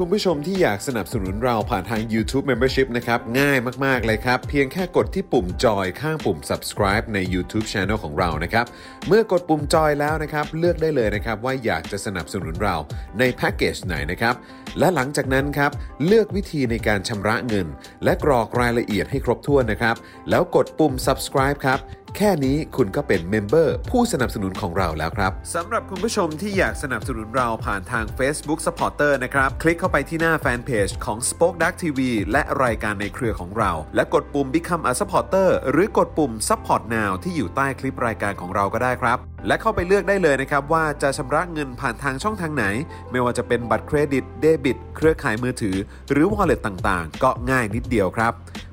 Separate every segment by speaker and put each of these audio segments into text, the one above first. Speaker 1: คุณผู้ชมที่อยากสนับสนุนเราผ่านทาง YouTube Membership นะครับ ง่ายมากๆเลยครับ เพียงแค่กดที่ปุ่มจอยข้างปุ่ม subscribe ใน YouTube Channel ของเรานะครับ เมื่อกดปุ่มจอยแล้วนะครับ เลือกได้เลยนะครับ ว่าอยากจะสนับสนุนเราในแพ็กเกจไหนนะครับ และหลังจากนั้นครับ เลือกวิธีในการชำระเงิน และกรอกรายละเอียดให้ครบถ้วนนะครับ แล้วกดปุ่ม subscribe ครับ แค่นี้คุณก็เป็นเมมเบอร์ผู้สนับสนุนของเราแล้วครับสำหรับคุณผู้ชมที่อยากสนับสนุนเราผ่านทาง Facebook Supporter นะครับ คลิกเข้าไปที่หน้าแฟนเพจของ Spoke Dark TV และรายการในเครือของเรา และกดปุ่ม Become a Supporter หรือกดปุ่ม Support Now ที่อยู่ใต้คลิปรายการของเราก็ได้ครับ และเข้าไปเลือกได้เลยนะครับ ว่าจะชำระเงินผ่านทางช่องทางไหน ไม่ว่าจะเป็นบัตรเครดิตเดบิตเครือข่ายมือถือ หรือ Wallet ต่างๆ ก็ง่ายนิดเดียวครับ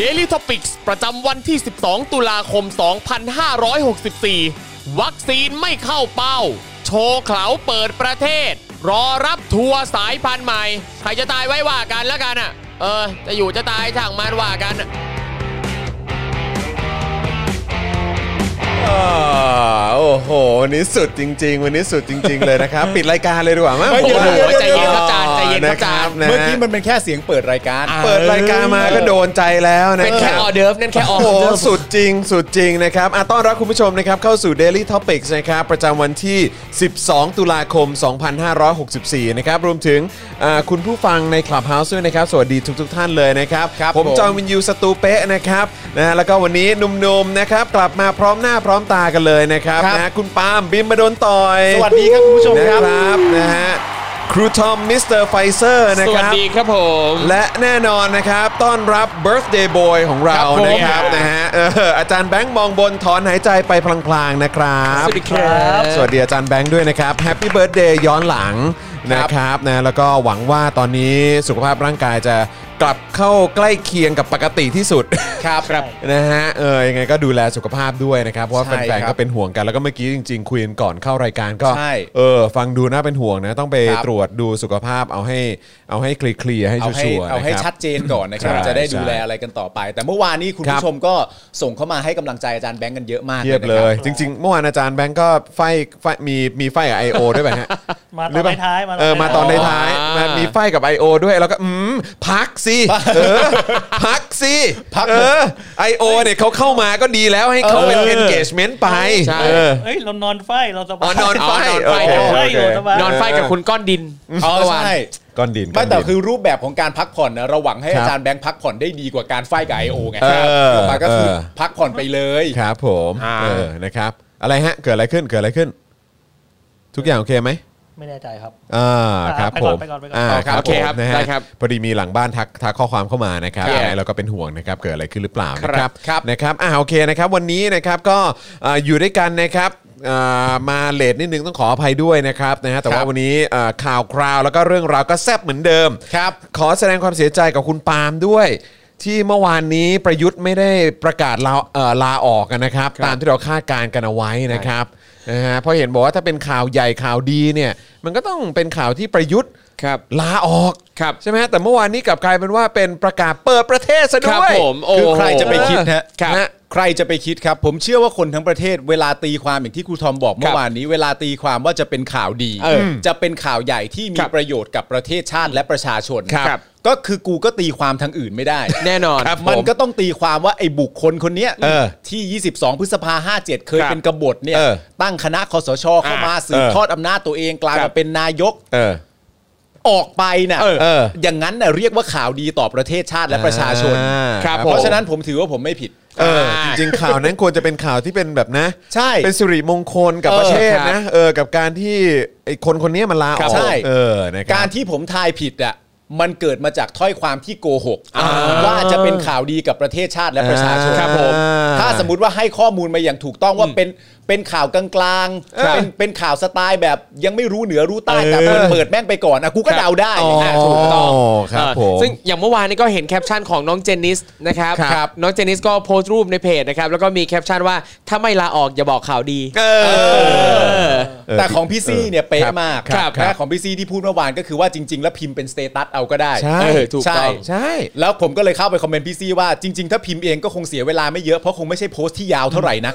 Speaker 2: Daily Topics ประจำวันที่ 12 ตุลาคม 2564 วัคซีนไม่เข้าเป้า โชว์เขลาเปิดประเทศ รอรับทัวร์สายพันธุ์ใหม่ ใครจะตายไว้ว่ากันแล้วกันอ่ะ เออ จะอยู่จะตายช่างมันว่ากันน่ะ
Speaker 3: อ่าโอ้โหวันนี้สุดจริง ๆ วันนี้สุดจริง ๆ เลยนะครับ ปิดรายการเลยดีกว่ามั้ง
Speaker 2: เฮ้ยเดี๋ยว
Speaker 3: โอ้โห
Speaker 2: เดี๋ยวใจเย็นครับอาจารย์ใจเย็นครับอาจารย์
Speaker 3: นะคบนะ
Speaker 4: เมื่อกี้มันเป็นแค่เสียงเปิดรายการ
Speaker 3: เปิดรายการมาก็โดนใจแล้วนะ
Speaker 2: เป็น
Speaker 3: ค
Speaker 2: แค่
Speaker 3: รับ
Speaker 2: ออเดิร์ฟนั่นแค่ออ
Speaker 3: โอ้โห
Speaker 2: เดิร์ฟ
Speaker 3: สุดจริง สุดจริงนะครับอ่ะต้อนรับคุณผู้ชมนะครับ เข้าสู่ Daily Topics นะครับ ประจำวันที่ 12 ตุลาคม 2564 นะครับ รวมถึงอ่าคุณผู้ฟังใน Clubhouse ด้วยนะครับ สวัสดีทุก ๆ ท่านเลยนะครับ
Speaker 4: ครับ
Speaker 3: ผม
Speaker 4: ผม
Speaker 3: จอห์นวินยูสตูเปะนะครับนะแล้วก็วันนี้หนุ่มๆ นะครับ กลับมาพร้อมหน้าพร้อมตากันเลยนะครับ
Speaker 4: ครับ
Speaker 3: นะคุณปาล์มบิมมาโดนต่อย
Speaker 4: สวัสดีครับคุณผู้ชม
Speaker 3: นะ
Speaker 4: ค
Speaker 3: ค
Speaker 4: รั
Speaker 3: รับ บนะฮะครูทอมมิสเตอร์ไฟเซอร์นะ
Speaker 2: ส
Speaker 3: ค
Speaker 2: วัส
Speaker 3: รับ
Speaker 2: ดีครับผม
Speaker 3: และแน่นอนนะครับ ต้อนรับ Birthday Boy ของเรา
Speaker 2: ครับผม
Speaker 3: นะครับนะฮะเอออาจารย์แบงค์มองบนถอนหายใจไปพลางๆนะครับ
Speaker 2: สวัสดีครับ
Speaker 3: สวัสดีอาจารย์แบงค์ด้วยนะครับ Happy Birthday ย้อนหลังนะครับนะแล้วก็หวังว่าตอนนี้สุขภาพร่างกายจะกลับเข้าใกล้เคียงกับปกติที่สุด
Speaker 4: ครับครับ
Speaker 3: นะฮะเออยังไงก็ดูแลสุขภาพด้วยนะครับ เพราะว่า
Speaker 4: ใช่
Speaker 3: แฟน
Speaker 4: ค
Speaker 3: ๆ
Speaker 4: รับ
Speaker 3: ก็เป็นห่วงกันแล้วก็เมื่อกี้จริงๆ คุยกันก่อนเข้ารายการก็
Speaker 4: ใช่
Speaker 3: เออฟังดูน่าเป็นห่วงนะต้องไป
Speaker 4: ครับ
Speaker 3: ตรวจดูสุขภาพเอาให้เอาให้เคลียร์ๆให้
Speaker 4: เอาให้
Speaker 3: ชัวร์ๆ
Speaker 4: เอาให้
Speaker 3: นะครับ
Speaker 4: ชัดเจนก่อนนะครับ
Speaker 3: ใช่
Speaker 4: จะได้ดู
Speaker 3: ใช่
Speaker 4: แลอะไรกันต่อไป แต่เมื่อวานนี้คุณ
Speaker 3: ครับ
Speaker 4: ผู้ชมก็ส่งเข้ามาให้กำลังใจอาจารย์แบงค์กันเยอะมาก
Speaker 3: เทียบเล
Speaker 4: นะค
Speaker 3: ย
Speaker 4: รับ
Speaker 3: จริงๆเมื่อวานอาจารย์แบงก์ก็ไฟไฟมีมีไฟกับ IO ด้วยป่ะฮะ
Speaker 5: มา
Speaker 3: ห
Speaker 5: ต
Speaker 3: รือ อน เปล่
Speaker 5: ท้ายๆมา
Speaker 3: เออมาตอนท้าย
Speaker 2: อ๋อ
Speaker 3: ๆมามีไฟกับ IO ด้วยแล้วก็อืมพักสิเออ พักสิ
Speaker 4: พัก
Speaker 3: เออ IO เนี่ยเขาเข้ามาก็ดีแล้วให้เขาเป็น
Speaker 4: เออ
Speaker 3: engagement ไป
Speaker 2: ใช่
Speaker 3: เออ
Speaker 5: เอ้ยเรานอนไฟเราสบา
Speaker 3: อ๋อย นอนไฟ
Speaker 2: อ๋อนอน
Speaker 3: โอเคโอเค
Speaker 5: นอนไฟ
Speaker 2: ไฟ
Speaker 5: อยู่สบาย
Speaker 2: นอนไฟกับคุณก้อนดิน
Speaker 4: อ๋อ
Speaker 2: เมื่อวาน
Speaker 4: ใช่
Speaker 3: ก้อนดิน
Speaker 4: ไม่แต่
Speaker 3: ก้นดิน
Speaker 4: คือรูปแบบของการพักผ่อนนะเราหวังให้
Speaker 3: ครับ
Speaker 4: อาจารย์แบงค์พักผ่อนได้ดีกว่าการไฟกับไอโอไง
Speaker 3: เออ
Speaker 4: มาก็คือ
Speaker 3: เออ
Speaker 4: พักผ่อนไปเลย
Speaker 3: ครับผม
Speaker 2: อ่า
Speaker 3: เออนะครับ อะไรฮะ เกิดอะไรขึ้นเกิดอะไรขึ้น ทุกอย่างโอเคไหม
Speaker 5: ไม่แน่ใจครับ
Speaker 3: อ่าครับ
Speaker 5: ไป
Speaker 3: ผ
Speaker 5: ก่อน
Speaker 3: ม
Speaker 5: ไปก่อนไปก่อน
Speaker 3: า
Speaker 2: โอเคครับ
Speaker 3: ผมนะฮะ
Speaker 2: ได้ครับ
Speaker 3: พอดีมีหลังบ้านทักทักข้อความเข้ามานะครับ
Speaker 2: ครับ
Speaker 3: ยังไงเราก็เป็นห่วงนะครับ เกิดอะไรขึ้นหรือเปล่านะค
Speaker 4: ครั
Speaker 3: รับบ
Speaker 4: ครับ
Speaker 3: นะครับอ่าโอเคนะครับ วันนี้นะครับก็อ่าอยู่ด้วยกันนะครับอ่ามาเลทนิดนึงต้องขออภัยด้วยนะครับนะฮะแต่ว่าวันนี้อ่าข่าวคราวแล้วก็เรื่องราวก็แซ่บเหมือนเดิม
Speaker 4: ครับ
Speaker 3: ขอแสดงความเสียใจกับคุณปาล์มด้วย ที่เมื่อวานนี้ประยุทธ์ไม่ได้ประกาศลาเอ่อลาออกนะครับ ตามที่เราคาดการณ์กันเอาไว้นะครับนะฮะเพราะเห็นบอกว่าถ้าเป็นข่าวใหญ่ข่าวดีเนี่ย มันก็ต้องเป็นข่าวที่ประยุทธ์
Speaker 2: ครับ
Speaker 3: ลาออก
Speaker 2: ครับ
Speaker 3: ใช่ไหมฮะแต่เมื่อวานนี้กลับกลายเป็นว่าเป็นประกาศเปิดประเทศซะด้วย
Speaker 2: ครับผมโอ้โห
Speaker 4: คือใครจะไปคิดฮะ
Speaker 3: ครับ
Speaker 4: ใครจะไปคิดครับ ผมเชื่อว่าคนทั้งประเทศเวลาตีความอย่างที่ครูทอมบอกเมื่อวานนี้ เวลาตีความว่าจะเป็นข่าวดี
Speaker 2: เออ
Speaker 4: จะเป็นข่าวใหญ่ที่มี
Speaker 2: ครับ
Speaker 4: ประโยชน์กับประเทศชาติและประชาชน
Speaker 2: ครับ
Speaker 4: ก็คือกูก็ตีความทางอื่นไม่ได้
Speaker 2: แน่นอน
Speaker 4: มันก็ต้องตีความว่าไอ้บุคคลคนเนี้ย
Speaker 3: เออ
Speaker 4: ที่ 22 พฤษภา57 เคย
Speaker 2: ครับ
Speaker 4: เป็นกบฏเนี่ย
Speaker 3: เออ
Speaker 4: ตั้งคณะคอสชเข้ามาสืบ
Speaker 3: เออ
Speaker 4: ทอดอำนาจตัวเองกลาย
Speaker 2: ครั
Speaker 4: มา
Speaker 2: บ
Speaker 4: เป็นนายก
Speaker 3: เออ
Speaker 4: ออกไปน่ะ
Speaker 2: เออ
Speaker 3: เออ
Speaker 4: อย่างนั้นน่ะเรียกว่าข่าวดีต่อประเทศชาติและประชาชน
Speaker 3: อ่า
Speaker 2: ครับผม
Speaker 4: เพราะฉะนั้นผมถือว่าผมไม่ผิด
Speaker 3: เออจริงๆข่าวนั้นควรจะเป็นข่าวที่เป็นแบบนะ
Speaker 4: ใช่
Speaker 3: เป็นสิริมงคลกับ
Speaker 4: เออ
Speaker 3: ประเทศ
Speaker 4: ครับ
Speaker 3: นะเออกับการที่ไอ้คนคนนี้มันลาอ
Speaker 4: ครั
Speaker 3: อบก
Speaker 4: ใช่
Speaker 3: เออนะคบ
Speaker 4: การที่ผมทายผิดอ่ะมันเกิดมาจากถ้อยความที่โกหก
Speaker 2: อ่า
Speaker 4: ว่าจะเป็นข่าวดีกับประเทศชาติและประชาชน
Speaker 3: ครับผม
Speaker 4: ถ้าสมมติว่าให้ข้อมูลมาอย่างถูกต้องว่าเป็นเป เป็นข่าวกลาง
Speaker 3: เออ
Speaker 4: ๆเป็นเป็นข่าวสไตล์แบบยังไม่รู้เหนือรู้ใต้แต่
Speaker 3: เออ
Speaker 4: มันเปิดแม่งไปก่อนอ่ะกูก็เดาได้
Speaker 3: อ๋อ
Speaker 4: อ่ะถูกต้อง
Speaker 3: ครับ
Speaker 5: เออ
Speaker 3: ผม
Speaker 5: ซึ่งอย่างเมื่อวานนี้ก็เห็นแคปชั่นของน้องเจนนิสนะครับ
Speaker 3: ครับ
Speaker 5: น้องเจนนิสก็โพสต์รูปในเพจนะครับ แล้วก็มีแคปชั่นว่าถ้าไม่ลาออกอย่าบอกข่าวดี
Speaker 3: เออ เออ
Speaker 4: แต่ของพี่ซี่เนี่ยเป๊ะมาก
Speaker 3: ครับครับ
Speaker 4: นะของพี่ซี่ที่พูดเมื่อวานก็คือว่าจริง ๆ แล้วพิมพ์เป็นสเตตัสเอาก็ได้
Speaker 3: ใช่
Speaker 4: เออ
Speaker 5: ถูกต้อง
Speaker 4: ใช่
Speaker 3: ใช่
Speaker 4: แล้วผมก็เลยเข้าไปคอมเมนต์พี่ซี่ว่าจริง ๆ ถ้าพิมพ์เองก็คงเสียเวลาไม่เยอะ เพราะคงไม่ใช่โพสต์ที่ยาวเท่าไหร่นะ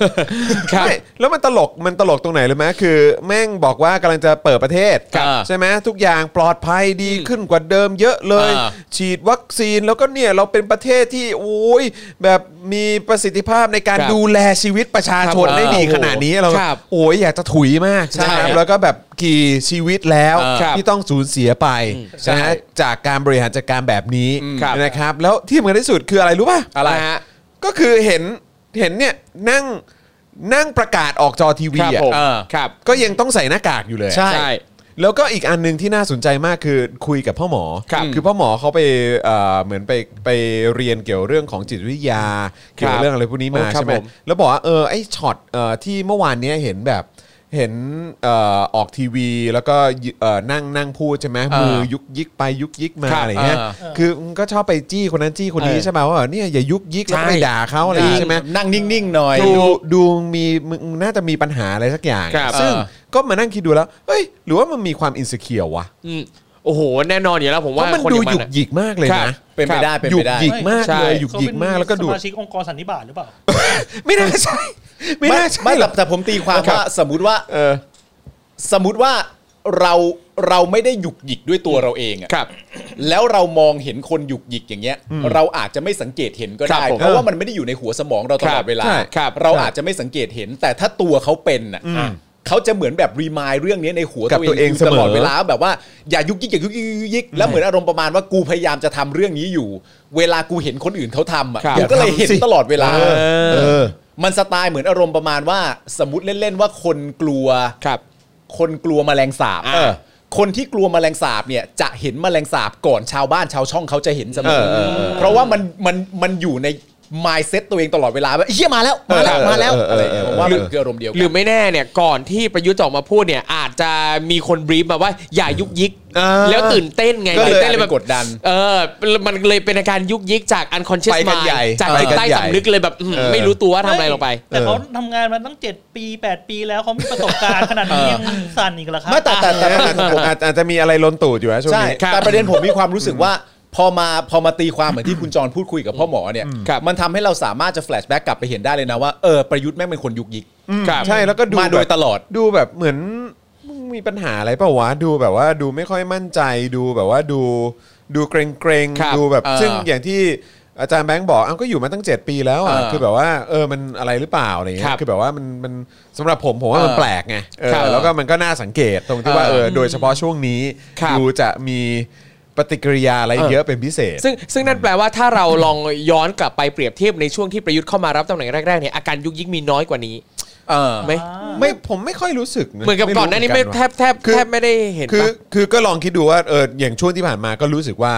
Speaker 3: ไม่แล้วมันตลกมันตลกตรงไหนเลยไหมคือแม่งบอกว่ากำลังจะเปิดประเทศ
Speaker 5: ครับ
Speaker 3: ใช่ไหมทุกอย่างปลอดภัยดีขึ้นกว่าเดิมเยอะเลย
Speaker 5: อ่า
Speaker 3: ฉีดวัคซีนแล้วก็เนี่ยเราเป็นประเทศที่โอ้ยแบบมีประสิทธิภาพในการ
Speaker 5: ครับ
Speaker 3: ดูแลชีวิตประชาชน
Speaker 5: ครับ
Speaker 3: ได้ดีขนาดนี้เรา
Speaker 5: ครับ
Speaker 3: โอ้ยอยากจะถุยมาก
Speaker 5: ใช่
Speaker 3: นะครับแล้วก็แบบกี่ชีวิตแล้ว
Speaker 5: ครับ
Speaker 3: ที่ต้องสูญเสียไปนะฮะจากการบริหารจัดการแบบนี้
Speaker 5: ครับ
Speaker 3: นะครับ แล้วที่สำคัญที่สุดคืออะไรรู้ป่ะ
Speaker 5: อะไรฮะ
Speaker 3: ก็คือเห็นเห็นเนี่ยนั่งนั่งประกาศออกจอทีวี
Speaker 5: ครับ
Speaker 3: อ่ะ
Speaker 5: ผม
Speaker 3: เออ
Speaker 5: ครับ
Speaker 3: ก็ยังต้องใส่หน้ากากอยู่เลยอะ
Speaker 5: ใช่
Speaker 3: แล้วก็อีกอันหนึงที่น่าสนใจมากคือคุยกับพ่อหมอ
Speaker 5: ครับ
Speaker 3: อพ่อหมอเขาไปเอ่อเหมือนไปไปเรียนเกี่ยวเรื่องของจิตวิทยาเกี่ยวกับเรื่องอะไรพวกนี้มา
Speaker 5: โอ้ครับ
Speaker 3: ใช่ไหม
Speaker 5: ผม
Speaker 3: แล้วบอกว่าเออไอ้ช็อตเอ่อที่เมื่อวานเนี้ยเห็นแบบเห็นเอ่อออกทีวี แล้วก็ยืเอ่อนั่งนั่งพูดใช่ไหมมือยุกยิกไปยุกยิกมา
Speaker 5: ครับ
Speaker 3: อะไรเงี้ย
Speaker 5: เออ
Speaker 3: คือมันก็ชอบไปจี้คนนั้นจี้คนนี้ใช่ไหมว่าแบบเนี่ยอย่ายุกยิกแล้วก็ไปด่าเขาอะไรอย่างงี้ใช่ไหม
Speaker 4: นั่งนิ่ง ๆ หน่อย
Speaker 3: ดูดูมีมึงน่าจะมีปัญหาอะไรสักอย่าง
Speaker 5: ครับ
Speaker 3: ซึ่ง
Speaker 4: เออ
Speaker 3: ก็มานั่งคิดดูแล้ว เฮ้ย หรือว่ามันมีความอินสเคียววะ
Speaker 5: อืมโอ้โห แน่นอนอยู่แล้วผม
Speaker 3: เพ
Speaker 5: ว่า
Speaker 3: ราะมัน
Speaker 5: คน
Speaker 3: ดูห
Speaker 5: อาง
Speaker 3: ยุก
Speaker 5: อะ
Speaker 3: หยิกมากเลย
Speaker 5: ครั
Speaker 3: นะ
Speaker 5: บ
Speaker 4: เป็นไปได้เป็น
Speaker 3: หยุ
Speaker 4: ไป
Speaker 3: ก
Speaker 4: ได้
Speaker 3: หยิกมาก
Speaker 5: ใช่
Speaker 3: เลยหยุกหยิกมากแล้วก็ดู
Speaker 6: เขเป็นสมาชิกองค์กรสันนิบาตหรือเปล่า
Speaker 3: ไม่น่าใช่ ไม่น่าใช่
Speaker 4: ไม่
Speaker 3: หร
Speaker 4: แต่
Speaker 3: อก
Speaker 4: แต่ผมตีความ
Speaker 3: ครับ
Speaker 4: ว่าสมมติว่า
Speaker 3: เออ
Speaker 4: สมมติว่าเราเราไม่ได้หยุกหยิกด้วยตัวเราเองอะ
Speaker 5: ครับ
Speaker 4: แล้วเรามองเห็นคนหยุกหยิกอย่างเงี้ย เราอาจจะไม่สังเกตเห็นก็
Speaker 5: ครั
Speaker 4: ได้
Speaker 5: บผม
Speaker 4: เพราะว่ามันไม่ได้อยู่ในหัวสมองเราตลอดเวลา
Speaker 5: ครับใช่ครับ
Speaker 4: เราอาจจะไม่สังเกตเห็น แต่ถ้าตัวเขาเป็นอ่ะเขาจะเหมือนแบบรีมายเรื่องนี้ในหัว
Speaker 3: กับตัวเอง
Speaker 4: ยู่ตลอด
Speaker 3: เสมอ
Speaker 4: เวลาแบบว่าอย่ายุกยิกอย่ายุกยิกอย่ายุกยิกแล้วเหมือนอารมณ์ประมาณว่ากูพยายามจะทำเรื่องนี้อยู่ เวลากูเห็นคนอื่นเขาทำอ่ะ
Speaker 5: ครับ
Speaker 4: กูก็เลยเห็นตลอดเวลา
Speaker 3: เออเออ
Speaker 4: มันสไตล์เหมือนอารมณ์ประมาณว่าสมมติเล่น ๆ ว่าคนกลัว
Speaker 5: ครับ
Speaker 4: คนกลัวแมลงสาบ
Speaker 5: เออ
Speaker 4: คนที่กลัวแมลงสาบเนี่ยจะเห็นแมลงสาบก่อนชาวบ้านชาวช่องเขาจะเห็นเสมอ
Speaker 3: เออเออเออ
Speaker 4: เพราะว่ามันมันมันอยู่ในมายเซ็ตตัวเองตลอดเวลาว่าเฮียมาแล้วมาแล้ว
Speaker 3: เออ
Speaker 4: มาแล้ว
Speaker 3: เออเออ
Speaker 4: อะไรอย่างเงี้ย
Speaker 3: เอ
Speaker 4: ผ
Speaker 3: อ
Speaker 4: มว่ามันคืออารมณ์เดียว
Speaker 5: หรื
Speaker 4: กั
Speaker 5: อน ไม่แน่เนี่ยก่อนที่ประยุทธ์จะออกมาพูดเนี่ยอาจจะมีคนบรีฟมาว่าอย่ายุกยิก
Speaker 3: อ่า
Speaker 5: แล้วตื่นเต้นไง
Speaker 4: ก็เลย
Speaker 5: ตื่นต้น
Speaker 4: เป็นกดดัน
Speaker 5: เออมันเลยเป็นอาการยุกยิกจาก unconscious
Speaker 3: ไปกัน
Speaker 5: mind
Speaker 3: ใหญ่
Speaker 5: จาก
Speaker 3: ไป
Speaker 5: จิต
Speaker 3: กัน
Speaker 5: ใต้
Speaker 3: ใหญ่
Speaker 5: สำนึกเลยแบบอืม
Speaker 3: เออ
Speaker 5: ไม่รู้ตัวว่าทำอะไรลงไป
Speaker 6: แต่เขาทำงานมาตั้ง 7 ปี 8 ปีแล้วเขามีประสบการณ์ขนาดนี้ยังสั่นอีกเหรอครับ
Speaker 4: ไม่แต่แต่แต่ประเด็นผม
Speaker 3: อาจอาจจะมีอะไรล้นตูดอยู่นะช่วง
Speaker 4: ใช่
Speaker 3: นี้
Speaker 5: ครับ
Speaker 4: แต่ประเด็นผมมีความรู้สึกว่า พอมาพอมาตีความเหมือนที่คุณจรพูดคุยกับพ่อหมอเนี่ย
Speaker 5: ครับ
Speaker 4: มันทำให้เราสามารถจะแฟลชแบ็กกลับไปเห็นได้เลยนะว่าเออประยุทธ์แม่งเป็นคนยุกยิก
Speaker 5: ครับ
Speaker 3: ใช่แล้วก็ดู
Speaker 4: มาโดย
Speaker 3: แบบ
Speaker 4: ตลอด
Speaker 3: ดูแบบเหมือนมึงมีปัญหาอะไรเปล่าวะดูแบบว่าดูไม่ค่อยมั่นใจดูแบบว่าดูดูเกรงเกรงๆ
Speaker 5: ครับ
Speaker 3: ดูแบบ
Speaker 4: เออ
Speaker 3: ซึ่งอย่างที่อาจารย์แบงค์บอกอ้าวก็อยู่มาตั้ง 7 ปีแล้วอ่ะ
Speaker 4: เออ
Speaker 3: คือแบบว่าเออมันอะไรหรือเปล่าอะไรเงี้
Speaker 5: ครั
Speaker 3: ย
Speaker 5: บ
Speaker 3: คือแบบว่ามันมันสำหรับผมผมว่ามัน
Speaker 4: เออ
Speaker 3: แปลกไงเออ
Speaker 4: ครับ
Speaker 3: แล้วก็มันก็น่าสังเกตตรงที่ว่า
Speaker 4: เอ
Speaker 3: เอ
Speaker 4: อ
Speaker 3: อโดยเฉพาะช่วงนี้
Speaker 5: ครับ
Speaker 3: ดูจะมีปฏิกิริยาอะไรเยอะเป็นพิเศษ
Speaker 5: ซึ่งซึ่งนั่นแปลว่าถ้าเราลองย้อนกลับไปเปรียบเทียบในช่วงที่ประยุทธ์เข้ามารับตำแหน่งแรกๆเนี่ยอาการยุกยิกมีน้อยกว่านี้
Speaker 4: เออ
Speaker 5: ไหม
Speaker 3: ไม่ผมไม่ค่อยรู้สึกะ
Speaker 5: เหมือนกับ
Speaker 3: ไรู้
Speaker 5: ก่อนหน้านี้
Speaker 3: เห
Speaker 5: ไม่
Speaker 3: กั
Speaker 5: แท
Speaker 3: ว่ะ
Speaker 5: บแทบ
Speaker 3: คือ
Speaker 5: แทบไม่ได้เห็น
Speaker 3: คือ
Speaker 5: ปะ
Speaker 3: คือก็ลองคิดดูว่าเอออย่างช่วงที่ผ่านมาก็รู้สึกว่า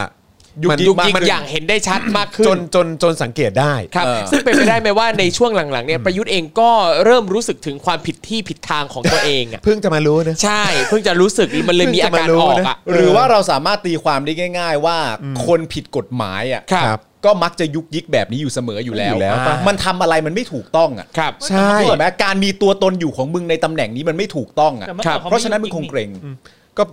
Speaker 3: ยุ
Speaker 5: มันยุกยิก
Speaker 3: มัน
Speaker 5: อย่างเห็นได้ชัดมากขึ้น
Speaker 3: จนจนจนสังเกตได้
Speaker 5: ครับ
Speaker 4: เออ
Speaker 5: ซึ่งเป็นไปได้ไหมว่าในช่วงหลังๆเนี่ยประยุทธ์เองก็เริ่มรู้สึกถึงความผิดที่ผิดทางของตัวเองอ่ะ
Speaker 3: เพิ่งจะมารู้นะ
Speaker 5: ใช่ เพิ่งจะรู้สึกมันเลยมีอาการออกอ่ะ
Speaker 4: หรือว่าเราสามารถตีความได้ง่าย ๆ ว่าคนผิดกฎหมายอ่ะ
Speaker 5: ครับ
Speaker 4: ก็มักจะยุกยิกแบบนี้อยู่เสมออยู่แล้ว
Speaker 3: อยู่แล้วปะ
Speaker 4: มันทำอะไรมันไม่ถูกต้องอ่ะ
Speaker 5: ครับ
Speaker 3: ใช่
Speaker 4: เห็นไหมการมีตัวตนอยู่ของมึงในตำแหน่งนี้มันไม่ถูกต้องอ่ะ
Speaker 6: แต่เมื่อก่อน
Speaker 4: เพราะฉะนั้นมึง
Speaker 6: เขา
Speaker 4: ค
Speaker 6: ไม่
Speaker 4: ง
Speaker 6: ยุกยิก
Speaker 4: เกรง
Speaker 3: ก็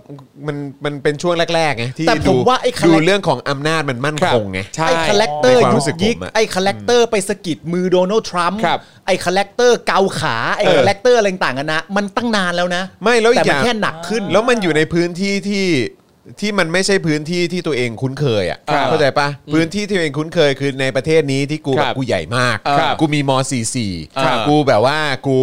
Speaker 3: มันมันเป็นช่วงแรกๆไงที่
Speaker 4: แต่ผ
Speaker 3: ดู
Speaker 4: มว่าไอ้คาแรค
Speaker 3: ดูเรื่องของอำนาจมันมั่น
Speaker 5: ครับ
Speaker 3: คงไง
Speaker 5: ใช่
Speaker 4: ไอ้คาแรคเตอร์
Speaker 3: ในความ
Speaker 4: ยุ
Speaker 3: รู้
Speaker 4: ก
Speaker 3: สึกผม
Speaker 4: ยิก
Speaker 3: อะ
Speaker 4: ไอ้คาแรคเตอร์ไปสะกิดมือโดนัลด์ทรัมป์
Speaker 5: ครับ
Speaker 4: ไอ้คาแรคเตอร์เกาขา ไอ้คาแรคเตอร์อะไรต่างๆกันะมันตั้งนานแล้วนะ
Speaker 3: ไม่แล้วอี
Speaker 4: แต่
Speaker 3: กอ
Speaker 4: มัน
Speaker 3: ย่าง
Speaker 4: แค่หนักขึ้น
Speaker 3: แล้วมันอยู่ในพื้นที่ที่ที่มันไม่ใช่พื้นที่ที่ตัวเองคุ้นเคยอ่ะ
Speaker 5: ครับ
Speaker 3: เข้าใจปะพื้นที่ที่ตัวเองคุ้นเคยคือในประเทศนี้ที่กู
Speaker 5: ครั
Speaker 3: แบบ บกูใหญ่มาก
Speaker 5: ครับ
Speaker 3: กูมีม .44
Speaker 4: ครับ
Speaker 3: กูแบบว่ากู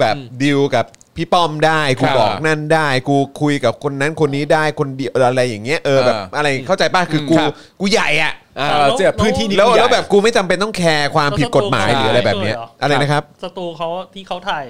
Speaker 3: แบบดิวกับพี่ป้อมได้กู
Speaker 5: ครับ
Speaker 3: บอกนั่นได้ กูคุยกับคนนั้นคนนี้ได้คนเดียวอะไรอย่างเงี้ยเออแบบ
Speaker 4: เอออ
Speaker 3: อะไรเข้าใจปะคือกู
Speaker 5: ครับ
Speaker 3: กูใหญ่อ่ะ
Speaker 4: เออเจอพื้นที่นี้
Speaker 3: แล้ว
Speaker 4: กูใหญ่
Speaker 3: แล้วแบบกูไม่จำเป็นต้องแคร์ความผิดกฎหมายหรืออะไรแบบเนี้ย
Speaker 6: แล้
Speaker 3: อะ
Speaker 6: วสตูเขา
Speaker 3: ไรนะครับ
Speaker 6: ศัตรูเขาที่เขาถ่าย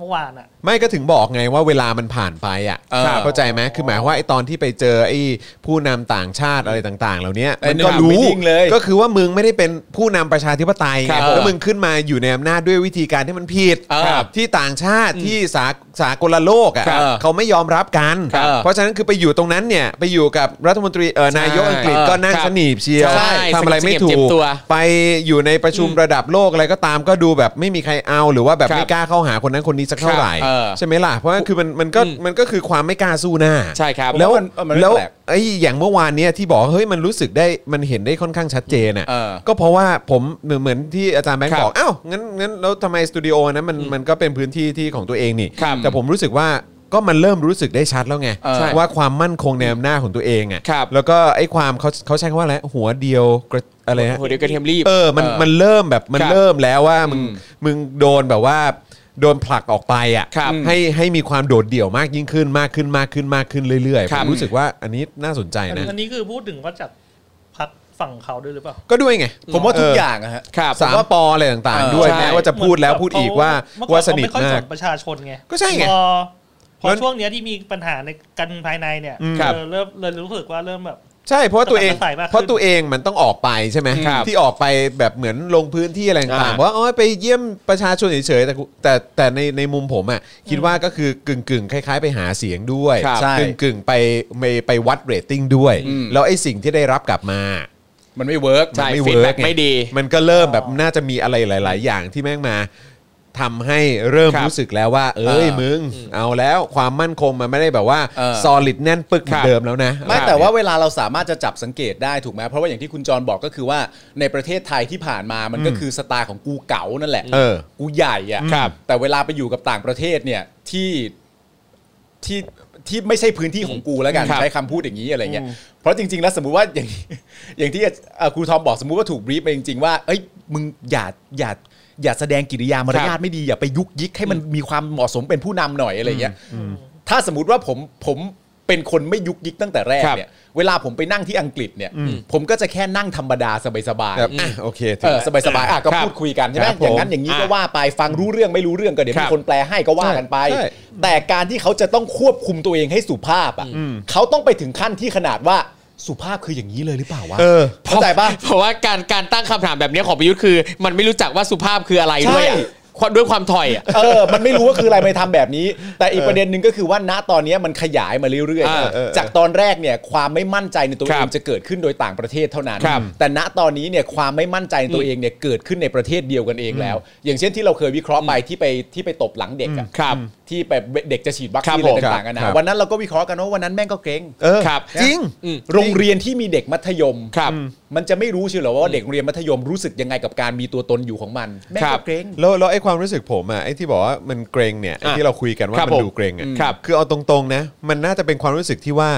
Speaker 6: เมื่อวานอ่ะ
Speaker 3: ไม่ก็ถึงบอกไงว่าเวลามันผ่านไปอ่ะ
Speaker 4: เออ
Speaker 3: เข้าใจไหมคือหมายความว่าไอ้ตอนที่ไปเจอไอ้ผู้นำต่างชาติอะไรต่าง ๆ เหล่านี้
Speaker 4: ไอ้
Speaker 3: มันก็
Speaker 4: หนึ่ง
Speaker 3: รู้
Speaker 4: หางไม่นิ่งเลย
Speaker 3: ก็คือว่ามึงไม่ได้เป็นผู้นำประชาธิปไตยไง
Speaker 4: ครับ
Speaker 3: แล้วมึงขึ้นมาอยู่ในอำนาจด้วยวิธีการที่มันผิด
Speaker 4: ครับ
Speaker 3: ที่ต่างชาติที่สาสากลโลกอ่ะ
Speaker 4: ครับ
Speaker 3: เขาไม่ยอมรับกัน
Speaker 4: ครับ
Speaker 3: เพราะฉะนั้นคือไปอยู่ตรงนั้นเนี่ยไปอยู่กับรัฐมนตรีเออ
Speaker 5: ใช่
Speaker 3: นายกอังกฤษ
Speaker 5: เออ
Speaker 3: ก็นั่ง
Speaker 5: ครั
Speaker 3: ส
Speaker 5: บ
Speaker 3: นีบเชียว
Speaker 5: ใช่
Speaker 3: ทำอะไรไม่ถู
Speaker 5: เจ็บ
Speaker 3: ก
Speaker 5: ตัว
Speaker 3: ไปอยู่ในประชุมระดับโลกอะไรก็ตามก็ดูแบบไม่มีใครเอาหรือว่าแบบ
Speaker 5: ครับ
Speaker 3: ไม่กล้าเข้าหาคนนั้นคนนี้สักเท่าไหร่
Speaker 5: ครับเออ
Speaker 3: ใช่ไหมล่ะ เพราะว่าคือมันมันก็
Speaker 5: อืม
Speaker 3: มันก็คือความไม่กล้าสู้หน้า
Speaker 5: ใช่ครับ
Speaker 3: แล้ว
Speaker 4: ผมว่ามันมันไม่
Speaker 3: แล้ว
Speaker 4: แปลก
Speaker 3: ไอ้อย่างเมื่อวานเนี้ยที่บอกว่าเฮ้ยมันรู้สึกได้มันเห็นได้ค่อนข้างชัดเจนอ่ะ
Speaker 4: เออ
Speaker 3: ก็เพราะว่าผมเหมือนเหมือนที่อาจารย์แบงค์
Speaker 5: ครับ
Speaker 3: บอกอ้าวงั้นงั้นแล้วทำไมสตูดิโอนั้นมันมันก็เป็นพื้นที่ที่ของตัวเองนี่
Speaker 5: ครับ
Speaker 3: แต่ผมรู้สึกว่าก็มันเริ่มรู้สึกได้ชัดแล้วไง
Speaker 4: เออ
Speaker 3: ว่าความมั่นคงในอำนาจของตัวเองอ่ะ
Speaker 5: ครับ
Speaker 3: แล้วก็ไอ้ความเขาเขาใช้คำว่าอะไรหัวเดียวกระอะไรฮะ
Speaker 5: โอ้โหเดี๋ยวกระเทียมรีบ
Speaker 3: เออ มัน
Speaker 4: เออ
Speaker 3: มันเริ่มแบบ มัน
Speaker 5: ครับ
Speaker 3: เริ่มแล้วว่า มึง
Speaker 4: อืม
Speaker 3: มึงโดนแบบว่า โดนผลักออกไปอ่ะ
Speaker 5: ครับ
Speaker 3: ให้ ให้มีความโดดเดี่ยวมากยิ่งขึ้น มากขึ้น มากขึ้น มากขึ้นเรื่อยๆ
Speaker 5: ค
Speaker 3: ผ
Speaker 5: รับ
Speaker 3: มรู้สึกว่าอันนี้น่าสนใจนะ
Speaker 6: อันนี้คือพูดถึงว่าจากพักฝั่งเขาด้วยหรือเปล่า
Speaker 3: ก็ด้วยไง
Speaker 4: ผมว่าทุก
Speaker 3: เ
Speaker 4: อย่างอะฮะ
Speaker 5: ครับ
Speaker 3: สามปออะไรต่าง
Speaker 4: เออ
Speaker 3: ๆ ด้วย
Speaker 5: ใช่
Speaker 3: แม้ว่าจะพูดแล้วพูดอีกว่า
Speaker 6: เมื่อก่อ
Speaker 3: ว่าน ส
Speaker 6: เขา
Speaker 3: นิท
Speaker 6: ไม่ค่อย
Speaker 3: มา
Speaker 6: ส
Speaker 3: ก
Speaker 6: นประชาชนไง
Speaker 3: ก็ใช่ไง
Speaker 6: พอพอ
Speaker 3: แล้ว
Speaker 6: ช่วงเนี้ยที่มีปัญหาในกันภายในเนี่ย
Speaker 3: อืม
Speaker 6: เอ
Speaker 5: ครับ
Speaker 6: อเริ่มเลยรู้สึกว่าเริ่มแบบ
Speaker 3: ใช่ เพราะว่าตัวเอง
Speaker 6: ต้องใส่มากขึ้น
Speaker 3: เพราะตัวเองมันต้องออกไปใช่ไหม
Speaker 5: ครับ
Speaker 3: ที่ออกไปแบบเหมือนลงพื้นที่อะไรต่าง
Speaker 5: อ่า
Speaker 3: ๆบอกว่าอ๋อไปเยี่ยมประชาชนเฉยๆแต่กูแต่แต่ในในมุมผมอ่ะคิดว่าก็คือกึ่งๆคล้าย ๆ ไปหาเสียงด้วย
Speaker 4: ครับใช่
Speaker 3: กึ่งๆไปไปไปวัดเรตติ้งด้วย แล้วไอ้สิ่งที่ได้รับกลับมา
Speaker 4: มันไม่เวิร์ก
Speaker 3: มั
Speaker 5: ใช่
Speaker 3: นไม่
Speaker 5: ฟีดแบ็
Speaker 3: เวิร์ก
Speaker 5: ก
Speaker 3: ไง
Speaker 5: ไม่ดี
Speaker 3: มันก็เริ่มแบบน่าจะมีอะไรหลาย ๆ อย่างที่แม่งมาทำให้เริ่ม
Speaker 5: ครับ
Speaker 3: รู้สึกแล้วว่า เอ้ย
Speaker 4: เออ
Speaker 3: มึง เอาแล้วความมั่นคงมันไม่ได้แบบว่า
Speaker 4: เออ
Speaker 3: ซอลิดแน่นปึกเหมือนเดิมแล้วนะ
Speaker 4: ไม่แต่ว่าเวลาเราสามารถจะจับสังเกตได้ถูกไหมเพราะว่าอย่างที่คุณจรบอกก็คือว่าในประเทศไทยที่ผ่านมามันก็คือสไตล์ของกูเก๋านั่นแหละ
Speaker 3: เออ
Speaker 4: กูใหญ่อะ
Speaker 5: ครับ
Speaker 4: แต่เวลาไปอยู่กับต่างประเทศเนี่ยที่ที่ที่ไม่ใช่พื้นที่ของกูแล้วกัน
Speaker 5: ครับ
Speaker 4: ใช้คำพูดอย่างนี้อะไรเงี้ยเพราะจริง ๆ แล้วสมมุติว่าอย่าง อย่างที่เอ่อครูทอมบอกสมมุติว่าถูกบรีฟมาจริง ๆ ว่าเอ้ยมึงอย่าอย่าอย่าแสดงกิริยามาร
Speaker 5: ครั
Speaker 4: ยา
Speaker 5: บ
Speaker 4: ทไม่ดีอย่าไปยุกยิกให้มันมีความเหมาะสมเป็นผู้นำหน่อยอะไรเงี้ย ถ้าสมมติว่าผมผมเป็นคนไม่ยุกยิกตั้งแต่แรก
Speaker 5: ครับ
Speaker 4: เนี่ยเวลาผมไปนั่งที่อังกฤษเนี่ยผมก็จะแค่นั่งธรรมดาสบาย
Speaker 3: แบบ
Speaker 4: ๆ
Speaker 3: อ่ะโอเค
Speaker 4: เอ
Speaker 3: ถึง
Speaker 4: อ
Speaker 3: แล้ว
Speaker 4: สบายๆอ่ะก็
Speaker 5: ครับ
Speaker 4: พูดคุยกันใช่ไหม
Speaker 3: ครับผม
Speaker 4: อย่างนั้นอย่างนี้ก็
Speaker 5: อ่ะ
Speaker 4: ว่าไปฟังรู้เรื่องไม่รู้เรื่องก็เดี๋ยว
Speaker 5: ครั
Speaker 4: มี
Speaker 5: บ
Speaker 4: คนแปลให้ก็ว่ากันไป
Speaker 3: ใช่
Speaker 4: แต่การที่เขาจะต้องควบคุมตัวเองให้สุภาพอ่ะเขาต้องไปถึงขั้นที่ขนาดว่าสุภาพคืออย่างนี้เลยหรือเปล่าวะ
Speaker 3: เออ
Speaker 4: เข้าใจปะ
Speaker 5: เพราะว่าการการตั้งคำถามแบบนี้ของประยุทธ์คือ มันไม่รู้จักว่าสุภาพคืออะไรด้วยอะ
Speaker 4: ใช่
Speaker 5: ความด้วยความถอยอะ
Speaker 4: เออ มันไม่รู้ว่าคืออะไรไม่ทำแบบนี้ แต่อีกประเด็นหนึ่งก็คือว่าณตอนนี้มันขยายมาเรื่อย
Speaker 5: อ่า
Speaker 4: ๆ จากตอนแรกเนี่ยความไม่มั่นใจในตัว
Speaker 5: ครั
Speaker 4: เอบ งจะเกิดขึ้นโดยต่างประเทศเท่านั้น
Speaker 5: ครับ
Speaker 4: แต่ณตอนนี้เนี่ยความไม่มั่นใจในตัวเองเนี่ยเกิดขึ้นในประเทศเดียวกันเองแล้ว อย่างเช่นที่เราเคยวิเคราะห์ไปที่ไปที่ไปตบหลังเด็กอะ
Speaker 5: ครับ
Speaker 4: ที่แบบเด็กจะฉีดวัค
Speaker 5: ครั
Speaker 4: ซี
Speaker 5: บ
Speaker 4: นอะไร
Speaker 5: ผม
Speaker 4: ต่างๆกั
Speaker 3: ครั
Speaker 4: นะ
Speaker 3: บ
Speaker 4: วันนั้นเราก็วิเคราะห์กันว่าวันนั้นแม่งก็เกรง
Speaker 3: เออ
Speaker 5: ครับ
Speaker 3: จริง
Speaker 5: อืม
Speaker 4: โรงเรียนที่มีเด็กมัธยม
Speaker 5: ครับ
Speaker 4: มันจะไม่รู้เชียวเหรอว่าเด็กโรงเรียนมัธยมรู้สึกยังไงกับการมีตัวตนอยู่ของมันแม่ง
Speaker 5: ครั
Speaker 4: ก็
Speaker 5: บ
Speaker 4: เกรง
Speaker 3: แล้วแล้วไอ้ความรู้สึกผมอ่ะไอ้ที่บอกว่ามันเกรงเนี่ยไอ้ที่เราคุยกันว่า
Speaker 5: ครับ
Speaker 3: มัน
Speaker 5: ผม
Speaker 3: ดูเกรงอ่ะ
Speaker 5: ครับ
Speaker 3: คือเอาตรงๆนะ มันน่าจะเป็นความรู้สึกที่ว่า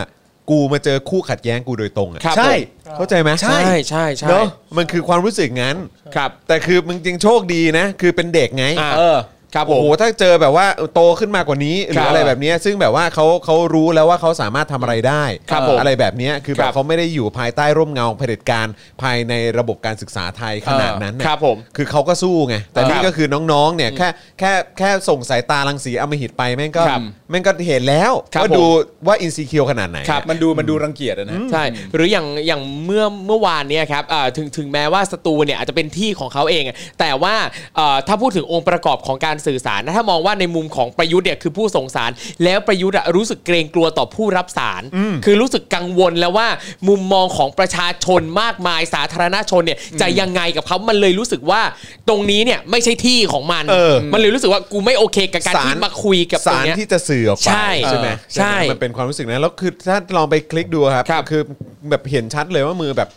Speaker 3: กูมาเจอคู่ขัดแย้งกูโดยตรงอ่ะ
Speaker 5: ครับ
Speaker 4: ใช่
Speaker 3: เข้าใจไหม
Speaker 4: ใช่
Speaker 5: ใช่ใช่
Speaker 3: เนอะมันคือความรู้สึกงั้น
Speaker 5: ครับ
Speaker 3: แต่คือมึงจริงโชคดีนะ คือเป็นเด็กไง
Speaker 5: อ่ะ
Speaker 4: เออ
Speaker 5: ครับผ
Speaker 3: โอ้
Speaker 5: ม
Speaker 3: โหถ้าเจอแบบว่าโตขึ้นมากว่านี้หรือ
Speaker 5: ครับ
Speaker 3: อะไรแบบเนี้ยซึ่งแบบว่าเขาเขารู้แล้วว่าเขาสามารถทำอะไรได้
Speaker 5: ครับผม
Speaker 3: อะไรแบบเนี้ยคือแบ
Speaker 5: ครับ บ
Speaker 3: เขาไม่ได้อยู่ภายใต้ร่มเงาเผด็จการภายในระบบการศึกษาไทยขนาดนั้นน่ะ
Speaker 5: ครับผม
Speaker 3: คือเขาก็สู้ไง แต่นี่
Speaker 5: ครับ
Speaker 3: ก็คือน้องๆ เนี่ยแค่แค่แค่ส่งสายตารังสีอำมหิตไปแม่งก็
Speaker 5: ครับ
Speaker 3: แม่งก็เห็นแล้ว
Speaker 5: ครับ
Speaker 3: ว่าดูว่าอินซีคิวขนาดไหน
Speaker 5: ครับ
Speaker 4: มันดูมันดูรังเกียจอะนะ
Speaker 5: ใช่หรืออย่างอย่างเมื่อเมื่อวานเนี่ยครับอ่าถึงถึงแม้ว่าสตูเนี่ยอาจจะเป็นที่ของเขาเองอะแต่ว่าเอ่อถ้าพูดถึงองค์ประกอบของการสื่อสารนะถ้ามองว่าในมุมของประยุทธ์เนี่ยคือผู้ส่งสาร แล้วประยุทธ์อะรู้สึกเกรงกลัวต่อผู้รับสาร คือรู้สึกกังวลแล้วว่ามุมมองของประชาชนมากมายสาธารณชนเนี่ยจะยังไงกับเขามันเลยรู้สึกว่าตรงนี้เนี่ยไม่ใช่ที่ของมัน
Speaker 3: เออ
Speaker 5: มันเลยรู้สึกว่ากูไม่โอเคกับการ
Speaker 3: ส
Speaker 5: ที่มาคุยกับตร
Speaker 3: สาง ร
Speaker 5: เนี้ย
Speaker 3: ที่จะสื่อออกไป
Speaker 5: ใช่
Speaker 3: ใช่ไหม
Speaker 5: ใช่
Speaker 3: ไหมมันเป็นความรู้สึกนะแล้วคือถ้าลองไปคลิกดูครับ
Speaker 5: ครับ
Speaker 3: คือแบบเห็นชัดเลยว่ามือแบบ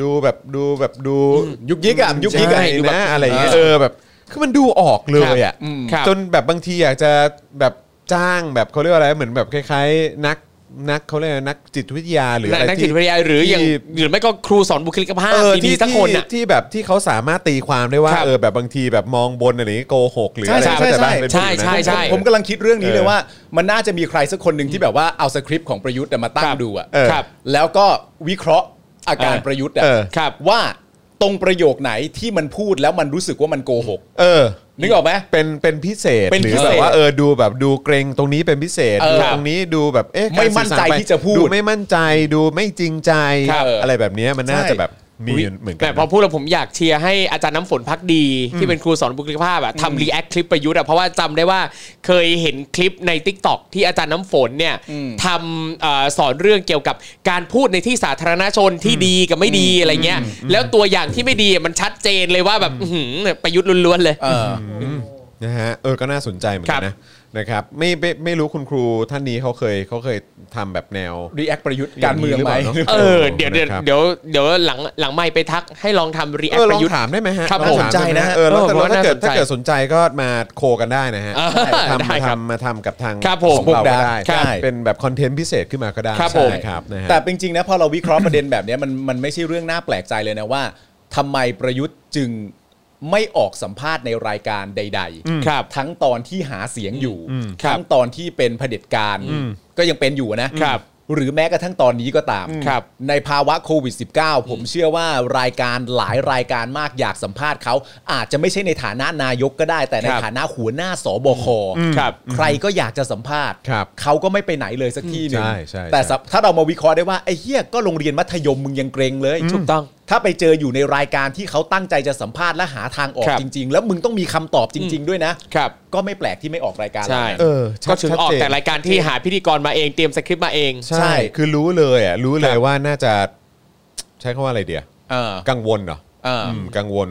Speaker 3: ดูแบบดูแบบดู
Speaker 4: ยุกยิกอะยุกยิกอะ
Speaker 3: ใช่
Speaker 5: ดูแบบ
Speaker 3: นะอะไรอย่างเงี้ย
Speaker 5: เออ
Speaker 3: เออแบบคือมันดูออกเลยอ่ะ
Speaker 5: ครับอืมครับ
Speaker 3: จนแบบบางทีอยากจะแบบจ้างแบบเขาเรียกว่าอะไรเหมือนแบบคล้ายๆ นักนักเขาเรียกอะไรนักจิตวิทยาหรืออะไร
Speaker 5: นัก
Speaker 3: ที่
Speaker 5: จิตวิทยาหรืออย่างหรือไม่ก็ครูสอนบุคลิกภาพ
Speaker 3: เออ
Speaker 5: ดี
Speaker 3: ที่
Speaker 5: ๆสักคนอ่ะ
Speaker 3: ที่ที่แบบที่เขาสามารถตีความได้ว่า
Speaker 5: ครับ
Speaker 3: เออแบบบางทีแบบมองบนอะไรอย่างงี้โกหกหรืออะไร
Speaker 4: ใช่ใช่
Speaker 3: เข้าจ
Speaker 4: ใช่
Speaker 3: ปะเป็น
Speaker 5: ใช่
Speaker 3: แบบนั้น
Speaker 5: ใช่
Speaker 4: ผมผมกำลังคิดเรื่องนี้เลย
Speaker 3: เออ
Speaker 4: ว่า มันน่าจะมีใครสักคนหนึ่งที่แบบว่าเอาสคริปต์ของประยุทธ์อะมาตั้
Speaker 5: ค
Speaker 4: ง
Speaker 5: รับ
Speaker 4: ดูอะ
Speaker 3: เออ
Speaker 5: ครับ
Speaker 4: แล้วก็วิเคราะห์อาการ
Speaker 5: เออ
Speaker 4: ประยุทธ์อะ
Speaker 3: เออ
Speaker 5: ครับ
Speaker 4: ว่าตรงประโยคไหนที่มันพูดแล้วมันรู้สึกว่ามันโกหก
Speaker 3: เออ
Speaker 4: นึกออกไหม
Speaker 3: เป็นเป็นพิเศษ
Speaker 4: เป็น
Speaker 3: หรื
Speaker 4: พิ
Speaker 3: อ
Speaker 4: เศษ
Speaker 3: แบบว่าเออดูแบบดูเกรงตรงนี้เป็นพิเศษ
Speaker 4: เออ
Speaker 3: ดูตรงนี้ดูแบบเอ๊ะ
Speaker 4: ไม่มั่น
Speaker 3: การสื่อ
Speaker 4: ใจ
Speaker 3: สารไป
Speaker 4: ที่จะพูด
Speaker 3: ดูไม่มั่นใจดูไม่จริงใจ
Speaker 4: ครับ
Speaker 3: อะไรแบบเนี้ยมันน่า
Speaker 4: ใช่
Speaker 3: จะแบบมี
Speaker 2: อุ๊ย
Speaker 3: เหมือนกั
Speaker 2: แต่
Speaker 3: น
Speaker 2: พอพูดแล้วผมอยากเชียร์ให้อาจารย์น้ำฝนพักดี ที่เป็นครูสอนบุคลิกภาพอะทำรีแอคคลิปประยุทธ์อะเพราะว่าจำได้ว่าเคยเห็นคลิปใน t ิ k t o k ที่อาจารย์น้ำฝนเนี่ยทำเอ่อสอนเรื่องเกี่ยวกับการพูดในที่สาธารณชนที่ดีกับไม่ดีอะไรเงี้ย แล้วตัวอย่างที่ไม่ดีอะมันชัดเจนเลยว่าแบบอื้อหือประยุทธ์ล้วนๆเลย
Speaker 4: เออ
Speaker 3: นะฮะเออก็น่าสนใจเหมือนกันนะนะครับไม่ไม่ไม่รู้คุณครูท่านนี้เขาเคยเขาเคยทำแบบแนว
Speaker 4: react ประยุทธ์การเมืองไหม
Speaker 3: ย่านี้รือป
Speaker 2: เอ
Speaker 3: ล่านะ
Speaker 2: อเดี๋ยวเดี๋ยว
Speaker 3: นะครับ
Speaker 2: เดี๋ยวเดี๋ยวหลังหลังไม่ไปทักให้ลองทำรีแอ
Speaker 3: เอ
Speaker 2: ค
Speaker 3: อลอ
Speaker 2: ประ
Speaker 3: ง
Speaker 2: ยุทธ์
Speaker 3: ถามได้ไหมฮะ
Speaker 2: ครับ
Speaker 3: ลองถา
Speaker 4: ผมสนใจนะ
Speaker 3: เออแล้วแต่
Speaker 2: เออผม
Speaker 3: ว่า
Speaker 2: ว่า
Speaker 3: ถ้าเกิด
Speaker 2: น่าสนใจ
Speaker 3: ถ้าเกิดสนใจก็มาโคกันได้นะฮะ
Speaker 2: เออ
Speaker 3: ทำ
Speaker 2: ได้
Speaker 3: มา
Speaker 2: ครับ
Speaker 3: ทำมาทำกับทาง
Speaker 2: ครับผม
Speaker 3: ของเราก็ได้
Speaker 2: ครับ
Speaker 3: เป็นแบบคอนเทนต์พิเศษขึ้นมาก็ได้
Speaker 2: ครับผม
Speaker 3: ใช่ครับนะฮะ
Speaker 4: แต่จริงๆนะพอเราวิเคราะห์ ประเด็นแบบเนี้ยมันมันไม่ใช่เรื่องน่าแปลกใจเลยนะว่าทำไมประยุทธ์จึงไม่ออกสัมภาษณ์ในรายการใดๆ
Speaker 2: ครับ
Speaker 4: ทั้งตอนที่หาเสียงอยู่
Speaker 2: ครับ
Speaker 4: ทั้งตอนที่เป็นเผด็จการก็ยังเป็นอยู่นะครับ หรือแม้กระทั่งตอนนี้ก็ตาม
Speaker 2: ครับ
Speaker 4: ในภาวะโควิด -19 ผมเชื่อว่ารายการหลายรายการมากอยากสัมภาษณ์เขาอาจจะไม่ใช่ในฐานะนายกก็ได้ แต่ใน
Speaker 2: ครับ
Speaker 4: ฐานะหัวหน้าสบค
Speaker 2: ครับ
Speaker 4: ใครก็อยากจะสัมภาษณ์
Speaker 3: ครับ
Speaker 4: เขาก็ไม่ไปไหนเลยสักที่หนึ่ง
Speaker 3: ใช่ใช่ใช่
Speaker 4: แต่สำ ถ้าเรามาวิเคราะห์ได้ว่าไอ้เฮียก็โรงเรียนมัธยมมึงยังเกรงเลย
Speaker 2: ถูกต้อง
Speaker 4: ถ้าไปเจออยู่ในรายการที่เขาตั้งใจจะสัมภาษณ์และหาทางออก
Speaker 2: ครับ
Speaker 4: จริง ๆ แล้วมึงต้องมีคำตอบจริง ๆ ด้วยนะ
Speaker 2: ครับ
Speaker 4: ก็ไม่แปลกที่ไม่ออกรายการ
Speaker 2: ใช่
Speaker 4: เรานะ
Speaker 3: เออชัด
Speaker 2: ก็ถึงออ
Speaker 3: ชัด
Speaker 2: ก
Speaker 3: เจน
Speaker 2: แต่รายการที่หาพิธีกรมาเองเตรียมสคริปต์มาเอง
Speaker 4: ใช่
Speaker 3: ใช่ คือรู้เลยอ่ะรู้เลยว่าน่าจะใช้คำว่าอะไรเดียว
Speaker 4: เออ
Speaker 3: กังวลเหรอ
Speaker 4: เอออ
Speaker 3: อืมกังวล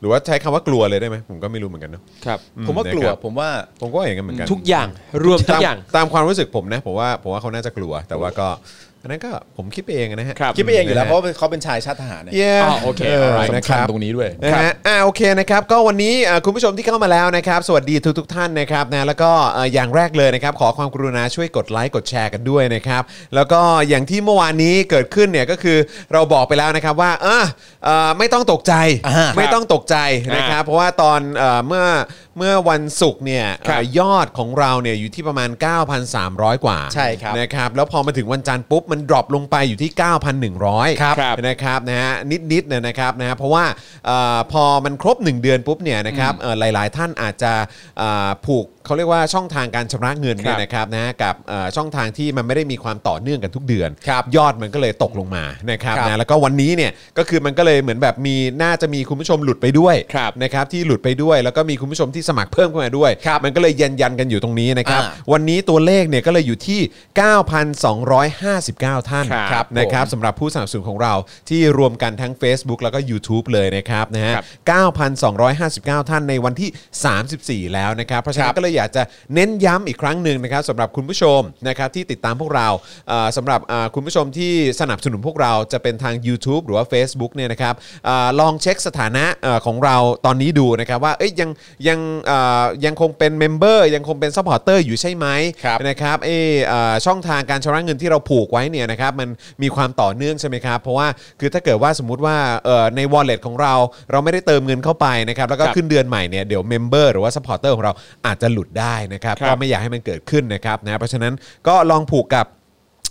Speaker 3: หรือว่าใช้คำว่ากลัวเลยได้ไหมผมก็ไม่รู้เหมือนกันเนอะ
Speaker 2: ครับ
Speaker 3: อื
Speaker 4: ผมว่ากลัว
Speaker 3: นะครับ
Speaker 4: ผมว่า
Speaker 3: ผมก็อย่างนั้นเหมือนกัน
Speaker 2: ทุกอย่างรวมทุกอย่าง
Speaker 3: ตมตามความรู้สึกผมนะผมว่าผมว่าเขาน่าจะกลัว แต่ว่าก็อันนั้นก็ผมคิดไปเองนะฮะ
Speaker 2: ครับ
Speaker 4: คิดไปเองอยู่แล้วเพราะว่าเขาเป็นชายชาติทหารเนี่ย
Speaker 3: เย้
Speaker 2: อ๋อโอเค
Speaker 4: สำคัญตรง
Speaker 3: นี้
Speaker 4: นี้ด้วย
Speaker 3: นะฮะอ่าโอเคนะครับ ก็วันนี้อ่าคุณผู้ชมที่เข้ามาแล้วนะครับ สวัสดีทุกทท่านนะครับนะแล้วก็อ่าอย่างแรกเลยนะครับ ขอความกรุณาช่วยกดไลค์กดแชร์กันด้วยนะครับ แล้วก็อย่างที่เมื่อวานนี้เกิดขึ้นเนี่ยก็คือเราบอกไปแล้วนะครับว่าอ่ะเอ่อไม่ต้องตกใจ
Speaker 4: อ่า
Speaker 3: ไม่ต้องตกใจนะครับ เพราะว่าตอนเอ่อเมื่อเมื่อวันศุกร์เนี่ย
Speaker 2: ครับ
Speaker 3: เอ่อยอดของเราเนี่ยอยู่ที่ประมาณ 9,300 กว่า
Speaker 4: ใช่ครับ
Speaker 3: นะครับแล้วพอมาถึงวันจันทร์ปุ๊บ มันดรอปลงไปอยู่ที่ 9,100
Speaker 2: ครับครับ
Speaker 3: นะครับนะฮะนิดๆเนี่ยนะครับนะฮะเพราะว่าเอ่อพอมันครบ 1 เดือนปุ๊บเนี่ยนะครับเอ่อหลายๆ ท่านอาจจะเอ่อผูกเขาเรียกว่าช่องทางการชำระเงินเนี่ยนะครับนะฮะกับเอ่อช่องทางที่มันไม่ได้มีความต่อเนื่องกันทุกเดือน ยอดมันก็เลยตกลงมานะครับ
Speaker 4: ครับ
Speaker 3: นะแล้วก็วันนี้เนี่ยก็คือมันก็เลยเหมือนแบบมีน่าจะมีคุณผู้ชมหลุดไปด้วย
Speaker 2: ครับ
Speaker 3: นะครับที่หลุดไปด้วย แล้วก็มีคุณผู้ชมที่สมัครเพิ่มเข้ามาด้วย มันก็เลยยันยันๆกันอยู่ตรงนี้นะครับ
Speaker 4: อ่า
Speaker 3: วันนี้ตัวเลขเนี่ยก็เลยอยู่ที่ 9,259 ท่าน
Speaker 2: ครับ
Speaker 3: นะครับสำหรับผู้สนับสนุนของเราที่รวมกันทั้ง Facebook แล้วก็ YouTube เลยนะครับนะฮะ
Speaker 2: ครับ
Speaker 3: 9,259 ท่านในวันที่ 34 แล้วนะครับ เพราะฉะนั้
Speaker 2: ครั
Speaker 3: น
Speaker 2: บ
Speaker 3: ก็เลยอยากจะเน้นย้ำอีกครั้งหนึ่งนะครับสำหรับคุณผู้ชมนะครับที่ติดตามพวกเราเอ่อสำหรับอ่าคุณผู้ชมที่สนับสนุนพวกเราจะเป็นทาง YouTube หรือว่า Facebook เนี่ยนะครับอาลองเช็คสถานะเอ่อของเราตอนนี้ดูนะครับว่าเอ้ยยังยังอ่ายังคงเป็นเมมเบอร์ยังคงเป็นซัพพอร์เตอร์อยู่ใช่ไหม
Speaker 4: ครับ
Speaker 3: นะครับเออเอ่อช่องทางการชำระเงินที่เราผูกไว้เนี่ยนะครับมันมีความต่อเนื่องใช่ไหมครับ เพราะว่าคือถ้าเกิดว่าสมมุติว่าเอ่อใน wallet ของเราเราไม่ได้เติมเงินเข้าไปนะครับแล้วก็
Speaker 2: ครับ
Speaker 3: ขึ้นเดือนใหม่เนี่ยเดี๋ยวเมมเบอร์หรือว่า s u p p อร์เตอร์ของเราอาจจะหลุดได้นะครับ
Speaker 2: ครับ
Speaker 3: ก็ไม่อยากให้มันเกิดขึ้นนะครับนะเพราะฉะนั้นก็ลองผูกกับ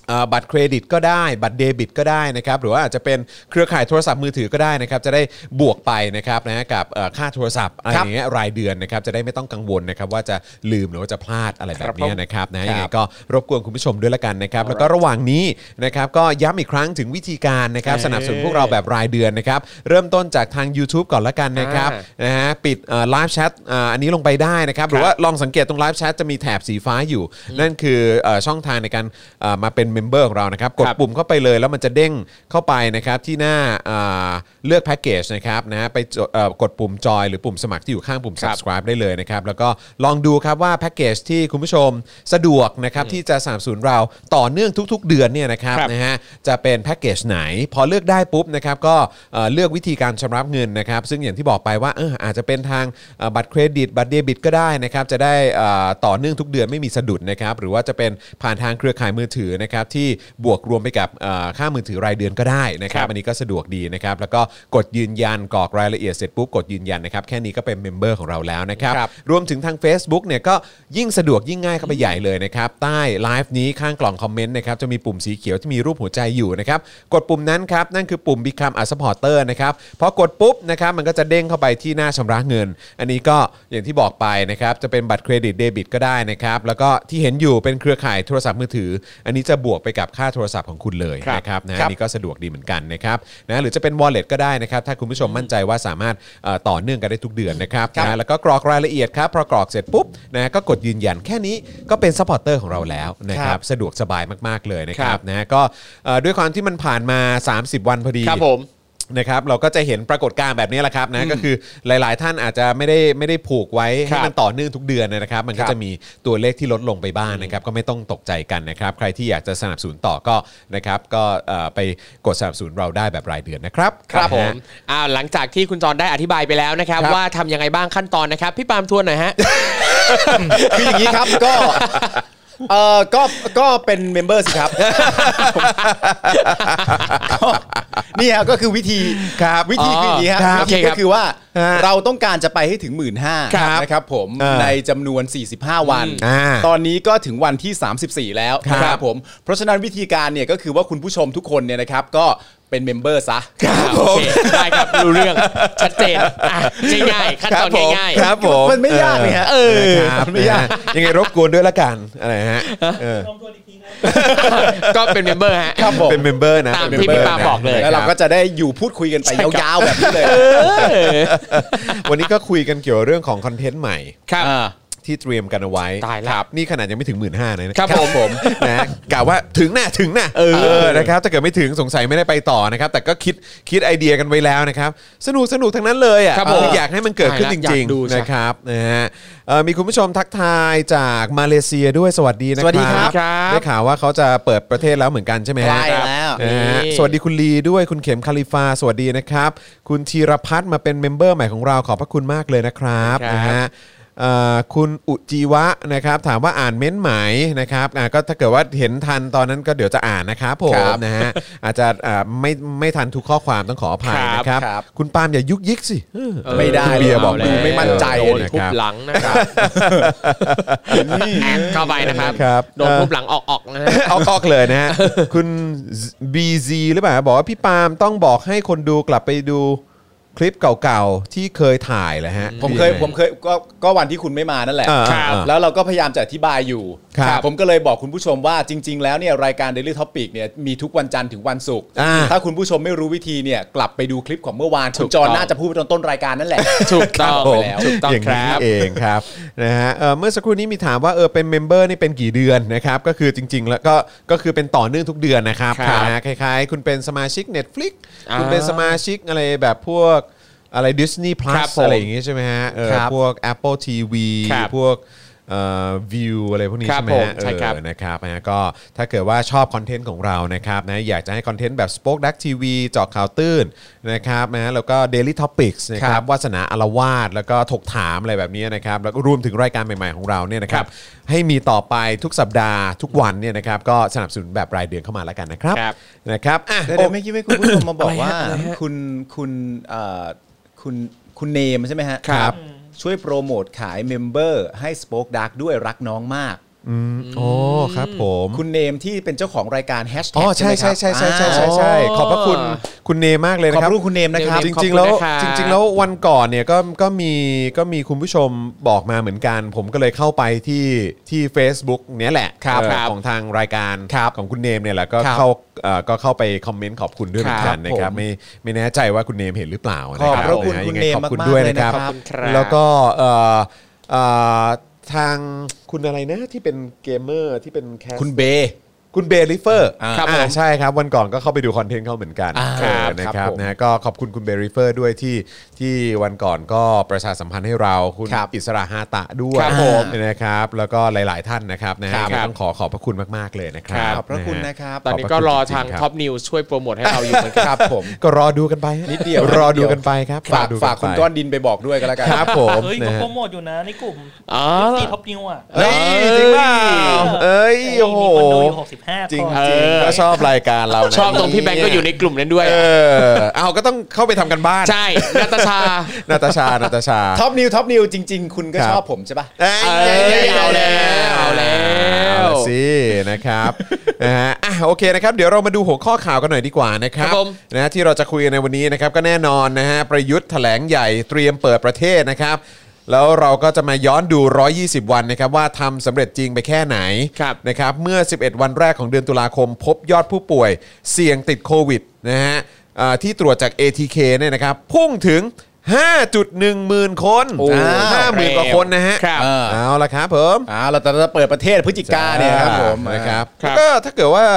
Speaker 3: เอ่อบัตรเครดิตก็ได้บัตรเดบิตก็ได้นะครับหรือว่าอาจจะเป็นเครือข่ายโทรศัพท์มือถือก็ได้นะครับจะได้บวกไปนะครับนะฮะกับเอ่อค่าโทรศัพท์อะไรอย่างเงี้ยรายเดือนนะครับจะได้ไม่ต้องกังวลนะครับว่าจะลืมหรือว่าจะพลาดอะไรแบ
Speaker 2: ครับ บ
Speaker 3: เนี้ย
Speaker 2: ผม
Speaker 3: นะ นะครับนะยังไงก็รบกวนคุณผู้ชมด้วยละกันนะครับแล้วก็ระหว่างนี้นะครับก็ย้ำอีกครั้งถึงวิธีการนะครับสนับสนุนพวกเราแบบรายเดือนนะครับเริ่มต้นจากทาง YouTube ก่อนละกันนะครับ
Speaker 2: อ่
Speaker 3: นะฮะปิดไลฟ์แชทอันนี้ลงไปได้นะครับหรือว่าลองสังเกตตรงไลฟ์แชทจะมีแถบสีฟ้าอยู่ นั่นคือเอ่อช่องทางในการเอ่อมาเป็นเมมเบอร์ของเรานะครับกด
Speaker 2: ครับ
Speaker 3: ปุ่มเข้าไปเลยแล้วมันจะเด้งเข้าไปนะครับที่หน้าอ่าเลือกแพ็กเกจนะครับนะฮะไปจดเอ่อกดปุ่มจอยหรือปุ่มสมัครที่อยู่ข้างปุ่ม
Speaker 2: ครับ
Speaker 3: subscribe ได้เลยนะครับ แล้วก็ลองดูครับว่าแพ็กเกจที่คุณผู้ชมสะดวกนะครับที่จะสนับสนุนเราต่อเนื่องทุก ๆ เดือนเนี่ยนะครับ
Speaker 2: ครับ
Speaker 3: นะฮะจะเป็นแพ็กเกจไหน พอเลือกได้ปุ๊บนะครับก็เอ่อเลือกวิธีการชำระเงินนะครับ ซึ่งอย่างที่บอกไปว่าเอออาจจะเป็นทางเอ่อบัตรเครดิต บัตรเดบิตก็ได้นะครับ จะได้เอ่อต่อเนื่องทุกเดือนไม่มีสะดุดนะครับ หรือว่าจะเป็นผ่านทางเครือข่ายมือถือนะครับ นะครับที่บวกรวมไปกับเอ่อค่ามือถือรายเดือนก็ได้นะครับอันนี้ก็สะดวกดีนะครับแล้วก็กดยืนยันกรอกรายละเอียดเสร็จปุ๊บกดยืนยันนะครับแค่นี้ก็เป็นเมมเบอร์ของเราแล้วนะครับ
Speaker 2: ครับ
Speaker 3: รวมถึงทาง Facebook เนี่ยก็ยิ่งสะดวกยิ่งง่ายเข้าไปใหญ่เลยนะครับใต้ไลฟ์นี้ข้างกล่องคอมเมนต์นะครับจะมีปุ่มสีเขียวที่มีรูปหัวใจอยู่นะครับกดปุ่มนั้นครับนั่นคือปุ่ม Become a supporter นะครับพอกดปุ๊บนะครับมันก็จะเด้งเข้าไปที่หน้าชำระเงิน อันนี้ก็อย่างที่บอกไปนะครับจะเป็นบัตรเครดิตเดบิตก็ได้นะครับแล้วก็ที่เห็นอยู่เป็นเครือข่ายโทรศัพท์มือถือ อันนี้จะบวกไปกับค่าโทรศัพท์ของคุณเลย
Speaker 2: ครับ
Speaker 3: นะครับนะ
Speaker 4: ครั
Speaker 3: อั
Speaker 4: บ
Speaker 3: นนี้ก็สะดวกดีเหมือนกันนะครับนะหรือจะเป็น wallet ก็ได้นะครับถ้าคุณผู้ชมมั่นใจว่าสามารถเอ่อต่อเนื่องกันได้ทุกเดือนนะครับนะแล้วก็กรอกรายละเอียดครับพอกรอกเสร็จปุ๊บนะก็กดยืนยันแค่นี้ก็เป็นซัพพอร์เตอร์ของเราแล้วนะครับสะดวกสบายมากๆเลยนะครับนะก็เอ่อด้วยความที่มันผ่านมา 30 วันพอดี
Speaker 2: ครับผม
Speaker 3: นะครับเราก็จะเห็นปรากฏการณ์แบบนี้แหละครับนะก็คือหลาย ๆ ท่านอาจจะไม่ได้ไม่ได้ผูกไว้ให้มันต่อเนื่องทุกเดือนนะครับ มันก็จะมีตัวเลขที่ลดลงไปบ้างนะครับก็ไม่ต้องตกใจกันนะครับ ใครที่อยากจะสนับสนุนต่อก็นะครับก็เอ่อไปกดสนับสนุนเราได้แบบรายเดือนนะครับ
Speaker 2: ครับผ
Speaker 3: นะ
Speaker 2: ม
Speaker 3: ฮะ
Speaker 2: อ่าหลังจากที่คุณจรได้อธิบายไปแล้วนะครับ
Speaker 3: ครับ
Speaker 2: ว่าทำยังไงบ้างขั้นตอนนะครับ พี่ปาล์มทวนหน่อยฮะ
Speaker 4: คืออย่างนี้ครับ ก็เออก็ก็เป็นเมมเบอร์สิครับ ก็นี่ฮะก็คือวิธี
Speaker 3: ครับ
Speaker 4: วิธีคืออย่างนี้ฮะ
Speaker 2: อ๋อครับ
Speaker 4: วิธี
Speaker 2: โอเคครั
Speaker 4: ก็
Speaker 2: บ
Speaker 4: คือว่า
Speaker 3: ฮะ
Speaker 4: เราต้องการจะไปให้ถึง 1 5ื่น
Speaker 3: ครับ
Speaker 4: นะครับผม
Speaker 3: เออ
Speaker 4: ในจำนวน 45 วัน
Speaker 3: อ่า
Speaker 4: ตอนนี้ก็ถึงวันที่ 34 แล้ว
Speaker 3: ครับ
Speaker 4: นะผมเพราะฉะนั้นวิธีการเนี่ยก็คือว่าคุณผู้ชมทุกคนเนี่ยนะครับก็เป็นเมมเบอร์ซะ
Speaker 2: าโอเคได้ครับรู้เรื่องชัดเจนอ่ะง่ายๆขั้นตอน
Speaker 3: ผม
Speaker 2: ง่าย
Speaker 3: ครับผม
Speaker 4: มันไม่ยากนี่ฮะ
Speaker 3: เออนะครับ
Speaker 4: มันไม่ยาก
Speaker 3: นะฮะยังไงรบกวนด้วยละกันอะไรฮะเออ
Speaker 5: ลองตัวอีกทีครับ
Speaker 2: ๆ ก็เป็นเมมเบอร์ฮะ
Speaker 4: ครับผม
Speaker 3: เป็นเมมเบอร์นะ
Speaker 2: ตาม
Speaker 3: เป็น
Speaker 2: ที่พี่
Speaker 3: เมมเบร์
Speaker 2: ปา
Speaker 3: นะ
Speaker 2: ล์มบอกเลย
Speaker 4: แล้วเรา
Speaker 3: คบ
Speaker 4: ก็จะได้อยู่พูดคุยกันไปยาวๆแบบนี้เลย
Speaker 3: วันนี้ก็คุยกันเกี่ยวเรื่องของคอนเทนต์ใหม่
Speaker 2: ครับ
Speaker 4: อ่า
Speaker 3: ที่เตรียมกันเอาไว้
Speaker 2: ตายละ
Speaker 3: ครับนี่ขนาดยังไม่ถึงหมื่นห้าเลยนะครับ
Speaker 2: ผม
Speaker 3: นะกะว่าถึงน่ะถึงน่ะเออนะครับถ้าเกิดไม่ถึงสงสัยไม่ได้ไปต่อนะครับ แต่ก็คิดคิดไอเดียกันไว้แล้วนะครับ สนุกสนุกทั้งนั้นเลยอ่ะ
Speaker 2: ครับผม
Speaker 3: ออยากให้มันเกิดขึ้นจ
Speaker 2: ตายละอ
Speaker 3: ริ
Speaker 2: ยาง กดู
Speaker 3: ๆ
Speaker 2: ใช่
Speaker 3: นะครับนะฮะเอ่อมีคุณผู้ชมทักทายจากมาเลเซียด้วยสวัสดีนะครับ
Speaker 4: สวัสดีครับ
Speaker 3: ได้ข่าวว่าเขาจะเปิดประเทศแล้วเหมือนกันใช่ไหมฮะ
Speaker 4: ใกล้แล้ว
Speaker 3: นะฮะ
Speaker 2: นี่
Speaker 3: สวัสดีคุณลีด้วยคุณเข็มคาลิฟา สวัสดีนะครับ คุณธีรพัฒน์มาเป็นเมมเบอร์ใหม่ของเราขอบพระคุณมากเลยนะครับ
Speaker 2: ครับ
Speaker 3: นะฮะเอ่อคุณอุจีวะนะครับ ถามว่าอ่านเม้นท์ไหมนะครับอ่าก็ถ้าเกิดว่าเห็นทันตอนนั้นก็เดี๋ยวจะอ่านนะครับผ
Speaker 4: ค
Speaker 3: ม
Speaker 4: รับ
Speaker 3: นะฮะอาจจะอ่าไม่ไม่ทันทุกข้อความต้องขออภัย
Speaker 4: ครับ
Speaker 3: นะครับ
Speaker 4: ครับ
Speaker 3: คุณปาล์มอย่ายุกยิกสิเออ
Speaker 4: ไม่ได้
Speaker 3: คุณเบียร์
Speaker 4: เลย
Speaker 3: บอก
Speaker 4: เอาแล้ว
Speaker 3: ดูไม่มั่นใจ
Speaker 2: โดน
Speaker 3: นะ
Speaker 2: ทุ
Speaker 3: ครับ บ
Speaker 2: หลังนะครับแอบเข้าไปนะครับ
Speaker 3: ครับ
Speaker 2: โดนทุบหลังออกๆนะฮะ
Speaker 3: เอาออกเลยนะฮะ คุณ BZ หรือเปล่าบอกว่าพี่ปาล์มต้องบอกให้คนดูกลับไปดูคลิปเก่าๆ ที่เคยถ่ายแหละฮะ
Speaker 4: ผมเคยผมเคยก็ก็วันที่คุณไม่มานั่นแหละ
Speaker 3: อ่า
Speaker 4: ครับ
Speaker 3: อ่า
Speaker 4: แล้วเราก็พยายามจะอธิบายอยู่
Speaker 3: ครับ
Speaker 4: ครับผมก็เลยบอกคุณผู้ชมว่าจริง ๆ แล้วเนี่ยรายการ Daily Topic เนี่ยมีทุกวันจันทร์ถึงวันศุกร์
Speaker 3: อ่า
Speaker 4: ถ้าคุณผู้ชมไม่รู้วิธีเนี่ยกลับไปดูคลิปของเมื่อวาน
Speaker 2: ถู
Speaker 4: คุณ
Speaker 2: ก
Speaker 4: จอ
Speaker 2: ต้อง
Speaker 4: น่าจะพูดไปตอนต้นรายการนั่นแหละ
Speaker 2: ถูกต้อง
Speaker 4: ครับผม
Speaker 2: ถูกต้อง
Speaker 3: อย่าง
Speaker 2: ค
Speaker 3: นี้
Speaker 2: รับ
Speaker 3: เองครับ นะฮะเอ่อเมื่อสักครู่นี้มีถามว่าเออเป็นเมมเบอร์นี่เป็นกี่เดือนนะครับ ก็คือจริง ๆ แล้วก็ก็คือเป็นต่อเนื่องทุกเดือนนะครับ
Speaker 2: ครับ
Speaker 3: นะฮะคล้ายๆ คุณเป็นสมาชิก Netflix
Speaker 2: อ่า
Speaker 3: คุณเป็นสมาชิกอะไรแบบพวกอะไร Disney
Speaker 2: ครั
Speaker 3: Plus
Speaker 2: บผม
Speaker 3: อะไรอย่างงี้ใช่ไหมฮะเออ
Speaker 2: ครับ
Speaker 3: พวก Apple TV
Speaker 2: ครับ
Speaker 3: พวกเอ่อวิวอะไรพวกนี้
Speaker 2: ครับ
Speaker 3: ใช่ไหม
Speaker 2: ผม
Speaker 3: ฮะ
Speaker 2: ใช่ครับ
Speaker 3: เออนะครับนะฮะก็ถ้าเกิดว่าชอบคอนเทนต์ของเรานะครับนะอยากจะให้คอนเทนต์แบบ Spoke Dark TV เจาะข่าวตื้นนะครับนะแล้วก็ Daily Topics นะครับ วาสนาอารวาสแล้วก็ถกถามอะไรแบบนี้นะครับ แล้วก็รวมถึงรายการใหม่ๆของเราเนี่ยนะครับ ให้มีต่อไปทุกสัปดาห์ทุกวันเนี่ยนะครับ ก็สนับสนุนแบบรายเดือนเข้ามาแล้วกันนะครับ
Speaker 2: ครับ
Speaker 3: นะครับอ่ะ
Speaker 4: เดี๋ยวเดี๋ยวไม่คิดว่าคุณผู้ชมมาบอกว่าคุณคุณเอ่อคุณคุณเนมใช่ไหมฮะ
Speaker 2: ครับ
Speaker 4: ช่วยโปรโมทขายเมมเบอร์ให้ Spoke Dark ด้วยรักน้องมาก
Speaker 3: โอ้ครับผม
Speaker 4: คุณเนมที่เป็นเจ้าของรายการแฮชแท็
Speaker 3: อ๋
Speaker 4: ก
Speaker 3: อใช่ใช่ใช่ใช่ใช่ใช่ใช่ขอบพระคุณคุณเนมากเลย
Speaker 4: ขอบ
Speaker 3: นะครับ
Speaker 4: พระคุณคุณเนมนะครับ
Speaker 3: จ
Speaker 2: ขอบ
Speaker 3: ริง
Speaker 2: คุ
Speaker 3: ๆ
Speaker 2: ณ
Speaker 3: แล้ว
Speaker 2: นะคะ
Speaker 3: จริงๆแล้ววันก่อนเนี่ยก็ก็มีก็มีคุณผู้ชมบอกมาเหมือนกัน ผมก็เลยเข้าไปที่ที่ Facebook เนี่ยแหละ
Speaker 2: ครับ
Speaker 3: เอ่อ
Speaker 2: ครับ
Speaker 3: ของทางรายการของคุณเนมเนี่ยแหละก็
Speaker 4: ครับ
Speaker 3: เข้าเอ่อก็เข้าไปคอมเมนต์ขอบคุณด้วยเหมือนกัน
Speaker 4: ครับ
Speaker 3: นะครับ
Speaker 4: ผม
Speaker 3: ไม่ไม่แน่ใจว่าคุณเนมเห็นหรือเปล่านะ
Speaker 4: ขอบ
Speaker 3: ครับ
Speaker 4: พระคุณ
Speaker 3: นะฮะ
Speaker 4: คุณ
Speaker 3: ยังไง
Speaker 4: เนม
Speaker 3: ขอบคุณ
Speaker 4: มากๆ
Speaker 3: ด้วย
Speaker 4: เลย
Speaker 3: นะ
Speaker 4: นะ
Speaker 3: ค
Speaker 4: ค
Speaker 3: รับ
Speaker 4: รับ
Speaker 2: ขอบคุณครับ
Speaker 3: แล้วก็เอ่อเอ่อทางคุณอะไรนะที่เป็นเกมเมอร์ที่เป็นแคส
Speaker 4: คุณเบ
Speaker 3: คุณเบลิเฟอร์
Speaker 4: อ่า
Speaker 2: ครับผม
Speaker 3: อ่าใช่ครับ วันก่อนก็เข้าไปดูคอนเทนต์เขาเหมือนกัน
Speaker 4: อ่า
Speaker 3: เออ
Speaker 4: ครับ
Speaker 3: นะค
Speaker 4: ครั
Speaker 3: รับบ
Speaker 4: ผม
Speaker 3: นะฮะก็ขอบคุณคุณเบลิเฟอร์ด้วยที่ที่วันก่อนก็ประชาสัมพันธ์ให้เราคุณ
Speaker 4: ครับ
Speaker 3: อิสระฮาตะด้วย
Speaker 2: ครับผม
Speaker 3: นะครับ แล้วก็หลาย ๆ ท่านนะครับนะฮะ
Speaker 2: ครับ
Speaker 3: ยังไงต้องขอขอบพระคุณมาก ๆ เลยนะครั
Speaker 2: ครับ บ
Speaker 4: ขอบพระคุณนะครับ
Speaker 2: ตอนนี้ก็รอทาง
Speaker 3: ขบพะคุณจริๆครั
Speaker 2: ท็อปนิวช่วยโปรโมทให้เราอยู่เหมือนกัน
Speaker 4: ครับผม
Speaker 3: ก็รอดูกันไปฮะ
Speaker 4: นิดเดียว
Speaker 3: รอดูกันไปครับ
Speaker 4: ฝา
Speaker 3: ร
Speaker 4: ก
Speaker 3: อดู
Speaker 4: ฝากคุณ
Speaker 3: ไป
Speaker 4: ก้อนดินไปบอกด้วยก็แล้วกัน
Speaker 3: ครับผม
Speaker 5: เฮ้ย
Speaker 3: นะ
Speaker 5: เขา
Speaker 3: ฮะ
Speaker 5: โปรโมทอยู่นะในกลุ่ม
Speaker 2: อ๋อ
Speaker 5: ตีท็อปนิวอ่ะ
Speaker 3: เฮ้ยจริงเปล่าเอ้ยโอ้โห
Speaker 5: มีคนดูอยู่ 15
Speaker 4: จริง
Speaker 5: ข้อ
Speaker 2: เอ
Speaker 4: จริง
Speaker 2: อ
Speaker 3: ก็ชอบรายการเรานะ
Speaker 2: ชอบตรงพี่แบงก์ก็อยู่ในกลุ่มนั้นด้วย
Speaker 3: เออเอาก็ต้องเข้าไปทำกันบ้าน
Speaker 2: ใช่นาตาชา
Speaker 3: นาตาชานาตาชา
Speaker 4: ท็อปนิวท็อปนิวจริง ๆ คุณก็
Speaker 3: ครับ
Speaker 4: ชอบผมใช่ป่ะ
Speaker 3: เอ้ย
Speaker 2: เอ้ยเอาแล้วเอาแล้ว
Speaker 3: เอาละสินะครับ นะฮะอ่ะโอเคนะครับ เดี๋ยวเรามาดูหัวข้อข่าวกันหน่อยดีกว่านะครั
Speaker 2: ครับ บผม
Speaker 3: นะที่เราจะคุยกันในวันนี้นะครับก็แน่นอนนะฮะประยุทธ์แถลงใหญ่เตรียมเปิดประเทศนะครับ แล้วเราก็จะมาย้อนดู 120 วันนะครับว่าทำสำเร็จจริงไปแค่ไหน
Speaker 2: ครับ
Speaker 3: นะครับเมื่อ 11 วันแรกของเดือนตุลาคม พบยอดผู้ป่วยเสี่ยงติดโควิดนะฮะอ่าที่ตรวจจาก ATK เนี่ยนะครับพุ่งถึง 5.1หมื่นคน
Speaker 4: โอ้
Speaker 3: ห้าหมื่นกว่าคนนะฮะ
Speaker 2: ครับ
Speaker 4: เออ
Speaker 3: เอาละครับผม
Speaker 4: อ่าเราจะเปิดประเทศพฤศจิกาเนี่ยครับผม
Speaker 3: นะครับ
Speaker 2: ครับ
Speaker 3: แล้วก็ถ้าเกิดว่า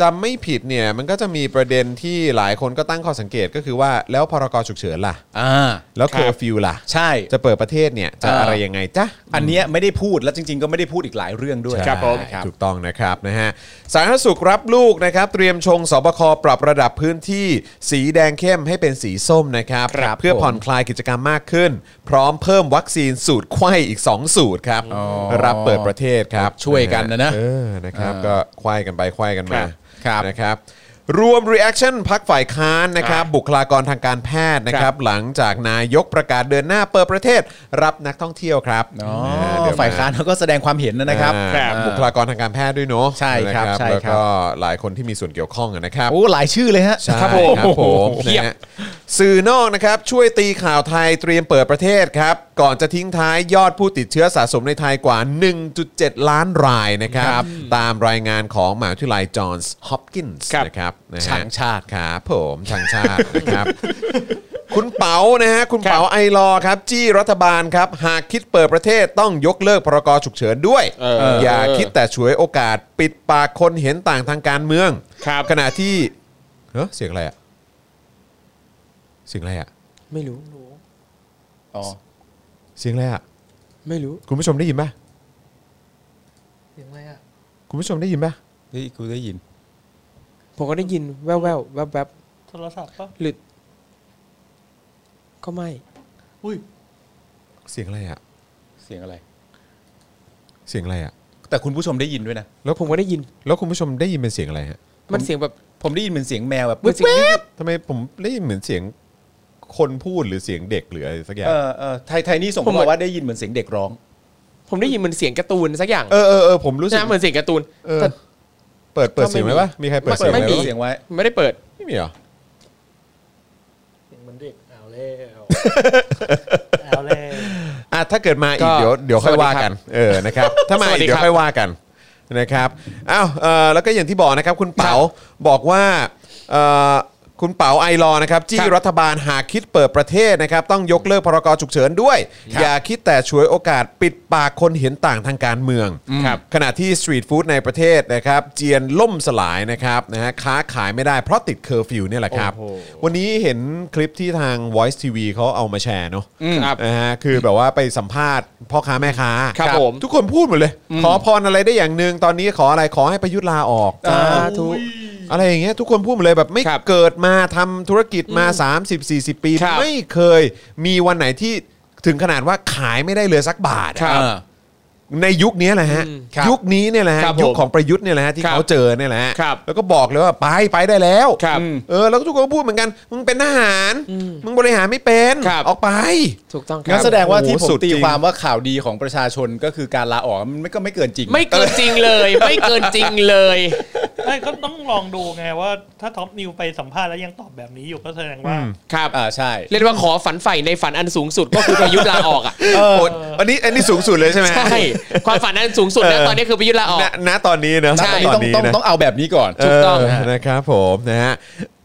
Speaker 3: จำไม่ผิดเนี่ยมันก็จะมีประเด็นที่หลายคนก็ตั้งข้อสังเกตก็คือว่าแล้วพรกฉุกเฉินล่ะ
Speaker 4: อ่า
Speaker 3: แล้ว
Speaker 2: ครั
Speaker 3: เค
Speaker 2: บ
Speaker 3: อร์ฟิวล่ะ
Speaker 4: ใช่
Speaker 3: จะเปิดประเทศเนี่ยจะ
Speaker 4: เอออ
Speaker 3: อะไรยังไงจ๊ะ
Speaker 4: อันเนี้ยไม่ได้พูดแล้วจริง ๆ ก็ไม่ได้พูดอีกหลายเรื่องด้วย
Speaker 2: ครับผม
Speaker 3: ถูกต้องนะครับนะฮะสาธารณสุขรับลูกนะครับ เตรียมชงสบคปรับระดับพื้นที่สีแดงเข้มให้เป็นสีส้มนะครับ
Speaker 4: ครับ
Speaker 3: เพื่อ
Speaker 4: ผม
Speaker 3: ผ่อนคลายกิจกรรมมากขึ้น พร้อมเพิ่มวัคซีนสูตรไข้อีก 2 สูตรครับ
Speaker 4: อ๋อ
Speaker 3: รับเปิดประเทศครับ
Speaker 4: ช่วยกันนะนะ
Speaker 3: เออนะครับ
Speaker 4: เออ
Speaker 3: ก็ไข้กันไปไข้กันมา
Speaker 4: ครับ
Speaker 3: นะครับ รวม reaction พักฝ่ายค้านนะครับ บุคลากรทางการแพทย์นะครับ หลังจากนายกประกาศเดินหน้าเปิดประเทศ รับนักท่องเที่ยวครับ
Speaker 4: อ๋อ
Speaker 3: นะฮะเดี๋วม
Speaker 4: ฝ่ายค้านเขาก็แสดงความเห็นนะครับ
Speaker 3: อ่าบุคลากรทางการแพทย์ด้วยเนาะ
Speaker 4: ใช่ครับ
Speaker 3: นะ
Speaker 4: ใช่ครับ
Speaker 3: แล้วก็หลายคนที่มีส่วนเกี่ยวข้องอะนะครับ
Speaker 4: โอ้หลายชื่อเลยฮะ
Speaker 3: ใช่ครับผม
Speaker 2: เพียบ
Speaker 3: นะฮะสื่อนอกนะครับ ช่วยตีข่าวไทยเตรียมเปิดประเทศครับ ก่อนจะทิ้งท้ายยอดผู้ติดเชื้อสะสมในไทยกว่า 1.7 ล้านรายนะครับ ตามรายงานของมหาวิทยาลัยจอห์นส์ฮอปกินส์นะครับนะฮะ
Speaker 4: ฉางชาติ
Speaker 3: ครับผมช่างชาตินะครับ คุณเปานะฮะ คุณเปาไอรอว์ครับ จี้รัฐบาลครับ หากคิดเปิดประเทศต้องยกเลิกพรกฉุกเฉินด้วย
Speaker 2: เอออ
Speaker 3: อย่าคิดแต่ฉวยโอกาสปิดปากคนเห็นต่างทางการเมือง
Speaker 2: ครับ
Speaker 3: ขณะที่เฮ้อเสียงอะไรอะเสียงอะไรอะ
Speaker 2: ไม่รู้
Speaker 4: อ๋อ
Speaker 3: เสียงอะไรอะ
Speaker 2: ไม่รู้
Speaker 3: คุณผู้ชมได้ยินปะ
Speaker 5: เสียงอะไรอ่ะ
Speaker 3: คุณผู้ชมได้ยินปะ
Speaker 4: นี่กูได้ยิน
Speaker 2: ผมก็ได้ยินแว่วๆแวบๆ
Speaker 5: โทรศัพท์ปะ
Speaker 2: หรือก็ไม่
Speaker 5: อุ้ย
Speaker 3: เสียงอะไรอะ
Speaker 4: เสียงอะไร
Speaker 3: เสียงอะไรอะ
Speaker 4: แต่คุณผู้ชมได้ยินด้วยนะ
Speaker 2: แล้วผมก็ได้ยิน
Speaker 3: แล้วคุณผู้ชมได้ยินเป็นเสียงอะไรฮะ
Speaker 2: มันเสียงแบบ
Speaker 4: ผมได้ยินเป็นเสียงแมวแบบ
Speaker 2: เหมือนเสียงวิ่ง
Speaker 3: ทำไมผมได้ยินเหมือนเสียงคนพูดหรือเสียงเด็กหรืออะไรสักอย่าง
Speaker 4: เออเออไทยไทยนี่ส่งเข้ามาว่าได้ยินเหมือนเสียงเด็กร้อง
Speaker 2: ผมได้ยินเหมือนเสียงการ์ตูนสักอย่าง
Speaker 3: เออเออเออผมรู้สึก
Speaker 2: นะเหมือนเสียงการ์ตูน
Speaker 3: เออ
Speaker 2: แต่
Speaker 3: เปิดเปิดเสียงไหมวะมีใครเปิดเสียง
Speaker 2: ไม่
Speaker 3: ไว้
Speaker 2: มี
Speaker 3: ปะ
Speaker 4: เสียงไว้
Speaker 2: ไม่ได้เปิด
Speaker 3: ไม่มีเหรอ
Speaker 5: เสียงเหมันเด็กเอาแล้ว เอาแล้ว
Speaker 3: อ่ะถ้าเกิดมาอี
Speaker 2: ก็
Speaker 3: กเดี๋ยวเดี๋ยวค่อยว่ากัน
Speaker 2: สวัสดีครับ
Speaker 3: เออนะครับ ถ้ามา
Speaker 2: สวั
Speaker 3: อี
Speaker 2: ส
Speaker 3: ก
Speaker 2: ดี
Speaker 3: เดี๋ย
Speaker 2: ค
Speaker 3: วค่
Speaker 2: รับ
Speaker 3: อยว่ากันนะครับอ้าวเออแล้วก็อย่างที่บอกนะครับ คุณเป๋าบอกว่าเออคุณเป๋าไอรอว์นะครับจี้
Speaker 2: ครับ
Speaker 3: รัฐบาลหากคิดเปิดประเทศนะครับ ต้องยกเลิกพรกฉุกเฉินด้วย
Speaker 2: ครับ
Speaker 3: อย่าคิดแต่ฉวยโอกาสปิดปากคนเห็นต่างทางการเมือง
Speaker 2: ครับ
Speaker 3: ขณะที่สตรีทฟู้ดในประเทศนะครับ เจียนล่มสลายนะครับนะฮะค้าขายไม่ได้เพราะติดเคอร์ฟิวเนี่ยแหละครับ
Speaker 4: โอ้โห
Speaker 3: วันนี้เห็นคลิปที่ทาง Voice TV เขาเอามาแชร์เนาะ
Speaker 2: ครับ
Speaker 3: นะฮะคือแบบว่าไปสัมภาษณ์พ่อค้าแม่ค้า
Speaker 2: ครับผม
Speaker 3: ทุกคนพูดหมดเลย ขอพรอะไรได้อย่างหนึ่งตอนนี้ขออะไรขอให้ประยุทธ์ลาออก
Speaker 2: สาธุ
Speaker 3: อะไรอย่างเงี้ยทุกคนพูดหมดเลยแบบไม่
Speaker 2: ครับ
Speaker 3: เกิดมาทำธุรกิจมา 30 40 ปี
Speaker 2: ครับ
Speaker 3: ไม่เคยมีวันไหนที่ถึงขนาดว่าขายไม่ได้เลยสักบาทอะ
Speaker 2: ครับ
Speaker 4: เออ
Speaker 3: ในยุคนี้แหละฮะ
Speaker 2: อืมครับ
Speaker 3: ยุคนี้เนี่ยแหละฮะ
Speaker 2: ครับผม
Speaker 3: ยุคของประยุทธ์เนี่ยแหละฮะที่
Speaker 2: ครับ
Speaker 3: เขาเจอเนี่ยแหละฮะ
Speaker 2: ครับ
Speaker 3: แล้วก็บอกเลยว่าไปไปได้แล้ว
Speaker 2: ครับ
Speaker 3: อืมเออแล้วก็ทุกคนก็พูดเหมือนกันมึงเป็นทหาร
Speaker 2: อืม
Speaker 3: มึงบริหารไม่เป็น
Speaker 2: ครับ
Speaker 3: ออกไป
Speaker 2: ถูกต้องค
Speaker 4: งั้
Speaker 2: รั
Speaker 4: น
Speaker 2: บ
Speaker 4: แสดงว่า
Speaker 3: โอ้โห
Speaker 4: ที่ผม
Speaker 3: สุดจริ
Speaker 4: ตี
Speaker 3: ง
Speaker 4: ความว่าข่าวดีของประชาชนก็คือการลาออกมันก็ไม่เกินจริง
Speaker 2: ไม่เกินจริงเลย ไม่เกินจริงเลย
Speaker 5: ไม่ก็ต้องลองดูไงว่าถ้าท็อปนิวไปสัมภาษณ์แล้วยังตอบแบบนี้อยู่ก็แสดงว่า
Speaker 2: ครับ
Speaker 4: อ่าใช่
Speaker 2: เรียกว่าขอฝันใฝ่ในฝันอันสูงสุดก็คือประยุทธ์ลาออกอ่ะ
Speaker 3: โอ้อันนี้อันนี้สูงสุดเลยใช่ไหม
Speaker 2: ใช่ ความฝันอันสูงสุดนะตอนนี้คือประยุทธ์ลาออก
Speaker 3: ณณตอนนี้เนอะ
Speaker 2: ใช่
Speaker 3: ณต
Speaker 4: ต้
Speaker 3: อ
Speaker 4: อนง
Speaker 3: นี้
Speaker 4: ต้อง
Speaker 3: นะ
Speaker 4: ต้องเอาแบบนี้ก่อน
Speaker 2: ถูกต้อง
Speaker 3: เนะครับผมนะฮะ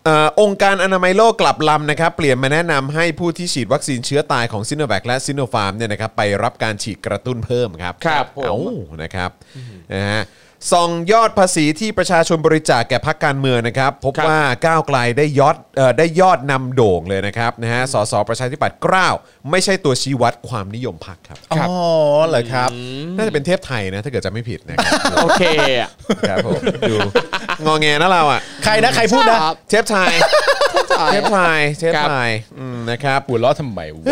Speaker 3: เอ่อองค์การอนามัยโลกกลับลำนะครับ เปลี่ยนมาแนะนำให้ผู้ที่ฉีดวัคซีนเชื้อตายของซิโนแวคและซิโนฟาร์มเนี่ยนะครับไปรับการฉีดกระตุ้นเพิ่มครับ
Speaker 2: ครับผม
Speaker 3: เอานะครับนะฮะส่องยอดภาษีที่ประชาชนบริจาคแก่พรรคการเมืองนะครับ พบว่าก้าวไกลได้ยอดเอ่อได้ยอดนำโด่งเลยนะครับนะฮะสสประชาธิปัตย์เกล้าวไม่ใช่ตัวชี้วัดความนิยมพรรคครับ
Speaker 4: อ๋อเหรอครับ
Speaker 3: น่าจะเป็นเทพไทยนะถ้าเกิดจะไม่ผิดนะครับ
Speaker 2: โอเคอ่ะ
Speaker 3: ครับผมดูงอแงนะเราอ่ะ
Speaker 4: ใครนะใครพูดนะครับ
Speaker 3: เชฟชายเชฟชายเชฟชายอืมนะครับ
Speaker 4: หัวล้อทำไมวะ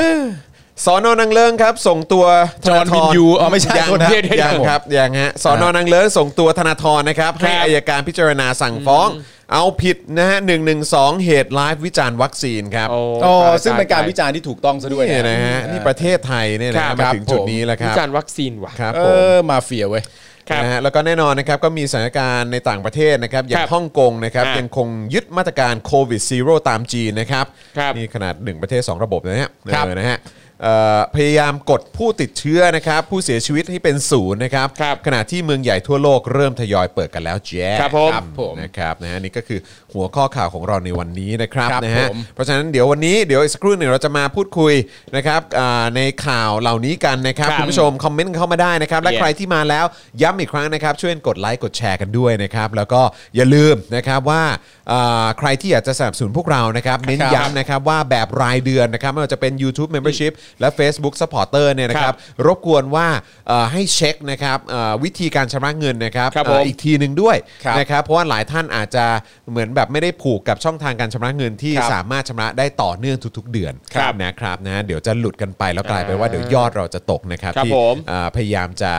Speaker 3: สอนอนังเลิงครับ ส่งตัวธนาธ
Speaker 4: จอห์นวินยูอ๋อไม่ใช่
Speaker 3: ยัง
Speaker 4: โทษนะ
Speaker 3: ยัง
Speaker 4: เดี๋ยว
Speaker 3: ยัง
Speaker 4: ผม
Speaker 3: ครับยังฮะสอนอนังเลิงส่งตัวธนาธรนะครับ ให้อายการพิจารณาสั่งฟ้อง เอาผิดนะฮะหนึ่งหนึ่งสองเหตุไลฟ์วิจารณ์วัคซีนครับ
Speaker 4: ๋
Speaker 2: โอ้
Speaker 4: อซึ่งเป็นการวิจารณ์ที่ถูกต้องซะด้วย
Speaker 3: นี่นะฮะนี่ประเทศไทยเนี่ยนะฮะ
Speaker 2: ครับ
Speaker 3: มาถึงจุดนี้แล้วค
Speaker 2: วิ
Speaker 3: รับ
Speaker 2: จารณ์วัคซีนว่ะ
Speaker 3: ครับ
Speaker 4: เอ
Speaker 3: ผม
Speaker 4: อมาเฟียเว้ย
Speaker 2: ครับ
Speaker 3: นะฮะแล้วก็แน่นอนนะครับก็มีสถานการณ์ในต่างประเทศนะครับอย่า
Speaker 2: ค
Speaker 3: ง
Speaker 2: รับ
Speaker 3: ฮ่องกงนะครับ
Speaker 2: อ่ะ
Speaker 3: ยังคงยึดมาตรการโควิดซีโร่ตามจีนนะครับ
Speaker 2: ครับ
Speaker 3: นี่ขนาด 1 ประเทศ 2 ระบบนะฮะ
Speaker 2: ครับ
Speaker 3: เออนะฮะเอ่อพยายามกดผู้ติดเชื้อนะครับผู้เสียชีวิตให้เป็นศูนย์นะครับขณะที่เมืองใหญ่ทั่วโลกเริ่มทยอยเปิดกันแล้วแจ๊ะ
Speaker 2: ครับผม
Speaker 3: นะครับนะฮะนี่ก็คือหัวข้อข่าวของเราในวันนี้นะครับ
Speaker 4: ครับ
Speaker 3: นะฮะ
Speaker 4: ผม
Speaker 3: เพราะฉะนั้นเดี๋ยววันนี้เดี๋ยวอีกสักครู่หนึ่งเราจะมาพูดคุยนะครับอ่าในข่าวเหล่านี้กันนะครับ
Speaker 2: ครับ
Speaker 3: คุณผู้ชมคอมเมนต์เข้ามาได้นะครับ และ
Speaker 2: Yeah
Speaker 3: ใครที่มาแล้วย้ำอีกครั้งนะครับ ช่วยกดไลค์กดแชร์กันด้วยนะครับ แล้วก็อย่าลืมนะครับว่าอ่าใครที่อยากจะสนับสนุนพวกเรานะครับเน้นย้ำนะครับว่าแบบรายเดือนนะครับไม่ว่าจะเป็น YouTube Membership และ Facebook Supporter เนี่ยนะค
Speaker 2: ค
Speaker 3: รั
Speaker 2: รั
Speaker 3: บบ รบกวนว่าเอ่อให้เช็คนะครับเอ่อวิธีการชำระเงินนะครับ
Speaker 2: ครับ
Speaker 3: เอ่อ
Speaker 2: ผม
Speaker 3: อีกทีหนึ่งด้วย
Speaker 4: ครับ
Speaker 3: นะครับเพราะว่าหลายท่านอาจจะเหมือนแบบไม่ได้ผูกกับช่องทางการชำระเงินที่
Speaker 4: ครับ
Speaker 3: สา สามารถชำระได้ต่อเนื่องทุก ๆ เดือน
Speaker 2: ครับ
Speaker 3: นะครับนะเดี๋ยวจะหลุดกันไปแล้วกลายเป็นว่าเดี๋ยวยอดเราจะตกนะครับ
Speaker 2: ครับ
Speaker 3: ที่
Speaker 2: ผม
Speaker 3: อ่าพยายามจะ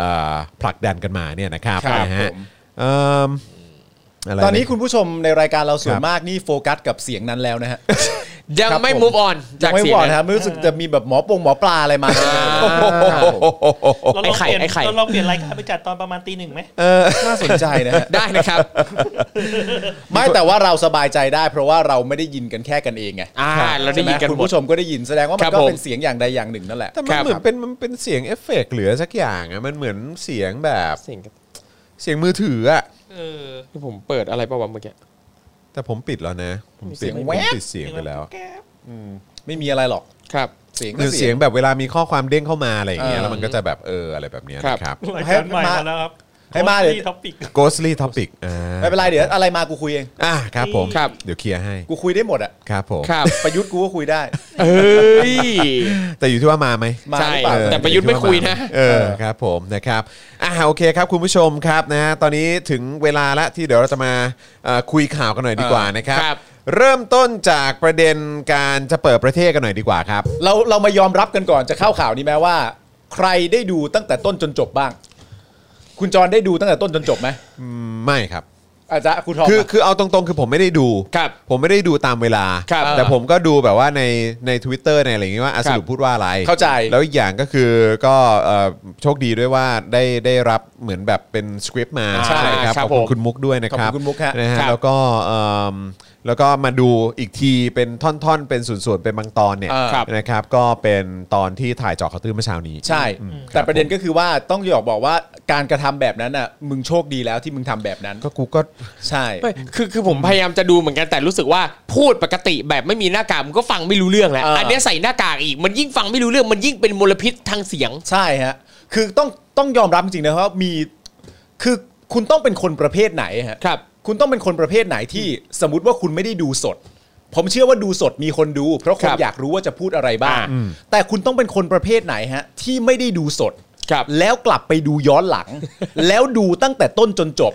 Speaker 3: อ่าผลักดันกันมาเนี่ยนะครับ
Speaker 4: ครับ
Speaker 3: นะฮะ
Speaker 4: ผม
Speaker 3: เอิ่มะไระ
Speaker 4: ตอนนี้คุณผู้ชมในรายการเราส่ว
Speaker 3: คน รับ
Speaker 4: มากนี่โฟกัสกับเสียงนั้นแล้วนะฮะ
Speaker 2: ยัง
Speaker 4: ครับ
Speaker 2: ไม่
Speaker 4: ผม
Speaker 2: move on จาก
Speaker 4: ไม่
Speaker 2: เสียง
Speaker 4: บอก
Speaker 2: นั้น
Speaker 4: นะครับรู้สึกจะมีแบบหมอปงหมอปลาอะไรมา
Speaker 2: โอ้โห
Speaker 4: ครับผม
Speaker 5: เราลองเปลี่ยน
Speaker 2: ไอ้ไข่
Speaker 5: เราลองเปลี่ยนรายการไปจัดตอนประมาณตีหนึ่งไหม
Speaker 4: น่าสนใจนะฮะ
Speaker 2: ได้นะครับ
Speaker 4: ไม่แต่ว่าเราสบายใจได้ เพราะว่าเราไม่ได้ยินกันแค่กันเองไง
Speaker 2: อ่าเราได้ยินกัน
Speaker 4: ใช่หมคุณ
Speaker 2: หมด
Speaker 4: ผู้ชมก็ได้ยินแสดงว่า
Speaker 2: ค
Speaker 4: มั
Speaker 2: รั
Speaker 4: น
Speaker 2: บ
Speaker 4: ก็
Speaker 2: ผม
Speaker 4: เป็นเสียงอย่างใดอย่างหนึ่งนั่นแหละ
Speaker 3: แต่มันเหมือ
Speaker 2: ครั
Speaker 3: น
Speaker 2: บ
Speaker 3: เป็นมันเป็นเสียงเอฟเฟกต์เหลือสักอย่างอะมันเหมือนเสียงแบบ
Speaker 2: เสียงกับ
Speaker 3: เสียงมือถืออะ
Speaker 5: เออ
Speaker 2: ที่ผมเปิดอะไรเปล่าวะเมื่อกี้
Speaker 3: แต่ผมปิดแล้วนะผมปิด
Speaker 4: เสียง
Speaker 3: ผม
Speaker 4: แว๊บ
Speaker 3: ปิดเสียงไปแล้ว
Speaker 5: ก๊บ
Speaker 4: ไม่มีอะไรหรอก
Speaker 2: ครับ
Speaker 4: เสียง
Speaker 3: หรื
Speaker 4: ก็
Speaker 3: อ
Speaker 4: เสี
Speaker 3: เสี
Speaker 4: ย
Speaker 3: ย
Speaker 4: ง
Speaker 3: งแบบเวลามีข้อความเด้งเข้ามาอะไรอย่างเงี้ย
Speaker 4: เออ
Speaker 3: แล้วมันก็จะแบบเอออะไรแบบเนี้ย
Speaker 2: ครับ
Speaker 3: นะครับ
Speaker 5: รายการใหม่มาแล้วครับ
Speaker 4: ให้มาเดี๋ยว
Speaker 5: ท็อปิก
Speaker 3: Ghostly Topic อ่า
Speaker 4: ไม่เป็นไรเดี๋ยวอะไรมากูคุยเอง
Speaker 3: อ่ะครับผม
Speaker 2: ครับ
Speaker 3: เดี๋ยวเคลียร์ให้
Speaker 4: กูคุยได้หมดอะ
Speaker 3: ครับผม
Speaker 2: ครับ
Speaker 4: ประยุทธ์กูก็คุยได้
Speaker 2: เอ้ย
Speaker 3: แต่อยู่ที่ว่ามาไหม
Speaker 4: มาห
Speaker 2: ใช่
Speaker 4: รือเปล่า
Speaker 2: แต่ประยุทธ์ไม่คุยนะ
Speaker 3: เออครับผมนะครับอ่าโอเคครับคุณผู้ชมครับนะฮะตอนนี้ถึงเวลาละที่เดี๋ยวเราจะมาเอ่อคุยข่าวกันหน่อยดีกว่านะครับ
Speaker 2: ครับ
Speaker 3: เริ่มต้นจากประเด็นการจะเปิดประเทศกันหน่อยดีกว่าครับ
Speaker 4: เราเรามายอมรับกันก่อนจะเข้าข่าวนี้ไหมว่า ใครได้ดูตั้งแต่ต้นจนจบบ้าง คุณจรได้ดูตั้งแต่ต้นจนจบไหม
Speaker 3: ไม่ครับ
Speaker 4: อาจารย์คุณทอม
Speaker 3: คือ
Speaker 4: อะ
Speaker 3: คือเอาตรงๆ คือผมไม่ได้ดู
Speaker 2: ครับ
Speaker 3: ผมไม่ได้ดูตามเวลา
Speaker 2: ครับ
Speaker 3: แต่ผมก็ดูแบบว่าในในทวิตเตอร์ในอะไรอย่างงี้ว่าอะส
Speaker 2: ครับ
Speaker 3: รุปพูดว่าอะไร
Speaker 4: เข้าใจ
Speaker 3: แล้วอีกอย่างก็คือก็เอ่อโชคดีด้วยว่าได้ได้รับเหมือนแบบเป็นสคริปต์มา
Speaker 2: ใช่
Speaker 3: นะครับ
Speaker 2: ครับ
Speaker 3: ขอบคุณ
Speaker 2: ผม
Speaker 3: คุณมุกด้วยนะครับ
Speaker 4: ขอบคุณคุณมุกฮะ
Speaker 3: นะฮะ
Speaker 2: ครับ
Speaker 3: แล้วก็เอิ่มแล้วก็มาดูอีกทีเป็นท่อนๆ เป็นส่วนๆ เป็นบางตอนเนี่ย
Speaker 4: เออ
Speaker 2: ครับ
Speaker 3: นะครับก็เป็นตอนที่ถ่ายเจอข่าวตื้นเมื่อเช้านี้
Speaker 4: ใช่
Speaker 3: อืมค
Speaker 4: แต่
Speaker 3: รับ
Speaker 4: ประเด็นก็คือว่าต้องอยากบอกว่าการกระทำแบบนั้นน่ะมึงโชคดีแล้วที่มึงทำแบบนั้น
Speaker 3: ก็กูก็
Speaker 4: ใช่
Speaker 2: ไม่คือคือผมพยายามจะดูเหมือนกันแต่รู้สึกว่าพูดปกติแบบไม่มีหน้ากากมันก็ฟังไม่รู้เรื่องแล้ว อันเนี้ยใส่หน้ากากอีกมันยิ่งฟังไม่รู้เรื่องมันยิ่งเป็นมลพิษทางเสียง
Speaker 4: ใช่ฮะคือต้องต้องยอมรับจริงๆนะครับว่ามีคือคุณต้องเป็นคนประเภทไหนฮะ
Speaker 2: ครับ
Speaker 4: คุณต้องเป็นคนประเภทไหนที่สมมติว่าคุณไม่ได้ดูสด ผมเชื่อว่าดูสดมีคนดู เพราะค
Speaker 2: ครั
Speaker 4: น
Speaker 2: บ
Speaker 4: อยากรู้ว่าจะพูดอะไรบ้าง
Speaker 2: อ่า
Speaker 4: แต่คุณต้องเป็นคนประเภทไหนฮะที่ไม่ได้ดูสด
Speaker 2: ครับ
Speaker 4: แล้วกลับไปดูย้อนห ลัง แล้วดูตั้งแต่ต้นจนจบ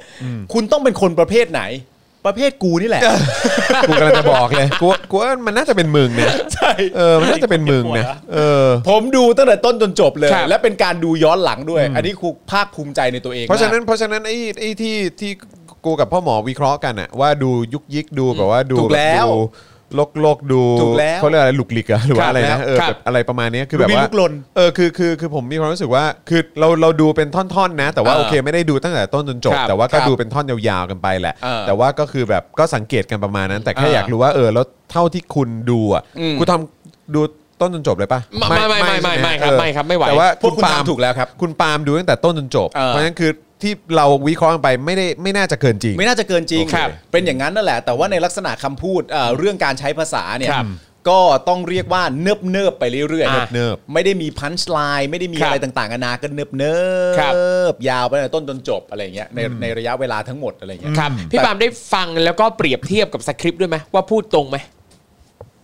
Speaker 4: คุณต้องเป็นคนประเภทไหน ประเภทกูนี่แหละ
Speaker 3: กูกำลังจะบอกเลยกูว่ากูว่ามันน่าจะเป็นมึงนะ
Speaker 4: ใช่
Speaker 3: เออมันน่าจะเป็นมึงนะเออ
Speaker 4: ผมดูตั้งแต่ต้นจนจบเลย
Speaker 2: ครับ
Speaker 4: และเป็นการดูย้อนหลังด้วย อันนี้ครูภาคภูมิใจในตัวเอง
Speaker 3: เพราะฉะนั้น
Speaker 4: ม
Speaker 3: เพราะฉะนั้นไอ้ไอ้ที่ที่กูกับพ่อหมอวิเคราะห์กันอะว่าดูยุกยิกดูแบบว่าดู
Speaker 4: ถูกแล้ว
Speaker 3: ดูโลกโลกดู
Speaker 4: ถูกแล้ว
Speaker 3: เขาเรียกอะไรหลุกหลิกเหรอะหรือว่าอะไร
Speaker 4: ครั
Speaker 3: นะ
Speaker 4: บ
Speaker 3: เออ
Speaker 2: ครับ
Speaker 3: แบบอะไรประมาณเนี้ยคือแบบ
Speaker 4: ลูกลี้
Speaker 3: ว่า
Speaker 4: ลุกลน
Speaker 3: เออคือคือคือผมมีความรู้สึกว่าคือเราเราดูเป็นท่อนๆนะ แต่ว่า
Speaker 4: เออ
Speaker 3: โอเคไม่ได้ดูตั้งแต่ต้นจนจบ
Speaker 2: ครับ
Speaker 3: แต่ว่าก็
Speaker 4: ครับ
Speaker 3: ดูเป็นท่อนยาวๆกันไปแหละ
Speaker 4: เออ
Speaker 3: แต่ว่าก็คือแบบก็สังเกตกันประมาณนั้น แต่แค่
Speaker 4: เออ
Speaker 3: อ
Speaker 4: อ
Speaker 3: ยากรู้ว่าเออแล้วเท่าที่คุณดูอะคุณทอมดูต้นจนจบเลยปะ
Speaker 2: ไม่ไม่ไม่ไม่ไม่
Speaker 3: ใช่ห
Speaker 2: ไม่ครับไม่ไหว
Speaker 3: แต่ว่า
Speaker 4: พวกคุณ
Speaker 3: ปาล์ม
Speaker 4: ทำถูกแล้วครับ
Speaker 3: คุณปาล์มดูตั้งแต่ต้นจนจบ
Speaker 4: เออ
Speaker 3: เพราะฉะนั้นคือที่เราวิเคราะห์กันไปไม่ได้ไม่น่าจะเกินจริง
Speaker 4: ไม่น่าจะเกินจริง
Speaker 2: ครับ
Speaker 4: เป็นอย่างนั้นนั่นแหละ แต่ว่าในลักษณะคำพูดเอ่อเรื่องการใช้ภาษาเนี่ย
Speaker 2: ครับ
Speaker 4: ก็ต้องเรียกว่าเนิบเนิบๆไปเรื่อย
Speaker 2: อ่ะ
Speaker 4: เนิบๆไม่ได้มีพันช์ไลน์ไม่ได้มี
Speaker 2: ครับ
Speaker 4: อะไรต่างๆนานาก็เนิบเนิ
Speaker 2: ครับ
Speaker 4: บยาวไปในต้นจนจบอะไรอย่างเงี้ยในในระยะเวลาทั้งหมดอะไรอย่างเงี้ย
Speaker 2: ครับพี่ปาล์มได้ฟังแล้วก็เปรียบเทียบกับสคริปต์ด้วยไหมว่าพูดตรงไหม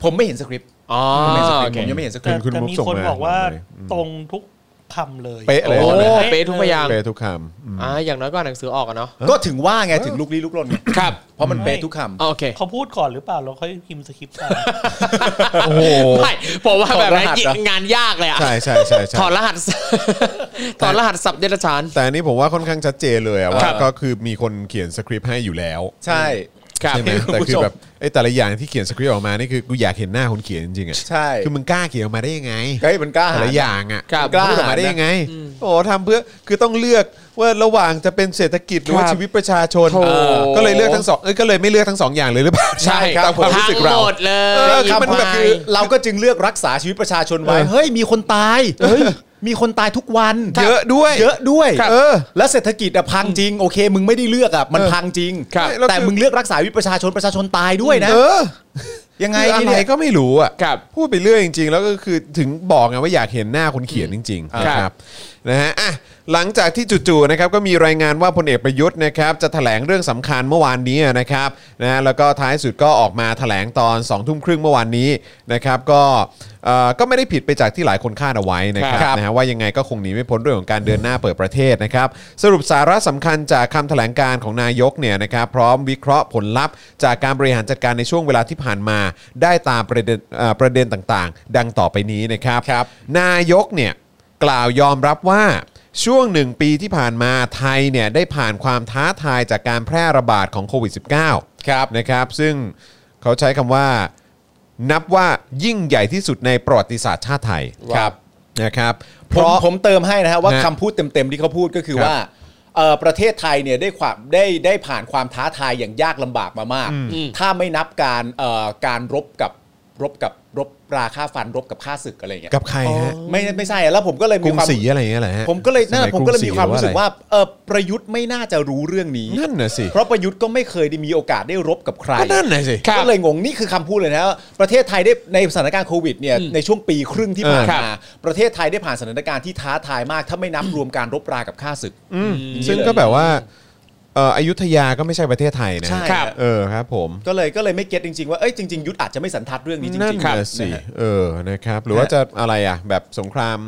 Speaker 4: ผมไม่เห็นสคริปต์
Speaker 2: อ๋อ
Speaker 4: ผมไม่เห็นสคริป
Speaker 2: โอ
Speaker 4: ต์
Speaker 2: เค
Speaker 4: ผมยังไม่เห็นสคริ
Speaker 5: แต่
Speaker 4: ปต์
Speaker 3: คุณ
Speaker 5: แต่
Speaker 3: มุก
Speaker 5: มี
Speaker 3: ส่ง
Speaker 5: คน
Speaker 3: มา
Speaker 5: บอกว่า
Speaker 3: เลย
Speaker 5: ตรงทุก คำเลย
Speaker 3: เป๊ะเลย
Speaker 2: โอ้
Speaker 3: โอ้
Speaker 2: เป๊ะทุกพยางค์
Speaker 3: เปทุกคำอืม
Speaker 2: อ่าอย่างน้อยก็อ่านหนังสือออกอะเนาะ
Speaker 4: ก็ถึงว่าไงถึงลุกลี้ลุกลนไง
Speaker 2: ครับ
Speaker 4: เพราะมันเป๊ะทุกคำ
Speaker 2: โอเค
Speaker 5: เขาพูดก่อนหรือเปล่าเราค่อยพิมพ์สคริปต์ตาม
Speaker 2: ไม่ผมว่าแบบนั้น
Speaker 4: ถอดรหัสเหรอ
Speaker 2: งานยากเลยอะ
Speaker 3: ใช่ใช่ใช่ใช่
Speaker 2: ถอดรหัส ถอดรหัสสับเดรัจฉาน
Speaker 3: แต่อันนี้ผมว่าค่อนข้างชัดเจนเลยอะว่า
Speaker 4: ครับ
Speaker 3: ก็คือมีคนเขียนสคริปต์ให้อยู่แล้ว
Speaker 4: ใช่
Speaker 3: ใช่ไหม
Speaker 4: คุณ
Speaker 3: แต่
Speaker 4: ผู้
Speaker 3: คือ
Speaker 4: ชม
Speaker 3: แบบไอ้แต่ละอย่างที่เขียนสคริปต์ออกมานี่คือกูอยากเห็นหน้าคนเขียนจริงๆอะ
Speaker 4: ใช่
Speaker 3: คือมึงกล้าเขียนออกมาได้ยังไง
Speaker 4: เฮ้ยมันกล้า
Speaker 3: แต่
Speaker 4: หาญ
Speaker 3: ละอย่างอะ
Speaker 2: ครับ
Speaker 3: มึงพูดออกมาได้ยังไงโอ้ทำเพื่อคือต้องเลือกว่าระหว่างจะเป็นเศรษฐกิจหรือว่าชีวิตประชาชน
Speaker 2: โถ่
Speaker 3: เออก็เลยเลือกทั้งสองเอ้ยก็เลยไม่เลือกทั้งสองอย่างเลยหรือเปล่า
Speaker 2: ใช่
Speaker 3: ตามความรู้สึกเรา
Speaker 2: ทั้งหมดเล
Speaker 4: เออย คำพูดแบบคือเราก็จึงเลือกรักษาชีวิตประชาชนไว้
Speaker 3: เออ
Speaker 4: เฮ้ย มีคนตาย เฮ้ย มีคนตายทุกวัน
Speaker 3: เยอะด้วย
Speaker 4: เยอะด้วย
Speaker 3: ครับ
Speaker 4: เออ แล้วเศรษฐกิจอะพังจริง โอเค มึงไม่ได้เลือกอะมัน
Speaker 3: เออ
Speaker 4: พังจริง
Speaker 3: ครับแล้วคือ
Speaker 4: แต่มึงเลือกรักษาชีวิตประชาชนประชาชนตายด้วยนะ
Speaker 3: เออ
Speaker 4: ยังไง
Speaker 3: คืออะ
Speaker 4: นี่
Speaker 3: ไร
Speaker 4: เนี่ย
Speaker 3: ก็ไม่รู้อ่ะ
Speaker 2: ครับ
Speaker 3: พูดไปเรื่อยจริง ๆ แล้วก็คือถึงบอกไงว่าอยากเห็นหน้าคนเขียนจริงๆ
Speaker 4: ครั
Speaker 3: นะ
Speaker 4: บ
Speaker 3: ครับนะฮะอ่ะหลังจากที่จู่ๆนะครับก็มีรายงานว่าพลเอกประยุทธ์นะครับจะแถลงเรื่องสำคัญเมื่อวานนี้นะครับนะแล้วก็ท้ายสุดก็ออกมาแถลงตอน2องทุ่มครึ่งเมื่อวานนี้นะครับก็เอ่อก็ไม่ได้ผิดไปจากที่หลายคนคาดเอาไว้นะครับ
Speaker 2: ครับ
Speaker 3: นะฮะว่ายังไงก็คงหนีไม่พ้นเรื่องของการเดินหน้าเปิดประเทศนะครับ สรุปสาระสำคัญจากคำแถลงการของนายกเนี่ยนะครับพร้อมวิเคราะห์ผลลัพธ์ จากการบริหารจัดการในช่วงเวลาที่ผ่านมา ได้ตามประเด็นเอ่อประเด็นต่างๆ ดังต่อไปนี้นะครับ นายกเนี่ยกล่าวยอมรับว่า ช่วงหนึ่งปีที่ผ่านมาไทยเนี่ยได้ผ่านความท้าทายจากการแพร่ระบาดของโควิด -19 ครับนะครับ ซึ่งเขาใช้คำว่า นับว่ายิ่งใหญ่ที่สุดในประวัติศาสตร์ชาติไทย
Speaker 4: ครับ
Speaker 3: นะครับเพ
Speaker 4: ผม
Speaker 3: ราะ
Speaker 4: ผมเติมให้นะฮะว่า
Speaker 3: ฮะ
Speaker 4: คำพูดเต็มๆที่เขาพูดก็คือ
Speaker 3: ครับ
Speaker 4: ว่าเอ่อประเทศไทยเนี่ยได้ความได้ได้ผ่านความท้าทายอย่างยากลำบากมามาก ถ้าไม่นับการเอ่อการรบกับรบกับรบราค่าฟันรบกับค่าศึกอะไรอย่างเงี้ย
Speaker 3: กับใครฮะ
Speaker 4: ไม่ไม่ใช่อะแล้วผมก็เลย
Speaker 3: ก
Speaker 4: มี
Speaker 3: รุง
Speaker 4: ความ
Speaker 3: ศรีอะไรอย่างเงี้ยแหละฮะ
Speaker 4: ผมก็เลยนั่น
Speaker 3: ส
Speaker 4: แห
Speaker 3: ย
Speaker 4: ละผมก็เลยมีความรู้สึกว่า
Speaker 3: อ
Speaker 4: เออประยุทธ์ไม่น่าจะรู้เรื่องนี้
Speaker 3: ะไรนั่นน่ะสิ
Speaker 4: เพราะประยุทธ์ก็ไม่เคยได้มีโอกาสได้รบกับใคร
Speaker 3: ก็นั่นน่ะสิ
Speaker 2: ครับ
Speaker 4: ก็เลยงงนี่คือคำพูดเลยนะว่าประเทศไทยได้ในสถานการณ์โควิดเนี่ยในช่วงปีครึ่งที่ผ่าน
Speaker 3: เออครับ
Speaker 4: มาประเทศไทยได้ผ่านสถานการณ์ที่ท้าทายมาก ถ้าไม่นับรวมการรบรากับข้าศึก
Speaker 3: อืม
Speaker 4: อืม
Speaker 3: ซึ่งก็แบบว่าเอ่ออยุธยาก็ไม่ใช่ประเทศไทยนะ
Speaker 4: ใช่
Speaker 2: ครับ
Speaker 3: เออครับผม
Speaker 4: ก็เลยก็เลยไม่เก็ตจริงๆว่าเอ้ยจริงๆยุทธอาจจะไม่สันทัดเรื่องนี้จ
Speaker 3: นั่น
Speaker 4: ริงๆ
Speaker 3: น่ะสิ
Speaker 4: นะฮะ
Speaker 3: เออนะครับ หรือว่าจะอะไรอ่ะแบบสงคราม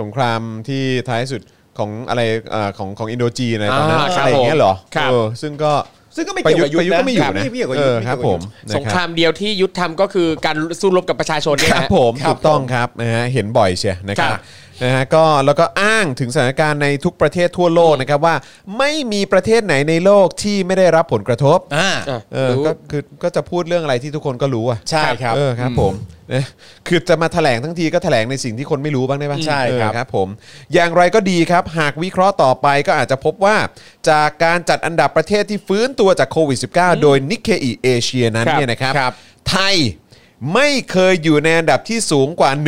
Speaker 3: สงครามที่ท้ายสุดของอะไรเอ่อของของอินโดจีนอะไรตอนนั้น
Speaker 2: อ่าครับ
Speaker 3: อะไรอย่างเงี้ยเหรอ
Speaker 2: ครับ
Speaker 3: เออซึ่งก็
Speaker 4: ซึ่งก็ไม่เกี่ยวกับยุทธ
Speaker 3: ประยุทธ์ก็ไม่อยู่
Speaker 4: นะ
Speaker 3: นะ
Speaker 4: ไม่เกี่ยวกับยุ
Speaker 3: เอ
Speaker 4: ทธ
Speaker 3: อครับผม
Speaker 2: สงคราม
Speaker 3: นะ
Speaker 2: เดียวที่ยุทธทำก็คือการสู้รบกับประชาชนเนี่ย
Speaker 3: ครับค
Speaker 2: นะ
Speaker 3: รับผม
Speaker 4: ครับ
Speaker 3: ถูกต้องครับนะฮะเห็นบ่อยเชียนะครับ
Speaker 2: ครับ
Speaker 3: นะฮะก็แล้วก็อ้างถึงสถานการณ์ในทุกประเทศทั่วโลกนะครับว่าไม่มีประเทศไหนในโลกที่ไม่ได้รับผลกระทบ
Speaker 4: อ่า
Speaker 2: อ่ะ
Speaker 3: เออ
Speaker 2: รู้
Speaker 3: ก็คือก็จะพูดเรื่องอะไรที่ทุกคนก็รู้อ่ะ
Speaker 4: ใช่ครับ
Speaker 3: เออครับ
Speaker 4: อืม
Speaker 3: ผมนะคือจะมาแถลงทั้งทีก็แถลงในสิ่งที่คนไม่รู้บ้างได้ปะ
Speaker 4: ใช่
Speaker 3: เออ
Speaker 4: ครับ
Speaker 3: ครับผมอย่างไรก็ดีครับ หากวิเคราะห์ต่อไปก็อาจจะพบว่าจากการจัดอันดับประเทศที่ฟื้นตัวจากโควิด -19 โดยนิเคอีเอเชียนั้น
Speaker 2: ครับ
Speaker 3: เนี่ยนะครับ
Speaker 4: ครับ
Speaker 3: ไทยไม่เคยอยู่ในอันดับที่สูงกว่า 100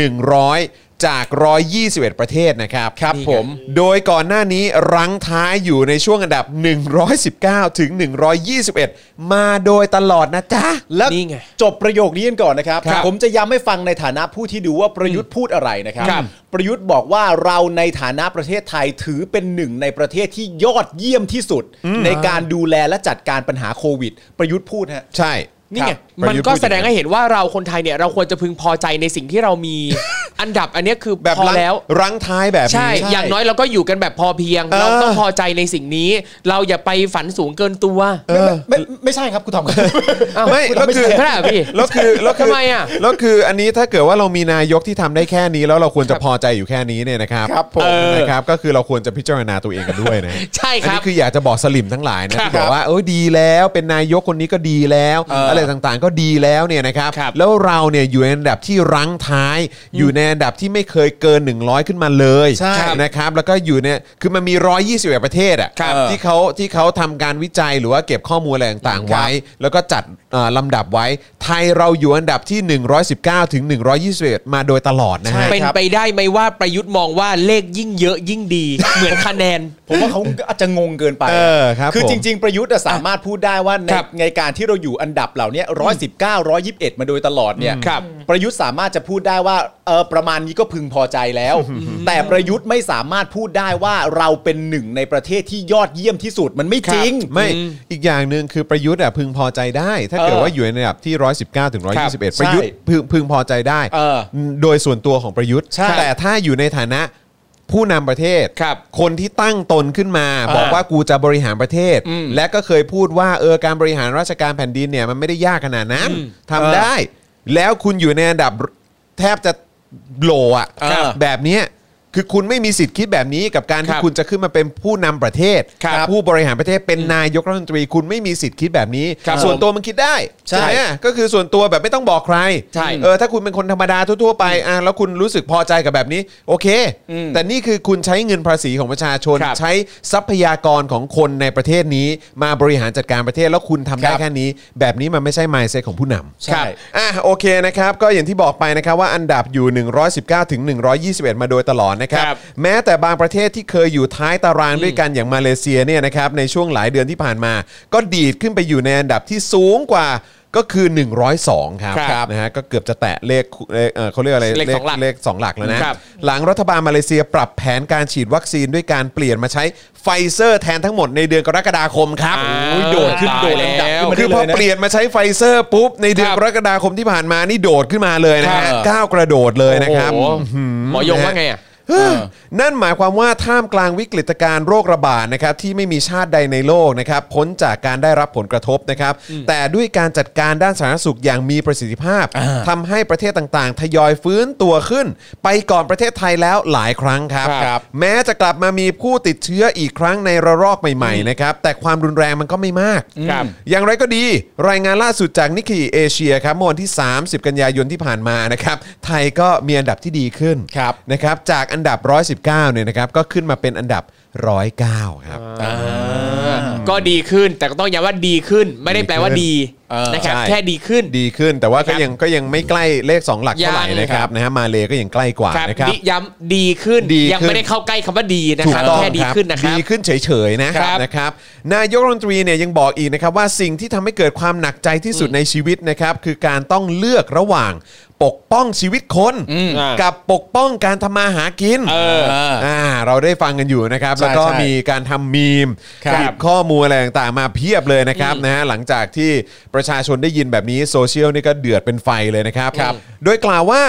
Speaker 3: จาก 121 ประเทศนะครับ
Speaker 4: ครับนี่ไงผม
Speaker 3: โดยก่อนหน้านี้รั้งท้ายอยู่ในช่วงอันดับ 119 ถึง 121 มาโดยตลอดนะจ๊ะ
Speaker 4: แล้ว
Speaker 2: นี่ไง
Speaker 4: จบประโยคนี้กันก่อนนะครับ
Speaker 2: ครับ
Speaker 4: ผมจะย้ำให้ฟังในฐานะผู้ที่ดูว่าประยุทธ์พูดอะไรนะครับ
Speaker 2: ครับ
Speaker 4: ประยุทธ์บอกว่าเราในฐานะประเทศไทยถือเป็นหนึ่งในประเทศที่ยอดเยี่ยมที่สุด ในการดูแลและจัดการปัญหาโควิด ประยุทธ์พูดฮะ
Speaker 3: ใช่
Speaker 2: นี่ไง
Speaker 3: ครับประ
Speaker 2: มัน
Speaker 3: ยุทธ์
Speaker 2: ก็
Speaker 3: พูอย่า
Speaker 2: แสดงให้เห็นว่าเราคนไทยเนี่ยเราควรจะพึงพอใจในสิ่งที่เรามี อันดับอันเนี้ยคือ
Speaker 3: แบบ
Speaker 2: พอ
Speaker 3: รั้ง
Speaker 2: แล้ว
Speaker 3: รั้งท้ายแบบนี้
Speaker 2: ใช่ อย่างน้อยเราก็อยู่กันแบบพอเพียง
Speaker 3: เออ
Speaker 2: เราต้องพอใจในสิ่งนี้ เราอย่าไปฝันสูงเกินตัว
Speaker 3: เออ
Speaker 4: ไม่ไม่ไม่ใช่ครับคุณทอมครับ
Speaker 2: อ้าว
Speaker 3: ไม่แล้วคือ
Speaker 2: ใช่เหรอพี่
Speaker 3: แล้ว คือแล้วคือ
Speaker 2: ทำไมอ่ะ
Speaker 3: แล้วคืออันนี้ถ้าเกิดว่าเรามีนายกที่ทำได้แค่นี้แล้วเราควรจะพอใจอยู่แค่นี้เนี่ยนะครับ
Speaker 4: ครับผม
Speaker 3: เออนะครับก็คือเราควรจะพิจารณาตัวเองกันด้วยนะ
Speaker 2: ใช่
Speaker 3: อัน
Speaker 2: ครับ
Speaker 3: นี้คืออยากจะบอกสลิมทั้งหลายนะที่
Speaker 2: ครับ บอก
Speaker 3: ว่าเอ้ยดีแล้วเป็นนายกคนนี้ก็ดีแล้ว
Speaker 4: เอออ
Speaker 3: อะไรต่างๆก็ดีแล้วเนี่ยนะครับ
Speaker 2: ครับ
Speaker 3: แล้วเราเนี่ยอยู่ในอันดับที่รั้งท้าย อยู่ในอันดับที่ไม่เคยเกิน 100 ขึ้นมาเลย
Speaker 4: ใช่ครับ
Speaker 3: นะครับแล้วก็อยู่เนี่ยคือมันมี 121 ประเทศอ่ะ
Speaker 4: ครับ
Speaker 3: ที่เขาที่เขาทำการวิจัยหรือว่าเก็บข้อมูลอะไรต่างๆ ไว้ แล้วก็จัดเอ่อลำดับไว้ ไทยเราอยู่อันดับที่ 119 ถึง 121 มาโดยตลอดนะ
Speaker 4: ใช่
Speaker 3: ฮะ
Speaker 2: เป็นไปได้ไหมว่าประยุทธ์มองว่าเลขยิ่งเยอะยิ่งดี เหมือนคะแนน
Speaker 4: ผมว่าเขาอาจจะงงเกินไป
Speaker 3: เออครับ
Speaker 4: คือ
Speaker 3: ผม
Speaker 4: จริง ๆ ประยุทธ์อะสามารถพูดได้ว่าใน
Speaker 2: ครับ
Speaker 4: ในการที่เราอยู่อันดับเหล่านี้ร้อยสิบเก้าร้อยยิบเอ็ดมาโดยตลอดเนี่ย
Speaker 2: ครับ
Speaker 4: ประยุทธ์สามารถจะพูดได้ว่าเออประมาณนี้ก็พึงพอใจแล้ว แต่ประยุทธ์ไม่สามารถพูดได้ว่าเราเป็นหนึ่งในประเทศที่ยอดเยี่ยมที่สุดมันไม่จริง
Speaker 3: ไม่อีกอย่างหนึ่งคือประยุทธ์อ่ะพึงพอใจได้ ถ้าเกิด
Speaker 4: เออ
Speaker 3: ว่าอยู่ในระดับที่ 119ถึง121
Speaker 4: ใช่
Speaker 3: ประยุทธ์พึงพึงพอใจได้
Speaker 4: เออ
Speaker 3: โดยส่วนตัวของประยุทธ์
Speaker 4: ใช่
Speaker 3: แต่ถ้าอยู่ในฐานะ ผู้นำประเทศ
Speaker 2: ครับ
Speaker 3: คนที่ตั้งตนขึ้นมา
Speaker 2: อ่า
Speaker 3: บอกว่ากูจะบริหารประเทศ
Speaker 2: อืม
Speaker 3: และก็เคยพูดว่าเออการบริหารราชการแผ่นดินเนี่ยมันไม่ได้ยากขนาดนั้น
Speaker 2: อืม
Speaker 3: ทำได้ แล้วคุณอยู่ในอันดับแทบจะโหลอะ
Speaker 4: ครับ
Speaker 3: แบบเนี้ยคือคุณไม่มีสิทธิ์คิดแบบนี้กับการ
Speaker 2: ค
Speaker 3: ที่
Speaker 2: รับ
Speaker 3: คุณจะขึ้นมาเป็นผู้นำประเทศ
Speaker 2: ครับ
Speaker 3: ผู้บริหารประเทศเป็นนายกรัฐมนตรี คุณไม่มีสิทธิ์คิดแบบนี้
Speaker 2: ครับ
Speaker 3: ส่วน
Speaker 2: ผม
Speaker 3: ตัวมันคิดได้
Speaker 4: ใช่
Speaker 3: ไหมก็คือส่วนตัวแบบไม่ต้องบอกใคร
Speaker 2: ใช่
Speaker 3: เออถ้าคุณเป็นคนธรรมดาทั่วๆไปอ่ะแล้วคุณรู้สึกพอใจกับแบบนี้ โอเค
Speaker 4: อืม
Speaker 3: แต่นี่คือคุณใช้เงินภาษีของประชาชน
Speaker 2: ครับ
Speaker 3: ใช้ทรัพยากรของคนในประเทศนี้ มาบริหารจัดการประเทศแล้วคุณทำได้แค่นี้ แบบนี้มันไม่ใช่ mindset ของผู้นำ
Speaker 4: ใช่
Speaker 3: อ่ะโอเคนะครับ ก็อย่างที่บอกไปนะครับว่าอันดับอยู่ 119 ถึง 121 มาโดยตลอดนะครับ
Speaker 2: ครับ
Speaker 3: แม้แต่บางประเทศที่เคยอยู่ท้ายตารางด้วยกันอย่างมาเลเซียเนี่ยนะครับในช่วงหลายเดือนที่ผ่านมา ก็ดีดขึ้นไปอยู่ในอันดับที่สูงกว่าก็คือ 102 ครับ
Speaker 2: ครับ
Speaker 3: นะฮะก็เกือบจะแตะเลขเลขเอ่อเขาเรียกอะไร
Speaker 2: เลขสองหลัก
Speaker 3: เลขสองหลักแล้วนะ
Speaker 2: ครับ
Speaker 3: หลังรัฐบาลมาเลเซียปรับแผนการฉีดวัคซีนด้วยการเปลี่ยนมาใช้ไฟเซอร์แทนทั้งหมดในเดือนกรกฎาคมครับ
Speaker 2: โอ้ยโดดขึ้นโดดอันดับขึ้นมา
Speaker 3: คือพอเปลี่ยนมาใช้ไฟเซอร์ปุ๊บ ในเดือน
Speaker 2: ครับ
Speaker 3: กรกฎาคมที่ผ่านมานี่โดดขึ้นมาเลยนะฮะ
Speaker 4: ครับ
Speaker 3: ก้าวกระโดดเลยนะครับ
Speaker 2: โอ้โหหมอยงว่าไงอ่ะ
Speaker 3: เฮ้ยนั่นหมายความว่าท่ามกลางวิกฤตการณ์โรคระบาดนะครับที่ไม่มีชาติใดในโลกนะครับพ้นจากการได้รับผลกระทบนะครับ แต่ด้วยการจัดการด้านสาธารณสุขอย่างมีประสิทธิภาพทำให้ประเทศต่างๆ ทยอยฟื้นตัวขึ้น ไปก่อนประเทศไทยแล้วหลายครั้งครับ
Speaker 2: ครับ
Speaker 3: แม้จะกลับมามีผู้ติดเชื้ออีกครั้งในระลอกใหม่ๆนะครับแต่ความรุนแรงมันก็ไม่มาก
Speaker 2: ครับ
Speaker 3: อย่างไรก็ดีรายงานล่าสุดจากนิก k ีเอเชียครับเมื่อวันที่ 30 กันยายนที่ผ่านมานะครับไทยก็มีอันดับที่ดีขึ้น
Speaker 4: ครับ
Speaker 3: นะครับจากอันดับ 119เนี่ยนะครับก็ขึ้นมาเป็นอันดับ 109 ครับ
Speaker 2: ก็ดีขึ้น แต่ก็ต้องย้ำว่าดีขึ้น ไม่ได้แปลว่าดี
Speaker 4: เออ
Speaker 2: นะครับ
Speaker 3: ใช่
Speaker 2: แค่ดีขึ้น
Speaker 3: ดีขึ้นแต่ว่า
Speaker 2: ครั
Speaker 3: ก็
Speaker 2: บ
Speaker 3: ยังก็ยังไม่ใกล้เลข 2 หลักเท่าไหร่
Speaker 2: ยัง
Speaker 3: นะครับนะฮะมาเลก็ยังใกล้กว่า
Speaker 2: ครับ
Speaker 3: นะครับ
Speaker 2: ดีย้ำดีขึ้น
Speaker 3: ดี
Speaker 2: ยัง
Speaker 3: ขึ้น
Speaker 2: ไม่ได้เข้าใกล้คำว่าดีนะ
Speaker 3: ถู
Speaker 2: ค
Speaker 3: ก
Speaker 2: รับ
Speaker 3: ต้อง
Speaker 2: แค่ดี
Speaker 3: ครับ
Speaker 2: ขึ้นนะครับ
Speaker 3: ดีขึ้นเฉยๆนะครับ นะครับนายกรัฐมนตรีเนี่ยยังบอกอีกนะครับว่าสิ่งที่ทำให้เกิดความหนักใจที่สุดในชีวิตนะครับคือการต้องเลือกระหว่างปกป้องชีวิตคน
Speaker 2: อ่ากั
Speaker 3: กับปกป้องการทำมาหากิน
Speaker 2: เออ
Speaker 3: อ่าเราได้ฟังกันอยู่นะครับ
Speaker 4: ใช่
Speaker 3: แล้วก็
Speaker 4: ใช่
Speaker 3: มีการทำมีม
Speaker 4: ครับ
Speaker 3: หยิข้อมูลอะไรต่างๆมาเพียบเลยนะครับนะฮะหลังจากที่ประชาชนได้ยินแบบนี้โซเชียลนี่ก็เดือดเป็นไฟเลยนะครับ
Speaker 2: ครับ
Speaker 3: โดยกล่าวว่า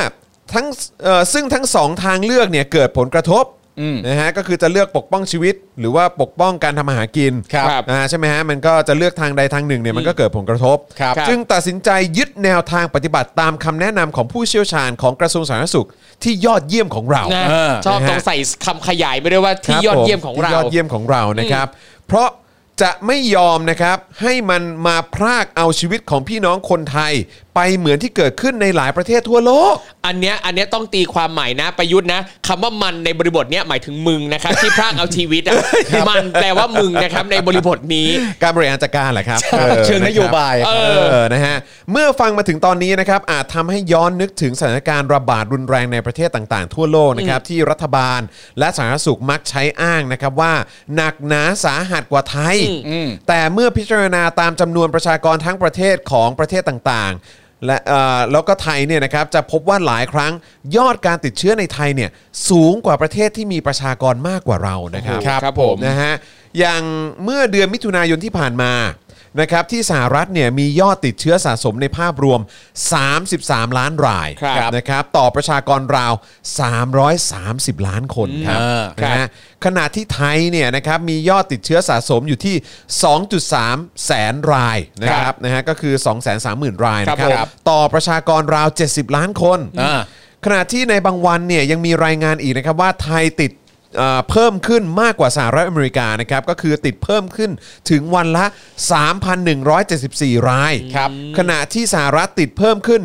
Speaker 3: ทั้งเอ่อซึ่งทั้งสองทางเลือกเนี่ยเกิดผลกระทบ
Speaker 4: อืม
Speaker 3: นะฮะก็คือจะเลือกปกป้องชีวิต หรือว่าปกป้องการทำมาหากิน
Speaker 4: ครับ
Speaker 3: อ่าใช่ไหมฮะมันก็จะเลือกทางใดทางหนึ่งเนี่ยมันก็เกิดผลกระทบ
Speaker 4: ครับ
Speaker 3: จึงตัดสินใจยึดแนวทางปฏิบัติตามคำแนะนำของผู้เชี่ยวชาญของกระทรวงสาธารณสุขที่ยอดเยี่ยมของเรา
Speaker 2: นะ
Speaker 4: เออ
Speaker 2: ชอบ
Speaker 3: นะฮะ
Speaker 2: ต้องใส่คำขยายไปด้วยว่า
Speaker 3: ค
Speaker 2: ที่
Speaker 3: รับ
Speaker 2: ยอด
Speaker 3: ผ
Speaker 2: เยี่ยมของเรา
Speaker 3: ที่ยอดเยี่ยมของเรานะครับ เพราะจะไม่ยอมนะครับให้มันมาพรากเอาชีวิตของพี่น้องคนไทย ไปเหมือนที่เกิดขึ้นในหลายประเทศทั่วโลก
Speaker 2: อันเนี้ยอันเนี้ยต้องตีความใหม่นะประยุทธ์นะคำว่ามันในบริบทเนี้ยหมายถึงมึง นะครับ ที่พรากเอาชีวิตอ่ะมันแปลว่ามึงนะครับในบริบทนี้
Speaker 3: การบริหารจัดการแหละครับออ
Speaker 4: เชิงนโยบาย
Speaker 3: ะครัเออนะฮะเมื่อฟังมาถึงตอนนี้นะครับอาจทำให้ย้อนนึกถึงสถานการณ์ระบาดรุนแรงในประเทศต่างๆ ทั่วโลกนะครับที่รัฐบาลและสาธารณสุขมักใช้อ้างนะครับว่าหนักหนาสาหัสกว่าไทย แต่เมื่อพิจารณาตามจำนวนประชากรทั้งประเทศของประเทศต่างๆ และเอ่อแล้วก็ไทยเนี่ยนะครับจะพบว่าหลายครั้งยอดการติดเชื้อในไทยเนี่ยสูงกว่าประเทศที่มีประชากรมากกว่าเรานะครับ
Speaker 2: ครับผม
Speaker 3: นะฮะอย่างเมื่อเดือนมิถุนายนที่ผ่านมานะครับที่สหรัฐเนี่ยมียอดติดเชื้อสะสมในภาพรวม 33 ล้านราย
Speaker 2: ครับ
Speaker 3: นะครับต่อประชากรราว 330 ล้านคนครับ
Speaker 4: อ่า
Speaker 3: นะฮะขณะที่ไทยเนี่ยนะครับมียอดติดเชื้อสะสมอยู่ที่ 2.3 แสนรายนะครับนะฮะก็คือ 230,000 รายนะครับ
Speaker 4: ครับ
Speaker 3: ต่อประชากรราว 70 ล้านคน
Speaker 4: อ่า
Speaker 3: ขณะที่ในบางวันเนี่ยยังมีรายงานอีกนะครับว่าไทยติดเอ่อเพิ่มขึ้นมากกว่าสหรัฐอเมริกานะครับก็คือติดเพิ่มขึ้นถึงวันละ 3,174 ราย
Speaker 4: ครับ
Speaker 3: ขณะที่สหรัฐติดเพิ่มขึ้น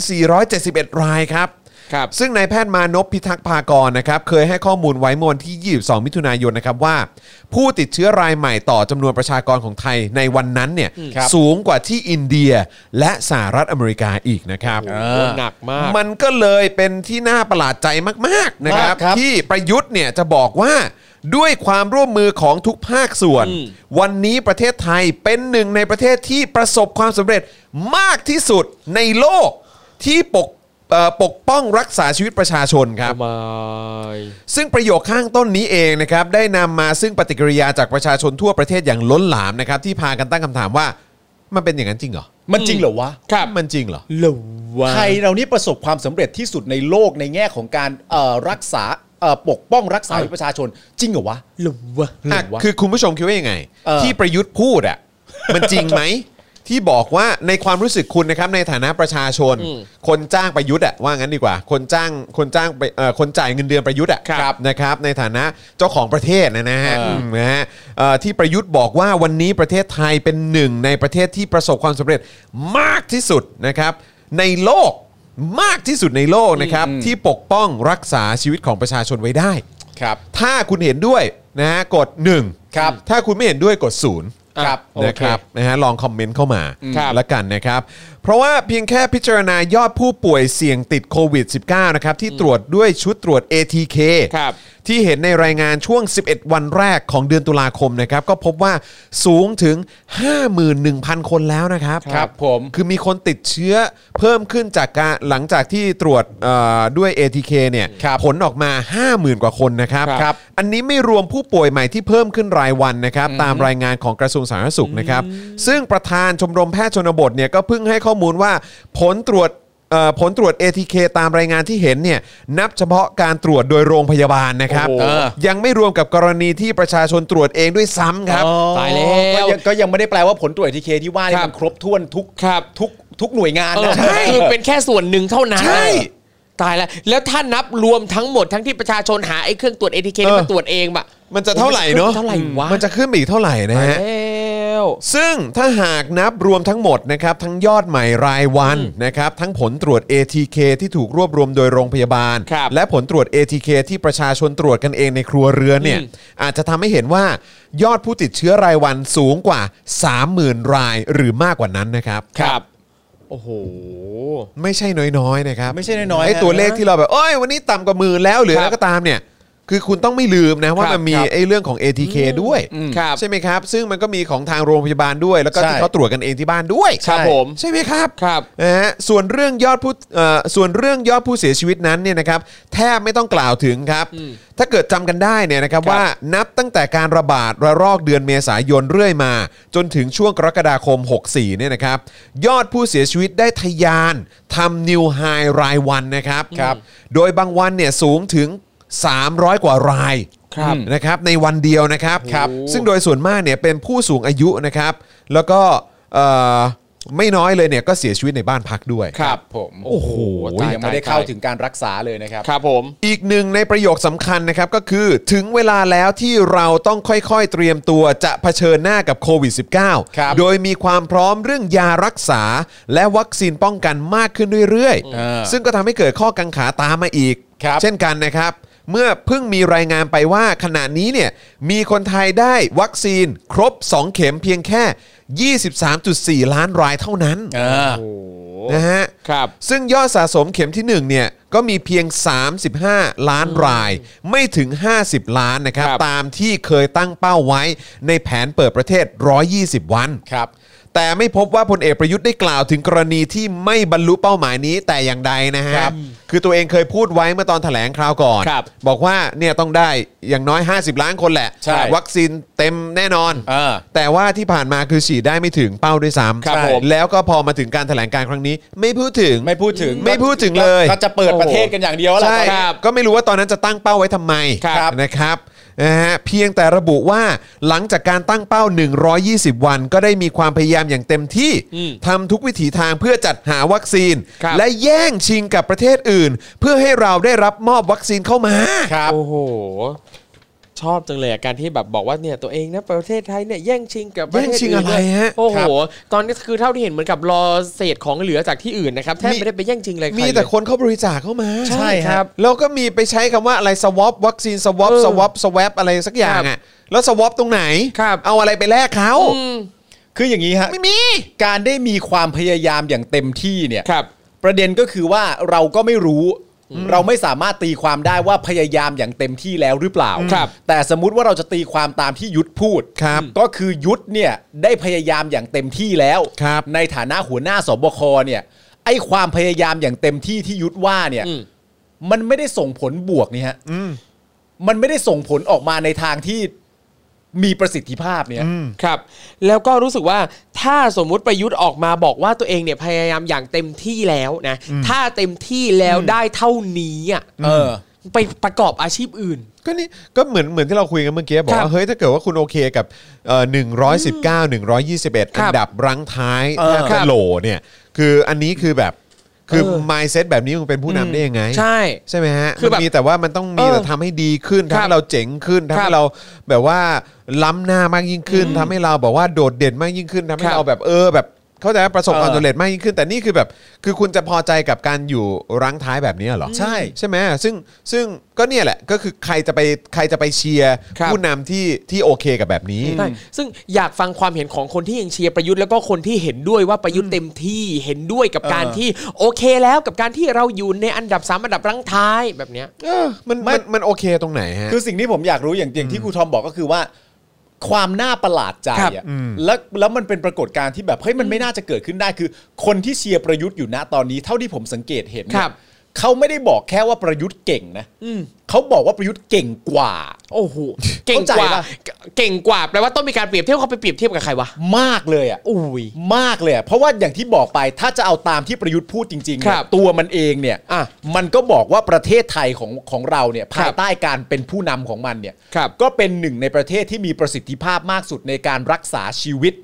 Speaker 3: 1,471 รายครับ
Speaker 2: ครับ
Speaker 3: ซึ่งนายแพทย์มานพพิทักษ์ภากรนะครับเคยให้ข้อมูลไว้เมอวันที่ 22 มิถุนายนนะครับว่า ผู้ติดเชื้อรายใหม่ต่อจำนวนประชากรของไทยในวันนั้นเนี่ย
Speaker 4: ครับ
Speaker 3: สูงกว่าที่อินเดียและสหรัฐอเมริกาอีกนะครับ
Speaker 2: โอ้หนักมาก
Speaker 3: มันก็เลยเป็นที่น่าประหลาดใจมาก ๆ นะครับ
Speaker 4: มากครับ
Speaker 3: ที่ประยุทธ์เนี่ยจะบอกว่าด้วยความร่วมมือของทุกภาคส่วน วันนี้ประเทศไทยเป็นหนึ่งในประเทศที่ประสบความสำเร็จมากที่สุดในโลกที่ปกเอ่อปกป้องรักษาชีวิตประชาชนครับ
Speaker 2: ไม
Speaker 3: ซึ่งประโยคข้างต้นนี้เองนะครับได้นำมาซึ่งปฏิกิริยาจากประชาชนทั่วประเทศอย่างล้นหลามนะครับที่พากันตั้งคำถามว่า มันเป็นอย่างนั้นจริงเหรอ
Speaker 4: มันจริงเหรอวะ
Speaker 2: ครับ
Speaker 3: มันจริงเหรอ
Speaker 2: หรือว่า
Speaker 4: ไทยเรานี่ประสบความสำเร็จที่สุดในโลกในแง่ของการเอ่อรักษา เอ่อปกป้องรักษาประชาชน จริงเหรอวะ
Speaker 2: หรือวะ
Speaker 3: อ่ะ
Speaker 4: หรือวะ
Speaker 3: คือคุณผู้ชมคิดว่ายังไง
Speaker 4: เออ
Speaker 3: ที่ประยุทธ์พูดอ่ะ มันจริงไหม ที่บอกว่าในความรู้สึกคุณนะครับในฐานะประชาชน
Speaker 2: อืม
Speaker 3: คนจ้างประยุทธ์อ่ะว่างั้นดีกว่า คนจ้างคนจ้างไปเอ่อคนจ่ายเงินเดือนประยุทธ์อ่ะ
Speaker 2: ครับ
Speaker 3: นะครับในฐานะเจ้าของประเทศนะนะฮะ
Speaker 4: เอออื
Speaker 3: มนะฮะเอ่อที่ประยุทธ์บอกว่าวันนี้ประเทศไทยเป็นหนึ่งในประเทศที่ประสบความสำเร็จมากที่สุดนะครับ ในโลกมากที่สุดในโลกนะครับที่ปกป้องรักษาชีวิตของประชาชนไว้ได้
Speaker 4: ครับ
Speaker 3: ถ้าคุณเห็นด้วยนะฮะกด 1
Speaker 4: ครับ
Speaker 3: ถ้าคุณไม่เห็นด้วยกด0ูนย์
Speaker 4: ครับ
Speaker 2: โอเค
Speaker 3: นะครับนะฮะลองคอมเมนต์เข้ามา
Speaker 2: ครับ
Speaker 3: ละกันนะครับ เพราะว่าเพียงแค่พิจารณายอดผู้ป่วยเสี่ยงติดโควิด -19 นะครับที่ตรวจด้วยชุดตรวจ ATK
Speaker 2: ครับ
Speaker 3: ที่เห็นในรายงานช่วง 11 วันแรกของเดือนตุลาคมนะครับ ก็พบว่าสูงถึง 51,000 คนแล้วนะครับ
Speaker 4: ครับผม
Speaker 3: คือมีคนติดเชื้อเพิ่มขึ้นจากการหลังจากที่ตรวจเอ่อด้วย ATK เนี่ย
Speaker 4: ครับ
Speaker 3: ผลออกมา 50,000 กว่าคนนะครับ
Speaker 4: ครับ
Speaker 3: อันนี้ไม่รวมผู้ป่วยใหม่ที่เพิ่มขึ้นรายวันนะครับ ตามรายงานของกระทรวงสาธารณสุขนะครับ ซึ่งประธานชมรมแพทย์ชนบทเนี่ยก็เพิ่งให้ข้อมูลว่าผลตรวจเอ่อผลตรวจ ATK ตามรายงานที่เห็นเนี่ยนับเฉพาะการตรวจโดยโรงพยาบาลนะครับ
Speaker 4: โอ้โห
Speaker 3: เออยังไม่รวมกับกรณีที่ประชาชนตรวจเองด้วยซ้ำครับ
Speaker 2: ตายแล้
Speaker 4: ก็
Speaker 2: ว
Speaker 4: ยังก็ยังไม่ได้แปลว่าผลตรวจทีเคที่ว่านี่มันครบถ้วนทุก
Speaker 2: ครับ
Speaker 4: ทุกทุกหน่วยงาน
Speaker 2: เออ
Speaker 4: นะ
Speaker 2: คือเป็นแค่ส่วนหนึ่งเท่านั้น
Speaker 3: ใช่
Speaker 2: ตายแล้ว แล้วถ้านับรวมทั้งหมดทั้งที่ประชาชนหาไอ้เครื่องตรวจเอทีเค
Speaker 3: เออ
Speaker 2: มาตรวจเองแบบ
Speaker 3: มันจะเท่าไหร่เนาะ
Speaker 2: เท่าไหร่วะ
Speaker 3: มันจะขึ้นไปอีกเท่าไหร่นะ
Speaker 2: ตาย
Speaker 3: ฮะ
Speaker 2: แล้ว
Speaker 3: ซึ่งถ้าหากนับรวมทั้งหมดนะครับทั้งยอดใหม่รายวันนะครับทั้งผลตรวจ ATK ที่ถูกรวบรวมโดยโรงพยาบาล
Speaker 2: ครับ
Speaker 3: และผลตรวจ ATK ที่ประชาชนตรวจกันเองในครัวเรือนเนี่ย
Speaker 2: อืม
Speaker 3: อาจจะทำให้เห็นว่ายอดผู้ติดเชื้อรายวันสูงกว่า 30,000 รายหรือมากกว่านั้นนะครับ
Speaker 2: ครับ โอ้โห
Speaker 3: ไม่ใช่น้อยๆนะครับ
Speaker 4: ไม่ใช่น้อยๆ
Speaker 3: ไอ้
Speaker 4: ฮะ
Speaker 3: ตัวเลขที่เราแบบเอ้ยวันนี้ต่ำกว่าหมื่นแล้วหรืออะไรก็ตามเนี่ย คือคุณต้องไม่ลืมนะว่า
Speaker 2: ครับ
Speaker 3: มันมี
Speaker 2: ครับ
Speaker 3: ไอ้เรื่องของ ATK ด้วย
Speaker 2: อืมครับ
Speaker 3: ใช่ไหมครับ ซึ่งมันก็มีของทางโรงพยาบาลด้วย แล้วก็
Speaker 4: ใช่
Speaker 3: ที่เขาตรวจกันเองที่บ้านด้วย
Speaker 2: ครับผม
Speaker 3: ใช่ไหมครับ
Speaker 2: ครับ
Speaker 3: นะฮะส่วนเรื่องยอดผู้เอ่อส่วนเรื่องยอดผู้เสียชีวิตนั้นเนี่ยนะครับแทบไม่ต้องกล่าวถึงครับ ถ้าเกิดจำกันได้เนี่ยนะครับ
Speaker 2: ครับ
Speaker 3: ว่านับตั้งแต่การระบาดระลอกเดือนเมษายนเรื่อยมา จนถึงช่วงกรกฎาคม 64เนี่ยนะครับยอดผู้เสียชีวิตได้ทะยานทำนิวไฮรายวันนะครับ
Speaker 4: ครับ
Speaker 3: โดยบางวันเนี่ยสูงถึง 300 กว่าราย
Speaker 2: ครับ
Speaker 3: นะครับในวันเดียวนะครับ
Speaker 2: ครับ
Speaker 3: ซึ่งโดยส่วนมากเนี่ยเป็นผู้สูงอายุนะครับแล้วก็เอ่อไม่น้อยเลยเนี่ยก็เสียชีวิตในบ้านพักด้วย
Speaker 2: ครับ
Speaker 4: ผม
Speaker 3: โอ้โห
Speaker 2: ตาย
Speaker 4: ยังไม่ได้เข้า
Speaker 2: ตาย
Speaker 4: ถึงการรักษาเลยนะครับ
Speaker 2: ครับผม
Speaker 3: อีกหนึ่งในประโยคสำคัญนะครับก็คือถึงเวลาแล้วที่เราต้องค่อยๆเตรียมตัวจะเผชิญหน้ากับโควิด
Speaker 4: ครับ
Speaker 3: -19 โดยมีความพร้อมเรื่องยารักษา และวัคซีนป้องกันมากขึ้นเรื่อย
Speaker 4: อ่า
Speaker 3: ซึ่งก็ทำให้เกิดข้อกังขาตามมาอีก
Speaker 4: ครับ
Speaker 3: เช่นกันนะครับ เมื่อเพิ่งมีรายงานไปว่าขณะนี้เนี่ยมีคนไทยได้วัคซีนครบ 2 เข็มเพียงแค่ 23.4 ล้านรายเท่านั้น
Speaker 4: า
Speaker 3: นะฮะ
Speaker 2: ครับ
Speaker 3: ซึ่งยอดสะสมเข็มที่1เนี่ยก็มีเพียง 35 ล้านราย ไม่ถึง 50 ล้านนะครับ
Speaker 2: ครับ
Speaker 3: ตามที่เคยตั้งเป้าไว้ในแผนเปิดประเทศ 120 วัน
Speaker 4: ครับ
Speaker 3: แต่ไม่พบว่าพลเอกประยุทธ์ได้กล่าวถึงกรณีที่ไม่บรรลุเป้าหมายนี้แต่อย่างใดนะฮะ
Speaker 4: ครับ
Speaker 3: คือตัวเองเคยพูดไว้เมื่อตอนแถลงคราวก่อน
Speaker 2: ครับ
Speaker 3: บอกว่าเนี่ยต้องได้อย่างน้อย 50 ล้านคนแหละ
Speaker 4: ใช่
Speaker 3: วัคซีนเต็มแน่นอน
Speaker 4: อ่า
Speaker 3: แต่ว่าที่ผ่านมาคือฉีดได้ไม่ถึงเป้าด้วยซ้
Speaker 2: ครับผม
Speaker 3: ำแล้วก็พอมาถึงการแถลงการครั้งนี้ ไม่พูดถึง
Speaker 4: ไม่พูดถึง
Speaker 3: ไม่พูดถึงเลย
Speaker 4: ก็จะเปิดประเทศกันอย่างเดียวแหละ
Speaker 3: ใช่
Speaker 2: ครับ
Speaker 3: ก็ไม่รู้ว่าตอนนั้นจะตั้งเป้าไว้ทำไม
Speaker 2: ครับ
Speaker 3: นะครับนะฮะเพียงแต่ระบุว่าหลังจากการตั้งเป้า 120 วัน ก็ได้มีความพยายามอย่างเต็มที่
Speaker 2: อืม
Speaker 3: ทำทุกวิถีทางเพื่อจัดหาวัคซีน
Speaker 2: ครับ
Speaker 3: และแย่งชิงกับประเทศอื่น เพื่อให้เราได้รับมอบวัคซีนเข้ามา
Speaker 4: ครับ
Speaker 2: โอ้โห ชอบจังเลยอะการที่แบบบอกว่าเนี่ยตัวเองนะประเทศไทยเนี่ยแย่งชิงกับประเทศ
Speaker 3: แย่งชิงอะไร
Speaker 2: นด้วย
Speaker 3: ฮะ
Speaker 2: โอ้โห
Speaker 4: ครับ
Speaker 2: ตอนนี้คือเท่าที่เห็นเหมือนกับรอเศษของเหลือจากที่อื่นนะครับแทบไม่ได้ไปแย่งชิงอะไรใคร
Speaker 3: มีแต่
Speaker 2: เลย
Speaker 3: คนเข้าบริจาคเข้ามา
Speaker 2: ใช่ครับ
Speaker 3: แล้วก็มีไปใช้คำว่าอะไรสวอปวัคซีนสวอป
Speaker 2: เออ
Speaker 3: สวอปสวอปอะไรสักอย่างอ่ะแล้วสวอปตรงไหน
Speaker 2: ครับ
Speaker 3: เอาอะไรไปแลกเขา
Speaker 2: อืม
Speaker 4: คืออย่างนี้ฮะ
Speaker 3: ไม่มี
Speaker 4: การได้มีความพยายามอย่างเต็มที่เนี่ย
Speaker 2: ครับ
Speaker 4: ประเด็นก็คือว่าเราก็ไม่รู้ เราไม่สามารถตีความได้ว่าพยายามอย่างเต็มที่แล้วหรือเปล่า
Speaker 2: ครับ
Speaker 4: แต่สมมุติว่าเราจะตีความตามที่ยุทธพูด
Speaker 3: ครับ
Speaker 4: ก็คือยุทธเนี่ยได้พยายามอย่างเต็มที่แล้ว
Speaker 3: ครับ
Speaker 4: ในฐานะหัวหน้าสบคเนี่ย ไอ้ความพยายามอย่างเต็มที่ที่ยุทธว่าเนี่ย
Speaker 2: อืม
Speaker 4: มันไม่ได้ส่งผลบวกนี่ฮะ
Speaker 3: อืม
Speaker 4: มันไม่ได้ส่งผลออกมาในทางที่มีประสิทธิภาพเนี่ย
Speaker 2: ครับ แล้วก็รู้สึกว่าถ้าสมมุติประยุทธ์ออกมาบอกว่าตัวเองเนี่ยพยายามอย่างเต็มที่แล้วนะ ถ้าเต็มที่แล้วได้เท่านี้อ่ะ
Speaker 4: เออ
Speaker 2: ไปประกอบอาชีพอื่น
Speaker 3: ก็นี่ก็เหมือนเหมือนที่เราคุยกันเมื่อกี้บอก
Speaker 2: ครั
Speaker 3: ว่า
Speaker 2: บ
Speaker 3: เฮ้ยถ้าเกิดว่าคุณโอเคกับหนึ่งร้อยสิบเก้าหนึ่งร้อยยี่สิบเอ็ด
Speaker 2: ค
Speaker 3: อั
Speaker 2: รั
Speaker 3: น
Speaker 2: บ
Speaker 3: ดับรั้งท้าย
Speaker 4: เออ
Speaker 3: แทบจะโหลเนี่ย คืออันนี้คือแบบคือ
Speaker 2: เออ
Speaker 3: mindset แบบนี้มึงเป็นผู้นำได้ยังไง
Speaker 2: ใช่
Speaker 3: ใช่ไหมฮะ
Speaker 2: คือแบบ
Speaker 3: มันมีแต่ว่ามันต้องมี
Speaker 2: เออ
Speaker 3: แต่ทำให้ดีขึ้น
Speaker 2: ครั
Speaker 3: ทำ
Speaker 2: บ
Speaker 3: ให้เราเจ๋งขึ้นทำ
Speaker 2: ครั
Speaker 3: ให้
Speaker 2: บ
Speaker 3: เราแบบว่าล้ำหน้ามากยิ่งขึ้นทำให้เราแบบว่าโดดเด่นมากยิ่งขึ้นทำให้
Speaker 2: ครับ
Speaker 3: เราแบบเออแบบเข้าใจว่าประสบความ
Speaker 4: เออ
Speaker 3: สำเร็จมากยิ่งขึ้น แต่นี่คือแบบคือคุณจะพอใจกับการอยู่รั้งท้ายแบบนี้เหรอ
Speaker 4: ใช่
Speaker 3: ใช่ไหมซึ่งซึ่งก็เนี่ยแหละก็คือใครจะไปใครจะไปเชียร์
Speaker 2: ครับ
Speaker 3: ผู้นำที่ที่โอเคกับแบบนี้
Speaker 2: ใช่ซึ่งอยากฟังความเห็นของคนที่ยังเชียร์ประยุทธ์แล้วก็คนที่เห็นด้วยว่าประยุทธ์เต็มที่เห็นด้วยกับการ
Speaker 4: เออ
Speaker 2: ที่โอเคแล้วกับการที่เราอยู่ในอันดับสามอันดับรั้งท้ายแบบเนี้ย
Speaker 3: เออมัน
Speaker 4: ไม่
Speaker 3: มันมันโอเคตรงไหนฮะ
Speaker 4: คือสิ่งที่ผมอยากรู้อย่างอย่างที่ครูทอมบอกก็คือว่า ความน่าประหลาดใจ
Speaker 2: ครั
Speaker 4: อ่ะ
Speaker 2: บ
Speaker 4: แล้วแล้วมันเป็นปรากฏการณ์ที่แบบเฮ้ยมันไม่น่าจะเกิดขึ้นได้คือ คนที่เชียร์ประยุทธ์อยู่ณตอนนี้เท่าที่ผมสังเกตเห็นเนี่ย
Speaker 2: ครับ
Speaker 4: เขาไม่ได้บอกแค่ว่าประยุทธ์เก่งนะ
Speaker 2: อืม
Speaker 4: เขาบอกว่าประยุทธ์เก่งกว่า
Speaker 2: โอ้โหเก่ง
Speaker 4: เข้าใจ
Speaker 2: กว่า
Speaker 4: ปะ
Speaker 2: เก่งกว่าแปลว่าต้องมีการเปรียบเทียบเขาไปเปรียบเทียบกับใครวะ
Speaker 4: มากเลยอ่ะ
Speaker 2: อุ้ย
Speaker 4: มากเลยอะเพราะว่าอย่างที่บอกไปถ้าจะเอาตามที่ประยุทธ์พูดจริงๆ
Speaker 2: ค
Speaker 4: เนี่
Speaker 2: รั
Speaker 4: ย
Speaker 2: บ
Speaker 4: ตัวมันเองเนี่ย
Speaker 2: อ่ะ
Speaker 4: มันก็บอกว่าประเทศไทยของของเราเนี่ย
Speaker 2: ค
Speaker 4: ภา
Speaker 2: รับ
Speaker 4: ยใต้การเป็นผู้นำของมันเนี่ย
Speaker 2: ครับ
Speaker 4: ก็เป็นหนึ่งในประเทศที่มีประสิทธิภาพมากสุดในการรักษาชีวิต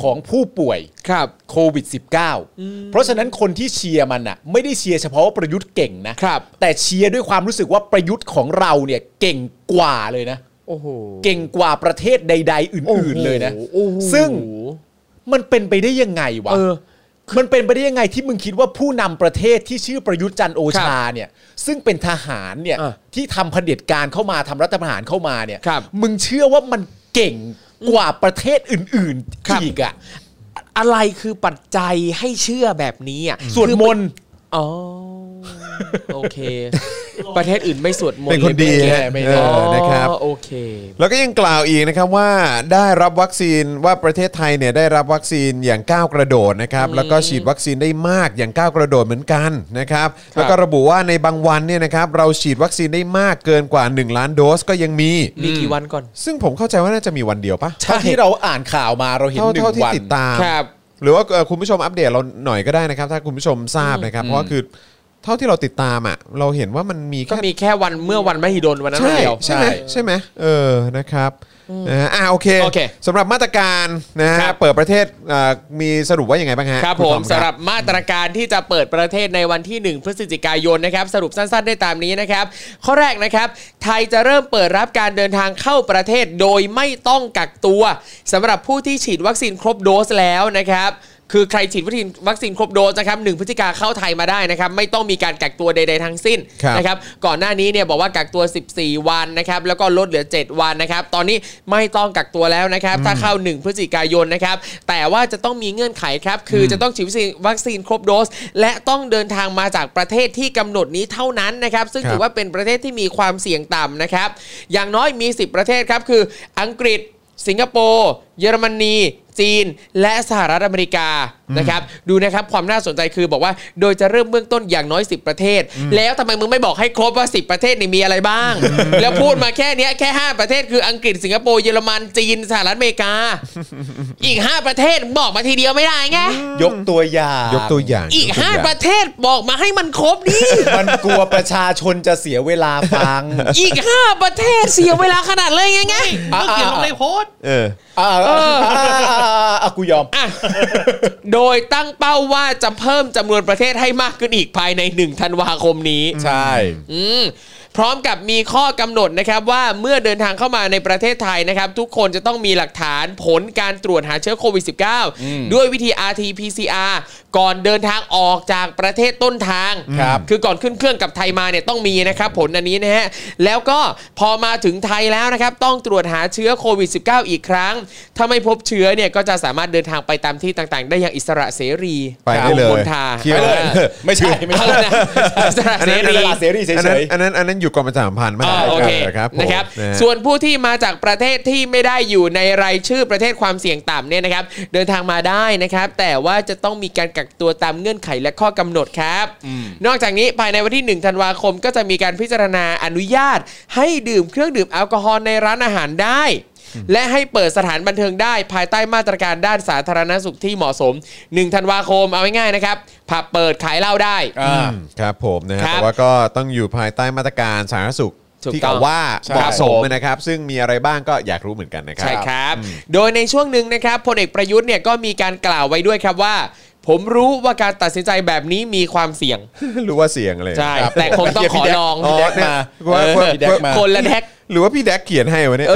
Speaker 4: ของผู้ป่วย
Speaker 2: ครับ
Speaker 4: โควิด -19 เพราะฉะนั้นคนที่เชียร์มันอ่ะไม่ได้เชียร์เฉพาะว่าประยุทธ์เก่งนะครับ แต่เชียร์ด้วยความรู้สึกว่าประยุทธ์ของเราเนี่ยเก่งกว่าเลยนะ
Speaker 2: โอ้โห
Speaker 4: เก่งกว่าประเทศใด ๆ อื่นๆเลยนะ
Speaker 2: โอ้โห
Speaker 4: ซึ่ง มันเป็นไปได้ยังไงวะ
Speaker 2: เออ
Speaker 4: มันเป็นไปได้ยังไงที่มึงคิดว่าผู้นำประเทศที่ชื่อประยุทธ์จันทร์โอชาเนี่ย ซึ่งเป็นทหารเนี่ย
Speaker 2: อ่ะ
Speaker 4: ที่ทำเผด็จการเข้ามาทำรัฐประหารเข้ามาเนี่ย
Speaker 2: ครับ
Speaker 4: มึงเชื่อว่ามันเก่งกว่าประเทศอื่น
Speaker 2: ครับ
Speaker 4: ๆอีกอะ
Speaker 2: อะไรคือปัจจัยให้เชื่อแบบนี้อ่ะ
Speaker 4: ส่วน
Speaker 2: คือ
Speaker 4: มนต์
Speaker 2: อ๋อโอเค ประเทศอื่นไม่สวดมนต์
Speaker 3: เป็นคนดี
Speaker 2: ลย
Speaker 3: ฮะ
Speaker 2: ไม่
Speaker 3: เออ
Speaker 2: ได้
Speaker 3: นะครับ
Speaker 2: โอเค
Speaker 3: แล้วก็ยังกล่าวอีกนะครับว่าได้รับวัคซีนว่าประเทศไทยเนี่ยได้รับวัคซีนอย่างก้าวกระโดดนะครับแล้วก็ฉีดวัคซีนได้มากอย่างก้าวกระโดดเหมือนกันนะครับแล้วก็ระบุว่าในบางวันเนี่ยนะครับเราฉีดวัคซีนได้มากเกินกว่า 1 ล้านโดสก็ยังมี
Speaker 2: มีกี่วันก่อน
Speaker 3: ซึ่งผมเข้าใจว่าน่าจะมีวันเดียวปะ
Speaker 4: เท่าที่เราอ่านข่าวมาเราเห็น
Speaker 3: เท่า
Speaker 4: หนึ่
Speaker 3: เท่าง ที่
Speaker 4: วัน
Speaker 3: ติดตาม
Speaker 2: ครับ
Speaker 3: หรือว่าเอ่อคุณผู้ชมอัปเดตเราหน่อยก็ได้นะครับ ถ้าคุณผู้ชมทราบนะครับ เพราะว่าคือเท่าที่เราติดตามอ่ะเราเห็นว่ามันมี
Speaker 2: ก็
Speaker 3: แค่
Speaker 2: มีแค่วันเมื่อวันไม่ฮิดนวันนั้นวั
Speaker 3: ใช่
Speaker 2: นเดียว
Speaker 3: ใช่ไหมใช่ไหมเออนะครับนะฮะอ่าโอเค
Speaker 2: โอเค
Speaker 3: สำหรับมาตรการนะฮะ
Speaker 2: ครับ
Speaker 3: เปิดประเทศอ่ามีสรุปว่ายังไงบ้างฮะ
Speaker 2: ครับ
Speaker 3: ณ
Speaker 2: ผ
Speaker 3: ท
Speaker 2: ม
Speaker 3: อ
Speaker 2: สำหรับมาตรการที่จะเปิดประเทศในวันที่ 1 พฤศจิกายนนะครับ สรุปสั้น ๆ ได้ตามนี้นะครับ ข้อแรกนะครับ ไทยจะเริ่มเปิดรับการเดินทางเข้าประเทศโดยไม่ต้องกักตัวสำหรับผู้ที่ฉีดวัคซีนครบโดสแล้วนะครับ คือใครฉีดวัคซีนวัคซีนครบโดสนะครับหนึ่งพฤศจิกาเข้าไทยมาได้นะครับ ไม่ต้องมีการกักตัวใด ๆ ทั้งสิ้น
Speaker 3: ครับ
Speaker 2: นะครับ นะครับก่อนหน้านี้เนี่ยบอกว่ากักตัว 14 วันนะครับแล้วก็ลดเหลือ 7 วันนะครับตอนนี้ไม่ต้องกักตัวแล้วนะครับถ้าเข้า 1 พฤศจิกายนนะครับแต่ว่าจะต้องมีเงื่อนไขครับคือจะต้องฉีดวัคซีนวัคซีนครบโดส และต้องเดินทางมาจากประเทศที่กำหนดนี้เท่านั้นนะครับซึ่ง
Speaker 3: ครับ
Speaker 2: ถือว่าเป็นประเทศที่มีความเสี่ยงต่ำนะครับอย่างน้อยมี 10 ประเทศครับคืออังกฤษ สิงคโปร์ เยอรมนี จีน และสหรัฐอเมริกา นะครับ ดูนะครับ ความน่าสนใจคือบอกว่า โดยจะเริ่มเบื้องต้นอย่างน้อย 10 ประเทศ แล้วทำไมมึงไม่บอกให้ครบว่า 10 ประเทศนี่มีอะไรบ้าง แล้วพูดมาแค่เนี้ยแค่ 5 ประเทศคืออังกฤษ สิงคโปร์ เยอรมัน จีน สหรัฐอเมริกา อีก 5 ประเทศบอกมาทีเดียวไม่ได้ไง
Speaker 4: ยกตัวอย่าง
Speaker 3: ยกตัวอย่าง
Speaker 2: อี
Speaker 3: ย
Speaker 2: ก
Speaker 3: ตัวย่ง
Speaker 2: 5 ประเทศบอกมาให้มันครบดิ
Speaker 4: มันกลัวประชาชนจะเสียเวลาฟัง
Speaker 2: อีก 5 ประเทศเสียเวลาขนาดเลยไงไง
Speaker 5: ก็เขียนลงในโพสต์
Speaker 3: เออ
Speaker 4: อ่าอ่าอ่าอ่าอ่ากูยอม
Speaker 2: อ่ะ โดยตั้งเป้าว่าจะเพิ่มจำนวนประเทศให้มากขึ้นอีกภายใน 1 ธันวาคมนี้
Speaker 4: ใช่
Speaker 2: อืมพร้อมกับมีข้อกำหนดนะครับว่าเมื่อเดินทางเข้ามาในประเทศไทยนะครับ ทุกคนจะต้องมีหลักฐานผลการตรวจหาเชื้อโควิด -19 ด้วยวิธี RT-PCR ก่อนเดินทางออกจากประเทศต้นทาง
Speaker 4: ครับ
Speaker 2: คือก่อนขึ้นเครื่องกับไทยมาเนี่ยต้องมีนะครับผลอันนี้นะฮะ แล้วก็พอมาถึงไทยแล้วนะครับ ต้องตรวจหาเชื้อโควิด -19 อีกครั้ง ถ้าไม่พบเชื้อเนี่ยก็จะสามารถเดินทางไปตามที่ต่างๆ ได้อย่างอิสระเสรี
Speaker 3: ไปได้เลย
Speaker 2: ตามคนทา
Speaker 3: เที่ยว
Speaker 2: ออ
Speaker 4: ไม่ใช่ไม่ใช่
Speaker 2: เอาละอิสระ
Speaker 4: อัน
Speaker 2: เส
Speaker 4: นั้น
Speaker 2: รี
Speaker 4: ตลาดเสรีเฉ
Speaker 3: อันนั้นอัน
Speaker 4: ย
Speaker 3: นั้นอันนั้นอยู่กองประชาสัมพันธ์ไม่
Speaker 2: อ่า
Speaker 3: ได้
Speaker 2: โอเค
Speaker 3: ครับผม
Speaker 2: นะครับ
Speaker 3: นะฮะ
Speaker 2: ส่วนผู้ที่มาจากประเทศที่ไม่ได้อยู่ในรายชื่อประเทศความเสี่ยงต่ำเนี่ยนะครับ เดินทางมาได้นะครับ แต่ว่าจะต้องมีการกักตัวตามเงื่อนไขและข้อกำหนดครับ นอกจากนี้ภายในวันที่ 1 ธันวาคมก็จะมีการพิจารณาอนุญาต ให้ดื่มเครื่องดื่มแอลกอฮอล์ในร้านอาหารได้ และให้เปิดสถานบันเทิงได้ภายใต้มาตรการด้านสาธารณสุขที่เหมาะสม 1 ธันวาคมเอาง่ายๆนะครับ ผับเปิดขายเหล้าได้
Speaker 4: อ่า
Speaker 3: ครับผมนะฮะ
Speaker 2: ครับ
Speaker 3: แต่ว่าก็ต้องอยู่ภายใต้มาตรการสาธารณสุข
Speaker 2: ถูก
Speaker 3: ที่กล่าว
Speaker 2: ต้อง
Speaker 3: ว่า
Speaker 2: ใช่
Speaker 3: เหมาะสมนะครับ ซึ่งมีอะไรบ้างก็อยากรู้เหมือนกันนะครับ
Speaker 2: ใช่ครับ โดยในช่วงหนึ่งนะครับพลเอกประยุทธ์เนี่ยก็มีการกล่าวไว้ด้วยครับว่า ผมรู้ว่าการตัดสินใจแบบนี้มีความเสี่ยง
Speaker 3: รู้ว่าเสียงอะไร
Speaker 2: ใช่ แต่คงต้องขอลอง
Speaker 3: อ๋อเนี่ยว่า
Speaker 4: เออ
Speaker 3: ว่า
Speaker 4: พี่แดกมา
Speaker 2: คนละแดก
Speaker 3: หรือว่าพี่แดกเขียนให้วะเนี่ย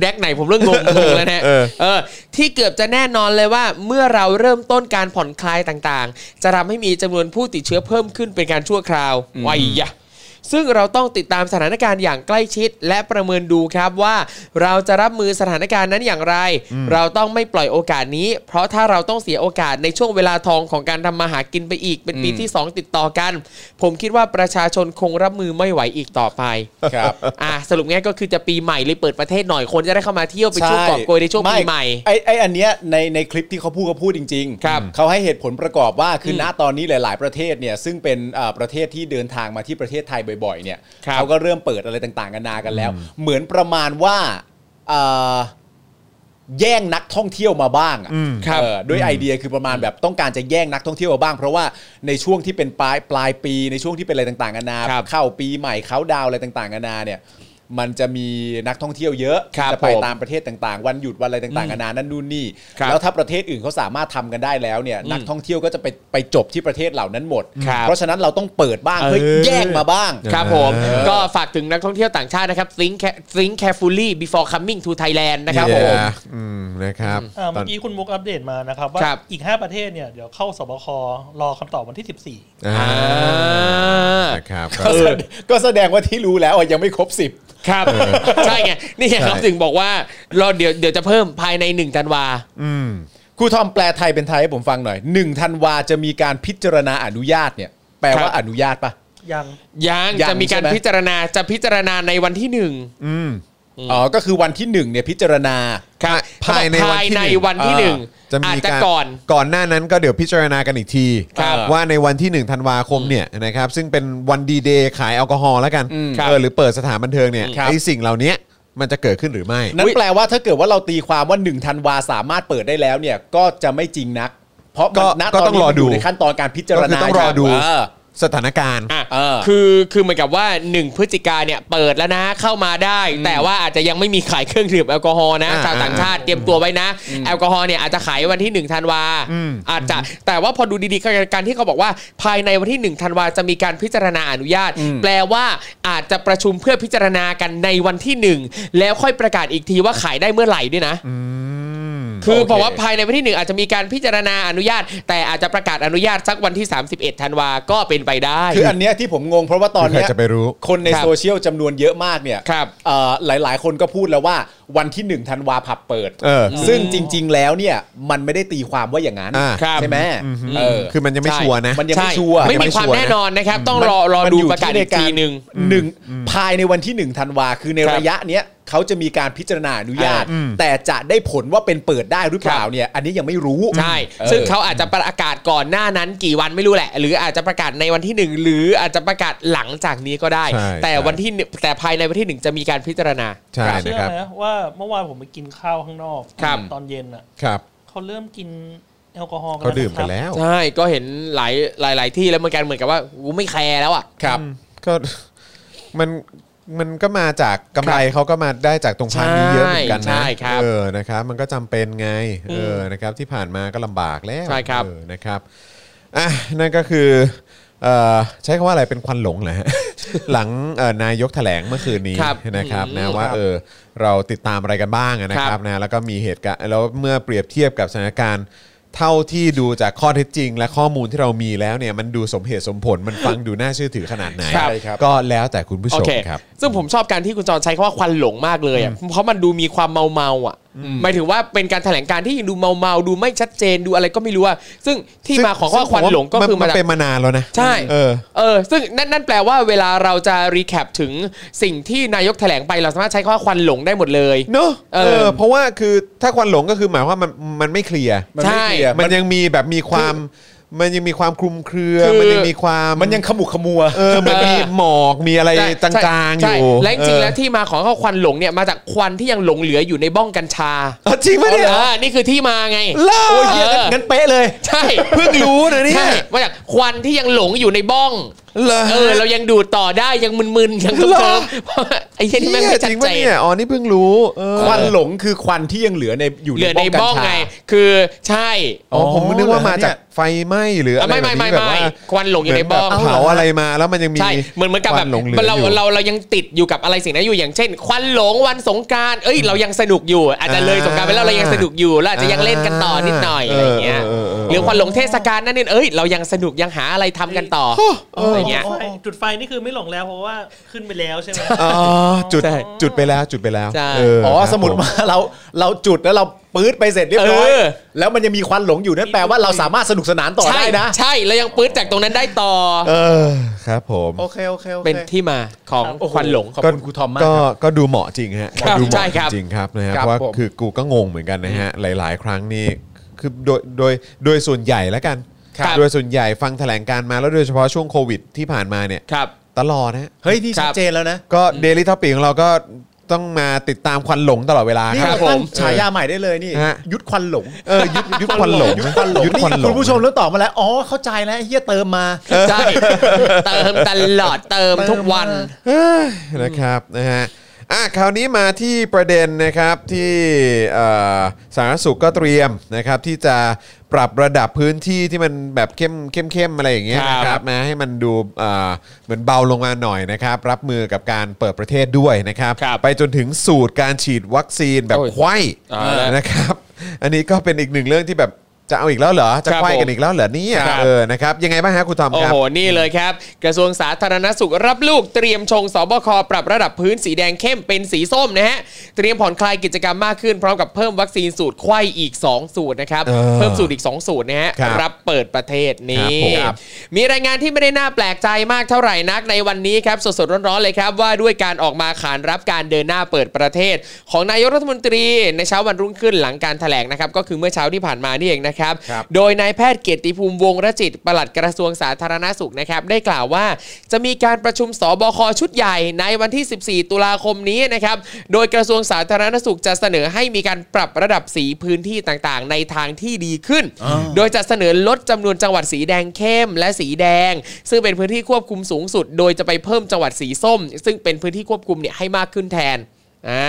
Speaker 2: แดกไหนผมเรื่องงงงงแล้วนะ
Speaker 3: เออ
Speaker 2: เออที่เกือบจะแน่นอนเลยว่าเมื่อเราเริ่มต้นการผ่อนคลายต่างๆ จะทำให้มีจำนวนผู้ติดเชื้อเพิ่มขึ้นเป็นการชั่วคราววัยยะ ซึ่งเราต้องติดตามสถานการณ์อย่างใกล้ชิด และประเมินดูครับว่า เราจะรับมือสถานการณ์นั้นอย่างไร เราต้องไม่ปล่อยโอกาสนี้ เพราะถ้าเราต้องเสียโอกาสในช่วงเวลาทองของการทำมาหากินไปอีกเป็นปีที่สองติดต่อกัน ผมคิดว่าประชาชนคงรับมือไม่ไหวอีกต่อไป
Speaker 4: ครับ
Speaker 2: อ่ะสรุปง่ายก็คือจะปีใหม่เลยเปิดประเทศหน่อยคนจะได้เข้ามาเที่ยวไปช่วงกอบโกยในช่วงปีใหม่
Speaker 4: ไอไออันเนี้ยในในคลิปที่เขาพูดเขาพูดจริง
Speaker 2: ครับ
Speaker 4: เขาให้เหตุผลประกอบว่าคือ
Speaker 2: ม
Speaker 4: ณตอนนี้หลาย ๆ ประเทศเนี่ยซึ่งเป็นเอ่อประเทศที่เดินทางมาที่ประเทศไทยบ่อย ๆ เนี่ย
Speaker 2: ครับ
Speaker 4: เขาก็เริ่มเปิดอะไรต่างๆกันานากันแล้ว เหมือนประมาณว่าเอ่อแย่งนักท่องเที่ยวมาบ้างอะ
Speaker 2: ครับ
Speaker 4: เออด้วยไอเดียคือประมาณแบบต้องการจะแย่งนักท่องเที่ยวมาบ้าง เพราะว่าในช่วงที่เป็นปลายปลายปีในช่วงที่เป็นอะไรต่างๆกันานา
Speaker 2: ครับ
Speaker 4: เข้าปีใหม่เขาดาวน์อะไรต่างๆกันานาเนี่ย มันจะมีนักท่องเที่ยวเยอะ
Speaker 2: ครับ
Speaker 4: จะไป
Speaker 2: ผม
Speaker 4: ตามประเทศต่างๆ วันหยุดวันอะไรต่างๆนานานั่นนู่นนี่
Speaker 2: ครับ
Speaker 4: แล้วถ้าประเทศอื่นเขาสามารถทำกันได้แล้วเนี่ย นักท่องเที่ยวก็จะไปไปจบที่ประเทศเหล่านั้นหมด
Speaker 2: ครับ
Speaker 4: เพราะฉะนั้นเราต้องเปิดบ้างเพื่อ
Speaker 2: เออ
Speaker 4: แยกมาบ้าง
Speaker 2: ครับผม ก็ฝากถึงนักท่องเที่ยวต่างชาตินะครับ think care- think carefully before coming to Thailand นะครับผม
Speaker 3: Yeah อืมนะครับตอ
Speaker 5: อ่าเมื่
Speaker 3: น
Speaker 5: อกี้คุณมุกอัปเดตมานะครับ ว่า
Speaker 2: ครับ
Speaker 5: อีก 5 ประเทศเนี่ยเดี๋ยวเข้าสบครอคำตอบวันที่ 14
Speaker 3: อ่า
Speaker 2: อ่า
Speaker 3: นะครับ
Speaker 4: ก็แสดงก็แสดงว่าที่รู้แล้วอ่ะยังไม่ครบสิบ
Speaker 2: ครับ ใช่ไง นี่ไง
Speaker 3: ใช่
Speaker 2: เขาถึงบอกว่าเราเดี๋ยวเดี๋ยวจะเพิ่มภายใน1ธันวา
Speaker 3: อืม
Speaker 4: ครูทอมแปลไทยเป็นไทยให้ผมฟังหน่อยหนึ่งธันวาจะมีการพิจารณาอนุญาตเนี่ยแปลว่า
Speaker 2: ครับ
Speaker 4: อนุญาตปะ
Speaker 5: ยัง
Speaker 2: ยัง
Speaker 4: ยัง
Speaker 2: จะมีกา
Speaker 4: ใช่
Speaker 2: ร
Speaker 4: ไหม
Speaker 2: พิจารณาจะพิจารณาในวันที่หนึ่ง
Speaker 3: อืม
Speaker 4: อ๋อก็คือวันที่หนึ่งเนี่ยพิจารณา
Speaker 2: ครับ
Speaker 3: ภายในวัน
Speaker 2: ภาย
Speaker 3: ที่
Speaker 2: ใน
Speaker 3: หนึ่ง
Speaker 2: วันที่หนึ่ง
Speaker 3: จะ
Speaker 2: อา
Speaker 3: มี
Speaker 2: จจะ
Speaker 3: การ
Speaker 2: ก่อน
Speaker 3: ก่อนหน้านั้นก็เดี๋ยวพิจารณากันอีกที
Speaker 2: ครับ
Speaker 3: ว่าในวันที่1ธันวาคมเนี่ยนะครับซึ่งเป็นวันดีเดย์ขายแอลกอฮอล์แล้วกัน
Speaker 4: อืม
Speaker 3: เออหรือเปิดสถานบันเทิงเนี่ย
Speaker 4: ครับ
Speaker 3: ไอสิ่งเหล่านี้มันจะเกิดขึ้นหรือไม่
Speaker 4: นั่
Speaker 2: อุ๊
Speaker 4: น
Speaker 2: ย
Speaker 4: แปลว่าถ้าเกิดว่าเราตีความว่า1ธันวาสามารถเปิดได้แล้วเนี่ยก็จะไม่จริงนัก เพราะ
Speaker 3: ก็
Speaker 4: มันณ
Speaker 3: ก็
Speaker 4: ตอน
Speaker 3: ต้อง
Speaker 4: นี้
Speaker 3: รอ
Speaker 4: มันอ
Speaker 3: ดู
Speaker 4: ยู่ในขั้นตอนการพิจาร
Speaker 3: ก็คื
Speaker 4: ณา
Speaker 3: อต้องรอดู
Speaker 4: เ
Speaker 3: สถานการณ์
Speaker 2: อ่ะ
Speaker 4: เออ
Speaker 2: คือคือเหมือนกับว่า 1 พฤศจิกาเนี่ยเปิดแล้วนะเข้ามาได้ แต่ว่าอาจจะยังไม่มีขายเครื่องดื่มแอลกอฮอล์นะ
Speaker 3: อ่า
Speaker 2: ชาวต่างชาติเตรียมตัวไว้นะ แอลกอฮอล์เนี่ยอาจจะขายวันที่ 1 ธันวา
Speaker 3: อืม
Speaker 2: อาจจะแต่ว่าพอดูดีๆก็การที่เขาบอกว่า ภายในวันที่ 1 ธันวาจะมีการพิจารณาอนุญาต แปลว่าอาจจะประชุมเพื่อพิจารณากันในวันที่ 1 แล้วค่อยประกาศอีกทีว่าขายได้เมื่อไหร่ด้วยนะ คือ
Speaker 4: โอเค
Speaker 2: บอกว่าภายในวันที่หนึ่งอาจจะมีการพิจารณาอนุญาต แต่อาจจะประกาศอนุญาตสักวันที่ 31 ธันวาก็เป็นไปได้
Speaker 4: คืออันเนี้ยที่ผมงงเพราะว่าตอน
Speaker 3: ใคร
Speaker 4: เนี้ย
Speaker 3: จะไปรู้
Speaker 4: คนใน
Speaker 2: ครับ
Speaker 4: โซเชียลจำนวนเยอะมากเนี่ย
Speaker 2: ครับ
Speaker 4: เอ่อหลาย ๆ คนก็พูดแล้วว่าวันที่หนึ่งธันวาผับเปิด
Speaker 3: เออ
Speaker 4: ซึ่งจริง ๆ แล้วเนี่ยมันไม่ได้ตีความว่าอย่างนั้น
Speaker 3: อ่า
Speaker 2: ครับ
Speaker 4: ใช่ไหมเออ
Speaker 3: คือมันยังไม่
Speaker 2: ใช่
Speaker 3: ชัวร์นะ
Speaker 4: มันยังไม่
Speaker 2: ใช่
Speaker 4: ชัวร์
Speaker 2: ไม่
Speaker 3: ยั
Speaker 2: มี
Speaker 3: งไม่
Speaker 2: ความ
Speaker 3: ชัวร์นะ
Speaker 2: แน่นอนนะครับ ต้องรอรอ
Speaker 4: มัน
Speaker 2: ดู
Speaker 4: ยู่
Speaker 2: ประกาศ
Speaker 4: ที่
Speaker 2: อีก
Speaker 4: ใน
Speaker 2: ทีหนึ่ง
Speaker 4: หนึ่งภายในวันที่หนึ่งธันวาคือใน
Speaker 2: ครับ
Speaker 4: ระยะเนี้ยเขาจะมีการพิจารณาอนุญาต
Speaker 3: อ่าอืม
Speaker 4: แต่จะได้ผลว่าเป็นเปิดได้หรือเปล่า
Speaker 2: ครับ
Speaker 4: เนี่ย อันนี้ยังไม่รู้
Speaker 2: ใช่
Speaker 4: ออ
Speaker 2: ซึ่งเขาอาจจะประกาศก่อนหน้านั้นกี่วันไม่รู้แหละ หรืออาจจะประกาศในวันที่หนึ่งหรืออาจจะประกาศหลังจากนี้ก็ได้
Speaker 3: ใช่
Speaker 2: แต่
Speaker 3: ใช่
Speaker 2: วันที่หนึ่งแต่ภายในวันที่หนึ่งจะมีการพิจารณา
Speaker 3: ใช่นะ
Speaker 5: เชื่
Speaker 3: ครับ
Speaker 5: อไหมว่าเมื่อวานผมไปกินข้าวข้างนอก
Speaker 2: ครับ
Speaker 5: ตอนเย็นอ่ะ
Speaker 3: ครับ
Speaker 5: เขาเริ่มกินแอลกอฮอล์กัน
Speaker 3: เขาดื่ม
Speaker 5: ะค
Speaker 3: กัน
Speaker 5: รับ
Speaker 3: แล้ว
Speaker 2: ใช่ก็เห็นหลายหลายหลายที่แล้วเหมือนกันเหมือนกับว่ากูไม่แคร์แล้วอ่ะ
Speaker 4: ครับ
Speaker 3: อืมก็ มันมันก็มาจากกำไรเขาก็มาได้จากตรงพานนี้เยอะเหมือนกันนะ
Speaker 2: ใช่ใช่ครับ
Speaker 3: เออนะครับ มันก็จำเป็นไงเออนะครับที่ผ่านมาก็ลำบากแล้ว
Speaker 2: ใช่ครับ
Speaker 3: เออนะครับอ่ะนั่นก็คือเอ่อใช้คำว่าอะไรเป็นควันหลงเหรอฮะ หลังเอ่อนายกแถลงเมื่อคืนนี้
Speaker 2: ครับ
Speaker 3: นะครับ
Speaker 2: อืม
Speaker 3: นะว่าเออเราติดตามอะไรกันบ้างอะนะค
Speaker 2: ค
Speaker 3: รั
Speaker 2: รั
Speaker 3: บบ นะแล้วก็มีเหตุการณ์แล้วเมื่อเปรียบเทียบกับสถานการณ์ เท่าที่ดูจากข้อเท็จจริง และข้อมูลที่เรามีแล้วเนี่ยมันดูสมเหตุสมผลมันฟังดูน่าเชื่อถือขนาดไหน
Speaker 2: ครับ
Speaker 4: ใช่ครับ
Speaker 3: ก็แล้วแต่คุณผู้ช
Speaker 2: โอ
Speaker 3: ม
Speaker 2: เค
Speaker 3: ครับ
Speaker 2: ซึ่งผมชอบการที่คุณจอนใช้คำว่าควันหลงมากเลยอะเพราะมันดูมีความเมาเมาๆอ่ะ หมายถึงว่าเป็นการแถลงการที่ดูเมาเมาๆดูไม่ชัดเจนดูอะไรก็ไม่รู้อ่ะ ซึ่งที่มาของคำว่าควันหลงก็คือ
Speaker 3: มั
Speaker 2: มาน จาก
Speaker 3: เป็นมานานแล้วนะ
Speaker 2: ใช่
Speaker 3: เออ
Speaker 2: เออ ซึ่งนั่นนั่นแปลว่าเวลาเราจะรีแคปถึงสิ่งที่นายกแถลงไปเราสามารถใช้คำว่าควันหลงได้หมดเลย
Speaker 3: เนอะ
Speaker 2: เออ
Speaker 3: เออ เพราะว่าคือถ้าควันหลงก็คือหมายความว่ามันมันไม่เคลียร์
Speaker 4: มันไม่
Speaker 2: ใช่
Speaker 4: เคลียร์
Speaker 3: มันยังมีแบบมีความ มันยังมีความคลุมเครือ
Speaker 5: คือ
Speaker 3: มันยังมีความ
Speaker 4: มันยังขมุกขมัว
Speaker 3: เออมันมีหมอกมีอะไรจางๆอ
Speaker 5: ใช่
Speaker 3: ยู่
Speaker 5: และจริงๆแล้ว
Speaker 3: เอ
Speaker 5: ที่มาของข้าวควันหลงเนี่ยมาจากควันที่ยังหลงเหลืออยู่ในบ้องกัญชา
Speaker 3: อเอาจริงไหมเนี่ย
Speaker 5: เออนี่คือที่มาไง
Speaker 3: เล่า
Speaker 4: โอ้ยเหี้ย
Speaker 5: เออ
Speaker 4: งั้นเป๊ะเลย
Speaker 5: ใช่
Speaker 3: เพิ่งรู้นะเนี่
Speaker 5: ใช่
Speaker 3: ย
Speaker 5: มาจากควันที่ยังหลงอยู่ในบ้อง
Speaker 3: เหรอ
Speaker 5: เออ เรายังดูดต่อได้ยังมึนๆยัง
Speaker 3: เหร
Speaker 5: เคิ
Speaker 3: อ
Speaker 5: มๆเพราะว่าไอ้เหี้ยนี่แม่ง
Speaker 3: เหี้
Speaker 5: ไม่
Speaker 3: ยจ
Speaker 5: ชัด
Speaker 3: ริง
Speaker 5: เจ
Speaker 3: ปะ
Speaker 5: น
Speaker 3: เนี่ยอ๋อนี่เพิ่งรู้เออ
Speaker 4: ควันหลงคือควันที่ยังเหลือในอยู่
Speaker 5: เหลือในบ้อง
Speaker 4: กัญชา
Speaker 5: ไง คือใช่
Speaker 3: อ๋อผมนึกว่ามาจาก
Speaker 4: เหรอเนี่ย
Speaker 3: ไฟไหม้หรืออะไร
Speaker 5: ไม่ไม่
Speaker 3: แบบ
Speaker 5: ไม่
Speaker 3: นี้แบบ
Speaker 5: ไม่
Speaker 3: ว่า
Speaker 5: ควันหลงอยู่ในบ้อง
Speaker 3: เหมืนแบบเผาอะไรมาแล้วมันยังมี
Speaker 5: ใช่เหมือนเหมือนกับแบบ
Speaker 3: ควัหลงเหลือ
Speaker 5: เรา
Speaker 3: อยู่
Speaker 5: เราเรายังติดอยู่กับอะไรสิ่งนั้นอยู่อย่างเช่น ควันหลงวันสงกรารเอ้ยเรายังสนุกอยู่ อาจจะเลยสงกรารไปแล้วเรายังสนุกอยู่แล้วอาจจะยังเล่นกันต่อนิดหน่อยอะไรอย่างเงี้ย
Speaker 3: เออเออเออ
Speaker 5: หรือควันหลงเทศกาลนั่นนี่เอ้ยเรายังสนุกยังหาอะไรทำกันต่ออะไรอย่างเงี้ย
Speaker 6: จุดไฟจุดไฟนี่คือไม่หลงแล้วเพราะว่าขึ้นไปแล้วใช่ไหม
Speaker 3: อ๋อจุด
Speaker 5: ใช่
Speaker 3: จุดไปแล้วจุดไปแล้ว
Speaker 5: ใช่
Speaker 3: เ
Speaker 4: อ๋อ
Speaker 3: ครับ
Speaker 4: สมมุด
Speaker 3: ผ
Speaker 4: มาเราเราจุดแล้วเราปื๊ดไปเสร็จเรียบร้อย
Speaker 5: เออ
Speaker 4: แล้วมันยังมีควันหลงอยู่นั่นแปลว่าเราสามารถสนุกสนานต่อ
Speaker 5: ใช่
Speaker 4: ได้นะ
Speaker 5: ใช่เรายังปื้ดจากตรงนั้นได้ต่อ
Speaker 3: เออครับผม
Speaker 4: โอเคโอเคโอเค
Speaker 5: เป็นที่มาของควันหลง
Speaker 4: ขอบคุณครูทอมมากค
Speaker 3: ก็
Speaker 4: รับ
Speaker 3: ก็ดูเหมาะจริงฮะ
Speaker 5: ครับ
Speaker 3: ดูเห
Speaker 5: ใช่
Speaker 3: มาะ
Speaker 5: ครับ
Speaker 3: จริงๆครับนะฮะ
Speaker 4: ครับ
Speaker 3: เพราะว่า
Speaker 4: ผม
Speaker 3: คือกูก็งงเหมือนกันนะฮะหลาย ๆ ครั้งนี่คือโดยโดยโดยส่วนใหญ่แล้วกัน
Speaker 5: ครับ
Speaker 3: โดยส่วนใหญ่ฟังแถลงการณ์มาแล้วโดยเฉพาะช่วงโควิดที่ผ่านมาเนี่ย
Speaker 5: ครับ
Speaker 3: ตลอดนะฮะ
Speaker 4: เฮ้ยนี่
Speaker 5: ครั
Speaker 4: ชั
Speaker 5: บ
Speaker 4: ดเจนแล้วนะ
Speaker 3: ก็ Daily t o p i c ของเราก็ต้องมาติดตามควันหลงตลอดเวลา
Speaker 4: นี่
Speaker 3: ครับ
Speaker 5: ผ
Speaker 4: เราตั้
Speaker 5: ม
Speaker 4: งฉายาใหม่ได้เลยนี่
Speaker 3: ฮะ
Speaker 4: ยุดควันหลง
Speaker 3: เออยุดยุดควันหลง
Speaker 4: ยุดควันหลง
Speaker 3: ยุดควัน
Speaker 4: นี่
Speaker 3: หลง
Speaker 4: คุณผู้ชมเริ่มตอบมาแล้วอ๋อเข้าใจแล้วไอ้เฮียเติมมา
Speaker 5: ใช่เติมตลอดเติมทุกวัน
Speaker 3: เอ้ยนะครับนะฮะอ่ะคราวนี้มาที่ประเด็นนะครับที่เอ่อสาธารณสุขก็เตรียมนะครับ ที่จะปรับระดับพื้นที่ที่มันแบบเข้มเข้มเข้มอะไรอย่างเงี้ย
Speaker 5: ครับ
Speaker 3: นะครับนะให้มันดูเอ่อเหมือนเบาลงมาหน่อยนะครับ รับมือกับการเปิดประเทศด้วยนะครับ ไปจนถึงสูตรการฉีดวัคซีนแบบไข้นะครับ อันนี้ก็เป็นอีกหนึ่งเรื่องที่แบบจะเอาอีกแล้วเหรอจะ
Speaker 5: ครับ
Speaker 3: ไข้กัน
Speaker 5: ผม
Speaker 3: อีกแล้วเหรอเนี่ย
Speaker 5: ครับ
Speaker 3: เออนะครับยังไงบ้างฮะคุณทอม
Speaker 5: โอ้
Speaker 3: ครับ
Speaker 5: โห นี่เลยครับ กระทรวงสาธารณสุขรับลูกเตรียมชงสบคปรับระดับพื้นสีแดงเข้มเป็นสีส้มนะฮะ เตรียมผ่อนคลายกิจกรรมมากขึ้น พร้อมกับเพิ่มวัคซีนสูตรไข้อีก 2 สูตรนะครับ
Speaker 3: เออ
Speaker 5: เพิ่มสูตรอีก 2 สูตรนะฮะ
Speaker 3: ครับ
Speaker 5: รับเปิดประเทศนี้
Speaker 3: ครับผม
Speaker 5: มีรายงานที่ไม่ได้น่าแปลกใจมากเท่าไหร่นักในวันนี้ครับ สดๆ ร้อนๆ เลยครับว่าด้วยการออกมาขานรับการเดินหน้าเปิดประเทศ ของนายกรัฐมนตรีในเช้าวันรุ่งขึ้นหลังการแถลงนะครับก็คือเมื่อเช้าที่ผ่านมานี่เองนะครับ
Speaker 4: ครับ
Speaker 5: โดยนายแพทย์เกียรติภูมิวงศ์รจิตปลัดกระทรวงสาธารณสุขนะครับ ได้กล่าวว่าจะมีการประชุมสบคชุดใหญ่ในวันที่ 14 ตุลาคมนี้นะครับ โดยกระทรวงสาธารณสุขจะเสนอให้มีการปรับระดับสีพื้นที่ต่างๆ ในทางที่ดีขึ้น โดยจะเสนอลดจำนวนจังหวัดสีแดงเข้มและสีแดง ซึ่งเป็นพื้นที่ควบคุมสูงสุด โดยจะไปเพิ่มจังหวัดสีส้ม ซึ่งเป็นพื้นที่ควบคุมเนี่ยให้มากขึ้นแทน อ่า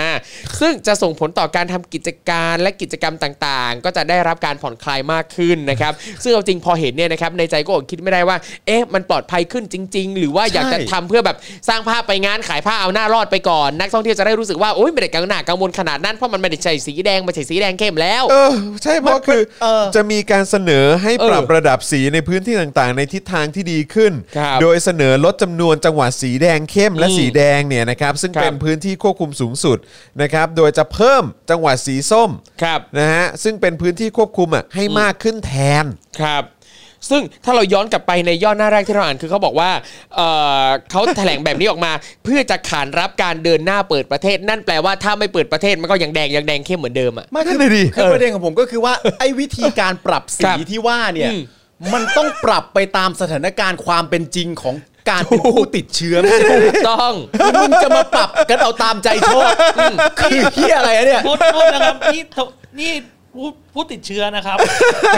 Speaker 5: ซึ่งจะส่งผลต่อการทำกิจการและกิจกรรมต่างๆ ก็จะได้รับการผ่อนคลายมากขึ้นนะครับ ซึ่งเอาจริงพอเห็นเนี่ยนะครับในใจก็อดคิดไม่ได้ว่า เอ๊ะมันปลอดภัยขึ้นจริง ๆ หรือว่าอยากจะทำเพื่อแบบสร้างภาพไปงานขายผ้าเอาหน้ารอดไปก่อน นักท่องเที่ยวจะได้รู้สึกว่าโอ๊ยไม่ได้กังหนากังวลขนาดนั้นเพราะมันไม่ได้ใช่สีแดงไม่ใช่สีแดงเข้มแล้ว
Speaker 3: เออใช่เพราะคือ
Speaker 4: เออ
Speaker 3: จะมีการเสนอให้ปรับ
Speaker 5: เออ
Speaker 3: ระดับสีในพื้นที่ต่างๆ ในทิศทางที่ดีขึ้น
Speaker 5: ครับ
Speaker 3: โดยเสนอลดจำนวนจังหวัดสีแดงเข้มและ
Speaker 5: อืม
Speaker 3: สีแดงเนี่ยนะครับซึ่ง
Speaker 5: ครับ
Speaker 3: เป็นพื้นที่ควบคุมสูงสุดนะครับโดยจะเพิ่มจังหวัดสีส้ม
Speaker 5: ครับ
Speaker 3: นะฮะซึ่งเป็นพื้นที่ควบคุมอ่ะให้มากขึ้นแทน
Speaker 5: ครับ ซึ่งถ้าเราย้อนกลับไปในย่อหน้าแรกที่เราอ่านคือเขาบอกว่าเอ่อเขาแถลงแบบนี้ออกมา เพื่อจะขานรับการเดินหน้าเปิดประเทศ นั่นแปลว่าถ้าไม่เปิดประเทศมันก็ยังแดงยังแดงเข้มเหมือนเดิมอ่ะ
Speaker 4: ไม่คือ
Speaker 3: นั่นน่ะดิ
Speaker 4: คือประเด็นของผมก็คือว่า ไอ้วิธีการปรับ
Speaker 5: ค
Speaker 4: สี
Speaker 5: รับ
Speaker 4: ที่ว่าเนี่ย
Speaker 5: อืม
Speaker 4: มันต้องปรับไปตามสถานการณ์ความเป็นจริงของการเป็นผู้ติดเชื้อไม่ใช่
Speaker 5: ถูกต้อง
Speaker 4: มึงจะมาปรับกันเอาตามใจชอบคือเฮียอะไรอะเนี่ย
Speaker 6: พูดพูดนะครับ นี่ถนี่ผู้ผู้ติดเชื้อนะครับ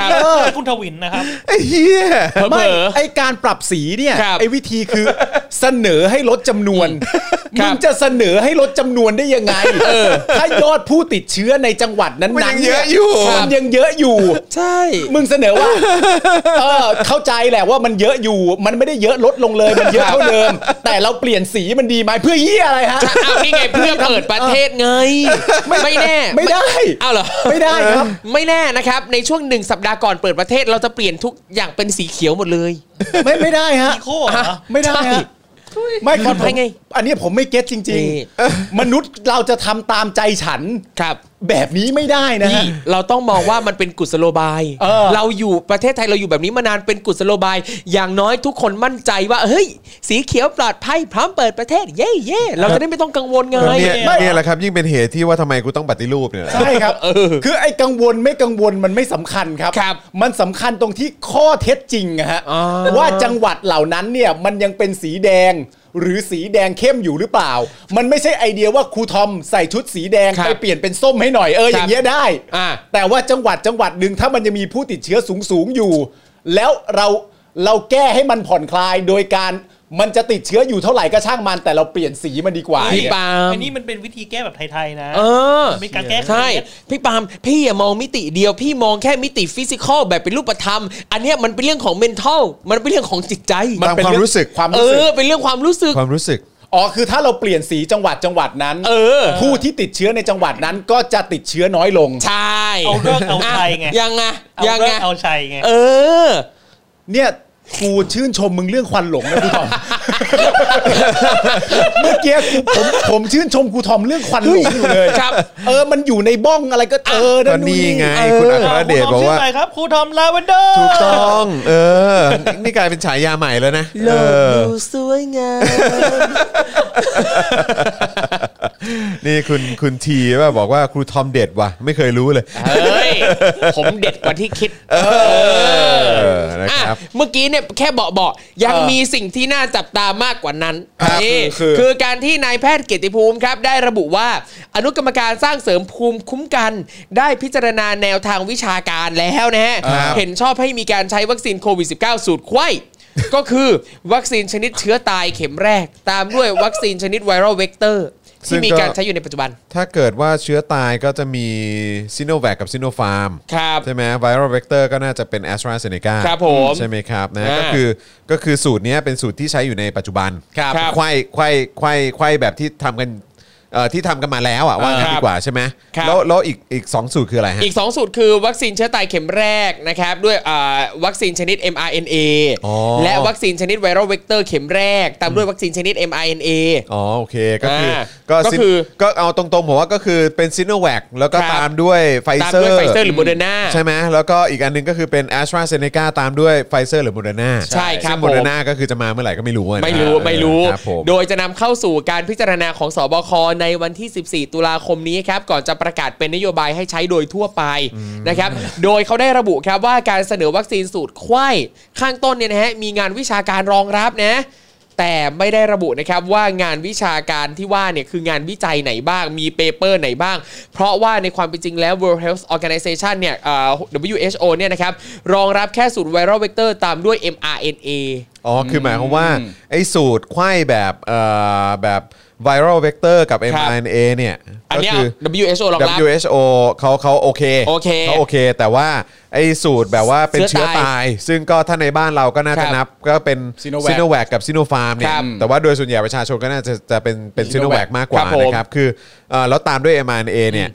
Speaker 5: ครับ
Speaker 6: นี่ไม่ใช่คุณทวินนะครับ
Speaker 3: ไอ้เหี้ย
Speaker 5: เผล
Speaker 4: ไม่
Speaker 5: อ
Speaker 4: ไอการปรับสีเนี่ย
Speaker 5: ครับ
Speaker 4: ไอวิธีคือ เสนอให้ลดจำนวน
Speaker 5: ครั
Speaker 4: มึ
Speaker 5: บ
Speaker 4: งจะเสนอให้ลดจำนวนได้ยังไงถ้ายอดผู้ติดเชื้อในจังหวัดนั้น
Speaker 3: มันยัง
Speaker 4: ๆ
Speaker 3: เย
Speaker 4: นี่
Speaker 3: อะอยู่
Speaker 5: ครับ
Speaker 4: มันยังเยอะอยู่
Speaker 5: ๆใช่
Speaker 4: มึงเสนอว่า เออเข้าใจแหละว่ามันเยอะอยู่ มันไม่ได้เยอะลดลงเลย มันเยอะเท่าเดิม แต่เราเปลี่ยนสีมันดีไหมเพื่อเยี่ยอะไรฮะ
Speaker 5: จะเอานี่ไงเพื่อเปิดประเทศไง ไม่แน่
Speaker 4: ไม่ได้
Speaker 5: เอาเหรอ
Speaker 4: ไม่ได้ครับ
Speaker 5: ไม่แน่นะครับ ในช่วงหนึ่งสัปดาห์ก่อนเปิดประเทศเราจะเปลี่ยนทุกอย่างเป็นสีเขียวหมดเลย
Speaker 4: ไม่ไม่ได้ฮะ
Speaker 6: อีโคเหรอ
Speaker 4: ไม่ได้
Speaker 5: ใช่
Speaker 4: ฮะไม่ครับ
Speaker 5: ทำไมไง
Speaker 4: ผมอันนี้ผมไม่เก็ตจริง
Speaker 5: นี่
Speaker 4: ๆ มนุษย์เราจะทำตามใจฉัน
Speaker 5: ครับ
Speaker 4: แบบนี้ไม่ได้นะฮะ
Speaker 2: นี่เราต้องมองว่ามันเป็นกุศโลบาย
Speaker 4: เออ
Speaker 2: อยู่ประเทศไทยเราอยู่แบบนี้มานานเป็นกุศโลบาย อย่างน้อยทุกคนมั่นใจว่า เฮ้ย สีเขียวปลอดภัยพร้อมเปิดประเทศ เย่เย่เราจะได้ไม่ต้องกังวลไง
Speaker 3: ก็เนี่ย
Speaker 4: ไม่
Speaker 3: เนี่ยแหละครับ ยิ่งเป็นเหตุที่ว่าทำไมกูต้องปฏิรูปเนี่ย
Speaker 4: ใช่ครับ คือไอ้กังวลไม่กังวลมันไม่สำคัญครับ
Speaker 2: ครับ
Speaker 4: มันสำคัญตรงที่ข้อเท็จจริงอะฮะ
Speaker 2: อ่า
Speaker 4: ว่าจังหวัดเหล่านั้นเนี่ยมันยังเป็นสีแดง หรือสีแดงเข้มอยู่หรือเปล่า มันไม่ใช่ไอเดียว่าครูทอมใส่ชุดสีแดง
Speaker 2: ครับ
Speaker 4: ไปเปลี่ยนเป็นส้มให้หน่อยเอออย่างเงี้ยได้
Speaker 2: อ่า
Speaker 4: แต่ว่าจังหวัดจังหวัดหนึ่งถ้ามันยังมีผู้ติดเชื้อสูงสูงๆอยู่ แล้วเราเราแก้ให้มันผ่อนคลายโดยการมันจะติดเชื้ออยู่เท่าไหร่ก็ช่างมัน แต่เราเปลี่ยนสีมันดีกว่า
Speaker 2: พี่ปาล์ม
Speaker 6: อันนี้มันเป็นวิธีแก้แบบไทย ๆ นะ
Speaker 2: เออ
Speaker 6: มันเป็นการแก้เคล็ด
Speaker 2: ใช่ พี่ปาล์มพี่อย่ามองมิติเดียว พี่มองแค่มิติฟิสิกอลแบบเป็นรูปธรรม อันเนี้ยมันเป็นเรื่องของเมนทัลมันเป็นเรื่องของจิตใจ
Speaker 3: มันเป็นเรื่องความรู้สึก
Speaker 4: ความ
Speaker 2: เอ
Speaker 4: รู้สึก
Speaker 2: อเป็นเรื่องความรู้สึก
Speaker 3: ความรู้สึก
Speaker 4: อ๋อ คือถ้าเราเปลี่ยนสีจังหวัดจังหวัดนั้น
Speaker 2: เออ
Speaker 4: ผู้ที่ติดเชื้อในจังหวัดนั้นก็จะติดเชื้อน้อยลง
Speaker 2: ใช่
Speaker 6: เอาเลิกเอาชัยไง
Speaker 2: อ่ะยังไง
Speaker 6: เอา
Speaker 2: ยัง
Speaker 6: เลิ
Speaker 2: ไง
Speaker 6: กเอาชัยไง
Speaker 2: เออ
Speaker 4: เนี่ยกูชื่นชมมึงเรื่องควันหลงนะครูทอม เมื่อกี้กูผมผมชื่นชมครูทอมเรื่องควันหลงอยู่เลย
Speaker 2: ครับ
Speaker 4: เออมันอยู่ในบ้องอะไรก็เออ
Speaker 3: ก็นี่ไง
Speaker 4: เออ
Speaker 3: คุณอัครเดชบอกว่า
Speaker 6: ครูทอมชื่ะไรครับครูทอมลาเวนเดอร์
Speaker 3: ถูกต้อง เออ นี่กลายเป็นฉายาใหม่แล้วนะ
Speaker 2: โล
Speaker 3: เอก อ
Speaker 2: ดูสวยงาม
Speaker 3: นี่คุณคุณทีว่าบอกว่าครูทอมเด็ดว่ะ ไม่เคยรู้เลย
Speaker 2: เฮ้ย ผมเด็ดกว่าที่คิด เอ
Speaker 3: เอ
Speaker 2: อ
Speaker 3: อ นะครับ
Speaker 2: อ่ะเมื่อกี้เนี่ยแค่เบาะเบาะยังมีสิ่งที่น่าจับตามากกว่านั้น
Speaker 3: ครับ
Speaker 2: นี่
Speaker 3: คือ
Speaker 2: คือการที่นายแพทย์เกียรติภูมิครับ ได้ระบุว่า อนุกรรมการสร้างเสริมภูมิคุ้มกัน ได้พิจารณาแนวทางวิชาการแล้วนะฮะ
Speaker 3: ครับ
Speaker 2: เห็นชอบให้มีการใช้วัคซีนโควิด -19 สูตรไข้ ก็คือวัคซีนชนิดเชื้อตายเข็มแรก ตามด้วยวัคซีนชนิดไวรัลเวกเตอร์ที่มีการใช้อยู่ในปัจจุบัน
Speaker 3: ถ้าเกิดว่าเชื้อตายก็จะมีซิโนแวคกับซิโนฟาร์ม
Speaker 2: ครับ
Speaker 3: ใช่ไหมไวรัลเวกเตอร์ก็น่าจะเป็น a s t r a z เซ e c a
Speaker 2: ครับผม
Speaker 3: ใช่ไหมครับนะ
Speaker 2: อ่า
Speaker 3: ก็คือก็คือสูตรเนี้ยเป็นสูตรที่ใช้อยู่ในปัจจุบัน
Speaker 2: ครับครับ
Speaker 3: ไข้ไข้ไข้ไข้แบบที่ทำกันเอ่อที่ทำกันมาแล้วอ่ะว่างั้น
Speaker 2: ครับ
Speaker 3: ดีกว่าใช่ไหม
Speaker 2: ครับ
Speaker 3: แล้วแล้วอีกอีกสองสูตรคืออะไรฮะ
Speaker 2: อีก 2 สูตรคือวัคซีนเชื้อตายเข็มแรกนะครับด้วยอ่าวัคซีนชนิด mRNA
Speaker 3: อ๋อ
Speaker 2: และวัคซีนชนิดไวรัลเวกเตอร์เข็มแรก ตามด้วยวัคซีนชนิด mRNA
Speaker 3: อ๋อโอเคก็คืออา ก็
Speaker 2: ก็
Speaker 3: ซิ
Speaker 2: คือ
Speaker 3: ก็เอาตรงๆผมว่าก็คือเป็นซิโนแวคแล้วก็
Speaker 2: ครับ
Speaker 3: ตามด้วยไฟเซอ
Speaker 2: ตามด้
Speaker 3: ร์
Speaker 2: วย Pfizer หรือ Moderna
Speaker 3: ใช่ไหมแล้วก็อีกอันหนึงก็คือเป็น a s t r a z เซ e c a ตามด้วยไฟเซอร์หรือโมเดอร์นา
Speaker 2: ใช่ครับ
Speaker 3: โม
Speaker 2: ผ
Speaker 3: เดอ
Speaker 2: ม
Speaker 3: ร์นาก็คือจะมาเมื่อไหร่ก็ไม่รู้อะนะ
Speaker 2: ไม่รู้ไม่รู้
Speaker 3: ครับผม
Speaker 2: โดยจะนำเข้าสู่การพิจารณาของสบคในวันที่ 14 ตุลาคมนี้ครับ ก่อนจะประกาศเป็นนโยบายให้ใช้โดยทั่วไปนะครับ โดยเขาได้ระบุครับว่าการเสนอวัคซีนสูตรไข้ข้างต้นเนี่ยนะฮะมีงานวิชาการรองรับนะ แต่ไม่ได้ระบุนะครับว่างานวิชาการที่ว่าเนี่ยคืองานวิจัยไหนบ้าง มีเปเปอร์ไหนบ้าง เพราะว่าในความเป็นจริงแล้ว World Health Organization เนี่ยเอ่อ WHO เนี่ยนะครับรองรับแค่สูตรไวรัลเวกเตอร์ตามด้วย mRNA
Speaker 3: อ๋อ คือหมายความว่า ไอ้สูตรไขว้แบบเอ่อแบบไวรัลเวกเตอร์กับ
Speaker 2: ครับ
Speaker 3: mRNA เนี่ย
Speaker 2: อัน
Speaker 3: ก็
Speaker 2: เนี้ย
Speaker 3: คือ
Speaker 2: WHO รองรับ
Speaker 3: WHO เขาเขาโอเค
Speaker 2: โอเค
Speaker 3: เขาโอเค แต่ว่าไอ้สูตรแบบว่าเป็น
Speaker 2: เชื้
Speaker 3: เชื้
Speaker 2: อ
Speaker 3: อ
Speaker 2: ตาย
Speaker 3: ตาย ซึ่งก็ถ้าในบ้านเราก็น่าจะ
Speaker 2: ครับ
Speaker 3: นับก็เป็น
Speaker 4: Sinovac
Speaker 3: โนแวคกับซิโนฟาร์มเนี่ย
Speaker 2: ครับ
Speaker 3: แต่ว่าโดยส่วนใหญ่ประชาชนก็น่าจะจะเป็นเป็นซิโนแว
Speaker 4: Sinovac
Speaker 3: คมากกว่า
Speaker 2: ครับผม
Speaker 3: นะครับ คือเอ่อแล้วตามด้วย mRNA เนี่ย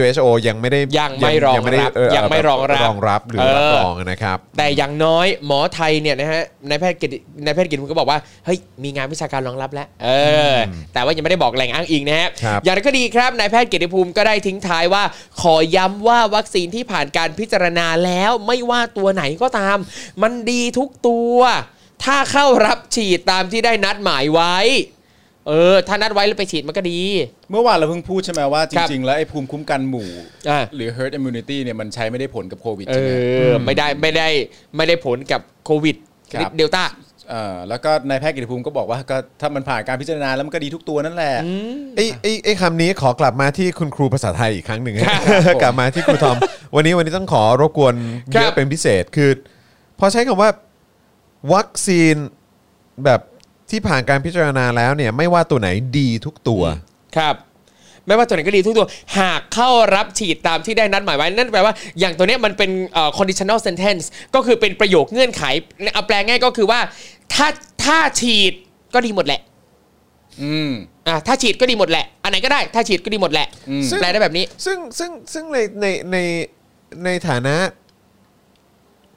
Speaker 3: WHO ยังไม่ได้
Speaker 2: ยังไม่รอง
Speaker 3: ด้
Speaker 2: รับ
Speaker 3: เอ่อ
Speaker 2: ยังไม่รองรับ
Speaker 3: รองรับหรือ
Speaker 2: เออ
Speaker 3: รับรองนะครับ
Speaker 2: แต่อย่างน้อยหมอไทยเนี่ยนะฮะนายแพทย์เกียรตินายแพทย์เกียรติภูมิก็บอกว่าเฮ้ยมีงานวิชาการรองรับแล้วเอออ แต่ว่ายังไม่ได้บอกแหล่งอ้างอิงนะฮะ
Speaker 3: ครับ
Speaker 2: อย่างไรก็ดีครับนายแพทย์เกียรติภูมิก็ได้ทิ้งท้ายว่า ขอย้ำว่าวัคซีนที่ผ่านการพิจารณาแล้วไม่ว่าตัวไหนก็ตาม มันดีทุกตัว ถ้าเข้ารับฉีดตามที่ได้นัดหมายไว้ เออ ถ้านัดไว้แล้วไปฉีดมันก็ดี
Speaker 4: เมื่อวานเราเพิ่งพูดใช่ไหมว่าจ
Speaker 2: ครับ
Speaker 4: ริง ๆ แล้วไอ้ภูมิคุ้มกันหมู่
Speaker 2: อ่า
Speaker 4: หรือ herd immunity เนี่ยมันใช้ไม่ได้ผลกับโควิด
Speaker 2: เอ
Speaker 4: ใช่ไหม
Speaker 2: อไม่ได้ไม่ได้ไม่ได้ผลกับโควิดชนิ
Speaker 4: ค
Speaker 2: ด
Speaker 4: รับ
Speaker 2: เดลต้า
Speaker 4: เอ่อแล้วก็นายแพทย์กิติภูมิก็บอกว่าก็ถ้ามันผ่านการพิจารณาแล้วมันก็ดีทุกตัวนั่นแหละ
Speaker 3: ไอ้ไอ้ไอ้คำนี้ขอกลับมาที่คุณครูภาษาไทยอีกครั้งหนึ่งฮะ
Speaker 4: ครับผม
Speaker 3: กลับมาที่ครูทอม วันนี้วันนี้ต้องขอรบกวน
Speaker 2: ครั
Speaker 3: เย
Speaker 2: บ
Speaker 3: อะเป็นพิเศษคือ พอใช้คำว่า วัคซีนแบบที่ผ่านการพิจารณาแล้วเนี่ย ไม่ว่าตัวไหนดีทุกตัว
Speaker 2: ครับไม่ว่าตัวไหนก็ดีทุกตัว หากเข้ารับฉีดตามที่ได้นัดหมายไว้ นั่นแปลว่าอย่างตัวเนี้ยมันเป็นเอ่อ conditional sentence ก็คือเป็นประโยคเงื่อนไขเอาแปลง่ายก็คือว่า ถ้าถ้าฉีดก็ดีหมดแหละ
Speaker 4: อืม
Speaker 2: อ่าถ้าฉีดก็ดีหมดแหละ อันไหนก็ได้ถ้าฉีดก็ดีหมดแหละ
Speaker 4: อืม
Speaker 2: แปลได้แบบนี้
Speaker 3: ซึ่งซึ่งซึ่งในในในในฐานะ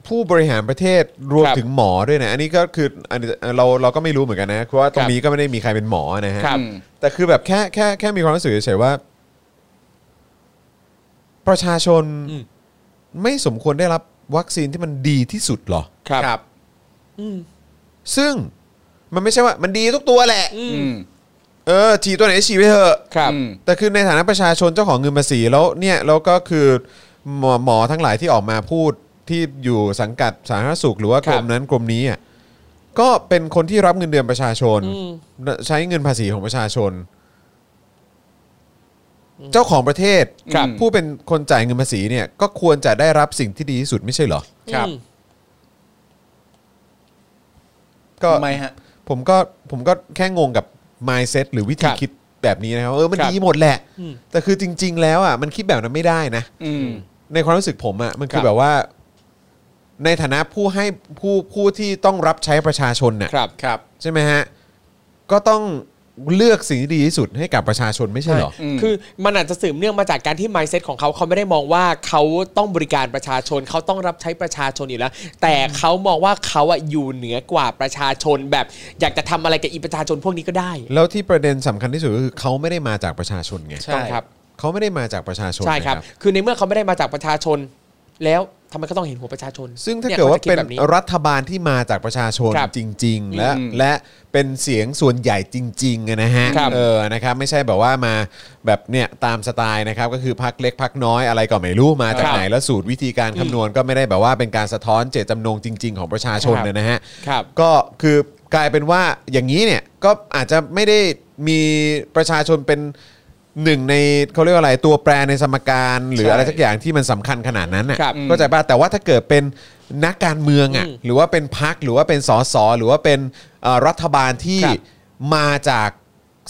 Speaker 3: ผู้บริหารประเทศรวม
Speaker 2: ครับ
Speaker 3: ถึงหมอด้วยนะ อันนี้ก็คืออันนี้เราเราก็ไม่รู้เหมือนกันนะเพราะว่าตร
Speaker 2: ครั
Speaker 3: ง
Speaker 2: บ
Speaker 3: นี้ก็ไม่ได้มีใครเป็นหมอนะฮะ
Speaker 2: ครับ
Speaker 3: แต่คือแบบแค่แค่แค่มีความรู้สึกเฉยๆว่า ประชาชน
Speaker 2: อืม
Speaker 3: ไม่สมควรได้รับวัคซีนที่มันดีที่สุดเหรอ
Speaker 2: ครับ
Speaker 4: ครับ
Speaker 3: ซึ่งมันไม่ใช่ว่ามันดีทุกตัวแหละ
Speaker 4: อืม
Speaker 3: เออฉีดตัวไหนฉีดไปเถอะ
Speaker 2: ครับ
Speaker 4: อืม
Speaker 3: แต่คือในฐานะประชาชนเจ้าของเงินภาษีแล้วเนี่ยแล้วก็คือหมอหมอทั้งหลายที่ออกมาพูดที่อยู่สังกัดสาธารณสุขหรือว่ากรม
Speaker 2: ครับ
Speaker 3: นั้นกรมนี้อ่ะก็เป็นคนที่รับเงินเดือนประชาชน
Speaker 2: อืม
Speaker 3: ใช้เงินภาษีของประชาชน เจ้าของประเทศ
Speaker 4: ครับ
Speaker 3: ผู้เป็นคนจ่ายเงินภาษีเนี่ยก็ควรจะได้รับสิ่งที่ดีที่สุดไม่ใช่เหรอ
Speaker 4: ครับ
Speaker 2: อืม
Speaker 3: ก็
Speaker 4: ทำไมฮะ
Speaker 3: ผมก็ผมก็แค่งงกับ mindset หรือวิธี
Speaker 2: ครับ
Speaker 3: คิดแบบนี้นะครับว่าเออมัน
Speaker 2: ครับ
Speaker 3: ดีหมดแหละ
Speaker 2: อืม
Speaker 3: แต่คือจริง ๆ แล้วอ่ะมันคิดแบบนั้นไม่ได้นะ
Speaker 4: อืม
Speaker 3: ในความรู้สึกผมอ่ะมันคื
Speaker 2: ครั
Speaker 3: อบ แบบว่า ในฐานะผู้ให้ผู้ผู้ที่ต้องรับใช้ประชาชนน่ะ
Speaker 2: ครับ
Speaker 4: ครับ
Speaker 3: ใช่ไหมฮะ ก็ต้องเลือกสิ่งที่ดีที่สุดให้กับประชาชนไม่ใช่เหรอ
Speaker 2: ใช่คือมันอาจจะสืบเนื่องมาจากการที่ mindset ของเขาเขาไม่ได้มองว่าเขาต้องบริการประชาชนเขาต้องรับใช้ประชาชนอยู่แล้ว แต่เขามองว่าเขาอะอยู่เหนือกว่าประชาชนแบบ อยากจะทำอะไรกับอีประชาชนพวกนี้ก็ได้
Speaker 3: แล้วที่ประเด็นสำคัญที่สุดก็คือเขาไม่ได้มาจากประชาชนไง
Speaker 4: ใช่
Speaker 2: ต้องครับ
Speaker 3: เขาไม่ได้มาจากประชาชน
Speaker 2: ใช่ครับ
Speaker 3: นะ
Speaker 2: คือในเมื่อเขาไม่ได้มาจากประชาชน แล้วทำไมก็ต้องเห็นหัวประชาชน
Speaker 3: ซึ่งถ้า
Speaker 2: นี่ย
Speaker 3: เกิดว่า
Speaker 2: ขจะคิ
Speaker 3: เป็น
Speaker 2: แบบ
Speaker 3: รัฐบาลที่มาจากประชาชน
Speaker 2: ครับ
Speaker 3: จริง ๆ และ
Speaker 4: อืม
Speaker 3: และเป็นเสียงส่วนใหญ่จริงๆอะนะฮะ
Speaker 2: ครับ
Speaker 3: เออนะครับไม่ใช่แบบว่ามาแบบเนี่ยตามสไตล์นะครับก็คือพักเล็กพักน้อยอะไรก็ไม่รู้มาจากไหนแล้วสูตรวิธีการคำนวณก็ไม่ได้แบบว่าเป็นการสะท้อนเจตจำนงจริง ๆ ของประชาชนเนี่ยนะฮะ
Speaker 2: ครับ
Speaker 3: ก็คือกลายเป็นว่าอย่างนี้เนี่ยก็อาจจะไม่ได้มีประชาชนเป็นหนึ่งในเขาเรียกว่าอะไรตัวแปรในสมการหรือ
Speaker 4: ใช่
Speaker 3: อะไรสักอย่างที่มันสำคัญขนาดนั้นน่ะ
Speaker 2: ครับ
Speaker 3: ก็จะป่ะแต่ว่าถ้าเกิดเป็นนักการเมืองอ่ะ
Speaker 2: อืม
Speaker 3: หรือว่าเป็นพักหรือว่าเป็นสสหรือว่าเป็นเอ่อรัฐบาลที่
Speaker 2: ครับ
Speaker 3: มาจาก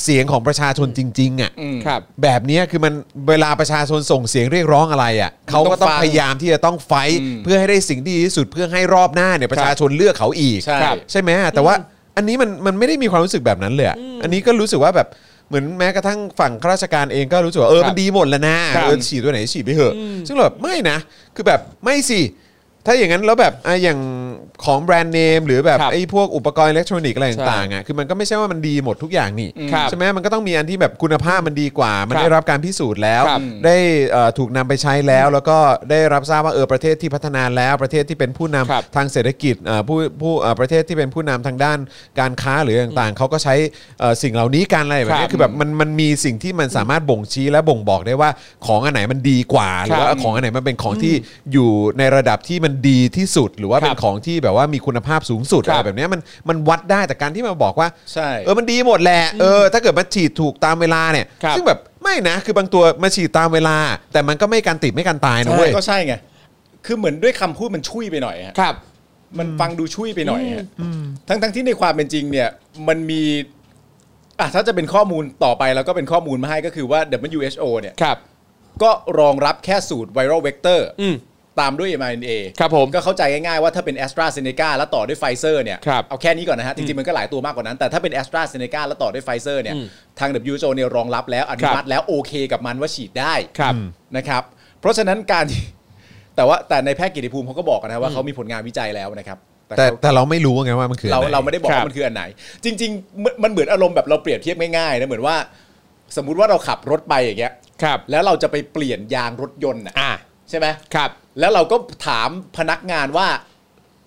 Speaker 3: เสียงของประชาชนจริงๆอ่ะ
Speaker 4: อืม
Speaker 2: ครับ
Speaker 3: แบบเนี้ยคือมันเวลาประชาชนส่งเสียงเรียกร้องอะไรอ่ะเขาก็ต้อง
Speaker 4: ฟัง
Speaker 3: พยายามที่จะต้องไฟท์
Speaker 4: อืม
Speaker 3: เพื่อให้ได้สิ่งที่ดีที่สุดเพื่อให้รอบหน้าเนี่ยประชาชนเลือกเขาอีก
Speaker 4: ใช่
Speaker 2: ครับ
Speaker 3: ใช่ไหมแต่ว่าอันนี้มันมันไม่ได้มีความรู้สึกแบบนั้นเลยอะอันนี้ก็รู้สึกว่าแบบเหมือนแม้กระทั่งฝั่งข้าราชการเองก็รู้สึกว่าเออ
Speaker 2: ครับ
Speaker 3: มันดีหมดแล้วนะครับเออฉีดตัวไหนฉีดไปเถอะซึ่งเราแบบไม่นะ คือแบบไม่สิ ถ้าอย่างนั้นแล้วแบบอ่ะอย่างของแบรนด์เนมหรือแบบ
Speaker 2: ครับ
Speaker 3: ไอ้พวกอุปกรณ์อิเล็กทรอนิกส์อะไรต่างๆอ่ะคือมันก็ไม่ใช่ว่ามันดีหมดทุกอย่างนี่
Speaker 2: ครับ
Speaker 3: ใช่ไหมมันก็ต้องมีอันที่แบบคุณภาพมันดีกว่า มัน
Speaker 2: ครับ
Speaker 3: ได้รับการพิสูจน์แล้ว
Speaker 2: ครับ
Speaker 3: ได้เอ่อถูกนำไปใช้แล้วแล้วก็ได้รับทราบว่าเออประเทศที่พัฒนาแล้วประเทศที่เป็นผู้นำ
Speaker 2: ครับ
Speaker 3: ทางเศรษฐกิจเอ่อผู้ผู้เอ่อประเทศที่เป็นผู้นำทางด้านการค้าหรือต่างๆเขาก็ใช้เอ่อสิ่งเหล่านี้กันอะไรแบบ
Speaker 2: ครั
Speaker 3: นี้
Speaker 2: บ
Speaker 3: คือแบบมันมันมีสิ่งที่มันสามารถบ่งชี้และบ่งบอกได้ว่าของอันไหนมันดีกว่า หรือว่าของอันไหนมันเป็นของที่อยู่ในระดับที่มันดีที่สุด หรือว่า
Speaker 2: ครับ
Speaker 3: เป็นของที่แบบว่ามีคุณภาพสูงสุด
Speaker 2: ครั
Speaker 3: อะ
Speaker 2: บ
Speaker 3: ไรแบบเนี้ยมันมันวัดได้แต่การที่มาบอกว่า
Speaker 4: ใช่
Speaker 3: เออมันดีหมดแหละเออถ้าเกิดมาฉีดถูกตามเวลาเนี่ย
Speaker 2: ครับ
Speaker 3: ซึ่งแบบไม่นะคือบางตัวมาฉีดตามเวลา แต่มันก็ไม่การติดไม่การตายนะเว้ย
Speaker 4: ก็ใช่ไง คือเหมือนด้วยคำพูดมันช่วยไปหน่อยฮะ
Speaker 2: ครับ
Speaker 4: มันฟังดูช่วยไปหน่อยฮะทั้งทั้งที่ในความเป็นจริงเนี่ย มันมีอ่ะถ้าจะเป็นข้อมูลต่อไปแล้วก็เป็นข้อมูลมาให้ก็คือว่า WHO เนี่ย
Speaker 2: ครับ
Speaker 4: ก็รองรับแค่สูตรไวรัลเวกเตอร์
Speaker 2: อืม
Speaker 4: ตามด้วย mRNA
Speaker 2: ครับผม
Speaker 4: ก็เข้าใจง่ายๆว่าถ้าเป็น a s t r a z เซ e c a แล้วต่อด้วยไฟเซอร์เนี่ย
Speaker 2: ครับ
Speaker 4: เอาแค่นี้ก่อนนะฮะ จริงๆ มันก็หลายตัวมากกว่านั้น แต่ถ้าเป็น a s t r a z เซ e c a แล้วต่อด้วยไฟเซอร์เนี่ย
Speaker 2: อืม
Speaker 4: ทาง WHO เนี่ยรองรับแล้วอนุมัติแล้วโอเคกับมันว่าฉีดได้
Speaker 2: ครับ
Speaker 4: นะครับ เพราะฉะนั้นการที่ แต่ว่าแต่ในแพทย์กิติภูมิเขาก็บอกนะว่าเขามีผลงานวิจัยแล้วนะครับ
Speaker 3: แต่
Speaker 4: เขา
Speaker 3: แต่เราไม่รู้ไงว่ามันคือ
Speaker 4: เรา
Speaker 3: อะไร
Speaker 4: เราไม่ได้บอก
Speaker 2: ครับ
Speaker 4: ว่ามันคืออันไหน จริงๆมันมันเหมือนอารมณ์แบบเราเปรียบเทียบง่ายๆนะเหมือนว่า สมมุติว่าเราขับรถไปอย่างเงี้ย
Speaker 2: ครับ
Speaker 4: แล้วเราจะไปเปลี่ยนยางรถยนต์อะ
Speaker 2: อ่า
Speaker 4: ใช่ไหม
Speaker 2: ครับ
Speaker 4: แล้วเราก็ถามพนักงานว่า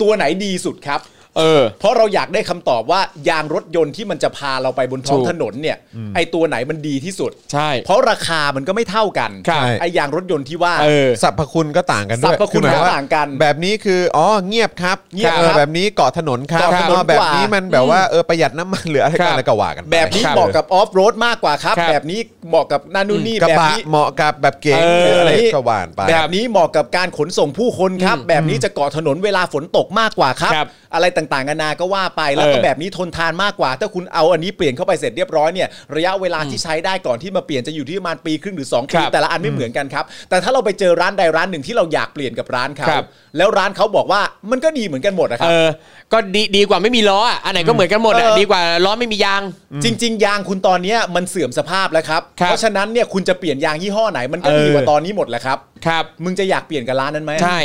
Speaker 4: ตัวไหนดีสุดครับ
Speaker 2: เออ
Speaker 4: เพราะเราอยากได้คำตอบว่ายางรถยนต์ที่มันจะพาเราไปบนท้อง
Speaker 2: ถูก
Speaker 4: ถนนเนี่ยไอตัวไหนมันดีที่สุด
Speaker 2: ใช่
Speaker 4: เพราะราคามันก็ไม่เท่ากัน
Speaker 2: ครับ
Speaker 4: ไอยางรถยนต์ที่ว่า
Speaker 2: เออ
Speaker 3: สรรพคุณก็ต่างกันด้วย
Speaker 4: สรรพคุณ
Speaker 3: อหมยว่
Speaker 4: ก็ต่างกัน
Speaker 3: แบบนี้คืออ๋อเงียบครับ
Speaker 4: เงียบ
Speaker 3: ออ
Speaker 4: ครับ
Speaker 3: แบบนี้เกาะถนนครับ
Speaker 4: เกาะถนน
Speaker 3: อ๋อแบบนี้
Speaker 4: กว่ามั
Speaker 3: มันแบบว่าเออประหยัดน้ำมันหรืออะไร
Speaker 2: ครั
Speaker 3: กัน
Speaker 2: บ
Speaker 3: แล้วก็ว่ากันไป
Speaker 4: แบบนี้
Speaker 2: ครับ
Speaker 4: เหมาะกับออฟโรดมากกว่าครับ
Speaker 2: ครับ
Speaker 4: แบบนี้เหมาะกับนั่นนู่นนี่
Speaker 3: กระ
Speaker 4: แบบ
Speaker 3: บะ
Speaker 4: นี้
Speaker 3: เหมาะกับแบบเก๋ง
Speaker 2: เอ
Speaker 3: ห
Speaker 2: อ
Speaker 3: รืออะไรก็ว่านไป
Speaker 4: แบบนี้เหมาะกับการขนส่งผู้คนครับ แบบนี้จะเกาะถนนเวลาฝนตกมากกว่าครับ
Speaker 2: ครับ
Speaker 4: อะไรต่างๆนานาก็ว่าไปแล้วก็
Speaker 2: เออ
Speaker 4: แบบนี้ทนทานมากกว่า ถ้าคุณเอาอันนี้เปลี่ยนเข้าไปเสร็จเรียบร้อยเนี่ยระยะเวลาที่ใช้ได้ก่อนที่มาเปลี่ยนจะอยู่ที่ประมาณปีครึ่งหรือสอง
Speaker 2: ค
Speaker 4: ปี
Speaker 2: รับ
Speaker 4: แต่ละอันไม่เหมือนกันครับ แต่ถ้าเราไปเจอร้านใดร้านหนึ่งที่เราอยากเปลี่ยนกับร้านเขา
Speaker 2: ครับ
Speaker 4: แล้วร้านเขาบอกว่ามันก็ดีเหมือนกันหมดนะค
Speaker 2: เอ
Speaker 4: รับ
Speaker 2: อ ก็ดีดีกว่าไม่มีล้ออ่ะอันไหนก็เหมือนกันหมดอ่ะ
Speaker 4: เออ
Speaker 2: ดีกว่าล้อไม่มียาง
Speaker 4: จริง ๆ ยางคุณตอนเนี้ยมันเสื่อมสภาพแล้วครับ
Speaker 2: ครับ
Speaker 4: เพราะฉะนั้นเนี่ยคุณจะเปลี่ยนยางยี่ห้อไหนมันก็ดี
Speaker 2: เออ
Speaker 4: กว่าตอนนี้หมดแหละครับ
Speaker 2: ครับ
Speaker 4: มึงจะอยากเปลี่ยนกับร้านนั้นไหม
Speaker 2: ใช่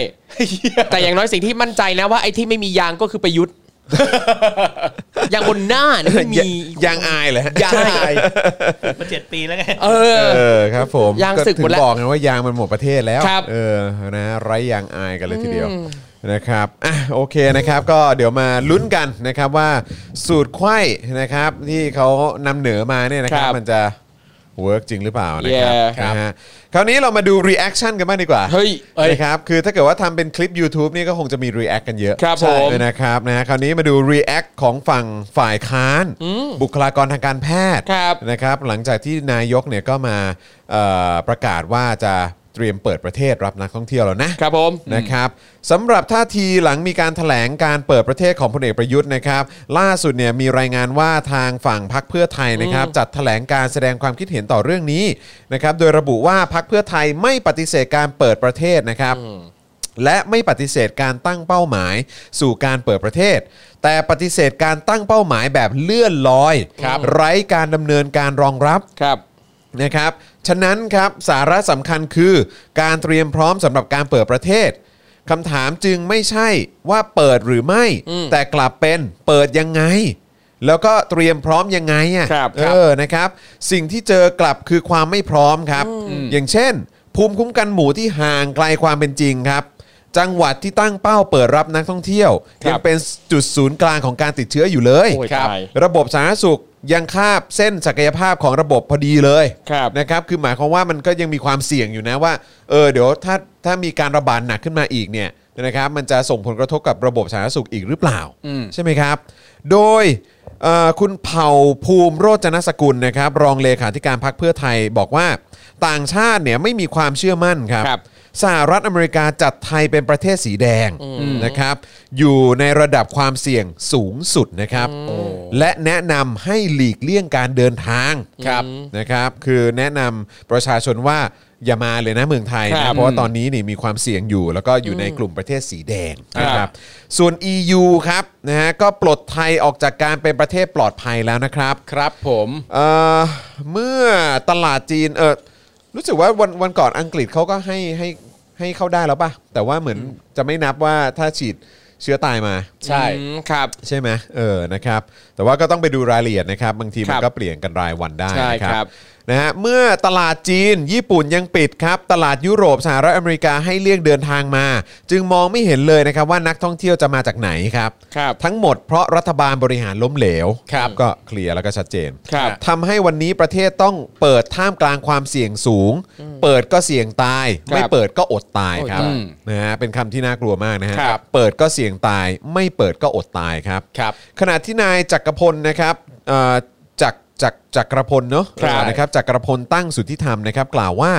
Speaker 2: แต่อย่างน้อยสิ่งที่มั่นใจนะว่าไอ้ที่ไม่มียางก็คือประยุทธ์ อย่างบนหน้าเนี่ยไม่มี
Speaker 3: ยางอายเหรอฮะ
Speaker 4: ยางอาย
Speaker 6: มาเจ็ดปีแล้วไง
Speaker 2: เออ
Speaker 3: เออครับผม
Speaker 2: ยางศึก
Speaker 3: ถึ
Speaker 2: หมด
Speaker 3: ง
Speaker 2: แล้ว
Speaker 3: บอกไงว่ายางมันหมดประเทศแล้ว
Speaker 2: ครับ
Speaker 3: เออนะไร้ยางอายกันเลยทีเดียวนะครับอ่ะโอเคนะครับ ก็เดี๋ยวมาลุ้นกันนะครับว่าสูตรไข้นะครับที่เขานำเหนือมาเนี่ยนะครับ
Speaker 2: ครับ
Speaker 3: มันจะเวิร์กจริงหรือเปล่านะครับ
Speaker 2: Yeah
Speaker 3: นะฮะคราวนี้เรามาดูรีแอคชั่นกันบ้างดีกว่า
Speaker 2: เฮ้ย
Speaker 3: นะครับคือถ้าเกิดว่าทำเป็นคลิป YouTube นี่ก็คงจะมีรีแอคกันเยอะ
Speaker 2: ครับ
Speaker 3: ใช่
Speaker 2: ผม
Speaker 3: นะครับนะฮะคราวนี้มาดู React ของฝั่งฝ่ายค้าน บุคลากรทางการแพทย์
Speaker 2: ครับ
Speaker 3: นะครับ หลังจากที่นายกเนี่ยก็มาเอ่อประกาศว่าจะเตรียมเปิดประเทศรับนักท่องเที่ยวแล้วนะ
Speaker 2: ครับผม
Speaker 3: นะครับสำหรับท่าทีหลังมีการถแถลงการเปิดประเทศของพลเอกประยุทธ์นะครับล่าสุดเนี่ยมีรายงานว่าทางฝั่งพักเพื่อไทยนะครับจัดถแถลงการแสดงความคิดเห็นต่อเรื่องนี้นะครับโดยระบุว่าพักเพื่อไทยไม่ปฏิเสธการเปิดประเทศนะครับ และไม่ปฏิเสธการตั้งเป้าหมายสู่การเปิดประเทศ แต่ปฏิเสธการตั้งเป้าหมายแบบเลื่อนลอย ไร้การดำเนินการรองรับ
Speaker 2: ครับ
Speaker 3: นะครับ ฉะนั้นครับสาระสำคัญคือการเตรียมพร้อมสำหรับการเปิดประเทศคำถามจึงไม่ใช่ว่าเปิดหรือไม่ แต่กลับเป็นเปิดยังไง แล้วก็เตรียมพร้อมยังไงอ่ะ
Speaker 2: ครับ
Speaker 3: เออนะครับ สิ่งที่เจอกลับคือความไม่พร้อมครับ อย่างเช่น ภูมิคุ้มกันหมู่ที่ห่างไกลความเป็นจริงครับ จังหวัดที่ตั้งเป้าเปิดรับนักท่องเที่ยว
Speaker 2: ครับ
Speaker 3: ยังเป็นจุดศูนย์กลางของการติดเชื้ออยู่เลย
Speaker 2: โอ้ยตาย
Speaker 3: ระบบสาธารณสุขยังคาบเส้นศักยภาพของระบบพอดีเลย
Speaker 2: ครับ
Speaker 3: นะครับคือหมายความว่ามันก็ยังมีความเสี่ยงอยู่นะว่าเออเดี๋ยวถ้าถ้ามีการระบาดหนักขึ้นมาอีกเนี่ยนะครับมันจะส่งผลกระทบกับระบบสาธารณสุขอีกหรือเปล่า ใช่ไหมครับ โดยเอ่อคุณเผ่าภูมิโรจนสกุลนะครับ รองเลขาธิการพรรคเพื่อไทยบอกว่าต่างชาติเนี่ยไม่มีความเชื่อมั่นครับ
Speaker 2: ครับ
Speaker 3: สหรัฐอเมริกาจัดไทยเป็นประเทศสีแดงนะครับ อยู่ในระดับความเสี่ยงสูงสุดนะครับ และแนะนำให้หลีกเลี่ยงการเดินทาง
Speaker 4: ครับ
Speaker 3: นะครับ คือแนะนำประชาชนว่าอย่ามาเลยนะเมืองไทย
Speaker 2: ครั
Speaker 3: นะ
Speaker 2: บ
Speaker 3: เพราะว่าตอนนี้นี่มีความเสี่ยงอยู่ แล้วก็อยู่ในกลุ่มประเทศสีแดงนะค
Speaker 2: ครั
Speaker 3: รับ
Speaker 2: บ
Speaker 3: ส่วน EU ครับนะฮะก็ปลดไทยออกจากการเป็นประเทศปลอดภัยแล้วนะครับ
Speaker 4: ครับผม
Speaker 3: เอ่อเมื่อตลาดจีนเออรู้สึกว่าวันวันก่อนอังกฤษเขาก็ให้ให้ให้เข้าได้แล้วป่ะ แต่ว่าเหมือนจะไม่นับว่าถ้าฉีดเชื้อตายมา
Speaker 4: ใช่
Speaker 2: อืมครับ
Speaker 3: ใช่ไหมเออนะครับ แต่ว่าก็ต้องไปดูรายละเอียดนะครับ บางทีมั
Speaker 2: ครั
Speaker 3: น
Speaker 2: บ
Speaker 3: ก็เปลี่ยนกันรายวันได้
Speaker 2: ใช่
Speaker 3: นะค
Speaker 2: ครั
Speaker 3: รับบ นะฮะเมื่อตลาดจีน ญี่ปุ่นยังปิดครับ ตลาดยุโรปสหรัฐอเมริกาให้เลี่ยงเดินทางมา จึงมองไม่เห็นเลยนะครับว่านักท่องเที่ยวจะมาจากไหนครับ
Speaker 2: ครับ
Speaker 3: ทั้งหมดเพราะรัฐบาลบริหารล้มเหลว
Speaker 4: ครับ
Speaker 3: ก็เคลียร์แล้วก็ชัดเจน
Speaker 2: ครับ
Speaker 3: ทำให้วันนี้ประเทศต้องเปิดท่ามกลางความเสี่ยงสูง เปิดก็เสี่ยงตาย
Speaker 2: ครับ
Speaker 3: ไม่เปิดก็อดตาย
Speaker 2: อด
Speaker 3: ครับ
Speaker 2: ตาย
Speaker 3: นะฮะ เป็นคำที่น่ากลัวมากนะฮะ
Speaker 2: ครับ
Speaker 3: เปิดก็เสี่ยงตาย ไม่เปิดก็อดตายครับ
Speaker 4: ครับ
Speaker 3: ขณะที่นายจักรพลนะครับเอ่อจักรจักรจักรพลเนาะ
Speaker 2: ครับ
Speaker 3: เออนะครับจักรพลตั้งสุทธิธรรมนะครับ กล่าวว่า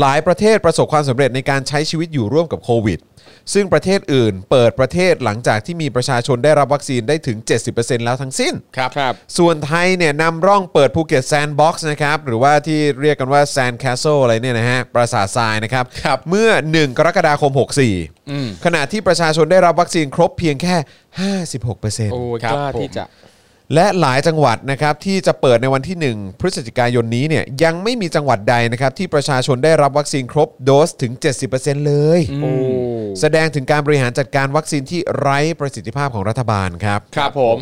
Speaker 3: หลายประเทศประสบความสำเร็จในการใช้ชีวิตอยู่ร่วมกับโควิด ซึ่งประเทศอื่น เปิดประเทศหลังจากที่มีประชาชนได้รับวัคซีนได้ถึง 70%แล้วทั้งสิ้น
Speaker 2: ครับครับ
Speaker 3: ส่วนไทยเนี่ยนำร่องเปิดภูเก็ตแซนด์บ็อกซ์นะครับ หรือว่าที่เรียกกันว่าแซนด์แคสเซิลอะไรเนี่ยนะฮะ ปราสาททรายนะครับ
Speaker 4: ครับ
Speaker 3: เมื่อ 1 กรกฎาคม 64 ขณะที่ประชาชนได้รับวัคซีนครบเพียงแค่ 56%
Speaker 2: โอ้ย
Speaker 4: ครับ
Speaker 2: กล้าที่จะ
Speaker 3: และหลายจังหวัดนะครับที่จะเปิดในวันที่ 1 พฤศจิกายนนี้เนี่ยยังไม่มีจังหวัดใดนะครับที่ประชาชนได้รับวัคซีนครบโดสถึง 70%เลย แสดงถึงการบริหารจัดการวัคซีนที่ไร้ประสิทธิภาพของรัฐบาลครับ
Speaker 2: ครับผม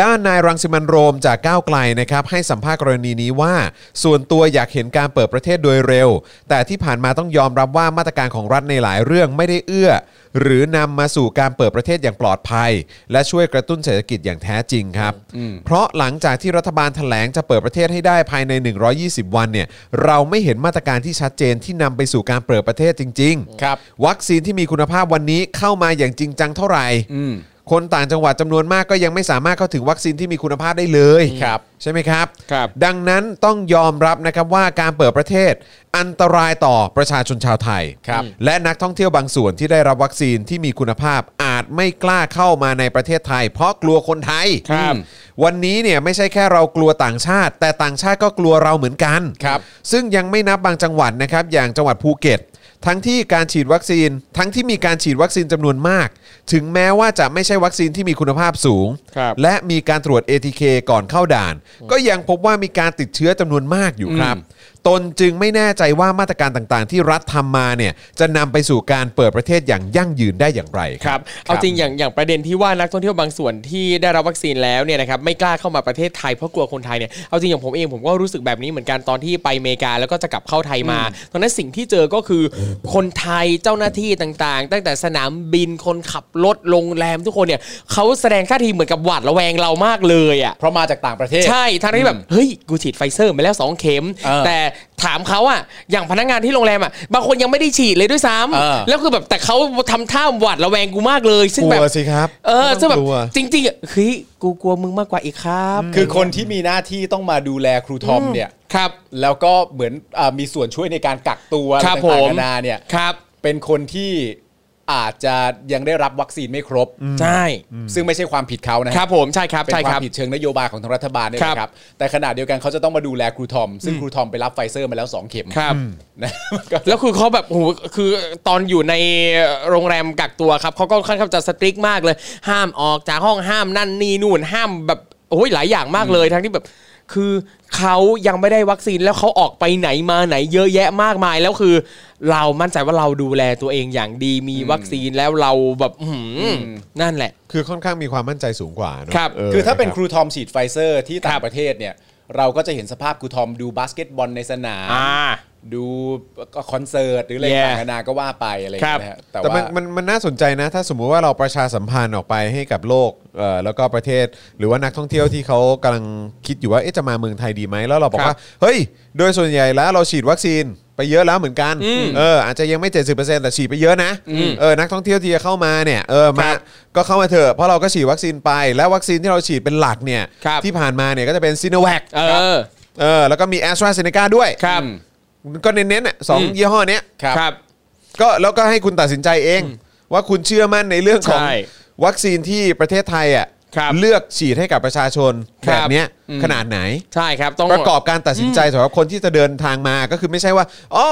Speaker 3: ด้านนายรังสิมันต์โรมจากก้าวไกลนะครับให้สัมภาษณ์กรณีนี้ว่า ส่วนตัวอยากเห็นการเปิดประเทศโดยเร็ว แต่ที่ผ่านมาต้องยอมรับว่ามาตรการของรัฐในหลายเรื่องไม่ได้เอื้อ หรือนำมาสู่การเปิดประเทศอย่างปลอดภัย และช่วยกระตุ้นเศรษฐกิจอย่างแท้จริงครับ เพราะหลังจากที่รัฐบาลแถลงจะเปิดประเทศให้ได้ภายใน 120 วันเนี่ยเราไม่เห็นมาตรการที่ชัดเจนที่นำไปสู่การเปิดประเทศจริงๆ
Speaker 4: ครับ
Speaker 3: วัคซีนที่มีคุณภาพวันนี้เข้ามาอย่างจริงจังเท่าไหร่
Speaker 4: อืม
Speaker 3: คนต่างจังหวัดจำนวนมากก็ยังไม่สามารถเข้าถึงวัคซีนที่มีคุณภาพได้เลย
Speaker 4: ครับ
Speaker 3: ใช่ไหมครับ
Speaker 2: ครับ
Speaker 3: ดังนั้นต้องยอมรับนะครับว่าการเปิดประเทศอันตรายต่อประชาชนชาวไทย
Speaker 4: ครับ
Speaker 3: และนักท่องเที่ยวบางส่วนที่ได้รับวัคซีนที่มีคุณภาพอาจไม่กล้าเข้ามาในประเทศไทย เพราะกลัวคนไทย
Speaker 4: ครับ
Speaker 3: วันนี้เนี่ยไม่ใช่แค่เรากลัวต่างชาติ แต่ต่างชาติก็กลัวเราเหมือนกัน
Speaker 4: ครับ
Speaker 3: ซึ่งยังไม่นับบางจังหวัดนะครับ อย่างจังหวัดภูเก็ต ทั้งที่การฉีดวัคซีน ทั้งที่มีการฉีดวัคซีนจำนวนมาก ถึงแม้ว่าจะไม่ใช่วัคซีนที่มีคุณภาพสูง
Speaker 2: ครับ
Speaker 3: และมีการตรวจ ATK ก่อนเข้าด่าน ก็ยังพบว่ามีการติดเชื้อจำนวนมากอยู่ครับ ตนจึงไม่แน่ใจว่ามาตรการต่างๆ ที่รัฐทำมาเนี่ยจะนำไปสู่การเปิดประเทศอย่างยั่งยืนได้อย่างไร
Speaker 2: ค
Speaker 3: ค
Speaker 2: รั
Speaker 3: รับ
Speaker 2: เอาจริงอย่างอย่างประเด็นที่ว่านักท่องเที่ยวบางส่วนที่ได้รับวัคซีนแล้วเนี่ยนะครับไม่กล้าเข้ามาประเทศไทยเพราะกลัวคนไทยเนี่ยเอาจริงอย่างผมเองผมก็รู้สึกแบบนี้เหมือนกันตอนที่ไปอเมริกาแล้วก็จะกลับเข้าไทยมาตอนนั้นสิ่งที่เจอก็คือคนไทยเจ้าหน้าที่ต่างๆ ตั้งแต่สนามบินคนขับรถโรงแรมทุกคนเนี่ยเขาแสดงท่าทีเหมือนกับหวาดระแวงเรามากเลยอ่ะ
Speaker 4: เพราะมาจากต่างประเทศ
Speaker 2: ใช่ทั้งที่แบบเฮ้ยกูฉีดไฟเซอร์มาแล้ว 2 เข็ม
Speaker 4: เออ
Speaker 2: แต่ถามเขาอะอย่างพนักงานที่โรงแรมอะบางคนยังไม่ได้ฉีดเลยด้วยซ้
Speaker 4: เออ
Speaker 2: ำแล้วคือแบบแต่เขาทำท่าหวาดระแวงกูมากเลย ซึ่ง
Speaker 3: กลั
Speaker 2: แบบ
Speaker 3: วสิครับ
Speaker 2: เออซึ่งแบบ
Speaker 3: กลัว
Speaker 2: จริงๆอะเฮ้ยกูกลัวมึงมากกว่าอีกครับ
Speaker 4: คือคนที่มีหน้าที่ต้องมาดูแลครูทอมเนี่ย
Speaker 2: ครับ
Speaker 4: แล้วก็เหมือนอามีส่วนช่วยในการกักตัวอะไร
Speaker 2: ครับ
Speaker 4: ต่าง
Speaker 2: ผม
Speaker 4: ๆนานาเนี่ย
Speaker 2: ครับ
Speaker 4: เป็นคนที่อาจจะยังได้รับวัคซีนไม่ครบ
Speaker 2: ใช่
Speaker 4: ซึ่งไม่ใช่ความผิดเขานะฮะ
Speaker 2: ครับผมใช่ครับ
Speaker 4: เป็น
Speaker 2: ใช่ค
Speaker 4: คา
Speaker 2: วรับ
Speaker 4: มผิดเชิงนโยบายของทางรัฐบาลเนี่ย
Speaker 2: ครับ
Speaker 4: นะครับ แต่ขณะเดียวกันเขาจะต้องมาดูแลครูทอม ซึ่งครูทอมไปรับไฟเซอร์มาแล้ว 2 เข็ม
Speaker 2: ครับ
Speaker 4: นะ ก็
Speaker 2: แล้วคือเขาแบบโอ้โหคือตอนอยู่ในโรงแรมกักตัวครับเขาก็ค่อนข้างจะสตริกมากเลย ห้ามออกจากห้องห้ามนั่นนี่นู่นห้ามแบบโอ้ยหลายอย่างมากเลย ทั้งที่แบบ คือเขายังไม่ได้วัคซีนแล้วเขาออกไปไหนมาไหนเยอะแยะมากมายแล้วคือ เรามั่นใจว่าเราดูแลตัวเองอย่างดีมีวัคซีนแล้วเราแบบอื้อหืออนั่นแหละ
Speaker 3: คือค่อนข้างมีความมั่นใจสูงกว่าเนอะ
Speaker 2: ครับ
Speaker 3: เ
Speaker 4: คือถ้าเป็น
Speaker 3: ะ
Speaker 4: ครูทอมฉีดไฟเซอร์ที่
Speaker 2: ค
Speaker 4: ต่า
Speaker 2: รั
Speaker 4: ง
Speaker 2: บ
Speaker 4: ประเทศเนี่ย เราก็จะเห็นสภาพครูทอมดูบาสเกตบอลในสนาม
Speaker 2: อ่า
Speaker 4: ดูคอนเสิร์ตหรืออะไร
Speaker 2: Yeah
Speaker 4: ต่างๆนานาก็ว่าไปอะไรอย่างเงี้ยนะฮะแต่
Speaker 3: แต่มั
Speaker 4: ว่า
Speaker 3: นมันมันน่าสนใจนะ ถ้าสมมุติว่าเราประชาสัมพันธ์ออกไปให้กับโลกเอ่อแล้วก็ประเทศ หรือว่านักท่องเที่ยวที่เขากำลังคิดอยู่ว่าเอ๊ะจะมาเมืองไทยดีไหมแล้วเราบอก
Speaker 2: ครับ
Speaker 3: ว่าเฮ้ย โดยส่วนใหญ่แล้วเราฉีดวัคซีนไปเยอะแล้วเหมือนกันเอออาจจะยังไม่ 70%แต่ฉีดไปเยอะนะเออนักท่องเที่ยวที่จะเข้ามาเนี่ยเออมา
Speaker 2: ครับ
Speaker 3: ก็เข้ามาเถอะเพราะเราก็ฉีดวัคซีนไปแล้ววัคซีนที่เราฉีดเป็นหลักเนี่ย
Speaker 2: ครับ
Speaker 3: ที่ผ่านมาเนี่ยก็จะเป็นซีโนแวค
Speaker 2: เออ
Speaker 3: เออแล้วก็มีแอสตราเซเนกาด้วย
Speaker 2: ครับ
Speaker 3: ก็เน้นๆน่ะสองยี่ห้อเนี้ย
Speaker 2: ครับ
Speaker 3: ก็แล้วก็ให้คุณตัดสินใจเอง ว่าคุณเชื่อมั่นในเรื่องของ
Speaker 2: ใช่
Speaker 3: วัคซีนที่ประเทศไทยอ่ะ
Speaker 2: ครับ
Speaker 3: เลือกฉีดให้กับประชาชน
Speaker 2: ค
Speaker 3: แบ
Speaker 2: รั
Speaker 3: บบ เนี้ยขนาดไหน
Speaker 2: ใช่ครับต้อง
Speaker 3: ประกอบการตัดสินใจสำหรับคนที่จะเดินทางมาก็คือไม่ใช่ว่าอ๋อ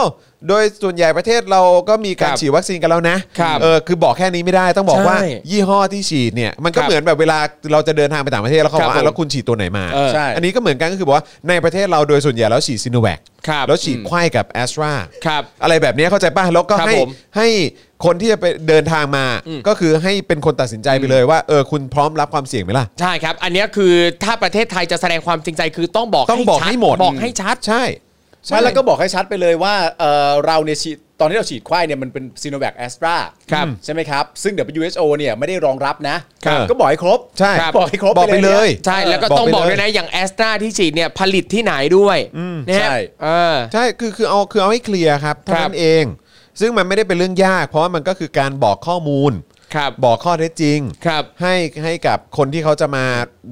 Speaker 3: โดยส่วนใหญ่ประเทศเราก็มีการ
Speaker 2: ครับ
Speaker 3: ฉีดวัคซีนกันแล้วนะครับ เออคือบอกแค่นี้ไม่ได้ต้องบอก
Speaker 2: ใช่
Speaker 3: ว่ายี่ห้อที่ฉีดเนี่ยมันก็
Speaker 2: ครับ
Speaker 3: เหมือนแบบเวลาเราจะเดินทางไปต่างประเทศแล้วเขา
Speaker 2: ครับ
Speaker 3: ว่า
Speaker 2: ผม
Speaker 3: อ่ะแล้วคุณฉีดตัวไหนมา
Speaker 2: เออ
Speaker 4: ใช่
Speaker 3: นนี้ก็เหมือนกันก็คือบอกว่าในประเทศเราโดยส่วนใหญ่แล้วฉีดซีโนแวค
Speaker 2: ครับ
Speaker 3: แล้วฉีดไข้กับแอสตรา
Speaker 2: ครับ
Speaker 3: อะไรแบบเนี้ยเข้าใจป่ะแล้วก็
Speaker 2: ครับ
Speaker 3: ให้
Speaker 2: ผม
Speaker 3: ให้คนที่จะไปเดินทางมาก็คือให้เป็นคนตัดสินใจไปเลยว่าเออคุณพร้อมรับความเสี่ยงไหมล่ะ
Speaker 2: ใช่ครับ อันเนี้ยคือถ้าประเทศไทยจะแสดงความจริงใจคือต้องบอก
Speaker 3: ต้องบอก
Speaker 2: ชัด
Speaker 3: ให้หมด
Speaker 2: บอกให้ชัด
Speaker 3: ใช่
Speaker 4: ใช่แล้วก็บอกให้ชัดไปเลยว่าเอ่อเราเนี่ยฉีดตอนที่เราฉีดไข้เนี่ยมันเป็นซีโนแวคแอสตรา
Speaker 2: ครับ
Speaker 4: ใช่ไหมครับ ซึ่ง WHO เนี่ยไม่ได้รองรับนะ
Speaker 2: ครับ
Speaker 4: ก็บอกให้ครบ
Speaker 3: ใช่
Speaker 2: ครับ
Speaker 4: บอกให้ครบ
Speaker 3: บอกไปเลย
Speaker 4: นี่
Speaker 2: ใช่แล้วก็
Speaker 3: บอก
Speaker 2: ต้อง
Speaker 3: ไป
Speaker 2: บอก
Speaker 3: เลย
Speaker 2: ด้วยนะอย่างแอสตราที่ฉีดเนี่ยผลิตที่ไหนด้วยนะฮะ
Speaker 4: ใช่
Speaker 2: เออ
Speaker 3: ใช่คือคือเอาคือเอาให้เคลียร์ครับเท่า
Speaker 2: ครั
Speaker 3: นั้
Speaker 2: บ
Speaker 3: นเอง ซึ่งมันไม่ได้เป็นเรื่องยาก เพราะว่ามันก็คือการบอกข้อมูล
Speaker 2: ครับ
Speaker 3: บอกข้อเท็จจริง
Speaker 2: ครับ
Speaker 3: ให้ให้กับคนที่เขาจะมา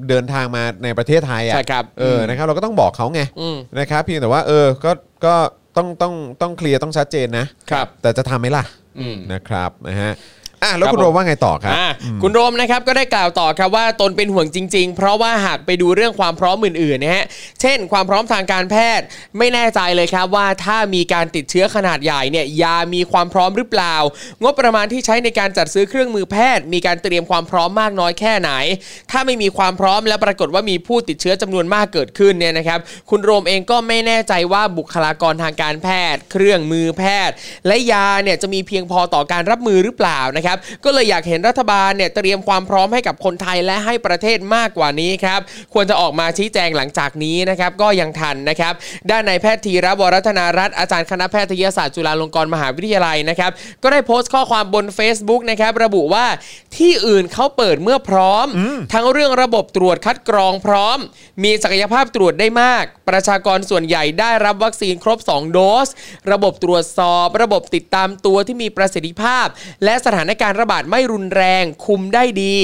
Speaker 3: เดินทางมาในประเทศไทยอ่ะ
Speaker 2: ใช่ครับ
Speaker 3: เออนะครับเราก็ต้องบอกเขาไง
Speaker 2: อืม
Speaker 3: นะครับเพียงแต่ว่าเออก็ก็ต้องต้องต้องเคลียร์ต้องชัดเจนนะครับแต่จะทำไหมล่ะ
Speaker 2: อืม
Speaker 3: นะครับนะฮะอ่ะแล้วคุณ
Speaker 2: ผม
Speaker 3: โรมว่าไงต่อครับ
Speaker 2: อ่าคุณโรมนะครับก็ได้กล่าวต่อครับว่าตนเป็นห่วงจริง ๆ เพราะว่าหากไปดูเรื่องความพร้อมอื่นๆนะฮะเช่น ความพร้อมทางการแพทย์ไม่แน่ใจเลยครับว่าถ้ามีการติดเชื้อขนาดใหญ่เนี่ยยามีความพร้อมหรือเปล่า งบประมาณที่ใช้ในการจัดซื้อเครื่องมือแพทย์ มีการเตรียมความพร้อมมากน้อยแค่ไหน ถ้าไม่มีความพร้อมและปรากฏว่ามีผู้ติดเชื้อจำนวนมากเกิดขึ้นเนี่ยนะครับคุณโรมเองก็ไม่แน่ใจว่าบุคลากรทางการแพทย์ เครื่องมือแพทย์ และยาเนี่ยจะมีเพียงพอต่อการรับมือหรือเปล่านะครับ ก็เลยอยากเห็นรัฐบาลเนี่ยเตรียมความพร้อมให้กับคนไทยและให้ประเทศมากกว่านี้ครับ ควรจะออกมาชี้แจงหลังจากนี้นะครับ ก็ยังทันนะครับ ด้านนายแพทย์ธีระวรัตนารัตน์อาจารย์คณะแพทยศาสตร์จุฬาลงกรณ์มหาวิทยาลัยนะครับ ก็ได้โพสต์ข้อความบน Facebook นะครับ ระบุว่าที่อื่นเขาเปิดเมื่อพร้อม ทั้งเรื่องระบบตรวจคัดกรองพร้อม มีศักยภาพตรวจได้มาก ประชากรส่วนใหญ่ได้รับวัคซีนครบ 2 โดส ระบบตรวจสอบ ระบบติดตามตัวที่มีประสิทธิภาพ และสถานการณ์ระบาดไม่รุนแรงคุมได้ดี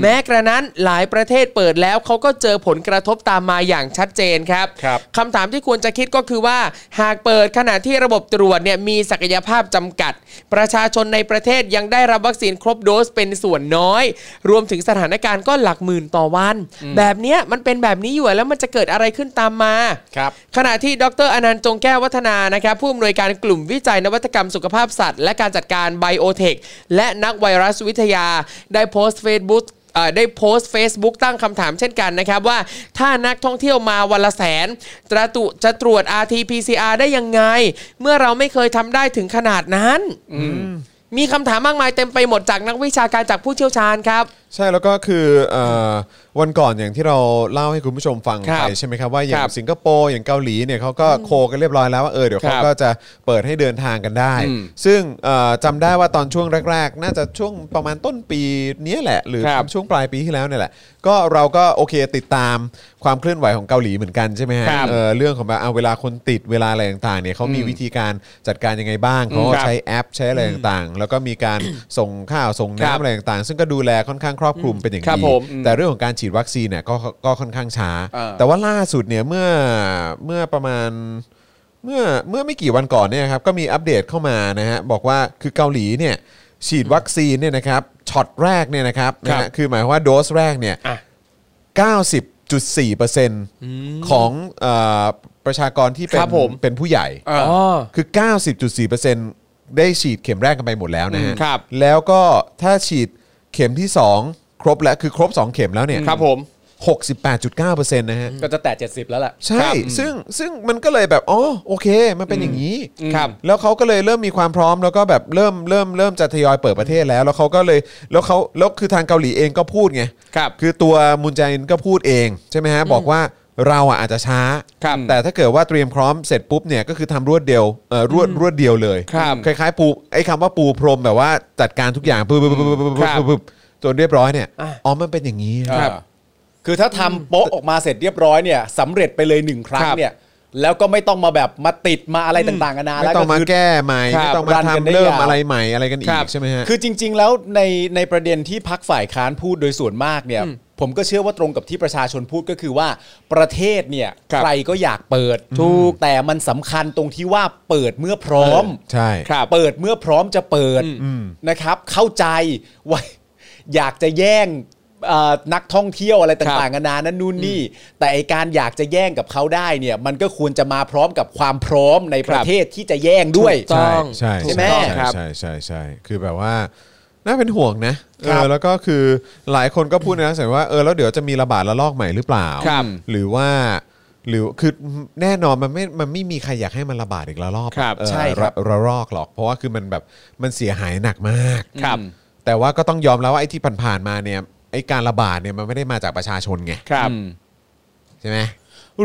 Speaker 2: แม้กระนั้นหลายประเทศเปิดแล้วเขาก็เจอผลกระทบตามมาอย่างชัดเจนครับ
Speaker 4: ครับ
Speaker 2: คำถามที่ควรจะคิดก็คือว่า หากเปิดขณะที่ระบบตรวจเนี่ยมีศักยภาพจำกัด ประชาชนในประเทศยังได้รับวัคซีนครบโดสเป็นส่วนน้อย รวมถึงสถานการณ์ก็หลักหมื่นต่อวัน แบบเนี้ยมันเป็นแบบนี้อยู่แล้วมันจะเกิดอะไรขึ้นตามมา
Speaker 4: ครับ
Speaker 2: ขณะที่ดรอนันต์จงแก้ววัฒนานะครับผู้อำนวยการกลุ่มวิจัยนวัตกรรมสุขภาพสัตว์ และการจัดการไบโอเทคและนักไวรัสวิทยา ได้โพสต์เฟซบุ๊ก เอ่อได้โพสต์ Facebook ตั้งคำถามเช่นกันนะครับว่าถ้านักท่องเที่ยวมาวันละแสนจะตุจะตรวจ RT-PCR ได้ยังไง เมื่อเราไม่เคยทำได้ถึงขนาดนั้น มีคำถามมากมายเต็มไปหมดจากนักวิชาการจากผู้เชี่ยวชาญครับ
Speaker 3: ใช่แล้วก็คือเอ่อวันก่อนอย่างที่เราเล่าให้คุณผู้ชมฟัง
Speaker 2: ครับ
Speaker 3: ไปใช่ไหมครับว่าอย่า
Speaker 2: ค
Speaker 3: ง
Speaker 2: รับ
Speaker 3: สิงคโปร์อย่างเกาหลีเนี่ยเขาก็โคกันเรียบร้อยแล้วว่าเออเดี๋ยว
Speaker 2: ครั
Speaker 3: เขา
Speaker 2: บ
Speaker 3: ก็จะเปิดให้เดินทางกันได้ ซึ่งเอ่อจำได้ว่าตอนช่วงแรก ๆ น่าจะช่วงประมาณต้นปีเนี้ยแหละ หรือ
Speaker 2: ครับ
Speaker 3: ช่วงปลายปีที่แล้วเนี่ยแหละ ก็เราก็โอเคติดตามความเคลื่อนไหวของเกาหลีเหมือนกันใช่ไหมฮะ
Speaker 2: ครับ
Speaker 3: เอ่อเรื่องของแบบเอาเวลาคนติดเวลาอะไรต่างๆเนี่ยเขามีวิธีการจัดการยังไงบ้างเขาก็
Speaker 2: ครับ
Speaker 3: ใช้แอปใช้อะไรต่างๆ แล้วก็มี การส่งข้าวส่ง
Speaker 2: ครับ
Speaker 3: น้ำอะไรต่างๆ ซึ่งก็ดูแลค่อนข้างครอบคลุมเป็นอย่าง
Speaker 2: ครับ
Speaker 3: ดี
Speaker 2: ผม
Speaker 3: แต่เรื่องของการฉีดวัคซีนเนี่ยก็ก็ค่อนข้างช้า
Speaker 4: อ่า
Speaker 3: แต่ว่าล่าสุดเนี่ยเมื่อเมื่อประมาณเมื่อเมื่อไม่กี่วันก่อนเนี่ยครับก็มีอัปเดตเข้ามานะฮะบอกว่าคือเกาหลีเนี่ยฉีดวัคซีนเนี่ยนะครับช็อตแรกเนี่ยนะครับนะ
Speaker 2: ครั
Speaker 3: ฮะ
Speaker 2: บ
Speaker 3: คือหมายความว่าโดสแรกเนี่ย
Speaker 2: อ่ะ
Speaker 3: 90.4%ของเอ่อประชากรที่เป็น
Speaker 2: ครับผม
Speaker 3: เป็นผู้ใหญ่
Speaker 4: เออ
Speaker 3: คือ 90.4%ได้ฉีดเข็มแรกกันไปหมดแล้วนะฮะ
Speaker 2: อืมครับ
Speaker 3: แล้วก็ถ้าฉีดเข็มที่ 2 ครบแล้ว คือครบ 2 เข็มแล้วเนี่ย
Speaker 2: ครับผม
Speaker 3: 68.9%นะฮะ
Speaker 4: ก็จะแตะ70 แล้วล่ะ
Speaker 3: ใช่ ซึ่งซึ่งมันก็เลยแบบ อ๋อ โอเค มันเป็นอย่างนี้
Speaker 2: ครับ
Speaker 3: แล้วเขาก็เลยเริ่มมีความพร้อมแล้วก็แบบเริ่มเริ่มเริ่มจะทยอยเปิดประเทศแล้ว แล้วเขาก็เลย แล้วเขาแล้วคือทางเกาหลีเองก็พูดไง
Speaker 2: ครับ
Speaker 3: คือตัวมุนแจอินก็พูดเองใช่ไหมฮะ บอกว่าเราอ่ะอาจจะช้า
Speaker 2: ครับ
Speaker 3: แต่ถ้าเกิดว่าเตรียมพร้อมเสร็จปุ๊บเนี่ยก็คือทำรวดเดียวเอ่อรวดรวดเดียวเลย
Speaker 2: ครับ
Speaker 3: คล้ายๆปูไอ้คำว่าปูพรมแบบว่าจัดการทุกอย่างปุ๊บปุ๊บปุ๊บปุ๊บปุ๊บ
Speaker 2: ครับ
Speaker 3: ปุ๊บจนเรียบร้อยเนี่ย
Speaker 2: อ่ะ
Speaker 3: อ๋อมันเป็นอย่างนี้
Speaker 4: ครับ คือถ้าทำโป๊ะออกมาเสร็จเรียบร้อยเนี่ยสำเร็จไปเลยหนึ่งครั้ง
Speaker 2: ครับ
Speaker 4: เนี่ย แล้วก็ไม่ต้องมาแบบมาติดมาอะไรต่างๆกันานา
Speaker 3: ไม่
Speaker 4: แล้ว
Speaker 3: ต้อ
Speaker 4: ก็
Speaker 3: งมา
Speaker 4: คือ
Speaker 3: แก้ใหม่
Speaker 2: ครับ
Speaker 3: ไม่ต้องมา
Speaker 4: รันกันได้
Speaker 3: ทำเริ่ม
Speaker 4: ยาว
Speaker 3: อะไรใหม่อะไรกันอี
Speaker 2: ครั
Speaker 3: ก
Speaker 2: บ
Speaker 3: ใช่ไหมฮะ
Speaker 4: คือจริง ๆ แล้วในในประเด็นที่พักฝ่ายค้านพูดโดยส่วนมากเนี่ย ผมก็เชื่อว่าตรงกับที่ประชาชนพูดก็คือว่าประเทศเนี่ย
Speaker 2: ครับ
Speaker 4: ใครก็อยากเปิด
Speaker 2: ถูก
Speaker 4: แต่มันสำคัญตรงที่ว่าเปิดเมื่อพร้อม
Speaker 3: ใช่
Speaker 2: ครับ
Speaker 4: เปิดเมื่อพร้อมจะเปิดนะครับ เข้าใจว่า อยากจะแย่งเอ่อนักท่องเที่ยวอะไรต่างๆกันานานั่นนู่นนี่ แต่ไอการอยากจะแย่งกับเขาได้เนี่ย มันก็ควรจะมาพร้อมกับความพร้อมในประเทศที่จะแย่งด้วย
Speaker 2: ถูกต้อง
Speaker 3: ใช่
Speaker 4: ใช่ไหม
Speaker 3: ใช่
Speaker 2: ครับ
Speaker 3: ใช่ใช่ใช่คือแบบว่าน่าเป็นห่วงนะเออแล้วก็คือหลายคนก็พูดในลักษณะว่าเออแล้วเดี๋ยวจะมีระบาดระลอกใหม่หรือเปล่า
Speaker 2: ครับ
Speaker 3: หรือว่าหรือคือแน่นอนมันไม่มันไม่มีใครอยากให้มันระบาดอีกระลอก
Speaker 2: ครับ
Speaker 3: เอ่อ
Speaker 4: ใช่ครับ
Speaker 3: ะระลอกหรอก เพราะว่าคือมันแบบมันเสียหายหนักมาก
Speaker 2: ครับ
Speaker 3: แต่ว่าก็ต้องยอมแล้วว่าไอ้ที่ผ่านๆมาเนี่ยไอ้การระบาดเนี่ยมันไม่ได้มาจากประชาชนไง
Speaker 2: ครับ
Speaker 3: ใช่ไหม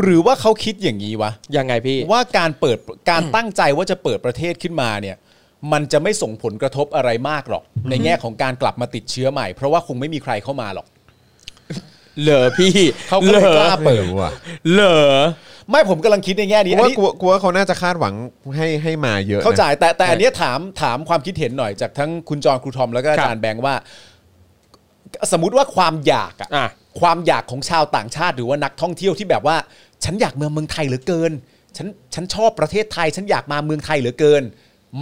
Speaker 4: หรือว่าเขาคิดอย่างนี้วะ
Speaker 2: ยังไงพี่
Speaker 4: ว่าการเปิดการตั้งใจว่าจะเปิดประเทศขึ้นมาเนี่ยมันจะไม่ส่งผลกระทบอะไรมากหรอก ในแง่ของการกลับมาติดเชื้อใหม่ เพราะว่าคงไม่มีใครเข้ามาหรอก
Speaker 2: เหลอพี่
Speaker 4: เขาก็เลย
Speaker 2: หอก
Speaker 4: ล้า
Speaker 3: เปิดว่ะ
Speaker 2: เหลอ
Speaker 4: ไม่ผมกำลังคิดในแง่นี้
Speaker 3: กู
Speaker 4: อัน
Speaker 3: ว่า
Speaker 4: นี้
Speaker 3: กูว่ากูว่าเขาน่าจะคาดหวังให้ให้มาเยอะนะ
Speaker 4: เข้าใจแต่แต่
Speaker 3: ใช่
Speaker 4: อันเนี้ยถามถามความคิดเห็นหน่อยจากทั้งคุณจรครูทอมแล้วก็อาจารย์แบงค์ว่า สมมติว่าความอยากอะ
Speaker 2: อ่ะ
Speaker 4: ความอยากของชาวต่างชาติหรือว่านักท่องเที่ยวที่แบบว่า ฉันอยากเมืองเมืองไทยเหลือเกิน ฉันฉันชอบประเทศไทย ฉันอยากมาเมืองไทยเหลือเกิน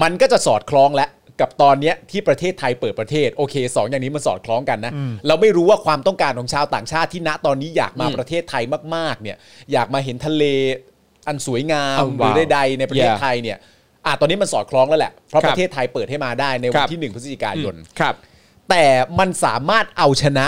Speaker 4: มันก็จะสอดคล้องและกับตอนเนี้ยที่ประเทศไทยเปิดประเทศโอเคสองอย่างนี้มันสอดคล้องกันนะเราไม่รู้ว่าความต้องการของชาวต่างชาติที่ณตอนนี้อยากมาประเทศไทยมากๆ เนี่ย อยากมาเห็นทะเลอันสวยงาม
Speaker 2: อ้าว
Speaker 4: หรือ
Speaker 2: ว้าว
Speaker 4: ใดๆในประเทศ
Speaker 2: Yeah
Speaker 4: ไทยเนี่ยอ่ะตอนนี้มันสอดคล้องแล้วแหละเพราะ
Speaker 2: ค
Speaker 4: ป
Speaker 2: รับ
Speaker 4: ระเทศไทยเปิดให้มาได้ใน
Speaker 2: ค
Speaker 4: วั
Speaker 2: รั
Speaker 4: น
Speaker 2: บ
Speaker 4: ที่หนึ่งพฤศจิกายน
Speaker 2: ครับ
Speaker 4: แต่มันสามารถเอาชนะ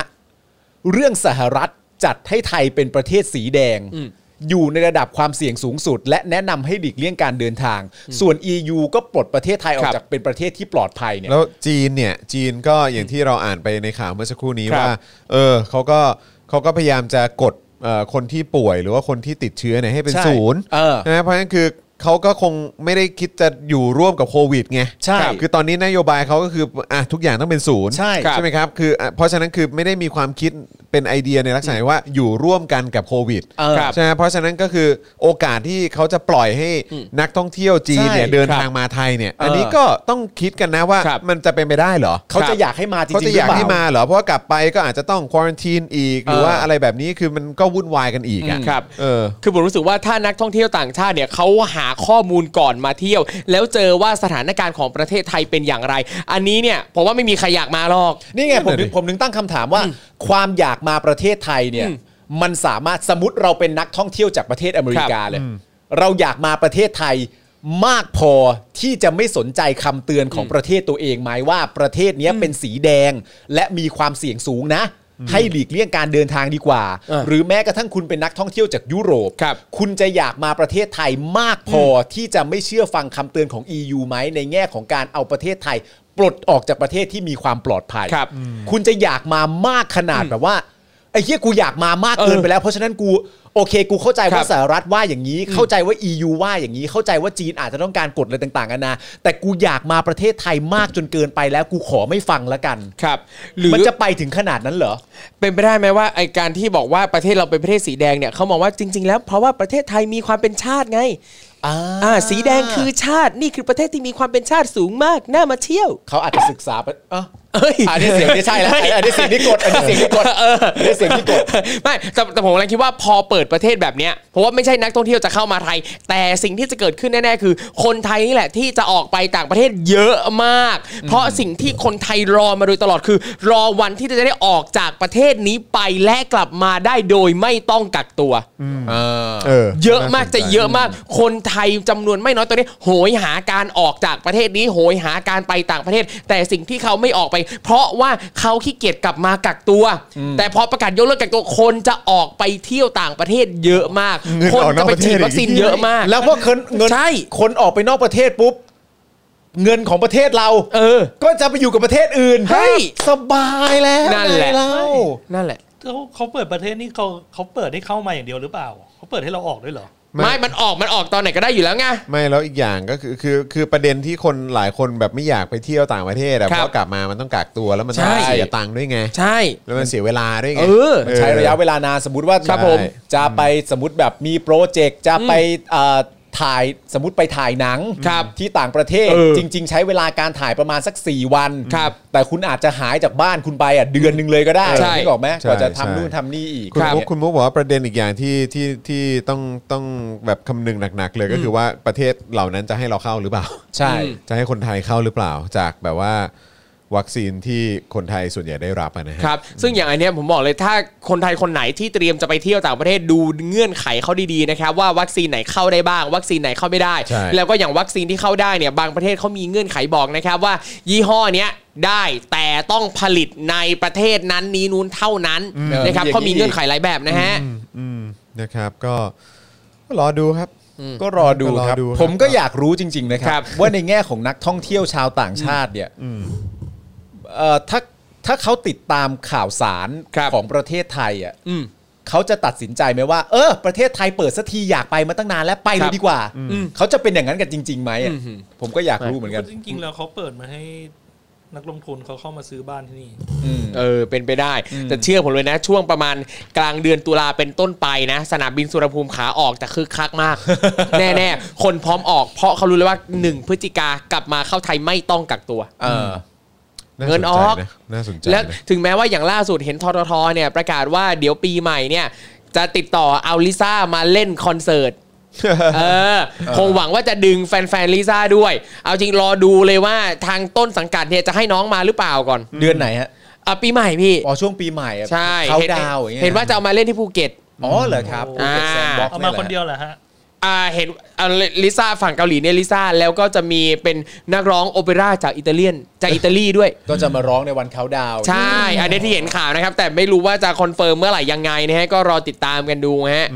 Speaker 4: เรื่องสหรัฐจัดให้ไทยเป็นประเทศสีแดง
Speaker 2: อืม
Speaker 4: อยู่ในระดับความเสี่ยงสูงสุด และแนะนำให้หลีกเลี่ยงการเดินทาง ส่วน EU ก็ปลดประเทศไทยออ
Speaker 2: ครั
Speaker 4: ก
Speaker 2: บ
Speaker 4: จากเป็นประเทศที่ปลอดภัยเนี่ย
Speaker 3: แล้วจีนเนี่ยจีนก็อย่างที่เราอ่านไปในข่าวเมื่อสักครู่นี้
Speaker 2: ครับ
Speaker 3: ว่าเออเขาก็เขาก็พยายามจะกดเอ่อคนที่ป่วยหรือว่าคนที่ติดเชื้อเนี่ยให้เป็น
Speaker 4: ใช่
Speaker 3: ศูนย์
Speaker 4: เออ
Speaker 3: นะเพราะฉะนั้นคือเขาก็คงไม่ได้คิดจะอยู่ร่วมกับโควิดไง
Speaker 4: ใช่
Speaker 3: ครับคือตอนนี้นโยบายเขาก็คืออ่ะทุกอย่างต้องเป็นศูนย์
Speaker 4: ใช่
Speaker 2: ครับ
Speaker 3: ใช่ไหมครับคืออ่ะเพราะฉะนั้นคือไม่ได้มีความคิดเป็นไอเดียในลักษณะว่าอยู่ร่วมกันกับโควิด
Speaker 4: เออ
Speaker 2: ครับ
Speaker 3: ใช่ไหมเพราะฉะนั้นก็คือโอกาสที่เขาจะปล่อยให้นักท่องเที่ยวจีนเนี่ย
Speaker 4: ใช่
Speaker 3: เดิน
Speaker 2: ครับ
Speaker 3: ทางมาไทยเนี่ยอัน
Speaker 4: เออ
Speaker 3: นี้ก็ต้องคิดกันนะว่า
Speaker 2: ครับ
Speaker 3: มันจะเป็นไปได้เหรอ
Speaker 4: เขา
Speaker 2: ครั
Speaker 4: จะ
Speaker 2: บ
Speaker 4: อยากให้มาจริง
Speaker 3: เขาจะ
Speaker 4: ๆห
Speaker 3: อ
Speaker 4: รื
Speaker 3: ยาก
Speaker 4: เปล่า
Speaker 3: ให้มาเหรอ เพราะว่ากลับไปก็อาจจะต้องคว r a n t ีนอีก หรือ
Speaker 4: เออ
Speaker 3: ว่าอะไรแบบนี้คือมันก็วุ่นวายกันอีกอ่ะ
Speaker 2: ครับ
Speaker 3: เออ
Speaker 2: คือผมรู้สึกว่าถ้านักท่องเที่ยวต่างชาติเนี่ยเขาหาข้อมูลก่อนมาเที่ยว แล้วเจอว่าสถานการณ์ของประเทศไทยเป็นอย่างไร อันนี้เนี่ยผมว่าไม่มีใครอยากมาหรอก
Speaker 4: นี่ไง
Speaker 3: นั่น
Speaker 4: ผม
Speaker 3: น่ะ
Speaker 4: ถึ
Speaker 3: ดิ
Speaker 4: งผมถึงตั้งคำถามว่า ความอยากมาประเทศไทยเนี่ย มันสามารถสมมติเราเป็นนักท่องเที่ยวจากประเทศอเมริกาเลย เราอยากมาประเทศไทยมากพอที่จะไม่สนใจคำเตือนของประเทศตัวเองไหมว่าประเทศเนี้ยเป็นสีแดงและมีความเสี่ยงสูงนะ ให้หลีกเลี่ยงการเดินทางดีกว่า
Speaker 2: เออ
Speaker 4: หรือแม้กระทั่งคุณเป็นนักท่องเที่ยวจากยุโรป
Speaker 2: ครับ
Speaker 4: คุณจะอยากมาประเทศไทยมากพออที่จะไม่เชื่อฟังคำเตือนของ EU ไหมในแง่ของการเอาประเทศไทย ปลดออกจากประเทศที่มีความปลอดภัย
Speaker 2: ครับ
Speaker 4: คุณจะอยากมามากขนาดแบบว่าไอ้เหี้ยกูอยากมามากเกิน
Speaker 2: เออ
Speaker 4: ไปแล้ว เพราะฉะนั้นกูโอเค กูเข้าใจ
Speaker 2: ครั
Speaker 4: ว่า
Speaker 2: บ
Speaker 4: สหรัฐว่าอย่างนี้ เข้าใจว่า EU ว่าอย่างนี้เข้าใจว่าจีนอาจจะต้องการกฎอะไรต่างๆกันานะแต่กูอยากมาประเทศไทยมากจนเกินไปแล้วกูขอไม่ฟังละกัน
Speaker 2: ครับ หรือ
Speaker 4: มันจะไปถึงขนาดนั้นเหรอ
Speaker 2: เป็นไปได้ไหมว่าไอการที่บอกว่าประเทศเราเป็นประเทศสีแดงเนี่ยเขามองว่าจริง ๆ แล้วเพราะว่าประเทศไทยมีความเป็นชาติไงอ่าสีแดงคือชาตินี่คือประเทศที่มีความเป็นชาติสูงมากน่ามาเที่ยว
Speaker 4: เขาอาจจะศึกษาไปเออ
Speaker 2: เอ้ย
Speaker 4: อันนี้เสียงที่ใช่แล้วอันนี้เสียงที่กดอันนี้เสียงที่กดอันนี้เสียงที่กด
Speaker 2: ไม่แต่แต่ผมกำลังคิดว่าพอเปิดประเทศแบบเนี้ยเพราะว่าไม่ใช่นักท่องเที่ยวจะเข้ามาไทย แต่สิ่งที่จะเกิดขึ้นแน่ๆ คือ คนไทยนี่แหละที่จะออกไปต่างประเทศเยอะมาก เพราะสิ่งที่คนไทยรอมาโดยตลอดคือ รอวันที่จะได้ออกจากประเทศนี้ไปและกลับมาได้โดยไม่ต้องกักตัว
Speaker 3: เออ
Speaker 2: เยอะมากจะเยอะมาก คนไทยจำนวนไม่น้อยตัวนี้ โหยหาการออกจากประเทศนี้ โหยหาการไปต่างประเทศ แต่สิ่งที่เขาไม่ออกไป เพราะว่าเขาขี้เกียจกลับมากักตัว แต่พอประกาศยกเลิกกักตัวคนจะออกไปเที่ยวต่างประเทศเยอะมาก
Speaker 3: เงิน
Speaker 2: คน
Speaker 3: ออกน
Speaker 2: จะ
Speaker 3: อก
Speaker 2: ไป
Speaker 3: ประเท
Speaker 2: ฉี
Speaker 3: ศ
Speaker 2: ด
Speaker 3: อีก
Speaker 2: วัคซีนเยอะมาก
Speaker 4: แล้วพอเงิน
Speaker 2: ใช่
Speaker 4: คนออกไปนอกประเทศปุ๊บ เงินของประเทศเรา
Speaker 2: เออ
Speaker 4: ก็จะไปอยู่กับประเทศอื่น
Speaker 2: เฮ้ย
Speaker 4: สบายแล้ว
Speaker 2: นั่นแหละ
Speaker 4: ไงเรา
Speaker 2: นั่นแหละ
Speaker 6: เขาเขาเปิดประเทศนี่เขาเขาเปิดให้เข้ามาอย่างเดียวหรือเปล่า เขาเปิดให้เราออกด้วยเหรอ
Speaker 2: ไม่มันออกมันออกตอนไหนก็ได้อยู่แล้วไง
Speaker 3: ไม่แล้วอีกอย่างก็คือคือคือประเด็นที่คนหลายคนแบบไม่อยากไปเที่ยวต่างประเทศอะ
Speaker 2: ครับ
Speaker 3: เพราะกลับมามันต้องกักตัวแล้วมัน
Speaker 2: ใช่
Speaker 3: ต้องเสียตังค์ด้วยไง
Speaker 2: ใช่
Speaker 3: แล้วมันเสียเวลาด้วยไง
Speaker 2: เออ
Speaker 3: เออ
Speaker 4: ใช้ระยะเวลานานสมมติว่า
Speaker 3: ครับผม
Speaker 4: จะไปสมมติแบบมีโปรเจกต์จะไปเอ่อถ่ายสมมติไปถ่ายหนัง
Speaker 2: ครับ
Speaker 4: ที่ต่างประเทศ
Speaker 2: เออ
Speaker 4: จริง ๆ ใช้เวลาการถ่ายประมาณสัก 4 วัน
Speaker 2: ครับ
Speaker 4: แต่คุณอาจจะหายจากบ้านคุณไปอ่ะเดือนหนึ่งเลยก็ได้
Speaker 2: ใช่
Speaker 4: นึกออกไหม
Speaker 3: ใช่
Speaker 4: กว่าจะ
Speaker 3: ใช่
Speaker 4: ทำนู่นทำนี่อีก
Speaker 3: คุณ
Speaker 4: เนี่ย
Speaker 3: มุกคุณมุกบอกว่าประเด็นอีกอย่างที่ที่ที่ต้องต้องแบบคำนึงหนัก ๆ เลยก็คือว่าประเทศเหล่านั้นจะให้เราเข้าหรือเปล่า
Speaker 4: ใช่
Speaker 2: อืม
Speaker 3: จะให้คนไทยเข้าหรือเปล่าจากแบบว่า วัคซีนที่คนไทยส่วนใหญ่ได้รับอะนะฮะ
Speaker 2: ครับ ซึ่งอย่างอันเนี้ยผมบอกเลยถ้าคนไทยคนไหนที่เตรียมจะไปเที่ยวต่างประเทศดูเงื่อนไขเขาดีๆนะครับว่าวัคซีนไหนเข้าได้บ้าง วัคซีนไหนเข้าไม่ได้
Speaker 3: ใช่
Speaker 2: แล้วก็อย่างวัคซีนที่เข้าได้เนี่ยบางประเทศเขามีเงื่อนไขบอกนะครับว่า ยี่ห้อเนี้ยได้แต่ต้องผลิตในประเทศนั้นนี้นู้นเท่านั้นนะครับ
Speaker 4: เออมีอย่างนี้
Speaker 2: เขามีเงื่อนไขหลายแบบนะฮะ
Speaker 3: อืมอืมนะครับก็ก็รอดูครับ
Speaker 4: ก็รอดูครับ
Speaker 3: ก็รอดูครับ
Speaker 4: ผมก็อยากรู้จริง ๆ นะค
Speaker 2: ครั
Speaker 4: รับ
Speaker 2: บ
Speaker 4: ว่าในแง่ของนักท่องเที่ยวชาวต่างชาติเนี่ยเอ่อถ้าถ้าเขาติดตามข่าวสารของประเทศไทยอ่ะ
Speaker 2: อืม
Speaker 4: เขาจะตัดสินใจไหมว่า เออ ประเทศไทยเปิดสักทีอยากไปมาตั้งนานแล้วไปเล
Speaker 2: ครั
Speaker 4: ย
Speaker 2: บ
Speaker 4: ดีกว่า
Speaker 2: อืม
Speaker 4: เขาจะเป็นอย่างนั้นกันจริงๆไหมอะ
Speaker 2: อืม
Speaker 4: ผมก็อยากรู้เหมือนกัน
Speaker 6: จริงๆ แล้วเขาเปิดมาให้นักลงทุนเขาเข้ามาซื้อบ้านที่นี่
Speaker 4: อืม
Speaker 2: เออเป็นไปได้ แต่เชื่อผมเลยนะ ช่วงประมาณกลางเดือนตุลาเป็นต้นไปนะ สนามบินสุวรรณภูมิขาออกจะคึกคัก มาก แน่ๆ คนพร้อมออกเพราะเขารู้เลยว่า 1 พฤศจิกากลับมาเข้าไทยไม่ต้องกักตัว
Speaker 4: เออ
Speaker 3: าสใจ
Speaker 2: เงินออก
Speaker 3: ะน่าสนใจ
Speaker 2: และ
Speaker 3: นะ
Speaker 2: ถึงแม้ว่าอย่างล่าสุดเห็นทททเนี่ยประกาศว่าเดี๋ยวปีใหม่เนี่ย จะติดต่อเอาลิซ่ามาเล่นคอนเสิ ร์ต เออ คงหวังว่าจะดึงแฟนๆลิซ่าด้วย เอาจริงรอดูเลยว่าทางต้นสังกัดเนี่ยจะให้น้องมาหรือเปล่าก่อน
Speaker 4: เดือนไหนฮะ
Speaker 2: อ่ะปีใหม่พี่
Speaker 4: อ๋อช่วงปีใหม่อะ
Speaker 2: ใช่
Speaker 4: เขา
Speaker 2: ห็น
Speaker 4: ดาวน์อย่างเงี้ย
Speaker 2: เห็นว่าจะเอามาเล่นที่ภูเก็ต
Speaker 4: อ๋อเหรอครับ
Speaker 6: อ่า
Speaker 4: โอคแซนด์บ็อกซ์
Speaker 6: เอามา
Speaker 4: แหละ
Speaker 6: คนเดียวเหรอฮะ
Speaker 2: อ่าเห็นอ่าลิซ่าฝั่งเกาหลีเนี่ยลิซ่าแล้วก็จะมีเป็นนักร้องโอเปร่าจากอิตาเลียนจากอิตาลีด้วย
Speaker 4: ก็จะมาร้องในวันเขาดาวน์
Speaker 2: ใช่ อันนี้ที่เห็นข่าวนะครับ แต่ไม่รู้ว่าจะคอนเฟิร์มเมื่อไหร่ยังไงนะฮะ ก็รอติดตามกันดูฮะ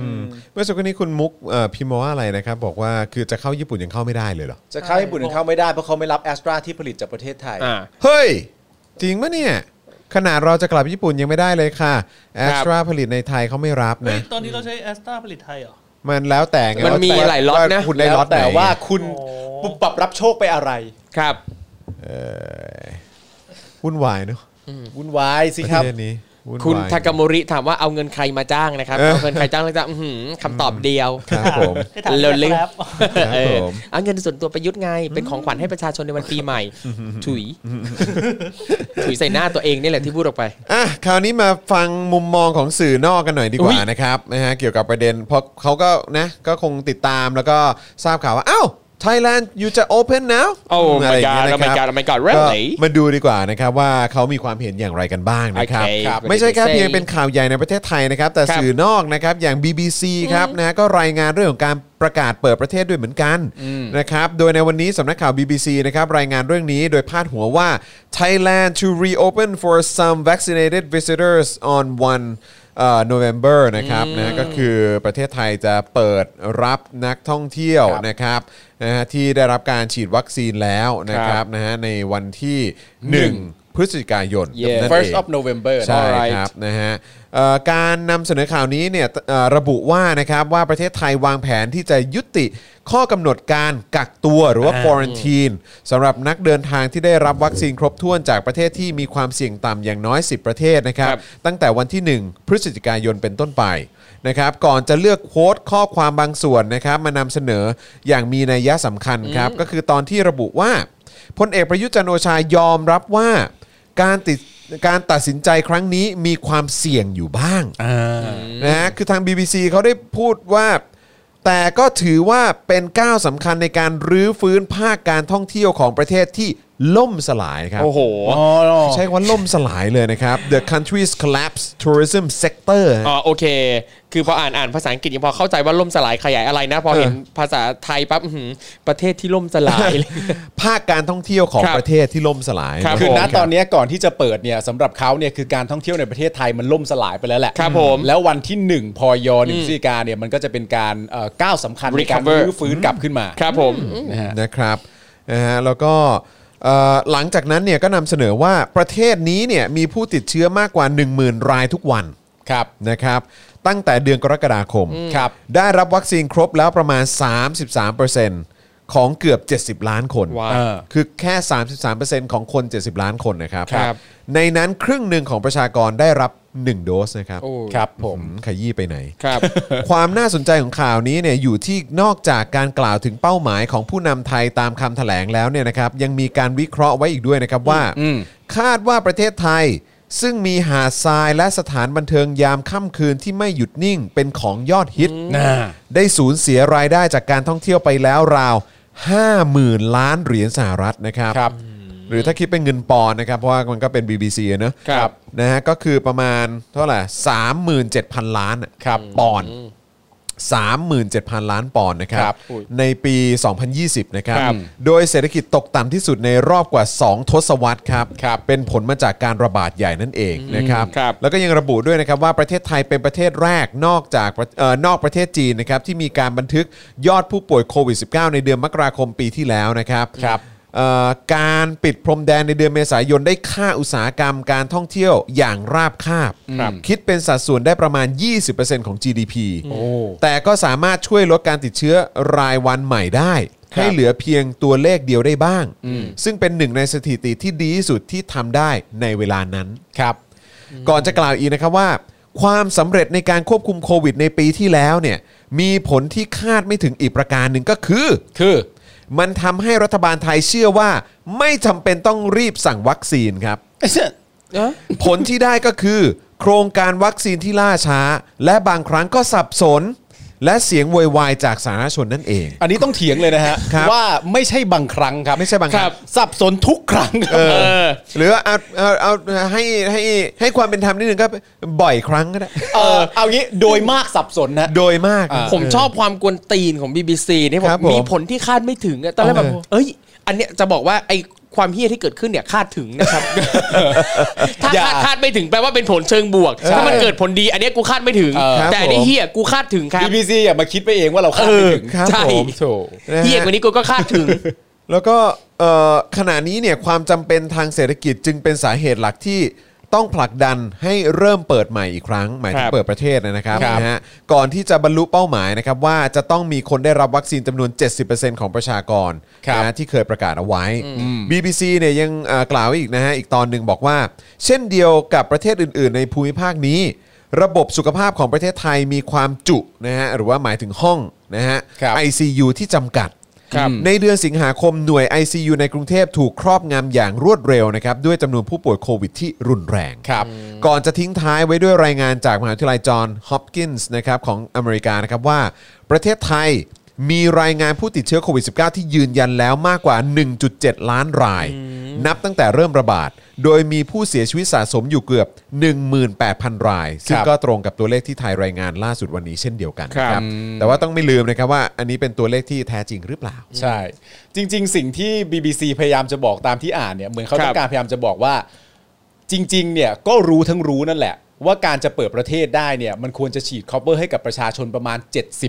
Speaker 3: เมื่อสักครู่นี้คุณมุกเอ่อพิมพ์มาว่าอะไรนะครับ บอกว่าคือจะเข้าญี่ปุ่นยังเข้าไม่ได้เลยเหรอ
Speaker 4: จะเข้าญี่ปุ่นยังเข้าไม่ได้เพราะเขาไม่รับแอสตราที่ผลิตจากประเทศไทย
Speaker 2: อ่า
Speaker 3: เฮ้ย จริงปะเนี่ย ขนาดเราจะกลับญี่ปุ่นยังไม่ได้เลยค่ะแอสตราผลิตในไทยเขาไม่รับ
Speaker 6: เฮ้ย
Speaker 3: นะ
Speaker 6: ตอนนี้เราใช้แอสตาผลิตไทยเหรอ
Speaker 3: มันแล้วแต่ไง
Speaker 2: มันมี
Speaker 3: ว่
Speaker 2: หลายล็อตนะ
Speaker 3: ว่าคุณได้
Speaker 4: แล้ว
Speaker 3: ล็อตไหน
Speaker 4: แต่ว่าคุณ
Speaker 6: โอ้
Speaker 4: ปุบปรับรับโชคไปอะไร
Speaker 2: ครับ
Speaker 3: วุ่นวายเนอะ
Speaker 4: วุ่นวายสิ
Speaker 3: ประ
Speaker 4: ครับ
Speaker 3: เทศนี้วุ่นวาย
Speaker 2: คุณทากาโมริถามว่าเอาเงินใครมาจ้างนะครับ
Speaker 3: เออ
Speaker 2: เอาเงินใครจ้างแล้วจ้างอื้อหือคำตอบเดียว
Speaker 3: ครับผม
Speaker 6: ได้ถาม
Speaker 2: เร็วๆ
Speaker 6: แกร็บ
Speaker 3: ครับ
Speaker 2: เออ
Speaker 3: ผม
Speaker 2: เอาเงินส่วนตัวประยุทธ์ไง เป็นของขวัญให้ประชาชนในวันปีใหม่ ถุย ถุยใส่หน้าตัวเองนี่แหละที่พูดออกไป
Speaker 3: อ่ะคราวนี้มาฟังมุมมองของสื่อนอกกันหน่อยดีกว่า
Speaker 2: อุ๊ย
Speaker 3: นะครับนะฮะเกี่ยวกับประเด็นเพราะเขาก็นะก็คงติดตามแล้วก็ทราบข่าวว่าอ้าวไทยแลนด์อยู่จะ open now
Speaker 2: โอ้ my
Speaker 3: ะไรย่างเงี้ยนะ
Speaker 2: god
Speaker 3: ค
Speaker 2: oh my
Speaker 3: รับ
Speaker 2: god oh my god really
Speaker 3: ก็มาดูดีกว่านะครับว่าเขามีความเห็นอย่างไรกันบ้างนะครับ
Speaker 2: Okay
Speaker 3: ครับ
Speaker 2: What
Speaker 3: ไม่ใช่
Speaker 2: did they
Speaker 3: แค่เพียง
Speaker 2: say?
Speaker 3: เป็นข่าวใหญ่ในประเทศไทยนะครับ แต่
Speaker 2: ครับ
Speaker 3: สื่อนอกนะครับอย่าง BBC ครับนะฮะก็รายงานเรื่องของการ ประกาศเปิดประเทศด้วยเหมือนกันนะครับ โดยในวันนี้สำนักข่าว BBC นะครับรายงานเรื่องนี้โดยพาดหัวว่า Thailand to reopen for some vaccinated visitors on 1เอ่อ November นะครับนะก็คือประเทศไทยจะเปิดรับนักท่องเที่ยวนะครับนะฮะที่ได้รับการฉีดวัคซีนแล้วนะครับนะฮะในวันที่ 1 พฤศจิกายน
Speaker 2: Yeah.
Speaker 3: นั่นเอง
Speaker 4: first of November
Speaker 3: ใช่ค
Speaker 2: Alright
Speaker 3: รับนะฮะเอ่อการนำเสนอข่าวนี้เนี่ยเอ่อระบุว่านะครับว่าประเทศไทยวางแผนที่จะยุติข้อกำหนดการกักตัวหรือว่าควอรันทีนสำหรับนักเดินทางที่ได้รับวัคซีนครบถ้วนจากประเทศที่มีความเสี่ยงต่ำอย่างน้อย 10 ประเทศนะครับ
Speaker 2: ครับ
Speaker 3: ตั้งแต่วันที่ 1 พฤศจิกายนเป็นต้นไปนะครับก่อนจะเลือกโค้ดข้อความบางส่วนนะครับมานำเสนออย่างมีนัยยะสำคัญครับก็คือตอนที่ระบุว่าพลเอกประยุทธ์จันทร์โอชายอมรับว่า การติดการตัดสินใจครั้งนี้มีความเสี่ยงอยู่บ้างนะฮะคือทาง BBC เขาได้พูดว่า แต่ก็ถือว่าเป็นก้าวสำคัญในการรื้อฟื้นภาคการท่องเที่ยวของประเทศที่ล่มสลายครับ
Speaker 2: โอ้โห
Speaker 4: อ๋อ
Speaker 3: ใช้คำว่าล่มสลายเลยนะครับ The country's collapse tourism sector ฮะ
Speaker 2: อ๋อโอเค คือพออ่านอ่านภาษาอังกฤษยังพอเข้าใจว่าล่มสลายขยายอะไรนะ พอเห็น
Speaker 3: เออ
Speaker 2: ภาษาไทยปั๊บอื้อหือประเทศที่ล่มสลาย
Speaker 3: ภาคการท่องเที่ยวของ
Speaker 2: ครับ
Speaker 3: ประเทศที่ล่มสลาย
Speaker 2: ครับ
Speaker 4: คือ
Speaker 2: ผม
Speaker 4: ณตอนเนี้ยก่อนที่จะเปิดเนี่ยสำหรับเขาเนี่ยคือการท่องเที่ยวในประเทศไทยมันล่มสลายไปแล้วแหละ
Speaker 2: ครับผม
Speaker 4: แล้ววันที่ 1 พยหนึ่งพฤศจิกาเนี่ยมันก็จะเป็นการเอ่อก้าวสำคัญในการ
Speaker 2: Recover
Speaker 4: รื้อฟื้นกลับขึ้นมา
Speaker 2: ครับผม
Speaker 4: นะฮะ
Speaker 3: นะครับนะฮะแล้วก็เอ่อหลังจากนั้นเนี่ยก็นำเสนอว่าประเทศนี้เนี่ยมีผู้ติดเชื้อมากกว่า 10,000 รายทุกวัน
Speaker 4: ครับ
Speaker 3: นะครับตั้งแต่เดือนกรกฎาคม
Speaker 4: ครับ
Speaker 3: ได้รับวัคซีนครบแล้วประมาณ 33%ของเกือบ 70 ล้านคน
Speaker 2: ว้าว
Speaker 4: เออ
Speaker 3: คือแค่ 33%ของคน 70 ล้านคนนะครับ
Speaker 2: ครับ
Speaker 3: ในนั้นครึ่งหนึ่งของประชากรได้รับ 1 โดสนะครับ
Speaker 4: ครับผม
Speaker 3: อืมขยี้ไปไหน
Speaker 2: ครับ
Speaker 3: ความน่าสนใจของข่าวนี้เนี่ยอยู่ที่นอกจากการกล่าวถึงเป้าหมายของผู้นำไทยตามคำแถลงแล้วเนี่ยนะครับยังมีการวิเคราะห์ไว้อีกด้วยนะครับว่า คาดว่าประเทศไทย ซึ่งมีหาดทรายและสถานบันเทิงยามค่ำคืนที่ไม่หยุดนิ่งเป็นของยอดฮิต ได้สูญเสียรายได้จากการท่องเที่ยวไปแล้วราว 50,000 ล้านเหรียญสหรัฐนะครับ
Speaker 4: ครับ
Speaker 3: หรือถ้าคิดเป็นเงินปอนด์นะครับ เพราะว่ามันก็เป็น BBC อะเนอะ
Speaker 2: ครับ
Speaker 3: นะฮะก็คือประมาณเท่าไหร่37,000 ล้านอะ
Speaker 4: ครับ
Speaker 3: ปอนด์37,000 ล้านปอนด์นะครับ
Speaker 4: ครับอุ้ย
Speaker 3: ในปี 2020 นะครับ
Speaker 4: ครับ
Speaker 3: โดยเศรษฐกิจตกต่ำที่สุดในรอบกว่า 2 ทศวรรษครับ
Speaker 4: ครับ
Speaker 3: เป็นผลมาจากการระบาดใหญ่นั่นเองนะครับ
Speaker 2: ครับ
Speaker 3: แล้วก็ยังระบุด้วยนะครับว่าประเทศไทยเป็นประเทศแรกนอกจากประเอ่อนอกประเทศจีนนะครับที่มีการบันทึกยอดผู้ป่วยโควิด -19 ในเดือนมกราคมปีที่แล้วนะครับ
Speaker 4: ครับ
Speaker 3: เอ่อการปิดพรมแดนในเดือนเมษายนได้ค่าอุตสาหกรรมการท่องเที่ยวอย่างราบคาบ
Speaker 4: ครับ
Speaker 3: คิดเป็นสัดส่วนได้ประมาณ 20%ของ GDP
Speaker 4: โอ้
Speaker 3: แต่ก็สามารถช่วยลดการติดเชื้อรายวันใหม่ได้ ให้เหลือเพียงตัวเลขเดียวได้บ้าง ซึ่งเป็นหนึ่งในสถิติที่ดีที่สุดที่ทำได้ในเวลานั้น
Speaker 4: ครับ
Speaker 3: ก่อนจะกล่าวอีกนะครับว่า ความสำเร็จในการควบคุมโควิดในปีที่แล้วเนี่ยมีผลที่คาดไม่ถึงอีกประการหนึ่งก็คือ
Speaker 4: คือ
Speaker 3: มันทำให้รัฐบาลไทยเชื่อว่า ไม่จำเป็นต้องรีบสั่งวัคซีนครับ ผลที่ได้ก็คือ โครงการวัคซีนที่ล่าช้า และบางครั้งก็สับสน และเสียงโวยวายจากสาธารณชนนั่นเอง
Speaker 4: อันนี้ต้องเถียงเลยนะฮะ
Speaker 3: ครับ
Speaker 4: ว่าไม่ใช่บางครั้งครับ
Speaker 3: ไม่ใช่บางครั้ง
Speaker 4: สับสนทุกครั้งครับ
Speaker 2: เออ
Speaker 3: หรือเอาเอาเอาให้ให้ให้ความเป็นธรรมนิดนึงก็บ่อยครั้งก็ได้
Speaker 4: เออเอางี้โดยมากสับสนนะ
Speaker 3: โดยมาก
Speaker 4: อ่า
Speaker 2: ผมชอบความกวนตีนของ BBC เนี่ยผม
Speaker 3: ครับผม
Speaker 2: มีผลที่คาดไม่ถึงอะตอนแรกแบบ
Speaker 3: เออ
Speaker 2: เอ้ย อันเนี้ยจะบอกว่าไอความเฮี้ยที่เกิดขึ้นเนี่ยคาดถึงนะครับ ถ้า
Speaker 4: อย่า
Speaker 2: คาดคาดไม่ถึงแปลว่าเป็นผลเชิงบวก
Speaker 4: ใช่
Speaker 2: ถ้ามันเกิดผลดี อันเนี้ยกูคาดไม่ถึง
Speaker 4: เออครับ
Speaker 2: แต่อันนี้
Speaker 3: ผม
Speaker 2: เฮี้ยกูคาดถึงครับ
Speaker 4: BBC อย่ามาคิดไปเองว่าเราคาดไม่ถึง
Speaker 3: เออครับ
Speaker 2: ใช่
Speaker 3: ผม
Speaker 4: โถ
Speaker 3: นะฮะ
Speaker 2: เฮี้ยกว่านี้กูก็คาดถึง
Speaker 3: แล้วก็เอ่อขณะนี้เนี่ยความจำเป็นทางเศรษฐกิจจึงเป็นสาเหตุหลักที่ต้องผลักดันให้เริ่มเปิดใหม่อีกครั้ง หมายถึง
Speaker 2: ครับ
Speaker 3: เปิดประเทศนะครับ
Speaker 4: ครับ
Speaker 3: นะฮะก่อนที่จะบรรลุเป้าหมายนะครับว่าจะต้องมีคนได้รับวัคซีนจำนวน 70%ของประชากรนะฮะที่เคยประกาศเอาไว้ BBC เนี่ยยังเอ่อกล่าวไว้อีกนะฮะอีกตอนหนึ่งบอกว่า เช่นเดียวกับประเทศอื่น ๆ ในภูมิภาคนี้ ระบบสุขภาพของประเทศไทยมีความจุนะฮะหรือว่าหมายถึงห้องนะฮะ
Speaker 4: ครับ
Speaker 3: ICU ที่จำกัด
Speaker 2: ครับ
Speaker 3: ในเดือนสิงหาคมหน่วย ICU ในกรุงเทพถูกครอบงำอย่างรวดเร็วนะครับ ด้วยจำนวนผู้ป่วยโควิดที่รุนแรง
Speaker 4: ครับ
Speaker 3: ก่อนจะทิ้งท้ายไว้ด้วยรายงานจากมหาวิทยาลัยจอห์นฮอปกินส์นะครับของอเมริกานะครับว่า ประเทศไทย มีรายงานผู้ติดเชื้อโควิด -19 ที่ยืนยันแล้วมากกว่า 1.7 ล้านราย นับตั้งแต่เริ่มระบาด โดยมีผู้เสียชีวิตสะสมอยู่เกือบ 18,000 ราย ซึ่ง
Speaker 4: ครับ
Speaker 3: ก็ตรงกับตัวเลขที่ไทยรายงานล่าสุดวันนี้เช่นเดียวกันนะครับ แต่ว่าต้องไม่ลืมนะครับว่าอันนี้เป็นตัวเลขที่แท้จริงหรือเปล่า
Speaker 4: ใช่ จริง ๆ สิ่งที่ BBC พยายามจะบอกตามที่อ่านเนี่ยเหมือนเขา
Speaker 2: ครับ
Speaker 4: ต้องการพยายามจะบอกว่า จริง ๆ เนี่ยก็รู้ทั้งรู้นั่นแหละ ว่าการจะเปิดประเทศได้เนี่ยมันควรจะฉีดคอปเปอร์ให้กับประชาชนประมาณ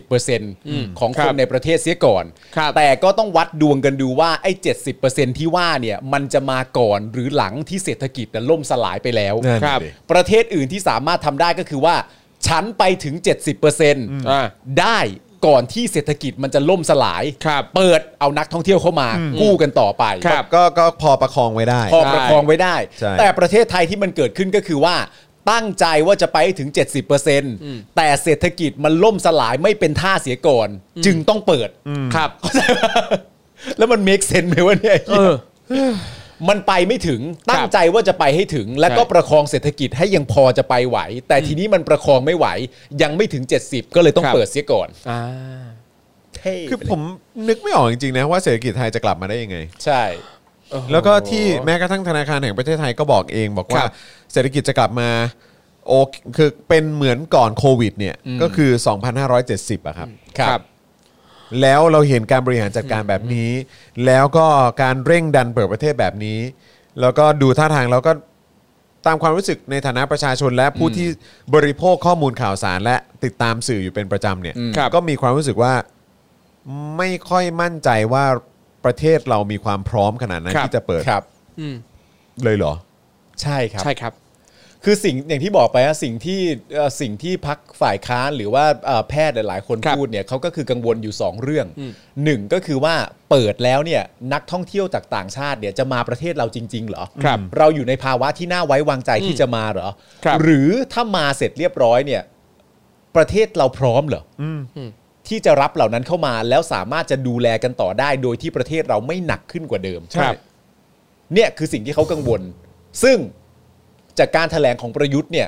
Speaker 4: 70%ของ
Speaker 2: ค
Speaker 4: ค
Speaker 2: รั
Speaker 4: น
Speaker 2: บ
Speaker 4: ในประเทศเสียก่อน
Speaker 2: ครับ
Speaker 4: แต่ก็ต้องวัดดวงกันดูว่าไอ้ 70%ที่ว่าเนี่ยมันจะมาก่อนหรือหลังที่เศรษฐกิจแต่ล่มสลายไปแล้ว
Speaker 3: นั่น
Speaker 2: ครับ
Speaker 3: ดิ
Speaker 4: ประเทศอื่นที่สามารถทำได้ก็คือว่า ฉันไปถึง 70%
Speaker 2: อ่า
Speaker 4: ได้ก่อนที่เศรษฐกิจมันจะล่มสลาย
Speaker 2: ครับ
Speaker 4: เปิดเอานักท่องเที่ยวเข้ามากู้กันต่อไป
Speaker 2: ครับ
Speaker 3: ก็ก็พอประคองไว้ได้
Speaker 4: พอประคองไว้ได้
Speaker 3: ใช่
Speaker 4: แต่ประเทศไทยที่มันเกิดขึ้นก็คือว่า ตั้งใจว่าจะไปให้ถึง 70%แต่เศรษฐกิจมันล่มสลายไม่เป็นท่าเสียก่อน จึงต้องเปิด
Speaker 2: ครับ
Speaker 4: เข้าใจปะ แล้วมันเมคเซนไหมวะเนี่ย
Speaker 2: เออ
Speaker 4: มันไปไม่ถึงตั้
Speaker 2: ค
Speaker 4: ง
Speaker 2: รับ
Speaker 4: ใจว่าจะไปให้ถึง แล้วก็
Speaker 2: ใช่
Speaker 4: ประคองเศรษฐกิจให้ยังพอจะไปไหว แต่ทีนี้มันประคองไม่ไหว ยังไม่ถึง 70 ก็เลยต้องเปิดเสียก่อน
Speaker 2: อ่า
Speaker 3: คือผมนึกไม่ออกจริงๆนะว่าเศรษฐกิจไทยจะกลับมาได้ยังไง
Speaker 4: ใช่
Speaker 3: แล้วก็ที่แม้กระทั่งธนาคารแห่งประเทศไทยก็บอกเองบอกว่า
Speaker 2: ครับ
Speaker 3: เศรษฐกิจจะกลับมาโอเคคือเป็นเหมือนก่อนโควิดเนี่ยก็คือ 2,570อะครับ
Speaker 4: ครับ
Speaker 3: แล้วเราเห็นการบริหารจัดการแบบนี้ แล้วก็การเร่งดันเปิดประเทศแบบนี้ แล้วก็ดูท่าทางแล้วก็ตามความรู้สึกในฐานะประชาชนและผู้ที่บริโภคข้อมูลข่าวสารและติดตามสื่ออยู่เป็นประจำเนี่ย
Speaker 4: อืม
Speaker 2: ครับ
Speaker 3: ก็มีความรู้สึกว่าไม่ค่อยมั่นใจว่าประเทศเรามีความพร้อมขนาดนั้นที่จะเปิด
Speaker 4: ครับ
Speaker 2: อืม
Speaker 3: เลยเหรอ
Speaker 4: ใช่ครับ
Speaker 2: ใช่ครับ
Speaker 4: คือสิ่งอย่างที่บอกไปอะสิ่งที่เอ่อสิ่งที่พักฝ่ายค้านหรือว่าเอ่อแพทย์หลายๆ คน
Speaker 2: ครับ
Speaker 4: พูดเนี่ยเขาก็คือกังวลอยู่ 2 เรื่อง
Speaker 2: อืม
Speaker 4: หนึ่งก็คือว่าเปิดแล้วเนี่ยนักท่องเที่ยวจากต่างชาติเนี่ยจะมาประเทศเราจริง ๆ เหรอ
Speaker 2: ครับ
Speaker 4: เราอยู่ในภาวะที่น่าไว้วางใจที่จะมาเหรอ
Speaker 2: ครับ
Speaker 4: หรือถ้ามาเสร็จเรียบร้อยเนี่ยประเทศเราพร้อมเหรออที่จะรับเหล่านั้นเข้ามาแล้วสามารถจะดูแลกันต่อได้ โดยที่ประเทศเราไม่หนักขึ้นกว่าเดิม
Speaker 2: ครับ
Speaker 4: เนี่ยคือสิ่งที่เขากังวล ซึ่งจากการแถลงของประยุทธ์เนี่ย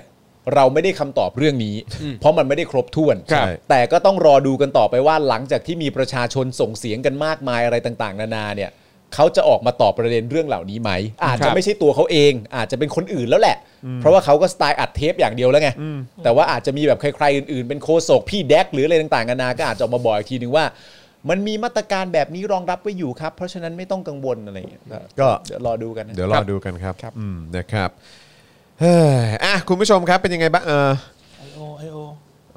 Speaker 4: เราไม่ได้คำตอบเรื่องนี้ เพราะมันไม่ได้ครบถ้วน
Speaker 2: ครับ
Speaker 4: แต่ก็ต้องรอดูกันต่อไปว่าหลังจากที่มีประชาชนส่งเสียงกันมากมายอะไรต่างๆ นานาเนี่ย เขาจะออกมาตอบประเด็นเรื่องเหล่านี้ไหม อาจ
Speaker 2: ครั
Speaker 4: จะ
Speaker 2: บ
Speaker 4: ไม่ใช่ตัวเขาเอง อาจจะเป็นคนอื่นแล้วแหละ เพราะว่าเขาก็สไตล์อัดเทปอย่างเดียวแล้วไง แต่ว่าอาจจะมีแบบใครๆอื่นๆ เป็นโคศกพี่แดกหรืออะไรต่างๆนานาก็อาจจะออกมาบอกอีกทีนึงว่า มันมีมาตรการแบบนี้รองรับไว้อยู่ครับ เพราะฉะนั้นไม่ต้องกังวลอะไรอย่างเงี้ย
Speaker 3: ก็
Speaker 4: เดี๋ยวรอดูกันนะ
Speaker 3: เดี๋ยวรอดูกันครับอืมนะครับเฮ้ยอ่ะคุณผู้ชมครับเป็นยังไงบ้างเออ
Speaker 6: ไอโอไอโอ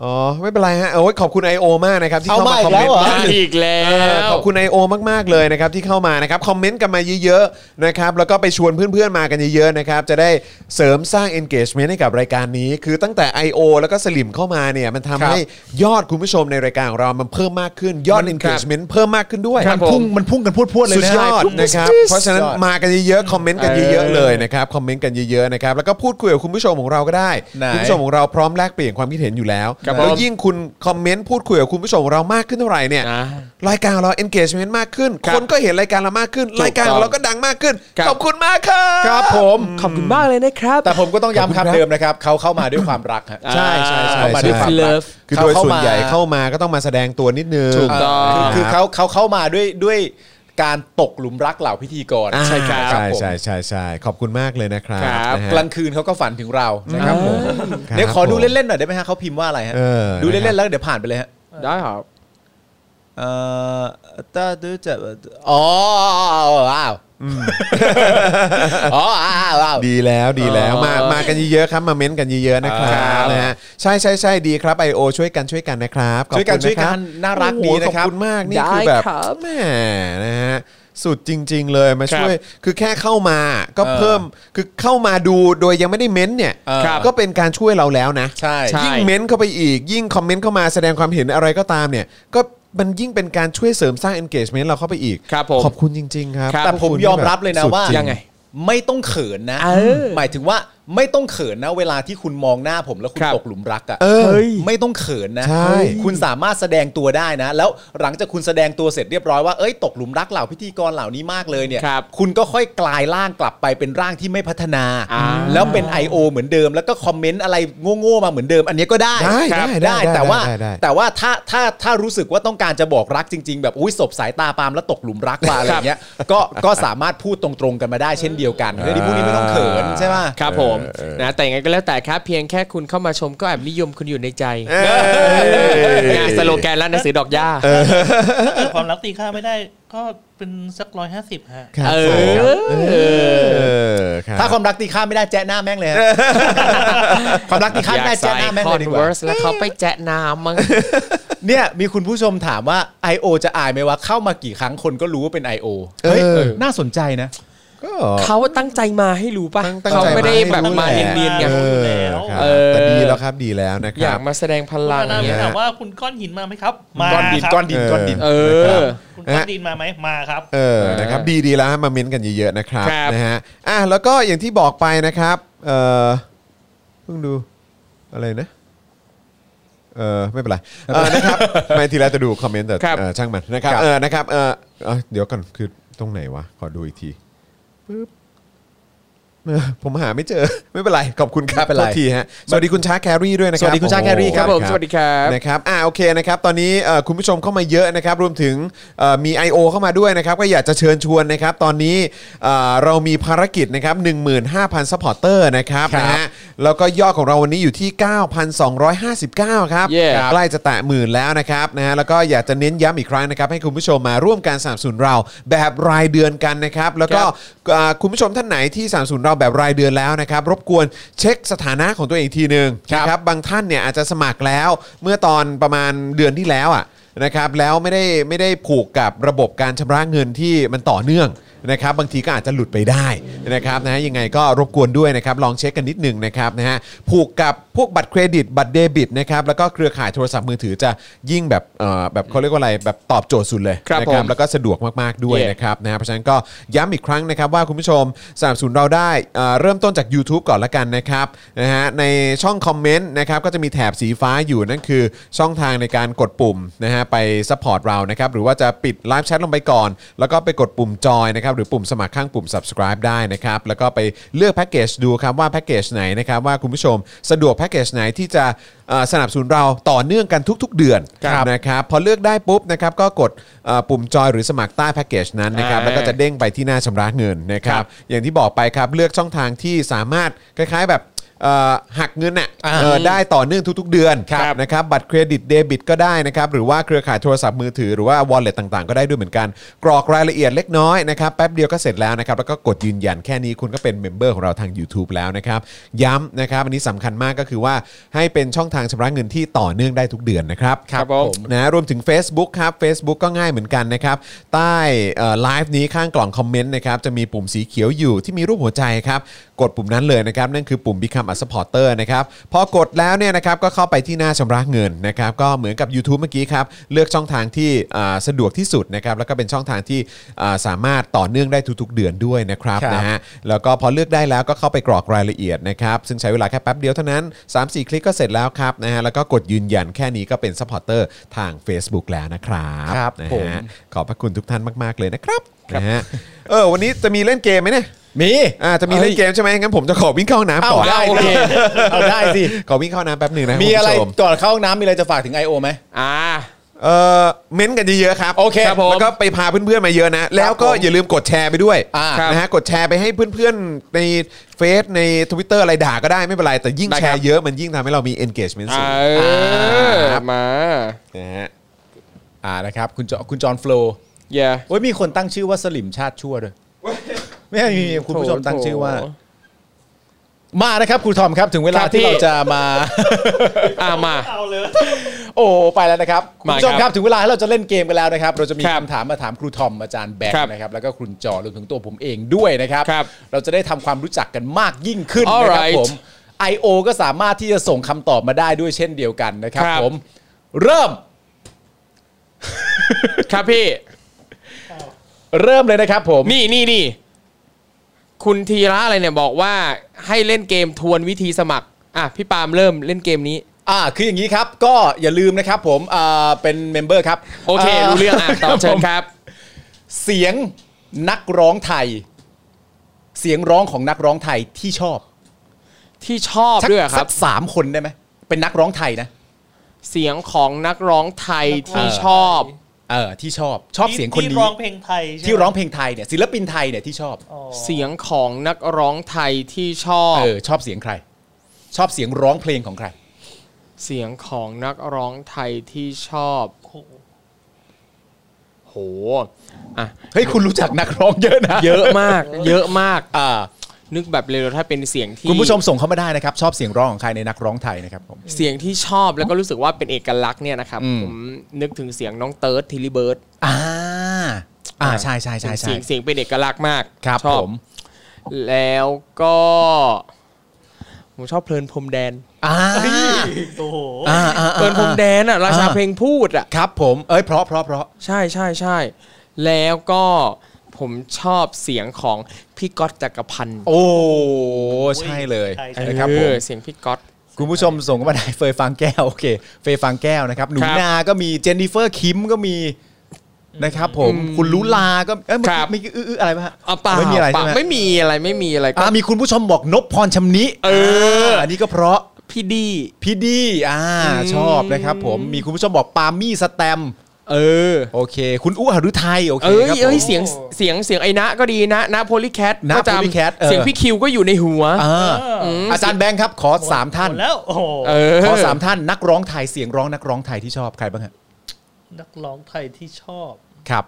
Speaker 3: อ๋อไม่เป็นไรฮะโอ้ยขอบคุณ IO มากนะครับที่เข้ามา
Speaker 4: เอามาอี
Speaker 3: คอมเมนต์
Speaker 4: กแล้วเหรอ
Speaker 3: บ้าง
Speaker 2: อีกแล้
Speaker 3: เออ
Speaker 2: ว
Speaker 3: ขอบคุณ IO มากๆเลยนะครับที่เข้ามานะครับคอมเมนต์กันมาเยอะๆนะครับแล้วก็ไปชวนเพื่อนๆมากันเยอะๆนะครับจะได้เสริมสร้าง engagement ให้กับรายการนี้ คือตั้งแต่ IO แล้วก็สลิมเข้ามาเนี่ยมันทำให้ยอดคุณผู้ชมในรายการของเรามันเพิ่มมากขึ้นยอด
Speaker 2: มันครับ
Speaker 3: engagement เพิ่มมากขึ้นด้วย
Speaker 2: ครับผม
Speaker 4: พุ่งมันพุ่งกันพูดพวดเลย
Speaker 3: สุด
Speaker 4: นะ
Speaker 3: ยอด
Speaker 4: พุ่ง
Speaker 3: นะครับ เพราะฉะนั้นมากันเยอะๆ คอมเมนต์กันเยอะๆ เลยนะครับ คอมเมนต์กันเยอะๆ นะครับ แล้วก็พูดคุยกับคุณผู้ชมของเราก็ได้
Speaker 4: ไหน
Speaker 3: คุณผู้ชมของเราพร้อมแลกเปลี่ยนความคิดเห็นอยู่แล้ว
Speaker 2: ครับ
Speaker 3: แล้ว
Speaker 2: ผม
Speaker 3: ยิ่งคุณคอมเมนต์พูดคุยกับคุณผู้ชมของเรามากขึ้นเท่าไหร่เนี่ย
Speaker 2: อ่าร
Speaker 3: ายการของเรา engagement มากขึ้น
Speaker 2: ครับ
Speaker 3: คนก็เห็นรายการเรามากขึ้น รายการของเราก็ดังมากขึ้น
Speaker 2: ครับ
Speaker 3: ขอบคุณมากครับ
Speaker 4: ครับผม
Speaker 2: ขอบคุณมากเลยนะครับ
Speaker 4: แต่ผมก็ต้อง
Speaker 3: ขอบคุ
Speaker 4: ย้ำ
Speaker 3: ณครับ
Speaker 4: คำเดิมนะครับ เขาเข้ามาด้วยความรักฮะ
Speaker 3: ใช่ใช่ใช่
Speaker 4: เข้ามาด้วยความรัก
Speaker 2: Love
Speaker 3: คือโดย
Speaker 4: เข้า
Speaker 3: ส่ว
Speaker 4: มา
Speaker 3: นใหญ่เข้ามาก็ต้องมาแสดงตัวนิดนึง
Speaker 2: ถูกต้อง
Speaker 4: คือคือเขาเขาเข้ามาด้วยด้วยการตกหลุมรักเหล่าพิธีกร
Speaker 3: อ่า
Speaker 2: ใช่ครับ
Speaker 3: ใช่
Speaker 4: ผม
Speaker 3: ใช่ใช่ใช่ขอบคุณมากเลยนะครับ
Speaker 2: ครับ
Speaker 3: นะฮะ
Speaker 4: กลางคืนเขาก็ฝันถึงเรานะครับผม
Speaker 3: ครับ
Speaker 4: เดี๋ยวขอดู
Speaker 3: ผม
Speaker 4: เล่นๆหน่อยได้ไหมฮะเขาพิมพ์ว่าอะไรฮะ
Speaker 3: เออ
Speaker 4: ดู
Speaker 3: นะครับ
Speaker 4: เล่นๆแล้วเดี๋ยวผ่านไปเลยฮะ
Speaker 2: ได้ครับ
Speaker 4: เอ่อตาดูจะอ๋อว้าวอ๋อว้าวว้าว
Speaker 3: ดีแล้วดีแล้วมา
Speaker 2: เออ
Speaker 3: มากันเยอะๆครับมาเม้นต์กันเยอะๆนะครับ
Speaker 2: ครับ
Speaker 3: นะฮะใช่ใช่ใช่ดีครับ IO ช่วยกันช่วยกันนะครับขอบ
Speaker 4: ช่วยกัน
Speaker 3: คุณะครับ
Speaker 4: ช่วยกันน่ารักดีนะครับ
Speaker 3: โอ้โหขอบคุณมากนี่
Speaker 2: ได้
Speaker 3: คือแบบ
Speaker 2: ครับ
Speaker 3: แหมนะฮะสุดจริง ๆ เลยมา
Speaker 2: ครับ
Speaker 3: ช่วยคือแค่เข้ามาก็เพิ่มคือเข้ามาดูโดยยังไม่ได้เม้นต์เนี่ย
Speaker 4: เออ
Speaker 2: ครับ
Speaker 3: ก็เป็นการช่วยเราแล้วนะ
Speaker 4: ใช่
Speaker 2: ใช่
Speaker 3: ยิ่งเม้นต์เข้าไปอีก ยิ่งคอมเมนต์เข้ามาแสดงความเห็นอะไรก็ตามเนี่ยก็มันยิ่งเป็นการช่วยเสริมสร้าง engagement เราเข้าไปอีก
Speaker 2: ครับผม
Speaker 3: ขอบคุณจริง ๆ ครับ
Speaker 2: ครับ
Speaker 4: แต่
Speaker 3: ข
Speaker 4: ผม
Speaker 3: คุณ
Speaker 4: ยอมรับเลยนะ
Speaker 3: สุด
Speaker 4: ว่า
Speaker 3: จริ
Speaker 2: ยังไง
Speaker 4: ไม่ต้องเขินนะ
Speaker 2: เออ
Speaker 4: หมายถึงว่า ไม่ต้องเขินนะ เวลาที่คุณมองหน้าผมแล้วคุณ
Speaker 2: ครับ
Speaker 4: ตกหลุมรัก
Speaker 3: เอ
Speaker 4: อะ่ะ
Speaker 3: อ
Speaker 4: ไม่ต้องเขินนะ
Speaker 3: ใช่
Speaker 4: คุณสามารถแสดงตัวได้นะ แล้วหลังจากคุณแสดงตัวเสร็จเรียบร้อยว่าเอ้ยตกหลุมรักเหล่าพิธีกรเหล่านี้มากเลยเนี่ย
Speaker 2: ครับ
Speaker 4: ณก็ค่อยกลายร่างกลับไปเป็นร่างที่ไม่พัฒนา
Speaker 2: อ่า
Speaker 4: แล้วเป็น I.O. เหมือนเดิม แล้วก็คอมเมนต์อะไรโง่ๆมาเหมือนเดิม อันนี้ก็ได้
Speaker 3: ได้
Speaker 4: ครับ
Speaker 3: ได้ได้
Speaker 4: แต่ว่า
Speaker 3: ได้ได้
Speaker 4: แต่ว่าถ้าถ้าถ้ารู้สึกว่าต้องการจะบอกรักจริง ๆ แบบอุ้ยศพสายตาปาล์มแล้วตกหลุมรักมาอะไรอย่างเงี้ยก็ก็สามารถพูดตรงๆกันมาได้เช่นเดียวกันเรื่องนี้พวกนี้ไม่ต้องเขินใช่ไหม
Speaker 2: ครับผมนะแต่ยังไงก็แล้วแต่ครับ เพียงแค่คุณเข้ามาชมก็แอบนิยมคุณอยู่ในใจงานสโลแกนร้านหนังสือดอกหญ้า
Speaker 6: เกิดความรักตีค่าไม่ได้ก็เป็นสักร้อยห้าสิบฮะ
Speaker 3: ครับ
Speaker 2: เอ
Speaker 3: ผม
Speaker 2: อ
Speaker 3: เออครับ
Speaker 4: ถ้าความรักตีข้ามไม่ได้แจ้หน้าแม่ง เลยฮะ ความรักตีข้ามไม่ได้แจ้หน้าแม่งเลยดีกว่า
Speaker 2: Converse แล้วเขาไปแจ๊ะน้ำมั้ง
Speaker 4: เนี่ยมีคุณผู้ชมถามว่า I.O. จะอายไหมว่าเข้ามากี่ครั้งคนก็รู้ว่าเป็น I.O.
Speaker 3: เออ
Speaker 4: เฮ้ยน่าสนใจนะ
Speaker 3: ก็
Speaker 2: เขาตั้งใจมาให้รู้ป่ะ
Speaker 3: ตั้งตั้ง
Speaker 2: เขา
Speaker 3: ใจ
Speaker 2: ไม่ได้แบบ
Speaker 3: ให้
Speaker 2: มา
Speaker 3: รู้แหละ
Speaker 2: เนียนๆไง
Speaker 3: เออครับ
Speaker 2: เออ
Speaker 3: แต่ดีแล้วครับดีแล้วนะค
Speaker 2: อ
Speaker 3: รั
Speaker 2: ยา
Speaker 3: บ
Speaker 2: กมาแสดงพลัง
Speaker 6: คุณธนา
Speaker 2: เนี่ย
Speaker 6: ถามว่าคุณก้อนหินมาไหมครับ มา
Speaker 4: ก้อนดิน
Speaker 6: ครับ
Speaker 4: ก้อนดินก้อนดิน
Speaker 2: เอ
Speaker 3: นะครั
Speaker 2: อ
Speaker 3: บ
Speaker 6: คุณก้อนดินมาไหมมาครับ
Speaker 3: เออนะครับดีดีแล้วฮะมาเม้นต์กันเยอะๆนะครับ
Speaker 2: ครับ
Speaker 3: นะฮะอ่ะแล้วก็อย่างที่บอกไปนะครับเออเพิ่งดูอะไรนะเออไม่เป็นไรเออ นะครับ ไม่ทีแรกจะดูคอมเมนต์แต่
Speaker 2: ครับ
Speaker 3: เออช่างมันนะครับ
Speaker 4: ครับ
Speaker 3: เออนะครับเออเออเดี๋ยวก่อนคือตรงไหนวะขอดูอีกทีปึ๊บเออผมหาไม่เจอ ไม่เป็นไรขอบคุณครับ
Speaker 4: ไม่เป็นไร
Speaker 3: โทษทีฮะสวัสดีคุณช้าแครี่ด้วยนะค
Speaker 4: ส
Speaker 3: รับ
Speaker 4: วัสดีคุณชาแครี่
Speaker 3: โอ้โห
Speaker 2: ครับผมสวัสดีครับ
Speaker 3: นะครับ อ่า โอเคนะครับ ตอนนี้เอ่อคุณผู้ชมเข้ามาเยอะนะครับ รวมถึงเอ่อมี I.O. เข้ามาด้วยนะครับ ก็อยากจะเชิญชวนนะครับ ตอนนี้เอ่อเรามีภารกิจนะครับ15,000ซัพพอร์เตอร์นะครับ
Speaker 4: ครับ
Speaker 3: นะฮะ แล้วก็ยอดของเราวันนี้อยู่ที่ 9,259 ครับ
Speaker 2: Yeah
Speaker 3: ครับใกล้จะแตะหมื่นแล้วนะครับนะฮะ แล้วก็อยากจะเน้นย้ำอีกครั้งนะครับ ให้คุณผู้ชมมาร่วมการสนับสนุนเราแบบรายเดือนกันนะครับ แล้วก็
Speaker 2: ครับ
Speaker 3: อ่าคุณผู้ชมท่านไหนที่สามสูนเราแบบรายเดือนแล้วนะครับ รบกวนเช็คสถานะของตัวเองอีกทีหนึ่งนะครับบางท่านเนี่ยอาจจะสมัครแล้วเมื่อตอนประมาณเดือนที่แล้วอ่ะนะครับแล้วไม่ได้ไม่ได้ผูกกับระบบการชำระเงินที่มันต่อเนื่องนะครับ บางทีก็อาจจะหลุดไปได้นะครับนะฮะยังไงก็รบกวนด้วยนะครับลองเช็คกันนิดหนึ่งนะครับนะฮะผูกกับพวกบัตรเครดิตบัตรเดบิตนะครับแล้วก็เครือข่ายโทรศัพท์มือถือจะยิ่งแบบเอ่อแบบเขาเรียกว่าอะไรแบบตอบโจทย์สุดเลย
Speaker 2: ครับ
Speaker 3: นะ
Speaker 2: ผม
Speaker 3: แล้วก็สะดวกมากๆด้วย ด้วย
Speaker 2: Yeah.
Speaker 3: นะครับนะฮะเพราะฉะนั้นก็ย้ำอีกครั้งนะครับว่าคุณผู้ชมสนับสนุนเราได้เอ่อเริ่มต้นจาก YouTube ก่อนละกันนะครับนะฮะในช่องคอมเมนต์นะครับก็จะมีแถบสีฟ้าอยู่นั่นคือช่องทางในการกดปุ่มนะฮะไปซัพพอร์ตเรานะครับหรือว่าจะปิดไลฟ์แชทลงไปก่อน แล้วก็ไปกดปุ่มจอยนะครับหรือปุ่มสมัครข้างปุ่ม subscribe ได้นะครับแล้วก็ไปเลือกแพ็กเกจดูครับว่าแพ็กเกจไหนนะครับว่าคุณผู้ชมสะดวกแพ็กเกจไหนที่จะเอ่อสนับสนุนเราต่อเนื่องกันทุก ๆ เดือน
Speaker 2: ครับ
Speaker 3: นะครับพอเลือกได้ปุ๊บนะครับก็กดเอ่อปุ่มจอยหรือสมัครใต้แพ็กเกจนั้น นะครับ
Speaker 2: อ่า
Speaker 3: แล้วก็จะเด้งไปที่หน้าชำระเงินนะครับ
Speaker 2: ครับ
Speaker 3: อย่างที่บอกไปครับเลือกช่องทางที่สามารถคล้ายๆแบบเอ่อหักเงินน่ะ
Speaker 4: อ่า
Speaker 3: เออได้ต่อเนื่องทุกๆเดือน
Speaker 2: ครับ
Speaker 3: นะครับบัตรเครดิตเดบิตก็ได้นะครับหรือว่าเครือข่ายโทรศัพท์มือถือหรือว่า wallet ต่างๆ ก็ได้ด้วยเหมือนกัน กรอกรายละเอียดเล็กน้อยนะครับแป๊บเดียวก็เสร็จแล้วนะครับแล้วก็กดยืนยันแค่นี้คุณก็เป็นเมมเบอร์ของเราทาง YouTube แล้วนะครับย้ำนะครับอันนี้สำคัญมากก็คือว่าให้เป็นช่องทางชำระเงินที่ต่อเนื่องได้ทุกเดือนนะครับ
Speaker 2: ครับผม
Speaker 3: นะรวมถึง Facebook ครับ Facebook ก็ง่ายเหมือนกันนะครับ ใต้ไลฟ์นี้ข้างกล่องคอมเมนต์นะครับ จะมีปุ่มสีเขียวอยู่ที่มีรูปหัวใจครับ กดปุ่มนั้นเลยนะครับ นั่นคือปุ่ม Become a supporter นะครับ พอกดแล้วเนี่ยนะครับ ก็เข้าไปที่หน้าชำระเงินนะครับ ก็เหมือนกับ YouTube เมื่อกี้ครับ เลือกช่องทางที่อ่าสะดวกที่สุดนะครับ แล้วก็เป็นช่องทางที่อ่าสามารถต่อเนื่องได้ทุกๆ เดือนด้วยนะครับ
Speaker 4: ครับ
Speaker 3: นะฮะ นะฮะแล้วก็พอเลือกได้แล้วก็เข้าไปกรอกรายละเอียดนะครับ ซึ่งใช้เวลาแค่แป๊บเดียวเท่านั้น 3-4 คลิกก็เสร็จแล้วครับนะฮะแล้วก็กดยืนยันแค่นี้ก็เป็นซัพพอร์เตอร์ทาง Facebook แล้วนะครับ
Speaker 4: ครับ
Speaker 3: นะ
Speaker 4: ผม
Speaker 3: ฮะขอบพระคุณทุกท่านมาก ๆ เลยนะครับนะฮะเออวันนี้จะมีเล่นเกมไหมเนี่ย
Speaker 4: มี
Speaker 3: อ่าจะมีเล่นเกมใช่ไหมงั้นผมจะขอวิ่งเข้าห้องน้ำก่อน
Speaker 4: เอาได้
Speaker 2: โอเค
Speaker 4: เอาได้สิ
Speaker 3: ขอวิ่งเข้าห้องน้ำแป๊บหนึ่งนะ
Speaker 4: มีอะไร
Speaker 3: คุณผู้ช
Speaker 4: ก่อนเข้าห้องน้ำมีอะไรจะฝากถึง I.O. ไหม
Speaker 2: อ่า
Speaker 3: เออเม้นต์กันเยอะๆครับ
Speaker 4: โอเค
Speaker 2: ครับผม
Speaker 3: แล้วก็ไปพาเพื่อนๆมาเยอะนะ แล้วก็
Speaker 4: ผม
Speaker 3: อย่าลืมกดแชร์ไปด้วย
Speaker 4: อ่า
Speaker 2: ครับ
Speaker 3: นะฮะกดแชร์ไปให้เพื่อนๆในเฟซใน Twitter อะไรด่าก็ได้ไม่เป็นไร แต่ยิ่งแชร์เยอะมันยิ่งทำให้เรามี engagement สูง
Speaker 2: เออ
Speaker 3: ครับ
Speaker 2: มา
Speaker 3: นะฮะ
Speaker 4: อ่านะครับคุณจอคุณจอห์นฟลอ
Speaker 2: อย่า
Speaker 4: โอ้ยมีคนตั้งชื่อว่าสลิมชาติชั่วด้วยไม่มีมีคุณผู้ชมตั้งชื่อว่า
Speaker 2: โถ
Speaker 4: มานะครับครูทอมครับถึงเวลา
Speaker 2: ครับ
Speaker 4: ที่
Speaker 2: พี่
Speaker 4: เราจะมา
Speaker 2: อ่ามา
Speaker 6: เอาเลย
Speaker 4: โอ้ไปแล้วนะครับคุณ
Speaker 2: มา
Speaker 4: ผู้ชม
Speaker 2: ครับ
Speaker 4: ครับถึงเวลาให้เราจะเล่นเกมกันแล้วนะครับ เราจะมี
Speaker 2: ครับ
Speaker 4: คำถามมาถามครูทอมอาจารย์แบง
Speaker 2: ครับ
Speaker 4: ค์นะครับแล้วก็คุณจอรวมถึงตัวผมเองด้วยนะครับ
Speaker 2: ครับ
Speaker 4: เราจะได้ทำความรู้จักกันมากยิ่งขึ้นนะครับ
Speaker 2: Alright
Speaker 4: ผม I.O. ก็สามารถที่จะส่งคำตอบมาได้ด้วยเช่นเดียวกันนะครับ
Speaker 2: ครับ
Speaker 4: ผม เริ่ม
Speaker 2: ครับพี่
Speaker 4: เริ่มเลยนะครับ ผม
Speaker 2: นี่นี่นี่ คุณธีระอะไรเนี่ยบอกว่าให้เล่นเกมทวนวิธีสมัครอ่ะพี่ปาล์มเริ่มเล่นเกมนี้
Speaker 4: อ่าคืออย่างนี้ครับ ก็อย่าลืมนะครับผมอ่าเป็นเมมเบอร์ครับ
Speaker 2: โอเค รู้เรื่องอ่ะต่อเชิญครับ
Speaker 4: เสียงนักร้องไทย เสียงร้องของนักร้องไทยที่ชอบ
Speaker 2: ที่ชอบด้วยเหรอค
Speaker 4: สั
Speaker 2: รับ
Speaker 4: กสามคนได้ไหมเป็นนักร้องไทยนะ
Speaker 2: เสียงของนักร้องไทยที่ชอบ
Speaker 4: เออที่ชอบชอบเสียงคน
Speaker 6: ที่
Speaker 4: นี้
Speaker 6: ร้องเพลงไทยใช่ไหม
Speaker 4: ที่ร้องเพลงไทยเนี่ยศิลปินไทยเนี่ยที่ชอบ
Speaker 6: อ๋อ
Speaker 2: เสียงของนักร้องไทยที่ชอบ
Speaker 4: เออชอบเสียงใคร ชอบเสียงร้องเพลงของใคร
Speaker 2: เสียงของนักร้องไทยที่ชอบ
Speaker 6: โอ้โห
Speaker 2: โหอ่ะ
Speaker 4: เฮ้ย คุณรู้จักนักร้องเยอะนะ
Speaker 2: เยอะมาก เยอะมาก
Speaker 4: อ่า
Speaker 2: นึกแบบเร็วๆถ้าเป็นเสียงที่
Speaker 4: คุณผู้ชมส่งเข้ามาได้นะครับ ชอบเสียงร้องของใครในนักร้องไทยนะครับผม
Speaker 2: เสียงที่ชอบแล้วก็รู้สึกว่าเป็นเอกลักษณ์เนี่ยนะครับ
Speaker 4: อืม
Speaker 2: ผมนึกถึงเสียงน้องเติร์ดทิลลิเบิร์ด
Speaker 4: อ่าอ่าใช่ใช่ใช่ใช่
Speaker 2: เสียงเสียงเป็นเอกลักษณ์มาก
Speaker 4: ครับ
Speaker 2: ชอบ
Speaker 4: ผม
Speaker 2: แล้วก็ผมชอบเพลินพรมแดน
Speaker 4: อ่า
Speaker 6: โอ้โห
Speaker 4: อ่าอ่า
Speaker 2: เพลินพรมแดนอ่ะราชาเพลงพูดอ่ะ
Speaker 4: ครับผมเอ้ยเพราะเพราะเพราะ
Speaker 2: ใช่ใช่ใช่แล้วก็ผมชอบเสียงของพี่ก๊อตจักรพันธ์
Speaker 4: โอ้ใช่เลย
Speaker 6: ใช่
Speaker 2: เอ
Speaker 6: ใช่
Speaker 4: นะครับผม
Speaker 2: อเสียงพี่ก๊อต
Speaker 4: คุณผู้ชมส่งเข้ามา ได้เฟยฟางแก้วโอเคเฟยฟางแก้วนะครับหนู
Speaker 2: ครับ
Speaker 4: นาก็มีเจนนิเฟอร์คิมก็มีนะครับผม
Speaker 2: อืม
Speaker 4: คุณลุลาก็เอ้ยเมื่อ
Speaker 2: ครั
Speaker 4: กี้
Speaker 2: บ
Speaker 4: เมื่อกี้อื้ออื้ออะไรปะฮะ
Speaker 2: อ่ะเปล่า
Speaker 4: ไม่มีอะไร
Speaker 2: เป
Speaker 4: ใช่ไห
Speaker 2: ล่า
Speaker 4: ม
Speaker 2: ไม่มีอะไรไม่มีอะไรก็
Speaker 4: อ่ามีคุณผู้ชมบอกนพพรชำนิ
Speaker 2: เอออั
Speaker 4: นนี้ก็เพราะ
Speaker 2: พี่ดี
Speaker 4: พี่ดีอ่าชอบนะครับผมมีคุณผู้ชมบอกปามี่สแตมป์
Speaker 2: เออ
Speaker 4: โอเค คุณอู้หฤทัยโอเค
Speaker 2: เอ้ย
Speaker 4: ครับผ
Speaker 2: เอ้ย
Speaker 4: ม
Speaker 2: เสียงเสียงเสียงไอ้นะก็ดีนะนะโพลิแคท
Speaker 4: นะ
Speaker 2: ก็จำ
Speaker 4: Polycat เออ
Speaker 2: เสียงพี่คิวก็อยู่ในหัว
Speaker 4: อ่า
Speaker 6: เอออื
Speaker 4: มอาจารย์แบงค์ครับขอสามท่าน
Speaker 6: หมดแล้วโอ้โห
Speaker 2: เออ
Speaker 4: ขอสามท่านนักร้องไทยเสียงร้องนักร้องไทยที่ชอบใครบ้างฮะ
Speaker 6: นักร้องไทยที่ชอบ
Speaker 4: ครับ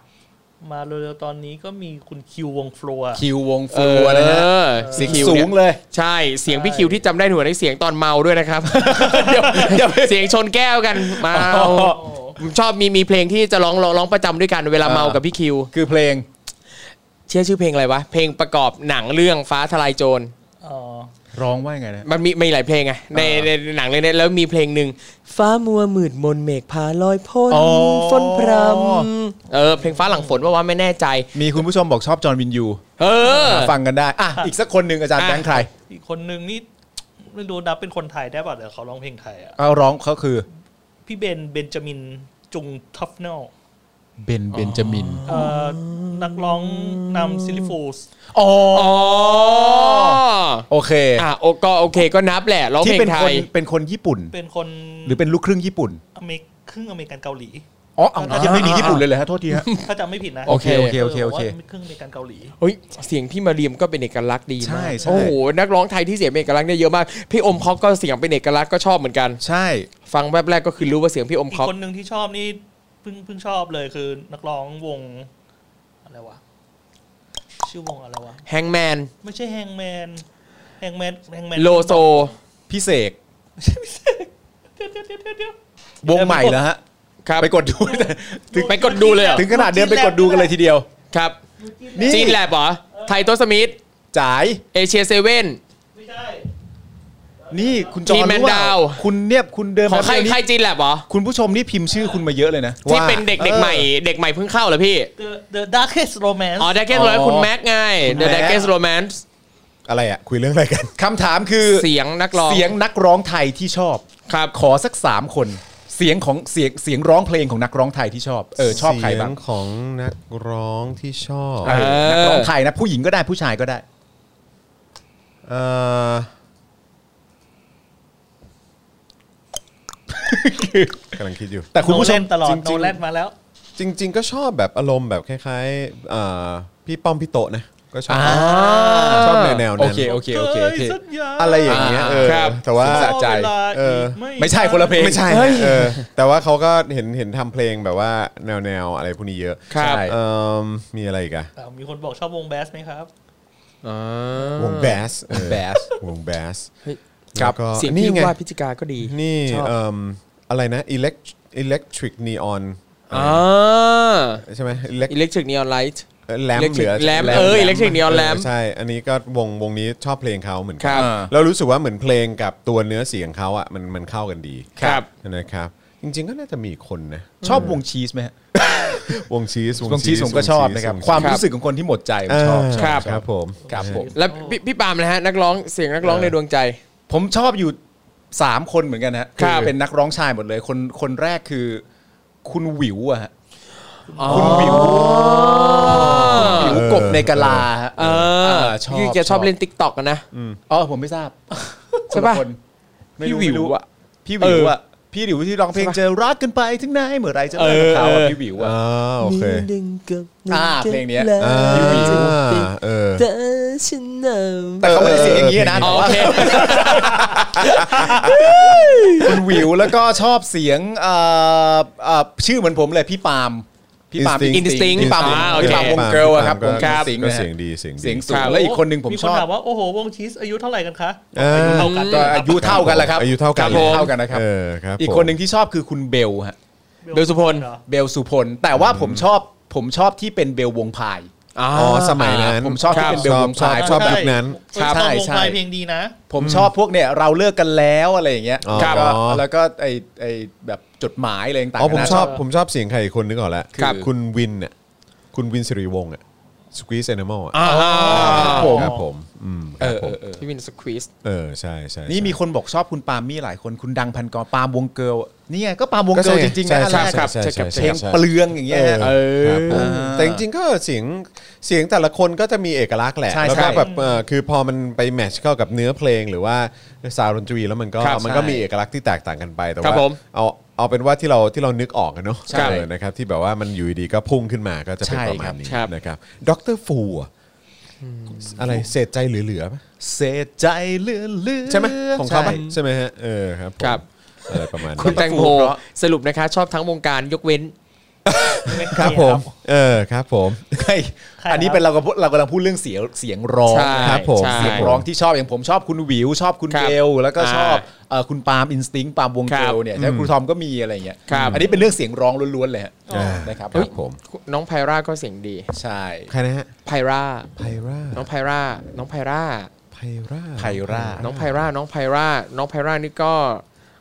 Speaker 6: มาเร็วๆตอนนี้ก็มีคุณคิววงฟลัว
Speaker 4: คิววงฟ
Speaker 2: เอ
Speaker 4: ลั
Speaker 2: อ
Speaker 4: วนะฮะ
Speaker 2: เสี
Speaker 4: เสียง
Speaker 2: ยงคิว
Speaker 4: สู
Speaker 2: เนี่
Speaker 4: ง
Speaker 2: ย
Speaker 4: เลย
Speaker 2: ใช่เสียงพี่คิวที่จำได้หัวในเสียงตอนเมาด้วยนะครับ
Speaker 4: เดี๋ยว
Speaker 2: เสียงชนแก้วกันเมาผมชอบมีมีเพลงที่จะร้องร้องร้องประจำด้วยกันเวลาเมากับพี่คิว
Speaker 4: คือเพลง
Speaker 2: เชื่อชื่อเพลงอะไรวะ เพลงประกอบหนังเรื่องฟ้าทลายโจร
Speaker 6: อ๋อ
Speaker 4: ร้องว่ายังไงนะ
Speaker 2: มันมีมีหลายเพลงไงในในในหนังเลยเนี่ยแล้วมีเพลงหนึ่งฟ้ามัวมืดมนเมฆพาลอยพ้น
Speaker 4: อ๋อ
Speaker 2: ฝนพรำเออเพลงฟ้าหลังฝนว่าว่าไม่แน่ใจ
Speaker 4: มีคุณผู้ชมบอกชอบจอห์นวินยู
Speaker 2: เออ
Speaker 4: มาฟังกันได้ อ่ะ อีกสักคนหนึ่งอาจารย์
Speaker 2: อ่ะ
Speaker 4: แบงค์ใคร
Speaker 6: อีกคนนึงนี่ไม่รู้นับเป็นคนไทยได้ป่ะเดี๋ยวเขาร้องเพลงไทยอ่ะ
Speaker 4: เอาร้องเขาคือ
Speaker 6: พี่เบนเบนจามินจุงทัฟเนล
Speaker 4: เบนเบนจามิน
Speaker 6: เอ่อนักร้องนำซิลิฟูส
Speaker 4: อ๋อ
Speaker 2: อ๋อ
Speaker 4: โอเค
Speaker 2: อ่ะโอก็โอเคก็นับแหละร้อง
Speaker 4: ที่
Speaker 2: เพล
Speaker 4: เป็น
Speaker 2: งไท
Speaker 4: คน
Speaker 2: ย
Speaker 4: เป็นคนญี่ปุ่น
Speaker 6: เป็นคน
Speaker 4: หรือเป็นลูกครึ่งญี่ปุ่น
Speaker 6: อเมริกครึ่งอเมริกันเกาหลี
Speaker 4: อ๋อเอายังไม่มีญี่ปุ่นเลยเหรอฮะ โทษทีฮะ
Speaker 6: ถ้าจำไม่ผิดนะ
Speaker 4: โอเคโอเคโอเคโอเค
Speaker 6: ว่าครึ่งอเมริกันเกาหลี
Speaker 2: เฮ้ยเสียงพี่มาเรียมก็เป็นเอกลักษณ์ดี
Speaker 4: ใช่
Speaker 2: มาก
Speaker 4: ใช่
Speaker 2: โอ้โหนักร้องไทยที่เสียงเป็นเอกลักษณ์เนี่ยเยอะมาก พี่อมคอกก็เสียงเป็นเอกลักษณ์ก็ชอบเหมือนกัน
Speaker 4: ใช่
Speaker 2: ฟังแวบแรกก็คือรู้ว่าเสียงพี่อม
Speaker 6: อี
Speaker 2: ค
Speaker 6: ก
Speaker 2: อก
Speaker 6: คนหนึ่งที่ชอบนี่เพิ่งเพิ่งชอบเลยคือนักร้องวงอะไรวะ ชื่อวงอะไรวะ
Speaker 2: แฮงแมน
Speaker 6: ไม่ใช่แฮงแมนแฮงแมนแฮงแมน
Speaker 2: โลโซ
Speaker 4: พี่เสก
Speaker 6: เดี๋ยวเดี๋ยวเดี๋ยวเดี๋ยวเดี๋ยว
Speaker 4: วงใหม่แล้วฮะ
Speaker 2: ครับ
Speaker 4: ไปกดดู ถึง
Speaker 2: ไปกดดูเลยเหรอ
Speaker 4: ถึงขนาดเดินไปกดดูกันเลยทีเดียว
Speaker 2: ครับ
Speaker 4: นี่
Speaker 2: จีนแลบเหรอ ไทยโตสมิธ
Speaker 4: จ๋าย
Speaker 2: เอเชียเซเว่น
Speaker 6: ไม่ใช่
Speaker 4: นี่คุณจอ
Speaker 2: ที
Speaker 4: ห์
Speaker 2: ม
Speaker 4: น
Speaker 2: แมน
Speaker 4: รู้เปล่า
Speaker 2: ดาว
Speaker 4: คุณเนี่ยคุณเดิน
Speaker 2: ของ
Speaker 4: มา
Speaker 2: ใคร
Speaker 4: เรื่องนี้
Speaker 2: ใครจีนแลบเหรอ
Speaker 4: คุณผู้ชมนี่พิมพ์ชื่อคุณมาเยอะเลยนะ
Speaker 2: ที่
Speaker 4: ว่า
Speaker 2: เป็นเด็กเด็ก
Speaker 4: ออ
Speaker 2: ใหม่ เด็กใหม่เพิ่งเข้าเหรอพี่
Speaker 6: เดอะเดอะดาร์เคสโรแมน
Speaker 2: อ๋อดักเกสโรแมน
Speaker 4: อ๋อ
Speaker 2: คุณแม็กไง
Speaker 4: คุณ
Speaker 2: เดอะ
Speaker 4: แม็
Speaker 2: ดั
Speaker 4: ก
Speaker 2: กเกสโรแมน
Speaker 4: อะไรอ่ะ คุยเรื่องอะไรกัน คำถามคือ
Speaker 2: เสียงนักร้อง
Speaker 4: เสียงนักร้องไทยที่ชอบ
Speaker 2: ครับ
Speaker 4: ขอสักสามคน เสียงของเสียงเสียงร้องเพลงของนักร้องไทยที่ชอบเออชอบใครบ้าง
Speaker 3: เสียของนักร้องที่ชอบ
Speaker 4: เออนักร้องไทยนะ ผู้หญิงก็ได้ผู้ชายก็ได้
Speaker 3: เอ่อ
Speaker 4: คือ
Speaker 3: กำลังคิดอยู่
Speaker 4: แต่คุณผู้ชม
Speaker 6: โนแลนตลอด
Speaker 4: จริงๆ
Speaker 6: โนแลนมาแล้ว
Speaker 3: จริง ๆ ก็ชอบแบบอารมณ์แบบคล้ายๆเอ่อพี่ป้อมพี่โตะนะ ก็ชอบ
Speaker 4: อ่า
Speaker 3: ชอบแนวแนวๆ
Speaker 4: โอ
Speaker 3: นั้น
Speaker 4: เคโอเคโอเคโอเค
Speaker 6: คยสัญญา
Speaker 3: อะไรอย่างเงี้ยเออ
Speaker 4: ครับ
Speaker 3: แต่ว่า
Speaker 6: ขอเวลา
Speaker 3: เออ
Speaker 6: กนาน
Speaker 4: ไม่ใช่คนละเพลง
Speaker 3: ไม่ใช่นะเออแต่ว่าเขาก็เห็นเห็นทำเพลงแบบว่าแนวแนวๆอะไรพวกนี้เยอะ
Speaker 4: ครับ
Speaker 3: เอิ่มมีอะไรอีกอะ
Speaker 6: อ่ามีคนบอกชอบวงแบสไหมครับ
Speaker 2: อ๋อ
Speaker 3: วงแบสเออ
Speaker 4: แบส
Speaker 3: วงแบส
Speaker 2: เฮ้ย
Speaker 3: แล้วก็
Speaker 2: เสียง
Speaker 3: นี่
Speaker 2: พี่
Speaker 3: ไง
Speaker 2: ว่าพิจิกาก็ดี
Speaker 3: นี่
Speaker 2: ชอบ
Speaker 3: เอิ่มอะไรนะอิเล็กอิเล็กทริกนีออน
Speaker 2: อ่า
Speaker 3: ใช่ไหมอิเล็ก
Speaker 2: อิเล็กทริกนีออนไลท์
Speaker 3: แลม
Speaker 2: Electric
Speaker 3: เหลือ
Speaker 2: Lamp
Speaker 3: Lamp
Speaker 2: เออ Electric Neon Lamp
Speaker 3: ใช่ อันนี้ก็วงวงนี้ชอบเพลงเขาเหมือน
Speaker 2: ค
Speaker 3: กั
Speaker 2: รั
Speaker 3: น
Speaker 2: บ
Speaker 3: แล้วรู้สึกว่าเหมือนเพลงกับตัวเนื้อเสียงเขาอ่ะมันมันเข้ากันดี
Speaker 2: ครับ
Speaker 3: นะครับ จ จริง ๆ ก็น่าจะมีคนนะ
Speaker 4: ชอบวงชีสไหมฮะ
Speaker 3: วงชีส
Speaker 4: วงชีสผมก็ชอบนะครับ
Speaker 3: วงชีส
Speaker 4: ความรู้สึกของคนที่หมดใจผมชอบชอ
Speaker 2: ครับ
Speaker 3: ครับผม
Speaker 4: ครับผม
Speaker 2: แล้วพี่พี่ปาล์มนะฮะนักร้องเสียงนักร้อง
Speaker 4: เออ
Speaker 2: ในดวงใจ
Speaker 4: ผมชอบอยู่ 3 คนเหมือนกันฮะ
Speaker 2: ครับ
Speaker 4: เป็นนักร้องชายหมดเลย คนคนแรกคือ คุณหวิวอะฮะคุณหวิวหวิวกบในกะลาฮะ
Speaker 2: เออ
Speaker 4: เชอบ
Speaker 2: คือแกชอบเล่นติ๊กต็อกนะ
Speaker 4: อ๋อผมไม่ทราบ
Speaker 2: ใช่ปะ
Speaker 4: คนลคนไม่
Speaker 2: พี่
Speaker 4: รู้
Speaker 2: วิ
Speaker 4: ไม่
Speaker 2: ว
Speaker 4: รู้พี่ห
Speaker 2: อะ
Speaker 4: วิวอ่ะ พี่หวิวที่ร้องเพลง
Speaker 2: ใช่ปะ
Speaker 4: เจอรักกันไปถึงไหนเมื่อไหรจะเลิกกับเขาอะพี่หวิวอ่ะ
Speaker 3: อ่าโอเค
Speaker 4: อ่าเพลงเนี้ย
Speaker 3: อ่าเออ
Speaker 4: แต่เขาไม่ได้เสียงอย่างนี้นะ
Speaker 2: อ๋
Speaker 4: แต่
Speaker 2: อโอ
Speaker 4: ว่า
Speaker 2: เค
Speaker 4: คุณหวิวแล้วก็ชอบเสียงเอ่อเอ่อชื่อเหมือนผมเลยพี่ปาล์มพี่ปาล์ม
Speaker 3: Instinct
Speaker 2: Instinct
Speaker 4: พี่ปาล์ม
Speaker 2: อ่าโอเค
Speaker 4: พี่ปาล์มวงเกิร์ลอะครับวง
Speaker 3: ครับ
Speaker 4: สิงห์
Speaker 3: ก็
Speaker 4: นะฮะ
Speaker 3: เสียงดีเสียงดี
Speaker 4: เสียงสูงแล้วอีกคนหนึ่งผม
Speaker 6: มีค
Speaker 4: ช
Speaker 6: น
Speaker 4: อบ
Speaker 6: ถามว่าโอ้โหวงชีสอายุเท่าไหร่กันคะ
Speaker 3: เออ
Speaker 6: อายุเท่ากัน
Speaker 4: ก็อายุเท่ากันแหละครับ
Speaker 3: อายุเท่ากัน
Speaker 4: อายุเท่ากันนะครับ
Speaker 3: เออครับ
Speaker 4: อีกคนหนึ่งที่ชอบคือคุณเบลฮะ
Speaker 2: เบลสุพล
Speaker 6: เหรอ
Speaker 4: เบลสุพลแต่ว่าผมชอบผมชอบที่เป็นเบลวงพาย
Speaker 2: อ๋อ
Speaker 3: อ๋อสมัยนั้น
Speaker 4: ผมชอบที่เป็นเบลวง
Speaker 3: ชอบ
Speaker 4: พาย
Speaker 3: ชอบยุคนั้น
Speaker 6: ใช่
Speaker 4: ใช่
Speaker 6: ใช่
Speaker 4: ใช่
Speaker 6: ใช่เพลงดีนะ
Speaker 4: ผมชอบพวกเนี่ยเราเลิกกันแล้วอะไรอย่างเงี้ย
Speaker 3: อ๋อ
Speaker 4: แล้วก็แล้วก็ไอไอแบบจดหมายอะไรต่างๆ
Speaker 3: อ๋อผม
Speaker 4: นะ
Speaker 3: ชอบผมชอบเสียงใครอีกคนนึงก่อนละ
Speaker 4: ครับ
Speaker 3: คุณวินอ่ะคุณวินสิริวงศ์อ่ะ Squeeze Animal อ่ะ
Speaker 4: ครับผม
Speaker 3: ครับผมอืม
Speaker 4: เออเออเออ
Speaker 2: พี่วินสควีส
Speaker 3: เออใช่ใช่ใช่
Speaker 4: นี่มีคนบอกชอบคุณปาล์มมี่หลายคนคุณดังพันกรปาล์มวงเกิลนี่ไงก็ปาล์มวง
Speaker 3: ก็
Speaker 4: เกิ
Speaker 3: ใช่
Speaker 4: ลจริงๆนะอัน
Speaker 3: ใช่
Speaker 4: แรก
Speaker 3: ใช่
Speaker 4: ครับ
Speaker 3: ใช่ใช่ใช่
Speaker 4: เพลง
Speaker 3: ใช่
Speaker 4: เปลืองอย่างเงี้ยฮะเออ
Speaker 3: ครับผมแต่จริงๆก็เสียงเสียงแต่ละคนก็จะมีเอกลักษณ์แหละ
Speaker 4: ใช่
Speaker 3: แล้ว
Speaker 4: ใช่
Speaker 3: ก็แบบเอ่อคือพอมันไปแมทช์เข้ากับเนื้อเพลงหรือว่าซาวด์ดนตรีแล้วมันก็
Speaker 4: ครับ
Speaker 3: มันก็
Speaker 4: ใช่
Speaker 3: มีเอกลักษณ์ที่แตกต่างกันไปแต่
Speaker 2: ครั
Speaker 3: ว่า
Speaker 2: บผม
Speaker 3: เอาเอาเป็นว่าที่เราที่เรานึกออกกันเนาะ
Speaker 4: ใช่
Speaker 3: เออนะครับที่แบบว่ามันอยู่ดีๆก็พุ่งขึ้นมาก็จะเป็น
Speaker 4: ใช่
Speaker 3: ประมา
Speaker 4: ครั
Speaker 3: ณ
Speaker 4: บ
Speaker 3: นี้
Speaker 2: ครับ
Speaker 3: นะครับดรฟูอะอะไรเศษใจเหลือๆปะ
Speaker 4: เสียใจเลื่อนเลื่อน
Speaker 3: ใช่ไหมของเขาปะใช่ไหมฮะเออครับผม
Speaker 2: ครับ
Speaker 3: อะไรประมาณ
Speaker 2: คุณ
Speaker 3: นี้
Speaker 2: แตงโมสรุปนะคะ ชอบทั้งวงการยกเว้น
Speaker 3: ครับผมเออครับผม
Speaker 4: ใช่
Speaker 6: ใครครับ
Speaker 4: อันนี้เป็นเรากำลังพูดเรากำลังพูดเรื่องเสียงเสียงร้อง
Speaker 2: ใช่
Speaker 3: ครับผม
Speaker 2: ใช่
Speaker 4: เสียงร้องที่ชอบอย่างผมชอบคุณหวิวชอบคุณ
Speaker 2: ครับ
Speaker 4: เบลแล้วก็
Speaker 2: อ่า
Speaker 4: ชอบเอ่อคุณปาล์มอินสติ้งปาล์มวงเกิล
Speaker 2: ครับ
Speaker 4: เนี่ยแล้วครูทอมก็มีอะไรอย่างเงี้ย
Speaker 2: ครับ
Speaker 4: อันนี้เป็นเรื่องเสียงร้องล้วนๆเลยฮะนะครับ
Speaker 3: ครับผม
Speaker 2: น้องไพร่าก็เสียงดี
Speaker 4: ใช่
Speaker 3: ใครนะฮะ
Speaker 2: ไพร่า
Speaker 3: ไพร่า
Speaker 2: น้องไพร่า น้องไพร่า
Speaker 3: ไพร่า
Speaker 4: ไพร่า
Speaker 2: น้องไพร่า น้องไพร่า น้องไพร่านี่ก็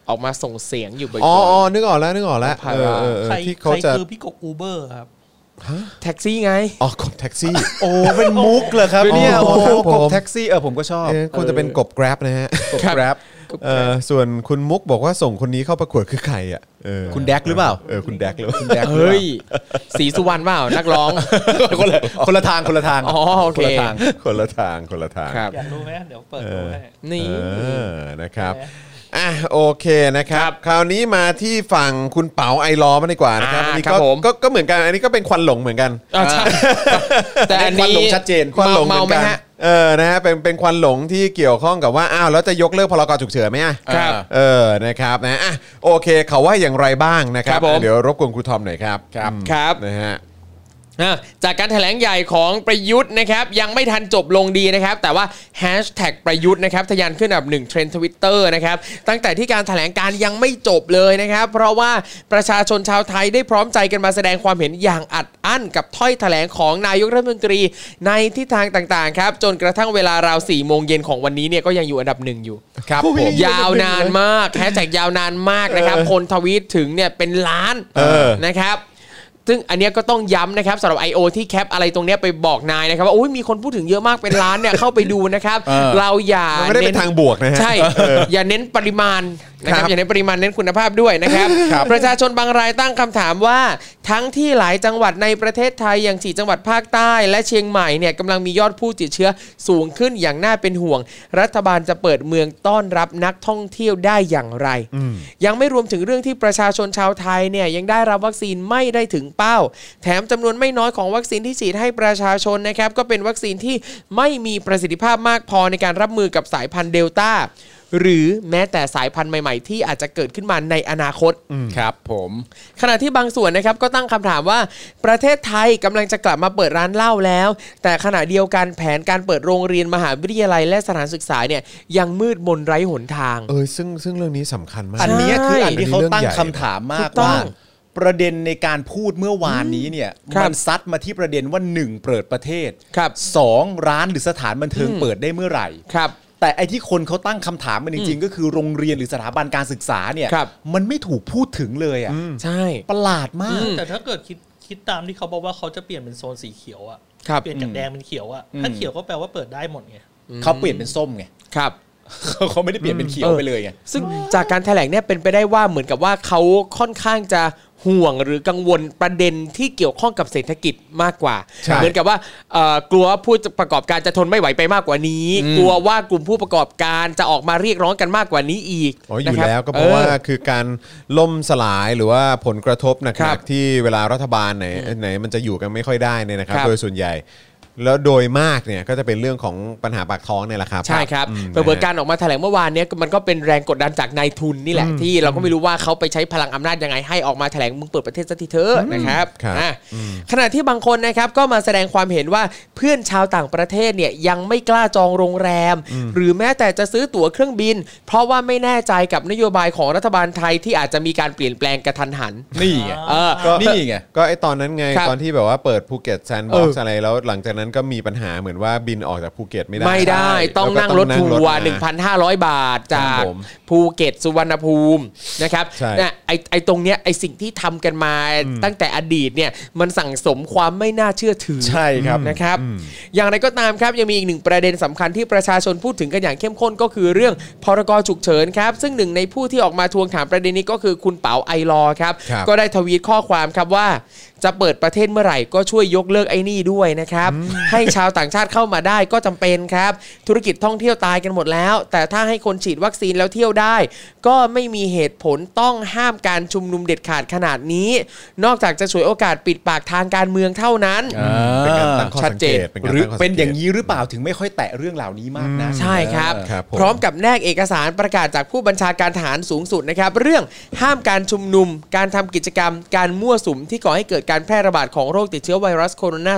Speaker 2: ออกมาส่งเสียงอยู่บ่อย
Speaker 3: อ๋ออ๋อนึกออกแล้วนึกออกแล้ว
Speaker 2: พา
Speaker 3: เอ
Speaker 2: รา
Speaker 3: อเออเออ
Speaker 6: ใคร
Speaker 3: ที่เขาจะ
Speaker 6: ใครคือพี่กบอูเบอร์ครับ
Speaker 2: ๆ แท็กซี่ไง
Speaker 3: อ๋อกบแท็กซี่
Speaker 4: โอ้ เป็นมุกเหรอครับ
Speaker 3: เป็น
Speaker 4: เนี่ย
Speaker 3: มุก
Speaker 4: โอ้
Speaker 3: ครับผม
Speaker 4: กบแท็กซี่เออผมก็ชอบ
Speaker 3: เออควรจะเป็นกบแกร็บนะฮะ
Speaker 4: กบแกร็บ
Speaker 3: เออส่วนคุณมุกบอกว่าส่งคนนี้เข้าประกวดคือใครอ่ะเออ
Speaker 4: คุณแดกหรือเปล่า
Speaker 3: เออคุณแดกหรือเปล่า
Speaker 4: แดก
Speaker 2: เฮ้ย สีสุวรรณเปล่า นักร้อง
Speaker 4: คนละคนละทางคนละทาง
Speaker 2: อ๋อโอเค
Speaker 4: นละทาง
Speaker 3: คนละทางคนละทาง
Speaker 2: ครับ
Speaker 6: อยากรู้ไหมเดี๋ยวเปิดดูให้
Speaker 2: นี่
Speaker 3: เออนะครับ
Speaker 6: เออ
Speaker 3: อ่ะโอเคนะครับ คราวนี้มาที่ฝั่งคุณเป๋าไอรอว์มางดีกว่านะครับ
Speaker 2: อ่า
Speaker 3: อันนี้
Speaker 2: ครั
Speaker 3: ก็
Speaker 2: บผม
Speaker 3: ก็ก็เหมือนกันอันนี้ก็เป็นควันหลงเหมือนกัน
Speaker 2: อ่ะใช่แต่อัน
Speaker 4: ควัน
Speaker 2: นี้
Speaker 4: หลงชัดเจน
Speaker 3: ควันหลงเหมือน
Speaker 2: เมาไหม
Speaker 3: กัน
Speaker 2: ฮะ
Speaker 3: เออนะฮะเป็นเป็นควันหลงที่เกี่ยวข้องกับว่าอ้าวแล้วจะยกเลิกพรกฉุกเฉินไหมอ่ะ
Speaker 2: ครับ
Speaker 3: เออนะครับนะอ่ะโอเคเขาว่าอย่างไรบ้างนะครั
Speaker 2: ครับ บผม
Speaker 3: เดี๋ยวรบกวนครูทอมหน่อยครับครับ
Speaker 2: ครับ
Speaker 3: นะฮะ
Speaker 2: อ่ะจากการแถลงใหญ่ของประยุทธ์นะครับยังไม่ทันจบลงดีนะครับ แต่ว่าแฮชแท็กประยุทธ์นะครับทะยานขึ้นอันดับหนึ่งเทรนด์ทวิตเตอร์นะครับตั้งแต่ที่การแถลงการยังไม่จบเลยนะครับ เพราะว่าประชาชนชาวไทยได้พร้อมใจกันมาแสดงความเห็นอย่างอัดอั้นกับถ้อยแถลงของนายกรัฐมนตรีในทิศทางต่างๆครับจนกระทั่งเวลาราว4ี่โมงเย็นของวันนี้เนี่ยก็ยังอยู่อันดับหนึ่งอยู่
Speaker 4: ครับผม
Speaker 2: ยาวนานมากแฮชแท็กยาวนานมากนะครับ คนทวีตถึงเนี่ยเป็นล้าน
Speaker 3: เออ
Speaker 2: นะครับ ซึ่งอันเนี้ยก็ต้องย้ำนะครับสำหรับ I.O. ที่แคปอะไรตรงเนี้ยไปบอกนายนะครับว่าโอ้ยมีคนพูดถึงเยอะมากเป็นล้านเนี่ย เข้าไปดูนะครับ
Speaker 4: เออ
Speaker 2: เราอย่า
Speaker 3: มันไม่ได้เป็นทางบวกนะฮะ
Speaker 2: ใช่ อย่าเน้นปริมาณนะค
Speaker 3: ครั
Speaker 2: รับบ อย่าเน้นปริมาณเน้นคุณภาพด้วยนะครับ ประชาชนบางรายตั้งคำถามว่า ทั้งที่หลายจังหวัดในประเทศไทยอย่างสี่จังหวัดภาคใต้ และเชียงใหม่เนี่ยกำลังมียอดผู้ติดเชื้อสูงขึ้นอย่างน่าเป็นห่วง รัฐบาลจะเปิดเมืองต้อนรับนักท่องเที่ยวได้อย่างไร ยังไม่รวมถึงเรื่องที่ประชาชนชาวไทยเนี่ยยังได้รับวัคซีนไม่ได้ถึงเป้า แถมจำนวนไม่น้อยของวัคซีนที่ฉีดให้ประชาชนนะครับก็เป็นวัคซีนที่ไม่มีประสิทธิภาพมากพอในการรับมือกับสายพันธุ์เดลต้าหรือแม้แต่สายพันธุ์ใหม่ๆ ที่อาจจะเกิดขึ้นมาในอนาคต
Speaker 4: ครับผม
Speaker 2: ขณะที่บางส่วนนะครับก็ตั้งคำถามว่า ประเทศไทยกำลังจะกลับมาเปิดร้านเหล้าแล้ว แต่ขณะเดียวกันแผนการเปิดโรงเรียนมหาวิทยาลัยและสถานศึกษาเนี่ยยังมืดมนไร้หนทาง
Speaker 3: เออซึ่งซึ่งเรื่องนี้สำคัญมาก
Speaker 4: อันเนี้ยคือ
Speaker 2: ใช่
Speaker 4: อันที่เขาตั้งคำถามมา
Speaker 2: ถู
Speaker 4: ก
Speaker 2: กต้อ
Speaker 4: ว่า
Speaker 2: ง
Speaker 4: ประเด็นในการพูดเมื่อวานนี้เนี่ย
Speaker 2: ครับ
Speaker 4: มันซัดมาที่ประเด็นว่าหนึ่งเปิดประเทศ
Speaker 2: ครับ
Speaker 4: สองร้านหรือสถานบันเทิงเปิดได้เมื่อไหร่
Speaker 2: ครับ
Speaker 4: แต่ไอ้ที่คนเขาตั้งคำถามมันจริง ๆ ก็คือโรงเรียนหรือสถาบันการศึกษาเนี่ย
Speaker 2: ครับ
Speaker 4: มันไม่ถูกพูดถึงเลยอ่ะ
Speaker 2: ใช่
Speaker 4: ประหลาดมาก
Speaker 2: อืม
Speaker 6: แต่ถ้าเกิดคิดคิดตามที่เขาบอกว่าเขาจะเปลี่ยนเป็นโซนสีเขียวอะ
Speaker 2: ครับ
Speaker 6: เปลี่ยนจากแดงเป็นเขียวอะ
Speaker 4: อืม
Speaker 6: ถ้าเขียวก็แปลว่าเปิดได้หมดไง
Speaker 4: เขาเปลี่ยนเป็นส้มไง
Speaker 2: ครับ
Speaker 4: เขาไม่ได้เปลี่ยนเป็นเขียวไปเลยไง
Speaker 2: ซึ่งจากการแถลงเนี่ยเป็นไปได้ว่าเหมือนกับว่าเขาค่อนข้างจะห่วงหรือกังวลประเด็นที่เกี่ยวข้องกับเศรษฐกิจมากกว่า
Speaker 3: ใช่
Speaker 2: เหมือนกับว่าเอ่อกลัวว่าผู้ประกอบการจะทนไม่ไหวไปมากกว่านี้ กลัวว่ากลุ่มผู้ประกอบการจะออกมาเรียกร้องกันมากกว่านี้อีก
Speaker 3: อ๋ออ
Speaker 2: นะ
Speaker 3: ยู่
Speaker 2: คบ
Speaker 3: แล้วก็เพราะว่า
Speaker 2: ออ
Speaker 3: คือการล่มสลายหรือว่าผลกระทบห
Speaker 2: ครั
Speaker 3: นัก
Speaker 2: บ
Speaker 3: ๆที่เวลารัฐบาลไหนไหนมันจะอยู่กันไม่ค่อยได้เนี่ยนะครับ
Speaker 2: ครับ
Speaker 3: โดยส่วนใหญ่ แล้วโดยมากเนี่ยก็จะเป็นเรื่องของปัญหาปากท้องเนี่ยแหละครับ
Speaker 2: ใช่ครับ
Speaker 3: อืม
Speaker 2: เปิดการออกมาแถลงเมื่อวานเนี้ยมันก็เป็นแรงกดดันจากนายทุนนี่แหละที่เราก็ไม่รู้ว่าเขาไปใช้พลังอำนาจยังไงให้ออกมาแถลงมึงเปิดประเทศสักทีเถอะนะครับอ่ะขณะที่บางคนนะครับก็มาแสดงความเห็นว่าเพื่อนชาวต่างประเทศเนี่ยยังไม่กล้าจองโรงแรม หรือแม้แต่จะซื้อตั๋วเครื่องบิน เพราะว่าไม่แน่ใจกับนโยบายของรัฐบาลไทยที่อาจจะมีการเปลี่ยนแปลงกระทันหัน
Speaker 4: นี่ไง
Speaker 2: เออ
Speaker 4: ก็นี่ไง
Speaker 3: ก็ไอตอนนั้นไง
Speaker 2: ครับ
Speaker 3: ตอนที่แบบว่าเปิดภูเก็ตแซนด์บ็อก
Speaker 2: เอ
Speaker 3: ซ์
Speaker 2: ออ
Speaker 3: อะไรแล้วหลังจากนั้นก็มีปัญหาเหมือนว่าบินออกจากภูเก็ตไม่ได้
Speaker 2: ไม่ได้ต้องนั่งรถทัวร์
Speaker 3: 1,000
Speaker 2: 1,500 บาทจา
Speaker 3: ครั
Speaker 2: ก
Speaker 3: บผม
Speaker 2: ภูเก็ตสุวรรณภูมินะครับ
Speaker 3: ใช่
Speaker 2: นะไอไอตรงเนี้ยไอสิ่งที่ทำกันมาตั้งแต่อดีตเนี่ยมันสั่งสมความไม่น่าเชื่อถือ
Speaker 4: ใช่ครับ
Speaker 2: นะครับอย่างไรก็ตามครับยังมีอีกหนึ่งประเด็นสำคัญที่ประชาชนพูดถึงกันอย่างเข้มข้นก็คือเรื่องพรกฉุกเฉินครับ ซึ่งหนึ่งในผู้ที่ออกมาทวงถามประเด็นนี้ก็คือคุณเป๋าไอรอว์ครับ
Speaker 3: ครับ
Speaker 2: ก็ได้ทวีตข้อความครับว่า จะเปิดประเทศเมื่อไหร่ก็ช่วยยกเลิกไอ้นี่ด้วยนะครับ ให้ชาวต่างชาติเข้ามาได้ก็จำเป็นครับ ธุรกิจท่องเที่ยวตายกันหมดแล้ว แต่ถ้าให้คนฉีดวัคซีนแล้วเที่ยวได้ ก็ไม่มีเหตุผลต้องห้ามการชุมนุมเด็ดขาดขนาดนี้ นอกจากจะฉวยโอกาสปิดปากทางการเมืองเท่านั้น
Speaker 3: เป็นการตั้งข้อสังเกต
Speaker 4: หรือ
Speaker 3: ตั้ข้สักต
Speaker 4: เป็นอย่างนี้หรือเปล่าถึงไม่ค่อยแตะเรื่องเหล่านี้มากนะ
Speaker 2: ใช่ครับ
Speaker 3: ครับผม
Speaker 2: พร้อมกับแนกเอกสารประกาศจากผู้บัญชาการทหารสูงสุดนะครับ เรื่องห้ามการชุมนุม การทำกิจกรรม การมั่วสุมที่ก่อให้เกิดการแพร่ระบาดของโรคติดเชื้อไวรัสโคโรนา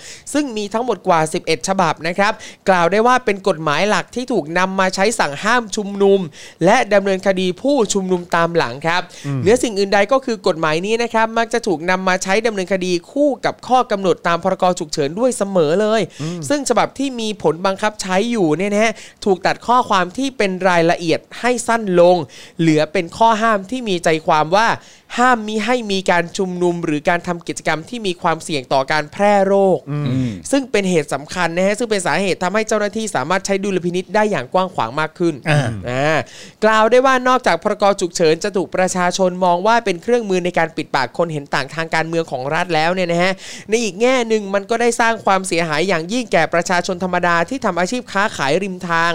Speaker 2: 2019 ซึ่งมีทั้งหมดกว่า 11 ฉบับนะครับ กล่าวได้ว่าเป็นกฎหมายหลักที่ถูกนำมาใช้สั่งห้ามชุมนุม และดำเนินคดีผู้ชุมนุมตามหลังครับเหนือสิ่งอื่นใดก็คือกฎหมายนี้นะครับ มักจะถูกนำมาใช้ดำเนินคดีคู่กับข้อกำหนดตามพรกฉุกเฉินด้วยเสมอเลย ซึ่งฉบับที่มีผลบังคับใช้อยู่เนี่ยนะฮะถูกตัดข้อความที่เป็นรายละเอียดให้สั้นลง เหลือเป็นข้อห้ามที่มีใจความว่า ห้ามมิให้มีการชุมนุม หรือการทำกิจกรรมที่มีความเสี่ยงต่อการแพร่โรค ซึ่งเป็นเหตุสำคัญนะฮะซึ่งเป็นสาเหตุทำให้เจ้าหน้าที่สามารถใช้ดุลพินิษได้อย่างกว้างขวางมากขึ้นอ่ากล่าวได้ว่านอกจากพรกฉุกเฉินจะถูกประชาชนมองว่าเป็นเครื่องมือในการปิดปากคนเห็นต่างทางการเมืองของรัฐแล้วเนี่ยนะฮะในอีกแง่หนึ่งมันก็ได้สร้างความเสียหายอย่างยิ่งแก่ประชาชนธรรมดาที่ทำอาชีพค้าขายริมทาง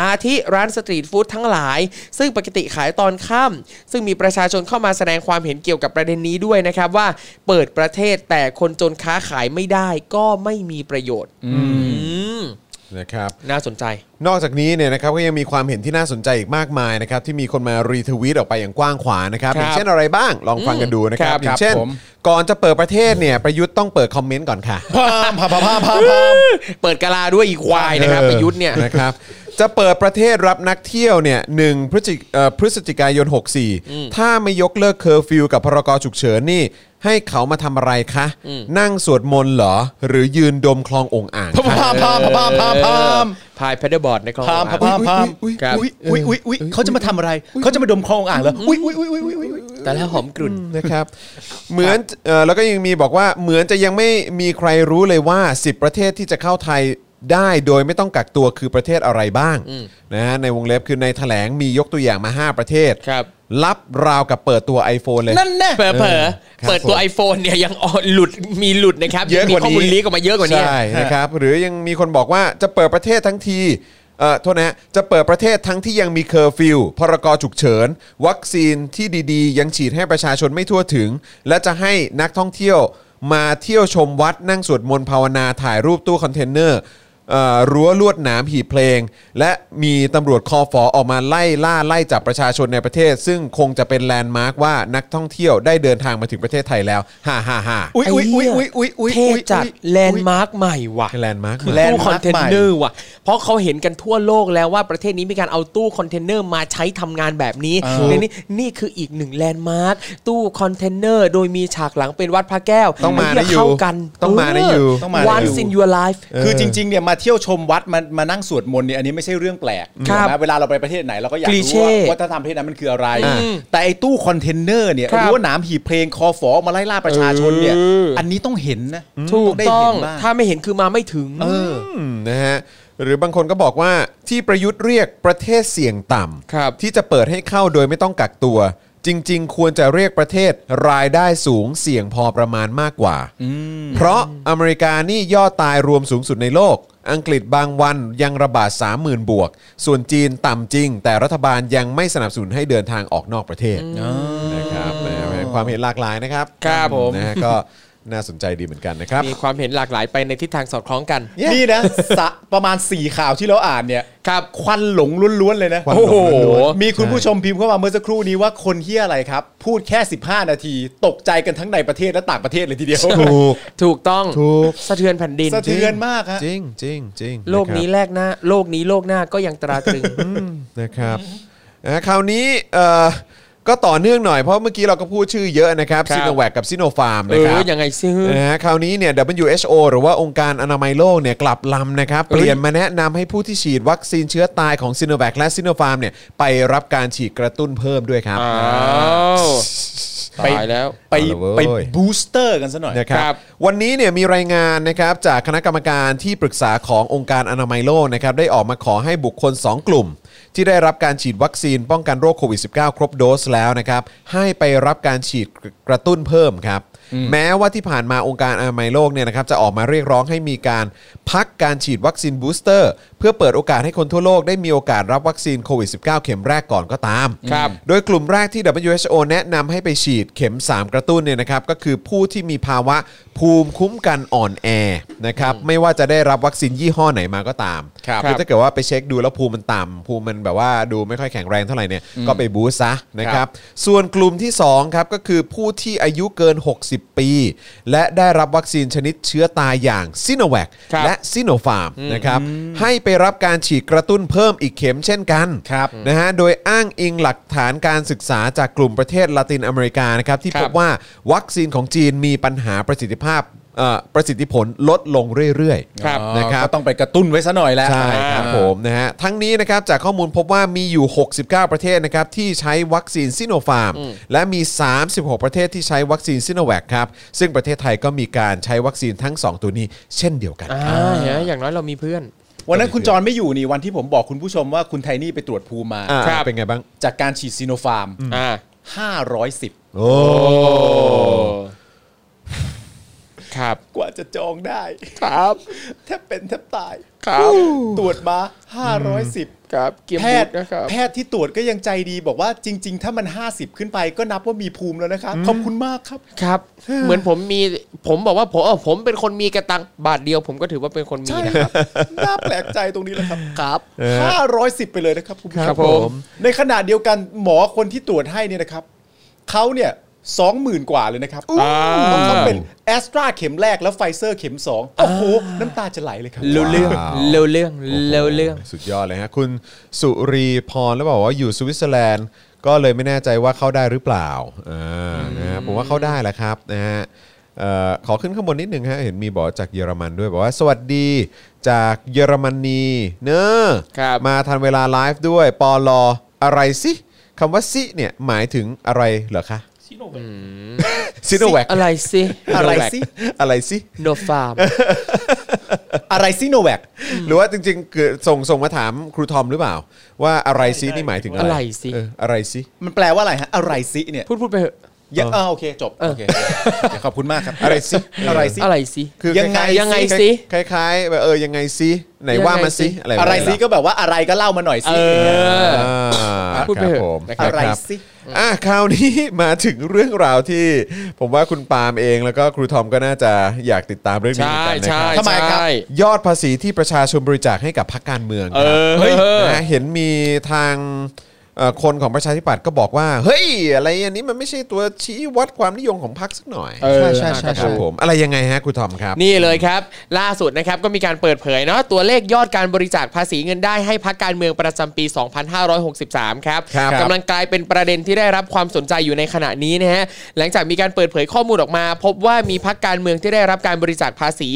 Speaker 2: อาทิร้านสตรีทฟู้ดทั้งหลาย ซึ่งปกติขายตอนค่ำซึ่งมีประชาชนเข้ามาแสดงความเห็นเกี่ยวกับประเด็นนี้ด้วยนะครับว่าเปิดประเทศแต่คนจนค้าขายไม่ได้ก็ไม่มีประโยชน์ อืม
Speaker 3: นะครับ
Speaker 2: น่าสนใจ
Speaker 3: นอกจากนี้เนี่ยนะครับก็ยังมีความเห็นที่น่าสนใจอีกมากมายนะครับที่มีคนมารีทวีตออกไปอย่างกว้างขวางนะครับ
Speaker 2: ครับ
Speaker 3: อย่างเช่นอะไรบ้างลองฟังกันดูนะครั
Speaker 2: ครับ บ
Speaker 3: อย่างเช่น
Speaker 4: ครับผม
Speaker 3: ก่อนจะเปิดประเทศเนี่ยประยุทธ์ต้องเปิดคอมเมนต์ก่อนค่ะ
Speaker 4: พามพามพามพามพามพาม
Speaker 2: เปิดกะลาด้วยอีควายนะครับ
Speaker 3: ออ
Speaker 2: ประยุทธ์เนี่ย
Speaker 3: นะครับจะเปิดประเทศรับนักเที่ยวเนี่ยหนึ่งพฤศจิเอ่อพฤศจิกายน 64 ถ้าไม่ยกเลิกเคอร์ฟิวกับพรกฉุกเฉินนี่ ให้เขามาทำอะไรคะ นั่งสวดมนต์เหรอ หรือยืนดมคลององอ่างคะ
Speaker 4: พามพามพามพามพาม
Speaker 2: พายแพดเดิลบอร์ดในคลอง
Speaker 4: พามพามพามพามอุ้ย
Speaker 2: ครับ
Speaker 4: อุ้ยอุ้ยอุ้ยอุ้ยเขาจะมาทำอะไร เขาจะมาดมคลองอ่างเหรออุ้ยอุ้ยอุ้ยอุ้ยอุ้ยอุ้ย
Speaker 2: แต่แล้วหอมกลุ่น
Speaker 3: นะครับเหมือนเอ่อแล้วก็ยังมีบอกว่าเหมือนจะยังไม่มีใครรู้เลยว่า 10 ประเทศที่จะเข้าไทยได้โดยไม่ต้องกักตัวคือประเทศอะไรบ้างนะฮะในวงเล็บคือในแถลงมียกตัวอย่างมา 5 ประเทศ
Speaker 2: ครับ
Speaker 3: รับราวกับเปิดตัว iPhone เลย
Speaker 4: นั่นแน่
Speaker 2: เผลอ
Speaker 3: เออครับ
Speaker 2: ๆเปิดตัว
Speaker 3: ผม
Speaker 2: iPhone เนี่ยยัง ออกหลุดมีหลุดนะครับ
Speaker 3: เยอะกว่า
Speaker 2: มีข้อ
Speaker 3: นี้
Speaker 2: มูลลีกออกมาเยอะกว่านี้
Speaker 3: ใช่นะครับหรือยังมีคนบอกว่าจะเปิดประเทศทั้งทีเอ่อโทษนะฮะจะเปิดประเทศทั้งที่ยังมีเคอร์ฟิวพรกฉุกเฉิน วัคซีนที่ดีๆ ยังฉีดให้ประชาชนไม่ทั่วถึง และจะให้นักท่องเที่ยวมาเที่ยวชมวัดนั่งสวดมนต์ภาวนาถ่ายรูปตู้คอนเทนเนอร์เอ่อรั้วลวดหนามหีบเพลง และมีตำรวจคอฟอออกมาไล่ล่าไล่จับประชาชนในประเทศ ซึ่งคงจะเป็นแลนด์มาร์กว่านักท่องเที่ยวได้เดินทางมาถึงประเทศไทยแล้วฮ่าฮ่าฮ่าๆๆ
Speaker 4: อุ้ยอุ้ยอุ้ยอุ้ยอุ้ยอุ้ย
Speaker 2: เทพจัดแลนด์มาร์กใหม่ว่ะ
Speaker 3: แลนด์มาร์ค
Speaker 2: คือ
Speaker 3: แลนด์
Speaker 2: ตู้คอนเทนเนอร์ว่ะ เพราะเขาเห็นกันทั่วโลกแล้วว่าประเทศนี้มีการเอาตู้คอนเทนเนอร์มาใช้ทำงานแบบนี้ในนี่นี่คืออีกหนึ่งแลนด์มาร์กตู้คอนเทนเนอร์โดยมีฉากหลังเป็นวัดพระแก้ว
Speaker 3: ต้องมานะ
Speaker 2: ไเหี้เข้า
Speaker 3: อยู่
Speaker 2: กัน
Speaker 3: ต้องมานะอยู่
Speaker 2: เ once in your life
Speaker 4: คือจริงๆเนี่ยมา เที่ยวชมวัดมามานั่งสวดมนต์เนี่ยอันนี้ไม่ใช่เรื่องแปลก
Speaker 2: ครั
Speaker 4: ถู
Speaker 2: บ
Speaker 4: กไหมเวลาเราไปประเทศไหนเราก็อยาก
Speaker 2: กลี
Speaker 4: รู้
Speaker 2: เช่
Speaker 4: ว่าวัฒนธรรมประเทศนั้นมันคืออะไร
Speaker 2: อืม
Speaker 4: แต่ไอ้ตู้คอนเทนเนอร์เนี่ย
Speaker 2: ครั
Speaker 4: ห
Speaker 2: บ
Speaker 4: รือว่าหนามหีบเพลงคอฟอมาไล่ล่าประชาชนเนี่ย
Speaker 2: เอออั
Speaker 4: อันนี้ต้องเห็นนะ
Speaker 2: ถูก
Speaker 4: ได้
Speaker 2: ต้อ
Speaker 4: เห็
Speaker 2: ง
Speaker 4: นบ้าง
Speaker 2: ถ้าไม่เห็นคือมาไม่ถึง
Speaker 4: เออ
Speaker 3: อืมนะฮะหรือบางคนก็บอกว่าที่ประยุทธ์เรียกประเทศเสี่ยงต่
Speaker 2: ครับ
Speaker 3: ำที่จะเปิดให้เข้าโดยไม่ต้องกักตัว จริง ๆ ควรจะเรียกประเทศรายได้สูงเสี่ยงพอประมาณมากกว่า เพราะอเมริกานี่ยอดตายรวมสูงสุดในโลก อังกฤษบางวันยังระบาด 30,000 บวก ส่วนจีนต่ำจริง แต่รัฐบาลยังไม่สนับสนุนให้เดินทางออกนอกประเทศนะครับนะฮะความเห็นหลากหลายนะครับ
Speaker 2: ครับผม
Speaker 3: นะฮะก็น่าสนใจดีเหมือนกันนะครับ
Speaker 2: มีความเห็นหลากหลายไปในทิศทางสอดคล้องกัน
Speaker 3: Yeah
Speaker 4: นี่นะสะประมาณ 4 ข่าวที่เราอ่านเนี่ย
Speaker 2: ครับ
Speaker 4: ควันหลงล้วนๆเลยนะ
Speaker 3: ควันหลงล้วนๆ
Speaker 4: โอ้โหมีคุณผู้ชมพิมพ์เข้ามาเมื่อสักครู่นี้ว่าคนเฮียอะไรครับ พูดแค่ 15 นาที ตกใจกันทั้งในประเทศและต่างประเทศเลยทีเดียว
Speaker 3: ถูก
Speaker 2: ถูกต้อง
Speaker 3: ถูก
Speaker 2: สะเทือนแผ่นดิน
Speaker 4: สะเทือนมากฮะ
Speaker 3: จริงจริงจริง
Speaker 2: โลกนี้แลกหน้า โลกนี้โลกหน้าก็ยังตราตรึง
Speaker 3: นะครับนะคราวนี้เอ่อก็ต่อเนื่องหน่อยเพราะเมื่อกี้เราก็พูดชื่อเยอะนะครับ
Speaker 2: ครับ
Speaker 3: ซิโนแวคกับซิโนฟาร์ม
Speaker 2: เอ
Speaker 3: นะครับ
Speaker 2: อยังไงซิ
Speaker 3: นะฮะคราวนี้เนี่ย WHO หรือว่าองค์การอนามัยโลกเนี่ยกลับลำนะครับ เปลี่ยนมาแนะนำให้ผู้ที่ฉีดวัคซีนเชื้อตายของซิโนแวคและซิโนฟาร์มเนี่ยไปรับการฉีดกระตุ้นเพิ่มด้วยครับ
Speaker 2: อ้าว
Speaker 4: ไป
Speaker 2: ตายแล้ว
Speaker 4: ไป
Speaker 3: เอาละเว้ย
Speaker 4: ไปบูสเตอร์กันซะหน่อย
Speaker 3: นะครั
Speaker 2: ครับ บ
Speaker 3: วันนี้เนี่ยมีรายงานนะครับจากคณะกรรมการที่ปรึกษาขององค์การอนามัยโลกนะครับได้ออกมาขอให้บุคคล 2 กลุ่ม ที่ได้รับการฉีดวัคซีนป้องกันโรคโควิด -19 ครบโดสแล้วนะครับให้ไปรับการฉีดกระตุ้นเพิ่มครับ แม้ว่าที่ผ่านมาองค์การอนามัยโลกเนี่ยนะครับจะออกมาเรียกร้องให้มีการพักการฉีดวัคซีนบูสเตอร์ เพื่อเปิดโอกาสให้คนทั่วโลกได้มีโอกาสรับวัคซีนโควิด -19 เข็มแรกก่อนก็ตาม
Speaker 2: ครับ
Speaker 3: โดยกลุ่มแรกที่ WHO แนะนำให้ไปฉีดเข็ม 3 กระตุ้นเนี่ยนะครับก็คือผู้ที่มีภาวะภูมิคุ้มกันอ่อนแอนะครับไม่ว่าจะได้รับวัคซีนยี่ห้อไหนมาก็ตาม
Speaker 4: ครับ
Speaker 3: อถ้าเกิดว่าไปเช็คดูแล้วภูมิมันต่ำภูมิมันแบบว่าดูไม่ค่อยแข็งแรงเท่าไหร่เนี่ยก็ไปบูสต์ซะนะค
Speaker 4: ครั
Speaker 3: รับ
Speaker 4: บ
Speaker 3: ส่วนกลุ่มที่2ครับก็คือผู้ที่อายุเกิน 60 ปี และได้รับวัคซีนชนิดเชื้อตายอย่างซิโนแวค
Speaker 2: ครับ
Speaker 3: และซิโนฟาร์มนะครับให้ไปรับการฉีดกระตุ้นเพิ่มอีกเข็มเช่นกัน
Speaker 4: ครับ
Speaker 3: นะฮะโดยอ้างอิงหลักฐานการศึกษาจากกลุ่มประเทศละตินอเมริกานะครับที่
Speaker 2: ครั
Speaker 3: พ
Speaker 2: บ
Speaker 3: บว่าวัคซีนของจีนมีปัญหาประสิทธิภาพเอ่อประสิทธิผลลดลงเรื่อย
Speaker 2: ครับ
Speaker 4: อ๋
Speaker 3: ๆ
Speaker 4: อ
Speaker 3: นะครับ
Speaker 4: ก็ต้องไปกระตุ้นไว้ซะหน่อยแหล้ว
Speaker 3: ใช่ครับผมนะฮะทั้งนี้นะครับจากข้อมูลพบว่ามีอยู่ 69 ประเทศนะครับที่ใช้วัคซีนซิโนฟาร์ม และมี 36 ประเทศที่ใช้วัคซีนซิโนแวคครับ ซึ่งประเทศไทยก็มีการใช้วัคซีนทั้ง 2 ตัวนี้ เช่นเดียวกัน
Speaker 2: อ่าเนี่ยอย่างน้อยเรามีเพื่อน
Speaker 4: วันนั้นคุณจรไม่อยู่นี่วันที่ผมบอกคุณผู้ชมว่าคุณไทนี่ไปตรวจภูมิมา
Speaker 3: อ่า
Speaker 2: ครับ
Speaker 3: เป็นไงบ้าง
Speaker 4: จากการฉีดซีโนฟาร์ม
Speaker 2: อ่า
Speaker 4: 510
Speaker 3: โอ้
Speaker 2: ครับ
Speaker 4: กว่าจะจองได้
Speaker 2: ครับ
Speaker 4: แทบเป็นแทบตาย
Speaker 2: ครับ
Speaker 4: ตรวจมา 510
Speaker 2: ครับเกียม
Speaker 4: แพ
Speaker 2: บุ
Speaker 4: ท
Speaker 2: ต
Speaker 4: ย์
Speaker 2: รนะครับ
Speaker 4: แพทย์ที่ตรวจก็ยังใจดีบอกว่าจริง ๆ ถ้ามัน 50 ขึ้นไปก็นับว่ามีภูมิแล้วนะครับขอบคุณมากครับ
Speaker 2: ครับ เหมือนผมมี ผมบอกว่าผมเออผมเป็นคนมีกระตังบาทเดียว ผมก็ถือว่าเป็นคนมี
Speaker 4: ใช่
Speaker 2: นะ
Speaker 4: ครับ น่าแปลกใจตรงนี้แหละครับครับ510 ไปเลยนะครับคุณผู้ช
Speaker 2: ครับผม
Speaker 4: ในขณะเดียวกันหมอคนที่ตรวจให้เนี่ยนะครับเขาเนี่ยสองหมื่นกว่าเลยนะครับของเขาเป็นแอสตราเข็มแรกแล้วไฟเซอร์เข็มสองโอ้โห น้ำตาจะไหลเลยครับ
Speaker 2: เร็วเรื่องเร็วเรื่องเร็วเรื่อง
Speaker 3: สุดยอดเลยฮะคุณสุรีพรแล้วบอกว่าอยู่สวิตเซอร์แลนด์ ก็เลยไม่แน่ใจว่าเข้าได้หรือเปล่าอ่านะฮะผมว่าเข้าได้แหละครับนะฮะเอ่อขอขึ้นข้างบนนิดนึงฮะเห็นมีบอกจากเยอรมันด้วยบอกว่าสวัสดีจากเยอรมนีเนอะ
Speaker 2: ครับ
Speaker 3: มาทันเวลาไลฟ์ด้วยปอลออะไรสิคำว่าสิเนี่ยหมายถึงอะไรเหรอคะ
Speaker 6: ซิโนแวค
Speaker 3: ซิโนแวค
Speaker 2: อะไรสิ
Speaker 4: อะไรสิ
Speaker 3: อะไรสิ
Speaker 2: โนฟาร์ม
Speaker 4: อะไรซิโนแวค
Speaker 3: หรือว่าจริงๆคือส่งส่งมาถามครูทอมหรือเปล่า ว่าอะไรซินี่หมายถึงอะไร
Speaker 2: อะไรสิ
Speaker 3: เอออะไรซิ
Speaker 4: มันแปลว่าอะไรฮะ อะไรซิเนี่ย
Speaker 2: พูดพูดไปเถอะ
Speaker 4: อย่าอ่าโอเคจบโอเคเดี๋ยวขอบคุณมากครับ
Speaker 3: อะไรซิ
Speaker 4: อะไรซิ
Speaker 2: อะไรสิ
Speaker 3: คือ
Speaker 4: ยัง
Speaker 3: ค
Speaker 4: ไง
Speaker 3: ล้าๆ
Speaker 2: ยังไงสิ
Speaker 3: คล้ายๆคล้ายๆแบบเออยังไงซิไหนว่ามาซิ
Speaker 2: ยังไงสิ
Speaker 3: อะไรแบบ
Speaker 4: อะไร
Speaker 3: นั้น
Speaker 4: ซิก็แบบว่าอะไรก็เล่ามาหน่อย
Speaker 2: เอ
Speaker 4: ซิ
Speaker 2: อ
Speaker 3: อ่า
Speaker 2: พูด
Speaker 3: ค
Speaker 2: ไป
Speaker 3: รับ
Speaker 2: เถอะ
Speaker 3: ผม
Speaker 4: อะ
Speaker 3: ค
Speaker 4: ไร
Speaker 3: รับ
Speaker 4: ซิ
Speaker 3: อ่ะคราวนี้ มาถึงเรื่องราวที่ ผมว่าคุณปาล์มเองแล้วก็ครูทอมก็น่าจะอยากติดตามเรื่องนี้เหมื
Speaker 2: ใช่
Speaker 3: อนกันนะครับ
Speaker 2: ใช่
Speaker 4: ทำไมครับ
Speaker 2: ใช่
Speaker 3: ยอดภาษีที่ประชาชนบริจาคให้กับพรรคการเมือง
Speaker 2: เอ
Speaker 3: ครับ
Speaker 2: อ
Speaker 3: นะเห็นมีทาง เอ่อคนของประชาธิปัตย์ก็บอกว่า เฮ้ย อะไรอันนี้มันไม่ใช่ตัวชี้วัดความนิยมของพรรคสักหน่อย
Speaker 2: เออ
Speaker 3: ใช่ใช่ใช่ครับผมอะไรยังไงฮะครูทอมครับ
Speaker 2: นี่เลยครับ ล่าสุดนะครับก็มีการเปิดเผยเนาะตัวเลขยอดการบริจาคภาษีเงินได้ให้พักการเมืองประจำปี 2563 ครับ
Speaker 3: ครับ
Speaker 2: กำลังกลายเป็นประเด็นที่ได้รับความสนใจอยู่ในขณะนี้นะฮะหลังจากมีการเปิดเผยข้อมูลออกมา พบว่ามีพักการเมืองที่ได้รับการบริจาคภาษี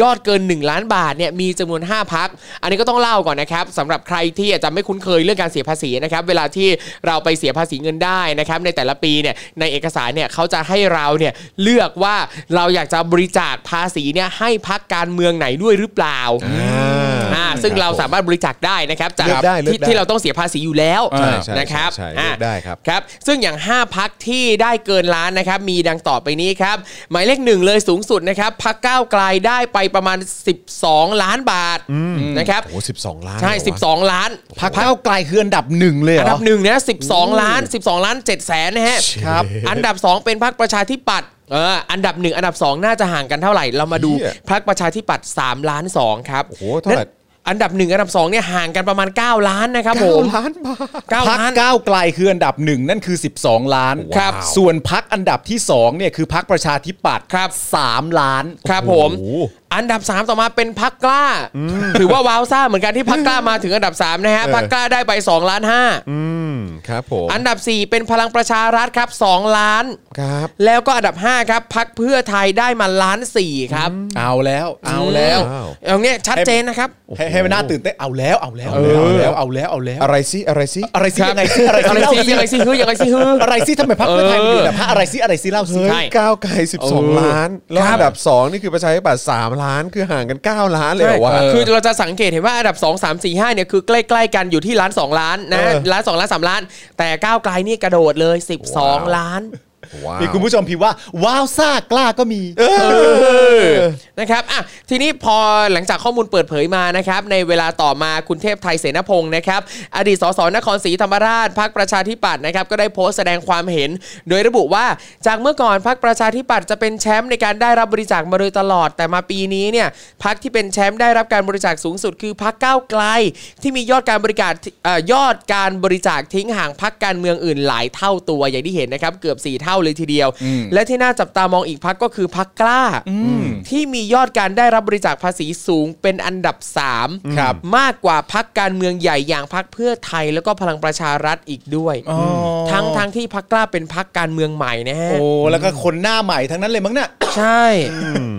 Speaker 2: ยอดเกิน 1 ล้านบาทเนี่ยมีจำนวน 5 พัก อันนี้ก็ต้องเล่าก่อนนะครับสำหรับใครที่อาจจะไม่คุ้นเคยเรื่องการเสียภาษีนะครับเวลาที่เราไปเสียภาษีเงินได้นะครับในแต่ละปีเนี่ยในเอกสารเนี่ยเขาจะให้เราเนี่ยเลือกว่าเราอยากจะบริจาคภาษีเนี่ยให้พักการเมืองไหนด้วยหรือเปล่า อ่าซึ่งเราสามารถบริจาคได้นะครับจาก
Speaker 3: เลือกได้เลือก
Speaker 2: ที่
Speaker 3: ได้
Speaker 2: ที่เราต้องเสียภาษีอยู่แล้ว
Speaker 3: ใช่ใช่
Speaker 2: นะครับ
Speaker 3: ใช่ใช่
Speaker 2: อ่า
Speaker 3: เลือกได้ครับ
Speaker 2: ครับ ซึ่งอย่าง 5 พักที่ได้เกินล้านนะครับ มีดังต่อไปนี้ครับ หมายเลขหนึ่งเลยสูงสุดนะครับพักก้าวไกลได้ไปประมาณ 12 ล้านบาทนะครับ
Speaker 3: โอ้สิบสองล้าน
Speaker 2: ใช่
Speaker 3: เหรอวะ
Speaker 2: 12 ล้าน
Speaker 4: พักเก้าวไกลคืออันดับหนึ่งเลยเหร
Speaker 2: อันดั
Speaker 4: อ
Speaker 2: บหนึ่งนะ12 ล้าน 12 ล้าน7แสนนะฮะ
Speaker 4: ครับ
Speaker 2: อันดับ 2 เป็นพักประชาธิปัตย์เอออันดับหนึ่งอันดับสองน่าจะห่างกันเท่าไหร่ เรามาดู
Speaker 3: เหี้ย
Speaker 2: พักประชาธิปัตย์3ล้านสองครับ
Speaker 3: โอ้โหเท่าไหร่
Speaker 2: อันดับหนึ่งอันดับสองเนี่ยห่างกันประมาณ 9 ล้านนะครับผม
Speaker 3: ล้านบาท
Speaker 2: เก้า
Speaker 4: พัก
Speaker 2: ล้าน
Speaker 4: ก้าวไกลคืออันดับหนึ่งนั่นคือ 12 ล้าน
Speaker 2: ครับ
Speaker 4: ส่วนพักอันดับที่สองเนี่ยคือพักประชาธิปัตย์
Speaker 2: ครับ
Speaker 4: สามล้าน
Speaker 2: ครับผม
Speaker 3: โอ้โห
Speaker 2: อันดับ 3 ต่อมาเป็นพักกล้า ถือว่าวาวซ่าเหมือนกันที่พักกล้ามาถึงอันดับ 3 นะฮะ
Speaker 3: เออ
Speaker 2: พักกล้าได้ไป2ล้าน5
Speaker 3: อืมครับผม
Speaker 2: อันดับ 4 เป็นพลังประชารัฐครับ 2 ล้าน
Speaker 3: ครับ
Speaker 2: แล้วก็อันดับ 5 ครับพักเพื่อไทยได้มาล้าน4ครับ
Speaker 4: เอาแล้ว เอาแล้ว
Speaker 3: อ้าว
Speaker 2: ตรงเนี้ยชัดเจนนะครับ
Speaker 4: ให้ให้มันน่าตื่นเต้นเอาแล้วเอาแล้ว
Speaker 3: เอาแล้ว
Speaker 4: เอาแล้วเอาแล้วเอาแล้ว
Speaker 3: อะไรสิอะไรสิ
Speaker 4: อะไรสิ
Speaker 2: ครับ
Speaker 4: ยังไงสิอะไร
Speaker 2: อะไร
Speaker 4: สิ
Speaker 2: สิยังไงสิฮือยังไงสิฮือ
Speaker 4: อะไรสิทำไมพักเพื่อไทยมันอยู่แต่พักอะไรสิอะไรสิเล่าสิ
Speaker 3: เฮ้
Speaker 2: ใช่
Speaker 3: ยก้าวไกล 12 ล้าน แล้วอันดับ 2 นี่คือประชาธิปัตย์3ล้าน คือห่างกัน 9 ล้านเลยเหรอวะ
Speaker 2: ใช่คือเราจะสังเกตเห็นว่าอันดับ 2 3 4 5เนี่ยคือใกล้ๆกันอยู่ที่ล้าน 2 ล้านนะ
Speaker 3: เออ
Speaker 2: ล้าน 2 ล้าน 3 ล้าน แต่ก้าวไกลนี่กระโดดเลย 12 ล้าน
Speaker 3: ว้าว
Speaker 4: มีคุณผู้ชมพิมพ์ว่า ว้าวซ่ากล้าก็มี
Speaker 2: นะครับอ่ะทีนี้พอหลังจากข้อมูลเปิดเผยมานะครับ ในเวลาต่อมาคุณเทพไทยเสนพงศ์นะครับ อดีตสสนครศรีธรรมราชพักประชาธิปัตย์นะครับ ก็ได้โพสต์แสดงความเห็น โดยระบุว่าจากเมื่อก่อนพักประชาธิปัตย์จะเป็นแชมป์ในการได้รับบริจาคมาโดยตลอด แต่มาปีนี้เนี่ยพักที่เป็นแชมป์ได้รับการบริจาคสูงสุดคือพักก้าวไกล ที่มียอดการบริการเอ่อยอดการบริจาคทิ้งห่างพักการเมืองอื่นหลายเท่าตัวอย่างที่เห็นนะครับเกือบสี่เท่าเลยทีเดียว และที่น่าจับตามองอีกพักก็คือพักกล้า ที่มียอดการได้รับบริจาคภาษีสูงเป็นอันดับ 3
Speaker 4: ครับ
Speaker 2: มากกว่าพักการเมืองใหญ่อย่างพักเพื่อไทยแล้วก็พลังประชารัฐอีกด้วย ทั้งทั้งที่พักกล้าเป็นพักการเมืองใหม่นะฮะ
Speaker 4: โอ้แล้วก็คนหน้าใหม่ทั้งนั้นเลยมั้งน่ะ
Speaker 2: ใช่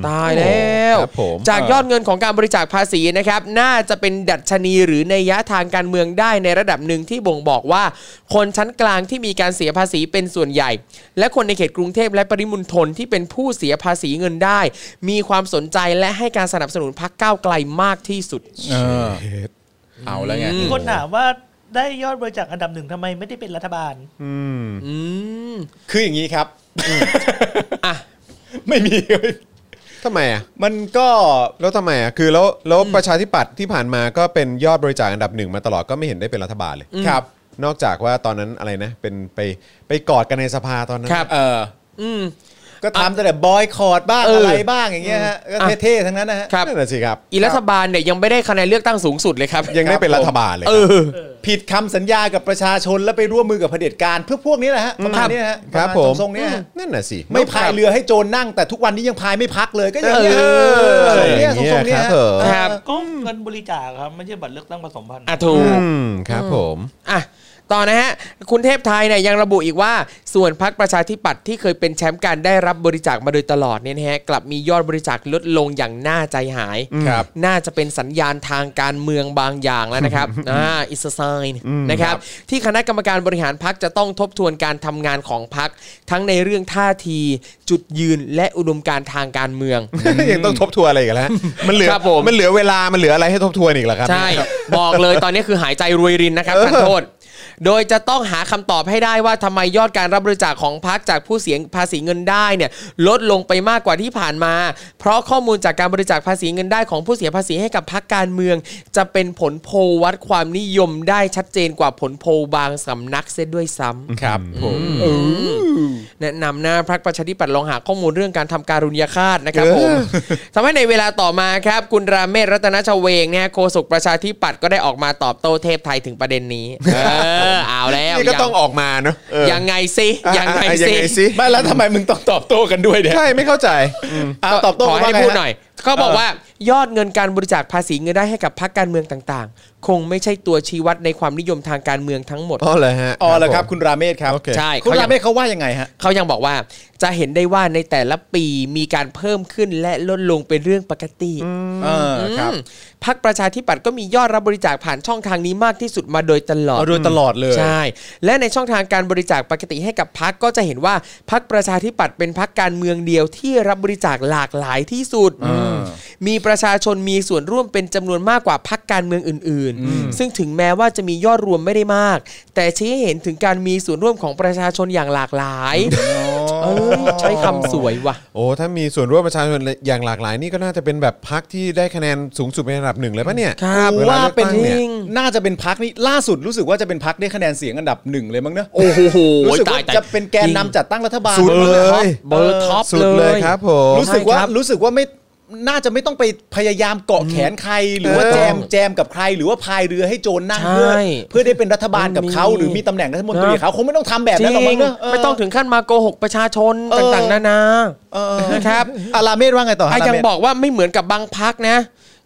Speaker 2: ตายแล้ว
Speaker 3: ครับผม
Speaker 2: จากยอดเงินของการบริจาคภาษีนะครับ น่าจะเป็นดัชนีหรือในยะทางการเมืองได้ในระดับหนึ่งที่บ่งบอกว่า คนชั้นกลางที่มีการเสียภาษีเป็นส่วนใหญ่ และคนในเขตกรุงเทพและปริมณฑลที่เป็นผู้เสียภาษีเงินได้ มีความสนใจและให้การสนับสนุนพรรคก้าวไกลมากที่สุด
Speaker 4: เอาแล้วไง
Speaker 6: มีคนถามว่าได้ยอดบริจาคอันดับหนึ่งทำไมไม่ได้เป็นรัฐบาล
Speaker 2: อืม
Speaker 4: คืออย่างนี้ครับ
Speaker 2: อ่ะ
Speaker 4: ไม่มี
Speaker 3: ทำไมอ่ะ
Speaker 4: มันก็
Speaker 3: แล้วทำไมอ่ะ คือแล้วแล้วประชาธิปัตย์ที่ผ่านมาก็เป็นยอดบริจาคอันดับหนึ่งมาตลอดก็ไม่เห็นได้เป็นรัฐบาลเลย
Speaker 4: ครับ
Speaker 3: นอกจากว่าตอนนั้นอะไรนะ เป็นไปไปกอดกันในสภาตอนนั้น
Speaker 2: ครับ
Speaker 4: เออ
Speaker 2: อืม
Speaker 4: ก็ทำแต่บอยคอร์ดบ้าง
Speaker 2: เอออ
Speaker 4: อะไรบ้างอย่างเงี้ยฮะก็
Speaker 2: อ่ะ
Speaker 4: เท่ๆทั้งนั้นนะฮะ
Speaker 2: ครับ
Speaker 3: นั่นน่ะสิครับ
Speaker 2: อีรัฐบาลเนี่ยยังไม่ได้คะแนนเลือกตั้งสูงสุดเลยครับ
Speaker 3: ยังได้เป็นรัฐบาลเลย
Speaker 2: เอ
Speaker 3: ครับ
Speaker 2: อ
Speaker 4: ผิดคำสัญญากับประชาชนแล้วไปร่วมมือกับเผด็จการเพื่อพวกนี้แหละฮะประมาณนี้นะฮะป
Speaker 3: ค
Speaker 4: ระ
Speaker 3: รับ
Speaker 4: มาณ
Speaker 3: ผม
Speaker 4: ทรงๆเนี้ยฮะ
Speaker 3: นั่นน่ะสิ
Speaker 4: ไม่พายเรือให้โจรนั่งแต่ทุกวันนี้ยังพายไม่พักเลยก็อย่าง
Speaker 3: เอ
Speaker 4: เงี้ย
Speaker 3: อ
Speaker 4: ทรง
Speaker 3: อ
Speaker 4: เนี้ย
Speaker 3: ย่าง
Speaker 4: ทรง
Speaker 3: เงี้ย
Speaker 4: ทรง
Speaker 3: ค
Speaker 4: เนี้
Speaker 3: รับผม
Speaker 4: ย
Speaker 2: ครับ
Speaker 6: ก็เงินบริจาคครับ ไม่ใช่บัตรเลือกตั้งผสมพันธ์
Speaker 2: อ่ะถู
Speaker 3: อื
Speaker 2: ก
Speaker 3: มครับผม
Speaker 2: อ่ะต่อนะฮะ คุณเทพไทยเนี่ยยังระบุอีกว่า ส่วนพักประชาธิปัตย์ที่เคยเป็นแชมป์การได้รับบริจาคมาโดยตลอดเนี่ยนะฮะกลับมียอดบริจาคลดลงอย่างน่าใจหาย
Speaker 3: ครับ
Speaker 2: น่าจะเป็นสัญญาณทางการเมืองบางอย่างแล้ว นะครับ อ่าอิสไซน์นะครับ ที่คณะกรรมการบริหารพักจะต้องทบทวนการทำงานของพักทั้งในเรื่องท่าที จุดยืนและอุดมการณ์ทางการเมือง
Speaker 3: ยังต้องทบทวนอะไรอีกันแล้วมันเหลือ
Speaker 2: ครับผม
Speaker 3: มันเหลือเวลามันเหลืออะไรให้ทบทวนอีกเหรอครับ
Speaker 2: ใช่ บอกเลยตอนนี้คือหายใจรวยรินนะครับท่านโทษ โดยจะต้องหาคำตอบให้ได้ว่าทำไมยอดการรับบริจาคของพักจากผู้เสียภาษีเงินได้เนี่ยลดลงไปมากกว่าที่ผ่านมา เพราะข้อมูลจากการบริจาคภาษีเงินได้ของผู้เสียภาษีให้กับพักการเมือง จะเป็นผลโพลวัดความนิยมได้ชัดเจนกว่าผลโพลบางสำนักเสียด้วยซ้ำ
Speaker 4: ครับผม
Speaker 2: แนะนำหน้าพรรคประชาธิปัตย์ลองหาข้อมูลเรื่องการทำการุญยฆาตนะครับผมทำให้ในเวลาต่อมาครับ คุณรามเมศรัตนชเวงเนี่ยโฆษกประชาธิปัตย์ก็ได้ออกมาตอบโต้เทพไทยถึงประเด็นนี้ เอ อเอาแล้ว
Speaker 3: นี่ก็ต้องออกมาเนอะเออ
Speaker 2: ยังยังไงสิยังไง
Speaker 3: อ่ะอ่ะ
Speaker 2: สิ
Speaker 3: ยังไงสิ
Speaker 4: ไม่แล้วทำไมมึงต้องตอบโต้กันด้วยเนี่ย
Speaker 3: ใช่ไม่เข้าใจ
Speaker 4: เอาตอบโต้
Speaker 2: ขอ
Speaker 4: กัน
Speaker 2: ให้
Speaker 4: ว่าไง
Speaker 2: พูด
Speaker 4: ฮะ
Speaker 2: หน่อยเขาบอกว่ายอดเงินการบริจาคภาษีเงินได้ให้กับพรรคการเมืองต่างๆ คงไม่ใช่ตัวชี้วัดในความนิยมทางการเมืองทั้งหมด
Speaker 3: อ๋อเลยฮะ
Speaker 4: อ๋อแล้วครับคุณราเมศครับ
Speaker 3: โอเค
Speaker 2: ใช่
Speaker 4: คุณ
Speaker 2: เขายั
Speaker 4: ราง เมศเขาว่ายังไงฮะ
Speaker 2: เขายังบอกว่าจะเห็นได้ว่าในแต่ละปีมีการเพิ่มขึ้นและลดลงเป็นเรื่องปกติ
Speaker 4: เออ
Speaker 2: อืม
Speaker 4: ครับ
Speaker 2: พรรคประชาธิปัตย์ก็มียอดรับบริจาคผ่านช่องทางนี้มากที่สุดมาโดยตลอด
Speaker 4: เอาโดยตลอดเลย
Speaker 2: ใช่ และในช่องทางการบริจาคปกติให้กับพักก็จะเห็นว่าพักประชาธิปัตย์เป็นพักการเมืองเดียวที่รับบริจาคหลากหลายที่สุด มีประชาชนมีส่วนร่วมเป็นจำนวนมากกว่าพักการเมืองอื่น ๆ ซึ่งถึงแม้ว่าจะมียอดรวมไม่ได้มาก แต่ชี้ให้เห็นถึงการมีส่วนร่วมของประชาชนอย่างหลากหลาย เอ้ยใช้คำสวยว่ะ
Speaker 3: โอ้ถ้ามีส่วนร่วมประชาชนอย่างหลากหลายนี่ก็น่าจะเป็นแบบพักที่ได้คะแนนสูงสุดเป็นอันดับหนึ่งเลยปะเนี่ย
Speaker 2: ครับ
Speaker 3: วล
Speaker 4: ว่า
Speaker 3: ลือก
Speaker 4: เป็น
Speaker 3: ตั้งย
Speaker 2: จริง
Speaker 4: น่าจะเป็นพักนี่ล่าสุดรู้สึกว่าจะเป็นพักได้คะแนนเสียงอันดับหนึ่งเลยมั้งเนอะ
Speaker 2: โอ้โห
Speaker 4: รู้สึกว่า
Speaker 2: ตย
Speaker 4: จะเป็นแกนนำจัดตั้งรัฐบาล
Speaker 3: สุด
Speaker 4: มั้งนี่
Speaker 3: เลย
Speaker 2: เบอร์ท็อป
Speaker 3: สุด
Speaker 2: เลย
Speaker 3: เลยครับผม
Speaker 4: รู้สึกว่า
Speaker 2: ใช่ครับ
Speaker 4: รู้สึกว่าไม่น่าจะไม่ต้องไปพยายามเกาะแขนใคร หรือว่า
Speaker 3: เออ
Speaker 4: แจมแจมกับใคร หรือว่าพายเรือให้โจรนั่ง
Speaker 2: ใช่
Speaker 4: เพื่อเพื่อได้เป็นรัฐบาลกับเขา
Speaker 2: ไม่มี
Speaker 4: หรือมีตำแหน่งรัฐมนตรี
Speaker 2: นะ
Speaker 4: เขาคงไม่ต้องทำแบบ
Speaker 2: จริ
Speaker 4: นั้นหรอกมั้
Speaker 2: ง
Speaker 4: งเนอะเ
Speaker 2: ไม่ต้องถึงขั้นมาโกหกประชาชนต่างๆนานา
Speaker 4: เออ
Speaker 2: นะครับ
Speaker 4: อาราเมศว่าไงต่อฮะ
Speaker 2: อ่ะ
Speaker 4: รา
Speaker 2: ยัง
Speaker 4: เมศ
Speaker 2: บอกว่าไม่เหมือนกับบางพักนะ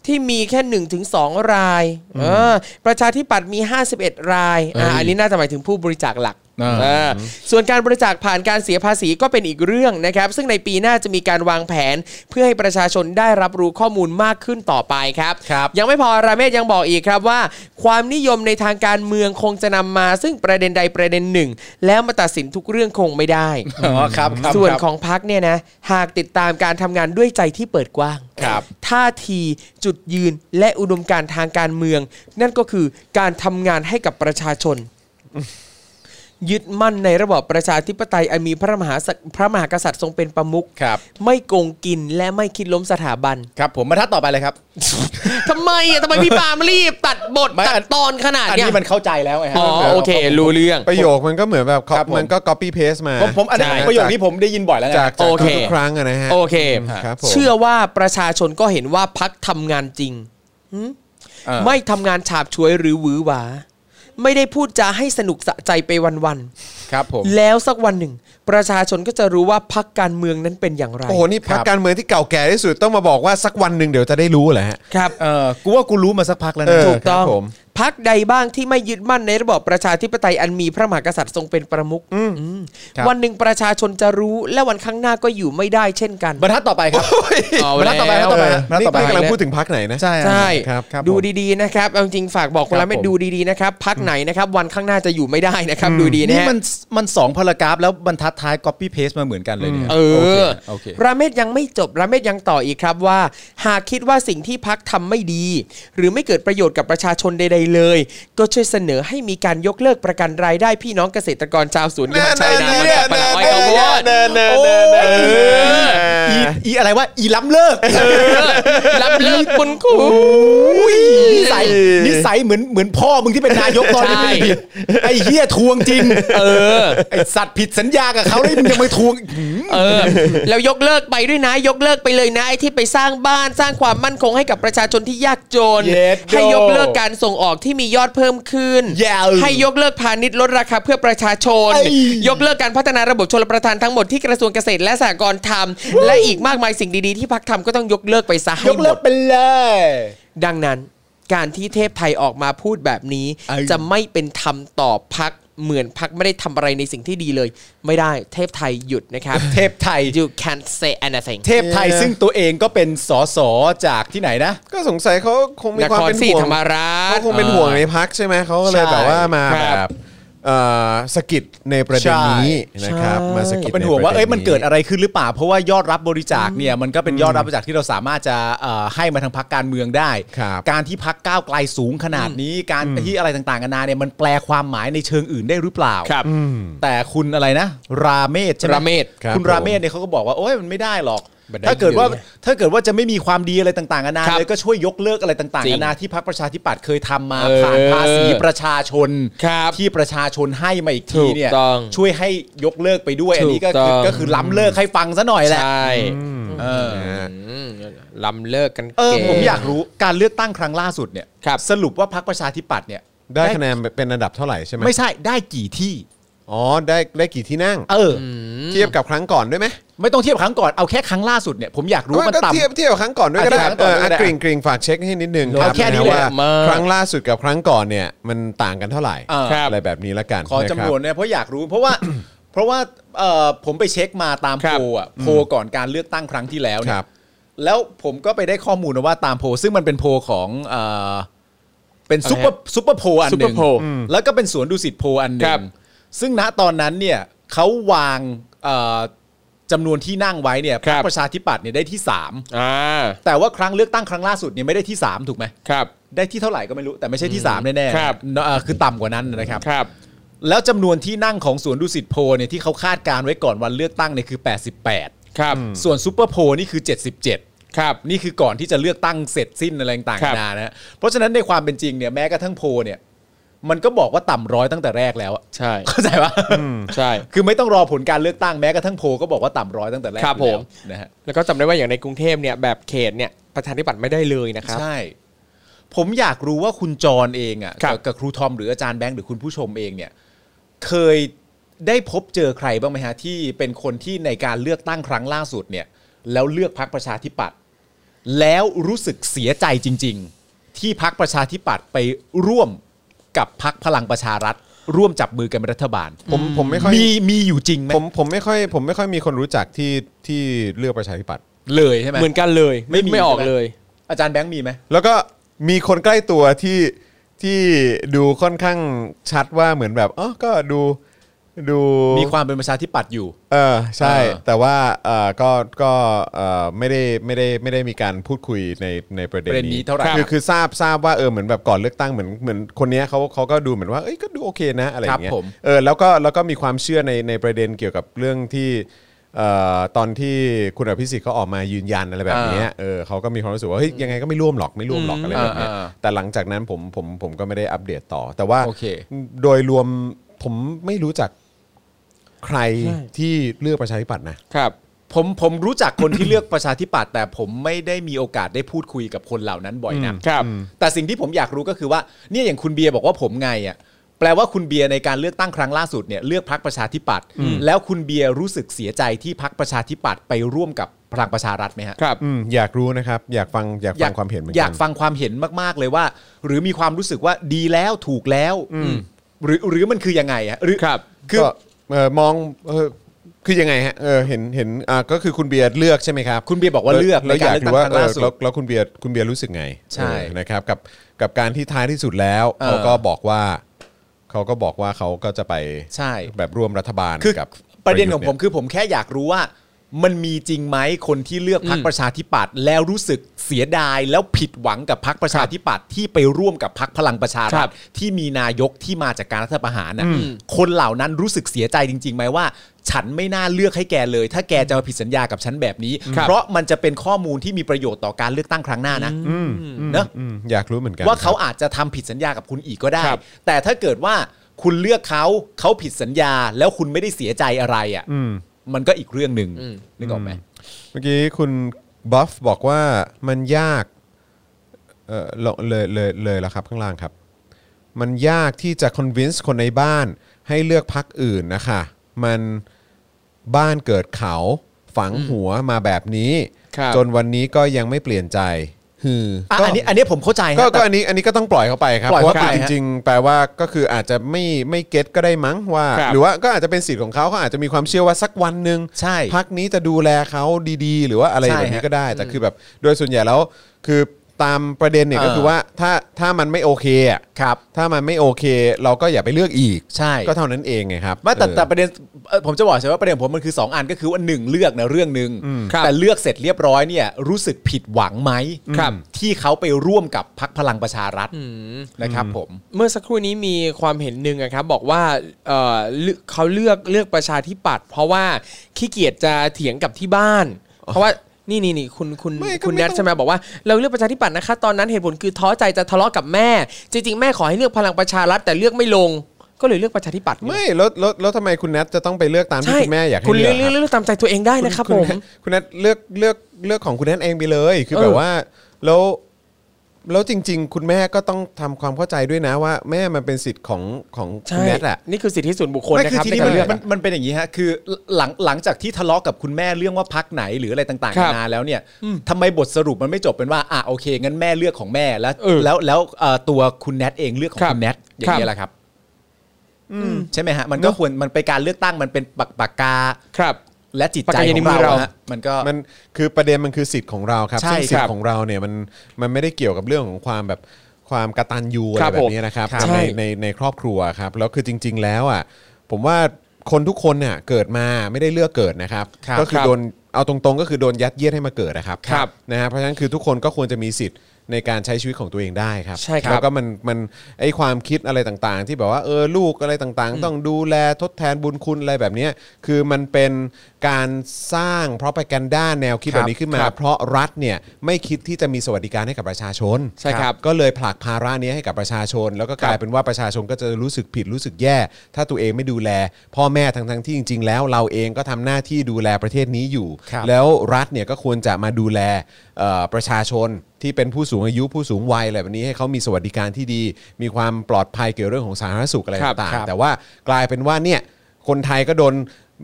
Speaker 2: ที่มีแค่1นถึงสรายเออประชาธิปัตย์มี 51 รายอ่ะอันนี้น่าจะหมายถึงผู้บริจาคหลัก
Speaker 4: อ่า
Speaker 2: เออส่วนการบริจาคผ่านการเสียภาษีก็เป็นอีกเรื่องนะครับ ซึ่งในปีหน้าจะมีการวางแผน เพื่อให้ประชาชนได้รับรู้ข้อมูลมากขึ้นต่อไปครับ
Speaker 4: ครับ
Speaker 2: ยังไม่พอราเมศยังบอกอีกครับว่า ความนิยมในทางการเมืองคงจะนำมา ซึ่งประเด็นใดประเด็นหนึ่ง แล้วมาตัดสินทุกเรื่องคงไม่ได้
Speaker 4: อ๋อครับครับ
Speaker 2: ส่วน
Speaker 4: ครับ
Speaker 2: ของพักเนี่ยนะ หากติดตามการทำงานด้วยใจที่เปิดกว้าง
Speaker 4: ครับ
Speaker 2: ท่าทีจุดยืนและอุดมการณ์ทางการเมือง นั่นก็คือการทำงานให้กับประชาชน ยึดมั่นในระบอบประชาธิปไตยอันมีพระมหาสักพระมหากษัตริย์ทรงเป็นประมุข
Speaker 4: ครับ
Speaker 2: ไม่โกงกินและไม่คิดล้มสถาบัน
Speaker 4: ครับผมบรรทัดต่อไปเลยครับ
Speaker 2: ทำไมอ่ะทำไมพี่ปาล์มรีบ ตัดบท
Speaker 4: ไม่อัน
Speaker 2: ตัดตอนขนาด
Speaker 4: อัน
Speaker 2: เนี้ย
Speaker 4: นี้มันเข้าใจแล้วไงฮะ
Speaker 2: อ๋อโอเค
Speaker 4: ผม
Speaker 2: รู้เรื่อง
Speaker 3: ประโยคมันก็เหมือนแบบ cop-
Speaker 4: ครับผม
Speaker 3: มันก็ copy paste มา
Speaker 4: ผมผมอันนี้
Speaker 3: ใช่
Speaker 4: ประโยคนี้ผมได้ยินบ่อยแล้วไง
Speaker 3: จากจาก
Speaker 2: โอเค
Speaker 3: ทุกๆครั้งอะนะฮะ
Speaker 2: โอเค
Speaker 3: ครับผม
Speaker 2: เชื่อว่าประชาชนก็เห็นว่าพักทำงานจริงหึ
Speaker 4: อ่า
Speaker 2: ไม่ทำงานฉาบฉวยหรือหวือหวา ไม่ได้พูดจาให้สนุกสะใจไปวัน
Speaker 4: ครับผม
Speaker 2: ๆ แล้วสักวันหนึ่ง ประชาชนก็จะรู้ว่าพักการเมืองนั้นเป็นอย่างไร
Speaker 3: โอ้โหนี่พักการเมืองที่เก่าแก่ที่สุดต้องมาบอกว่าสักวันหนึ่งเดี๋ยวจะได้รู้แหละฮะ
Speaker 2: ครับ
Speaker 4: เออกูว่ากูรู้มาสักพักแล้ว
Speaker 3: เอ
Speaker 4: นะ
Speaker 3: อ
Speaker 2: ถูกต้อง
Speaker 3: ครับผม
Speaker 2: พักใดบ้างที่ไม่ยึดมั่นในระบอบประชาธิปไตยอันมีพระมหากษัตริย์ทรงเป็นประมุขอืมวันหนึ่งประชาชนจะรู้ และวันข้างหน้าก็อยู่ไม่ได้เช่นกัน
Speaker 4: บรรทัดต่อไปครับ
Speaker 2: เอา
Speaker 4: บรรทัดต่อไป
Speaker 2: แล้ว
Speaker 4: บรรทัดต่อไป
Speaker 3: เออ
Speaker 4: ฮะบรรทัด
Speaker 3: นี่
Speaker 4: ต่อไป
Speaker 3: นี่กำลัง
Speaker 4: ฮะ
Speaker 3: พูดถึงพักไหนนะ
Speaker 4: ใช่
Speaker 2: ใช่
Speaker 3: ครับครับ
Speaker 2: ดู
Speaker 3: ผม
Speaker 2: ดีๆนะครับเอาจริงๆฝากบอกคนละไม่
Speaker 4: ครับผม
Speaker 2: ดูดีๆนะครับพักไหนนะครับวันข้างหน้าจะอยู่ไม่ได้นะครับ ดูดีนะ
Speaker 4: นี่
Speaker 2: ฮะ
Speaker 4: มันมันสองพารากราฟแล้วบรรทัดท้าย copy paste มาเหมือนกันเลยเนี่ย
Speaker 2: เอ
Speaker 4: โค
Speaker 2: อ
Speaker 4: โอเค
Speaker 2: ราเมศยังไม่จบราเมศยังต่ออีกครับว่า หากคิดว่าสิ่งที่พักทำไม่ดี หรือไม่เกิดประโยชน์กับประชาชนใด ๆ เลย ก็ช่วยเสนอให้มีการยกเลิกประกันรายได้พี่น้องเกษตรกรชาวสวนยางชายนา
Speaker 3: เนี่ย
Speaker 2: มาจากปลา
Speaker 3: เนี่ย
Speaker 2: อ้อยข้าวโพด
Speaker 3: เนี่ยเนี่ย
Speaker 2: โอ้
Speaker 3: เนี่ยเนี่ยเนี่ย
Speaker 2: ย
Speaker 4: อีอีอะไรวะอีล้ำเลิก
Speaker 2: รับเลิกคุณครู
Speaker 4: นิสัยนิสัยเหมือนเหมือนพ่อมึงที่เป็นนายกตอนนี้
Speaker 2: ใช่
Speaker 4: ไม่ผิดไอ้เหี้ยทวงจริง
Speaker 2: เออ
Speaker 4: ไอ้สัตว์ผิดสัญญากับเขาแล้วมึงยังมาทวง
Speaker 2: เออแล้วยกเลิกไปด้วยนะ ยกเลิกไปเลยนะไอ้ที่ไปสร้างบ้านสร้างความมั่นคงให้กับประชาชนที่ยากจน
Speaker 4: Yes,
Speaker 2: ให้
Speaker 4: no.
Speaker 2: ยกเลิกการส่งออกที่มียอดเพิ่มขึ้น
Speaker 4: Yeah.
Speaker 2: ให้ยกเลิกพาณิชย์ลดราคาเพื่อประชาชน
Speaker 4: เอ้ย
Speaker 2: ยกเลิกการพัฒนาระบบชลประทานทั้งหมดที่กระทรวงเกษตรและสหกรณ์ทำและอีกมากมายสิ่งดีๆที่พักทำก็ต้องยกเลิกไปซะ
Speaker 4: ย
Speaker 2: ให้
Speaker 4: ก
Speaker 2: หม
Speaker 4: เลิ
Speaker 2: ด
Speaker 4: กไปเลย
Speaker 2: ดังนั้นการที่เทพไทยออกมาพูดแบบนี้
Speaker 4: เอ้ย
Speaker 2: จะไม่เป็นธรรมต่อพักเหมือนพักไม่ได้ทำอะไรในสิ่งที่ดีเลย ไม่ได้เทพไทยหยุดนะครับ
Speaker 4: เทพไทย
Speaker 2: you can't say anything
Speaker 4: เทพไทยซึ่งตัวเองก็เป็นสสจากที่ไหนนะ
Speaker 3: ก็สงสัยเขาคงมี
Speaker 2: น
Speaker 3: ความ
Speaker 2: คร
Speaker 3: เป็น
Speaker 2: ศรี
Speaker 3: ห่ว
Speaker 2: ธ
Speaker 3: ง
Speaker 2: รรมราช
Speaker 3: เขาคงเป็นห่วงในพักใช่ไหมเขาก็เลย
Speaker 4: ใช่
Speaker 3: แบบว่ามา
Speaker 2: ครั
Speaker 3: แบบ บเอ่อสะกิดในประเด็น
Speaker 4: ใช่
Speaker 3: นี้นะครับมาสะกิด
Speaker 4: เป็นห่วง
Speaker 3: ใประ
Speaker 4: ว่าเอ้ยมันเกิด
Speaker 3: นี้
Speaker 4: อะไรขึ้นหรือเปล่า เพราะว่ายอดรับบริจาคเนี่ยมันก็เป็นยอดรับบริจาคที่เราสามารถจะเอ่อให้มาทางพักการเมืองได้
Speaker 3: ครับ
Speaker 4: การที่พักก้าวไกลสูงขนาดนี้การที่อะไรต่างๆกันานาเนี่ยมันแปลความหมายในเชิงอื่นได้หรือเปล่า
Speaker 2: ครับ
Speaker 4: แต่คุณอะไรนะ ราเมศใช่ไหม
Speaker 2: ราเมศ
Speaker 3: ครับ
Speaker 4: คุณ
Speaker 3: ผม
Speaker 4: ราเมศเนี่ยเขาก็บอกว่าโอ้ยมันไม่ได้หรอก
Speaker 2: บันได
Speaker 4: ถ้าเกิดว่า
Speaker 2: เดียวเนี่ย
Speaker 4: ถ้าเกิดว่าจะไม่มีความดีอะไรต่างๆนานา
Speaker 2: ครับ
Speaker 4: เลยก็ช่วยยกเลิกอะไรต่าง
Speaker 2: จริ
Speaker 4: ๆ
Speaker 2: ง
Speaker 4: นานาที่พรรคประชาธิปัตย์เคยทำมา
Speaker 2: เออ
Speaker 4: ผ่านภาษีประชาชน
Speaker 2: ครับ
Speaker 4: ที่ประชาชนให้มาอีก
Speaker 2: ถู
Speaker 4: ที
Speaker 2: ก
Speaker 4: เนี่ย
Speaker 2: ต้อง
Speaker 4: ช่วยให้ยกเลิกไปด้วย อันนี้ก็คือ
Speaker 2: ถูกต้อง
Speaker 4: ก็คือล้ำเลิกให้ฟังซะหน่อยแหละ
Speaker 2: ใช่
Speaker 4: เออ
Speaker 2: อืมลำเลิกกัน
Speaker 4: เออ
Speaker 2: เก๋
Speaker 4: ผมอยากรู้การเลือกตั้งครั้งล่าสุดเนี่ย
Speaker 2: ครับ
Speaker 4: สรุปว่าพรรคประชาธิปัตย์เนี่ย
Speaker 3: ได้คะแนนเป็นอันดับเท่าไหร่ใช่ไหม
Speaker 4: ไม่ใช่ได้กี่ที่
Speaker 3: อ๋อได้ได้กี่ที่นั่ง
Speaker 4: เอออ
Speaker 3: เทียบกับครั้งก่อนด้วยไหม
Speaker 4: ไม่ต้องเทียบครั้งก่อนเอาแค่ครั้งล่าสุดเนี่ยผมอยากรู้
Speaker 3: ก็
Speaker 4: มัน
Speaker 3: ก็
Speaker 4: ต่ำ
Speaker 3: เทียบเทียบกับครั้งก่อนด้วยก็ได้
Speaker 4: อ่ะ
Speaker 3: เออ
Speaker 4: ครั้งก่อนด้วยก็ได้
Speaker 3: อ่ะกริ่งกริ่งฝากเช็คให้นิดนึงครับ
Speaker 4: เอาแค่นี้
Speaker 3: ะ
Speaker 4: แหละ
Speaker 3: ว่าครั้งล่าสุดกับครั้งก่อนเนี่ยมันต่างกันเท่าไหร่
Speaker 4: เออ
Speaker 2: ครับ
Speaker 3: อะไรแบบนี้ละกัน
Speaker 4: ขอจำ
Speaker 3: ะคน รับ
Speaker 4: วนเนี่ยเพราะอยากรู้เพราะว่า เพราะว่าเอ่อผมไปเช็คมาตาม
Speaker 2: ครั
Speaker 4: โพ
Speaker 2: บ
Speaker 4: ลอะโพลก่อนการเลือกตั้งครั้งที่แล้วเนี่
Speaker 3: ครั
Speaker 4: ย
Speaker 3: บ
Speaker 4: แล้วผมก็ไปได้ข้อมูลมาว่าตามโพลซึ่งมันเป็นโพลของเอ่อเป็นซุปเปอร์ซุปเปอร์โพลอันห
Speaker 2: ซุปเปอ
Speaker 4: นึ่ง
Speaker 2: ร์โพล
Speaker 4: แล้วก็เป็นสวนดุสิตโพลอันหนึ่
Speaker 2: ครั
Speaker 4: ง
Speaker 2: บ
Speaker 4: ซึ่งณตอนนั้นเนี่ยเขาวางเอ่อจำนวนที่นั่งไว้เนี่ยพรรคประชาธิปัตย์เนี่ยได้ที่สาม
Speaker 2: อ่า
Speaker 4: แต่ว่าครั้งเลือกตั้งครั้งล่าสุดเนี่ยไม่ได้ที่สามถูกไหม
Speaker 2: ครับ
Speaker 4: ได้ที่เท่าไหร่ก็ไม่รู้แต่ไม่ใช่ที่สามแน่ๆ
Speaker 2: ครับ
Speaker 4: เอ่อคือต่ำกว่านั้นนะครับ
Speaker 2: ครับ
Speaker 4: แล้วจำนวนที่นั่งของสวนดุสิตโพลเนี่ยที่เขาคาดการไว้ก่อนวันเลือกตั้งเนี่ยคือ 88
Speaker 2: ครับ
Speaker 4: ส่วนซูเปอร์โพลนี่คือ 77
Speaker 2: ครับ
Speaker 4: นี่คือก่อนที่จะเลือกตั้งเสร็จสิ้นอะไรต่าง
Speaker 2: ครั
Speaker 4: ๆ
Speaker 2: บ
Speaker 4: นานะฮะเพราะฉะนั้นในความเป็นจริงเนี่ยแม้กระทั่งโพลเนี่ยมันก็บอกว่าต่ำร้อยตั้งแต่แรกแล้วอะ
Speaker 2: ใช่
Speaker 4: เข้าใจปะ
Speaker 2: ใช่
Speaker 4: คือไม่ต้องรอผลการเลือกตั้งแม้กระทั่งโพลก็บอกว่าต่ำร้อยตั้งแต่แรก
Speaker 2: ครับ
Speaker 4: อยู่แล้ว
Speaker 2: ผม
Speaker 4: นะฮะ
Speaker 2: แล้วก็จำได้ว่าอย่างในกรุงเทพเนี่ยแบบเขตเนี่ยประชาธิปัตย์ไม่ได้เลยนะครับ
Speaker 4: ใช่ ผมอยากรู้ว่าคุณจรเองอ่ะ
Speaker 2: ครับ
Speaker 4: กับครูทอมหรืออาจารย์แบงค์หรือคุณผู้ชมเองเนี่ย เคยได้พบเจอใครบ้างไหมฮะที่เป็นคนที่ในการเลือกตั้งครั้งล่าสุดเนี่ย แล้วเลือกพักประชาธิปัตย์แล้วรู้สึกเสียใจจริง ๆ ที่พักประชาธิปัตย์ไปร่วมกับพักพลังประชารัฐ ร่วมจับมือกันเป็นรัฐบาล
Speaker 3: ผมผมไม่ค่อย
Speaker 4: มีมีอยู่จริงไหม
Speaker 3: ผมผมไม่ค่อยผมไม่ค่อยมีคนรู้จักที่ที่เลือกประชาธิปัตย์
Speaker 4: เลยใช่ไหม
Speaker 2: เหมือนกันเลย
Speaker 4: ไม่มี
Speaker 2: ไม่ออก
Speaker 4: ใช่ไหม
Speaker 2: เลย
Speaker 4: อาจารย์แบงค์มีไหม
Speaker 3: แล้วก็มีคนใกล้ตัวที่ที่ดูค่อนข้างชัดว่าเหมือนแบบอ๋อก็ดูดู
Speaker 4: มีความเป็นประชาธิปัตย์อยู่
Speaker 3: เออใช่
Speaker 4: เออ
Speaker 3: แต่ว่าเออก็ก็เออไม่ได้ไม่ได้ไม่ได้มีการพูดคุยในในประเด็น
Speaker 4: ประเด็นนี้
Speaker 3: นี้
Speaker 4: เท่าไหร่
Speaker 3: คือคือทราบทราบว่าเออเหมือนแบบก่อนเลือกตั้งเหมือนเหมือนคนเนี้ยเขาเขาก็ดูเหมือนว่าเอ้ยก็ดูโอเคนะอะไรอย่างเงี้ย
Speaker 4: ครับผม
Speaker 3: เออแล้วก็แล้วก็มีความเชื่อในในประเด็นเกี่ยวกับเรื่องที่เอ่อตอนที่คุณอภิสิทธิ์เขาออกมายืนยันอะไรแบบเนี้ยเออเขาก็มีความรู้สึกว่าเฮ้ยยังไงก็ไม่ร่วมหรอกไม่ร่วมหรอกอะไรแบบเนี้ย
Speaker 4: อ่าอ่า
Speaker 3: แต่หลังจากนั้นผมผมผมก็ไม่ได้อัปเดตต่อ แต่ว่า
Speaker 4: โอเค
Speaker 3: โดยรวมผมไม่รู้จักใครที่เลือกประชาธิปัตย์นะครับ
Speaker 4: ผมผมรู้จักคนที่เลือกประชาธิปัตย์แต่ผมไม่ได้มีโอกาสได้พูดคุยกับคนเหล่านั้นบ่อยนัก
Speaker 2: ครับ
Speaker 4: แต่สิ่งที่ผมอยากรู้ก็คือว่าเนี่ยอย่างคุณเบียร์บอกว่าผมไงอ่ะแปลว่าคุณเบียร์ในการเลือกตั้งครั้งล่าสุดเนี่ยเลือกพักประชาธิปัตย์แล้วคุณเบียร์รู้สึกเสียใจที่พักประชาธิปัตย์ไปร่วมกับพลังประชารัฐไหมฮะ
Speaker 2: ครับ
Speaker 3: อืมอยากรู้นะครับ อยากฟังอยากฟังความเห็นเหมือน
Speaker 4: อ
Speaker 3: กั
Speaker 4: ยากฟังความเห็นมากๆเลยว่า หรือมีความรู้สึกว่าดีแล้วถูกแล้วหรือหรือมันคือยังไงฮะหรือ
Speaker 2: ครับ
Speaker 4: คือ
Speaker 3: ก็เอ่อมองเออคือยังไงฮะเออเห็นเห็นอ่าก็คือคุณเบียร์เลือกใช่ไหมครับ
Speaker 4: คุณเบียร์บอกว่าเลือกใน
Speaker 3: แล้วอ
Speaker 4: การ
Speaker 3: ยาก
Speaker 4: เลือก
Speaker 3: รู้
Speaker 4: ตั้ง
Speaker 3: ว่า
Speaker 4: ค
Speaker 3: เอง
Speaker 4: รั้ล่า
Speaker 3: อ
Speaker 4: สุด
Speaker 3: แล้วแล้วคุณเบียร์คุณเบียร์รู้สึกไง
Speaker 4: ใช่
Speaker 3: เออนะครับกับกับการที่ท้ายที่สุดแล้วเขาก็บอกว่าเขาก็บอกว่าเขาก็จะไป
Speaker 4: ใช่
Speaker 3: แบบร่วมรัฐบาล
Speaker 4: คือ
Speaker 3: กับ
Speaker 4: ประเด็นของ
Speaker 3: ยุทธ์
Speaker 4: ผมคือผมแค่อยากรู้ว่า มันมีจริงไหมคนที่เลือกพักประชาธิปัตย์แล้วรู้สึกเสียดายแล้วผิดหวังกับพักประชาธิปัตย์ที่ไปร่วมกับพักพลังประชา
Speaker 2: ค
Speaker 4: รั
Speaker 2: รั
Speaker 4: ฐ
Speaker 2: บ
Speaker 4: ที่มีนายกที่มาจากการรัฐประหารนะคนเหล่านั้นรู้สึกเสียใจจริงๆไหมว่า ฉันไม่น่าเลือกให้แกเลย ถ้าแกจะมาผิดสัญญากับฉันแบบนี้ เพราะมันจะเป็นข้อมูลที่มีประโยชน์ต่อการเลือกตั้งครั้งหน้านะเนอะ
Speaker 3: อืมอยากรู้เหมือนกัน
Speaker 4: ว่าเขาอาจจะทำผิดสัญญากับคุณอีกก็ได้
Speaker 2: ครับ
Speaker 4: แต่ถ้าเกิดว่าคุณเลือกเขาเขาผิดสัญญาแล้วคุณไม่ได้เสียใจอะไรอะ่ะมันก็อีกเรื่องหนึ่ง
Speaker 2: อืม
Speaker 4: นึกออกไหม
Speaker 3: เมื่อกี้คุณบัฟบอกว่ามันยากเออลงเลยเลยเลยแล้วครับข้างล่างครับ มันยากที่จะ convince คนในบ้านให้เลือกพักอื่นนะคะมันบ้านเกิดเขาฝังหัวมาแบบนี้
Speaker 2: ครับ
Speaker 3: จนวันนี้ก็ยังไม่เปลี่ยนใจฮือ
Speaker 4: อ่ะ
Speaker 3: ก็
Speaker 4: อันนี้อันนี้ผมเข้าใจ
Speaker 3: ก็ก็
Speaker 4: ฮะแต่
Speaker 3: อันนี้อันนี้ก็ต้องปล่อยเขาไปครับ
Speaker 4: ปล่อย
Speaker 3: เพราะ
Speaker 4: เขา
Speaker 3: ว่า
Speaker 4: ไป
Speaker 3: จ
Speaker 4: ฮะ
Speaker 3: ริงๆ แปลว่าก็คืออาจจะไม่ไม่เก็ตก็ได้มั้งว่า
Speaker 2: ครับ
Speaker 3: หรือว่าก็อาจจะเป็นสิทธิ์ของเขาเขาอาจจะมีความเชื่อว่าสักวันหนึ่ง
Speaker 4: ใช่
Speaker 3: พักนี้จะดูแลเขาดีๆ หรือว่าอะไร
Speaker 4: ใช่
Speaker 3: แบบนี้
Speaker 4: ฮะ
Speaker 3: ก็ได้ แต่คือแบบโดยส่วนใหญ่แล้วคือตามประเด็นเนี่ย
Speaker 4: เออ
Speaker 3: ก็คือว่าถ้าถ้ามันไม่โอเคอะ
Speaker 4: ครับ
Speaker 3: ถ้ามันไม่โอเค เราก็อย่าไปเลือกอีก
Speaker 4: ใช่
Speaker 3: ก็เท่านั้นเองไงครับ
Speaker 4: ไม่แต่
Speaker 3: เออ
Speaker 4: แต่ประเด็นเอ่อผมจะบอกใช่ว่าประเด็นของผมมันคือ 2 อันก็คือว่าหนึ่งเลือกนะเรื่องหนึ่ง
Speaker 2: ครับ
Speaker 4: แต่เลือกเสร็จเรียบร้อยเนี่ยรู้สึกผิดหวังไหม
Speaker 2: ครับ
Speaker 4: ที่เขาไปร่วมกับพักพลังประชารัฐนะครับ ผม
Speaker 2: เมื่อสักครู่นี้มีความเห็นหนึ่งอะครับบอกว่าเอ่อเลือกเขาเลือกเลือกประชาธิปัตย์เพราะว่าขี้เกียจจะเถียงกับที่บ้าน เพราะว่า นี่นี่นี่คุณคุณ
Speaker 3: ไม่ก็
Speaker 2: คุณ
Speaker 3: ไม่ต้
Speaker 2: แนท
Speaker 3: อง
Speaker 2: ใช่ไหมบอกว่าเราเลือกประชาธิปัตย์นะคะ ตอนนั้นเหตุผลคือท้อใจจะทะเลาะกับแม่ จริง ๆ แม่ขอให้เลือกพลังประชารัฐแต่เลือกไม่ลง ก็เลยเลือกประชาธิปัตย์
Speaker 3: ไม่แล้วแล้วแล้วทำไมคุณแนทจะต้องไปเลือกตามที่
Speaker 2: ใช่
Speaker 3: คุณแม่อยากให้
Speaker 2: คุณ
Speaker 3: เลือ
Speaker 2: เลือก ก
Speaker 3: ค
Speaker 2: เลื
Speaker 3: รั
Speaker 2: อบ กเลือกตามใจตัวเองได้นะครับผม
Speaker 3: คุณนัทเลือกเลือกเลือกของคุณนัทเองไปเลย คือ
Speaker 2: เออ
Speaker 3: แบบว่าแล้วแล้วจริง ๆ คุณแม่ก็ต้องทำความเข้าใจด้วยนะว่า แม่มันเป็นสิทธิ์ของของคุณแนทอะ
Speaker 2: นี่คือสิทธิส่วนบุคคล
Speaker 3: ไม่
Speaker 2: นะ
Speaker 3: คือ
Speaker 2: ครับ
Speaker 3: ที่
Speaker 2: ใน
Speaker 3: นี่
Speaker 2: การ
Speaker 3: ลื
Speaker 2: เลื
Speaker 3: อ
Speaker 2: อก ก
Speaker 4: มันมันเป็นอย่างนี้ฮะคือหลังหลังจากที่ทะเลาะกับคุณแม่เรื่องว่าพักไหนหรืออะไรต่าง
Speaker 2: ค
Speaker 4: ๆ
Speaker 2: รั
Speaker 4: นา
Speaker 2: บ
Speaker 4: นาแล้วเนี่ยทำไมบทสรุปมันไม่จบเป็นว่าอ่ะโอเคงั้นแม่เลือกของแม่แล้ว
Speaker 2: เออ
Speaker 4: แล้วแล้วเอ่อตัวคุณแนทเองเลือกของ
Speaker 2: ครับ
Speaker 4: คุณแนทอย่าง
Speaker 2: ครั
Speaker 4: นี้
Speaker 2: บ
Speaker 4: แหละครับใช่ไหมฮะมันก็ควรมันไปนการเลือกตั้งมันเป็นปากปากกา
Speaker 2: ครับ
Speaker 4: และจิต
Speaker 2: ปาก
Speaker 4: ใจ
Speaker 2: กาอยู่
Speaker 4: ข
Speaker 2: ใน
Speaker 4: อง
Speaker 2: มือ
Speaker 4: เรา
Speaker 2: เรา
Speaker 4: ฮะมันก็
Speaker 3: มันคือประเด็นมันคือสิทธิ์ของเราครับ
Speaker 4: ใช่
Speaker 3: ซึ่งสิท
Speaker 4: ครั
Speaker 3: ธิ์
Speaker 4: บ
Speaker 3: ของเราเนี่ยมันมันไม่ได้เกี่ยวกับเรื่องของความแบบความกระตันยูอะไร
Speaker 2: ครับ
Speaker 3: แบบนี้นะครับ
Speaker 2: ผมใช่
Speaker 3: ในในในครอบครัวครับแล้วคือจริง ๆ แล้วอ่ะผมว่าคนทุกคนเนี่ยเกิดมาไม่ได้เลือกเกิดนะครับ
Speaker 4: ครับ
Speaker 3: ก็คือ
Speaker 2: ครับ
Speaker 3: โดนเอาตรงๆ ก็คือโดนยัดเยียดให้มาเกิดนะครับ
Speaker 2: ครับ
Speaker 3: นะฮะเพราะฉะนั้นคือทุกคนก็ควรจะมีสิทธิ์ในการใช้ชีวิตของตัวเองได้ครับ
Speaker 2: ใช่ครับ
Speaker 3: แล้วก็มันมันไอความคิดอะไรต่างๆ ที่แบบว่าเออลูกอะไรต่างๆ ต้องดูแลทดแทนบุญคุณอะไรแบบเนี้ยคือมันเป็นการสร้างเพราะไปกันด้านแนวคิด
Speaker 4: ค
Speaker 3: แบ
Speaker 4: รั
Speaker 3: บบ นี้ ขึ้นมาเพราะรัฐเนี่ยไม่คิดที่จะมีสวัสดิการให้กับประชาชน
Speaker 2: ใช่ครับ
Speaker 3: ก็เลยผลักภาระนี้ให้กับประชาชน แล้วก็กลายเป็นว่าประชาชนก็จะรู้สึกผิดรู้สึกแย่ ถ้าตัวเองไม่ดูแล พ่อแม่ทั้งทั้งๆที่จริง ๆ แล้วเราเองก็ทำหน้าที่ดูแลประเทศนี้อยู่
Speaker 4: ครับ
Speaker 3: แล้วรัฐเนี่ยก็ควรจะมาดูแลเอ่อประชาชนที่เป็นผู้สูงอายุผู้สูงวัยอะไรแบบนี้ให้เขามีสวัสดิการที่ดี มีความปลอดภัยเกี่ยวเรื่องของสาธารณสุขอะไร
Speaker 2: ครับ
Speaker 3: ต่าง
Speaker 2: ครั
Speaker 3: ๆ
Speaker 2: บ
Speaker 3: แต่ว่ากลายเป็นว่าเนี่ยคนไทยก็โดน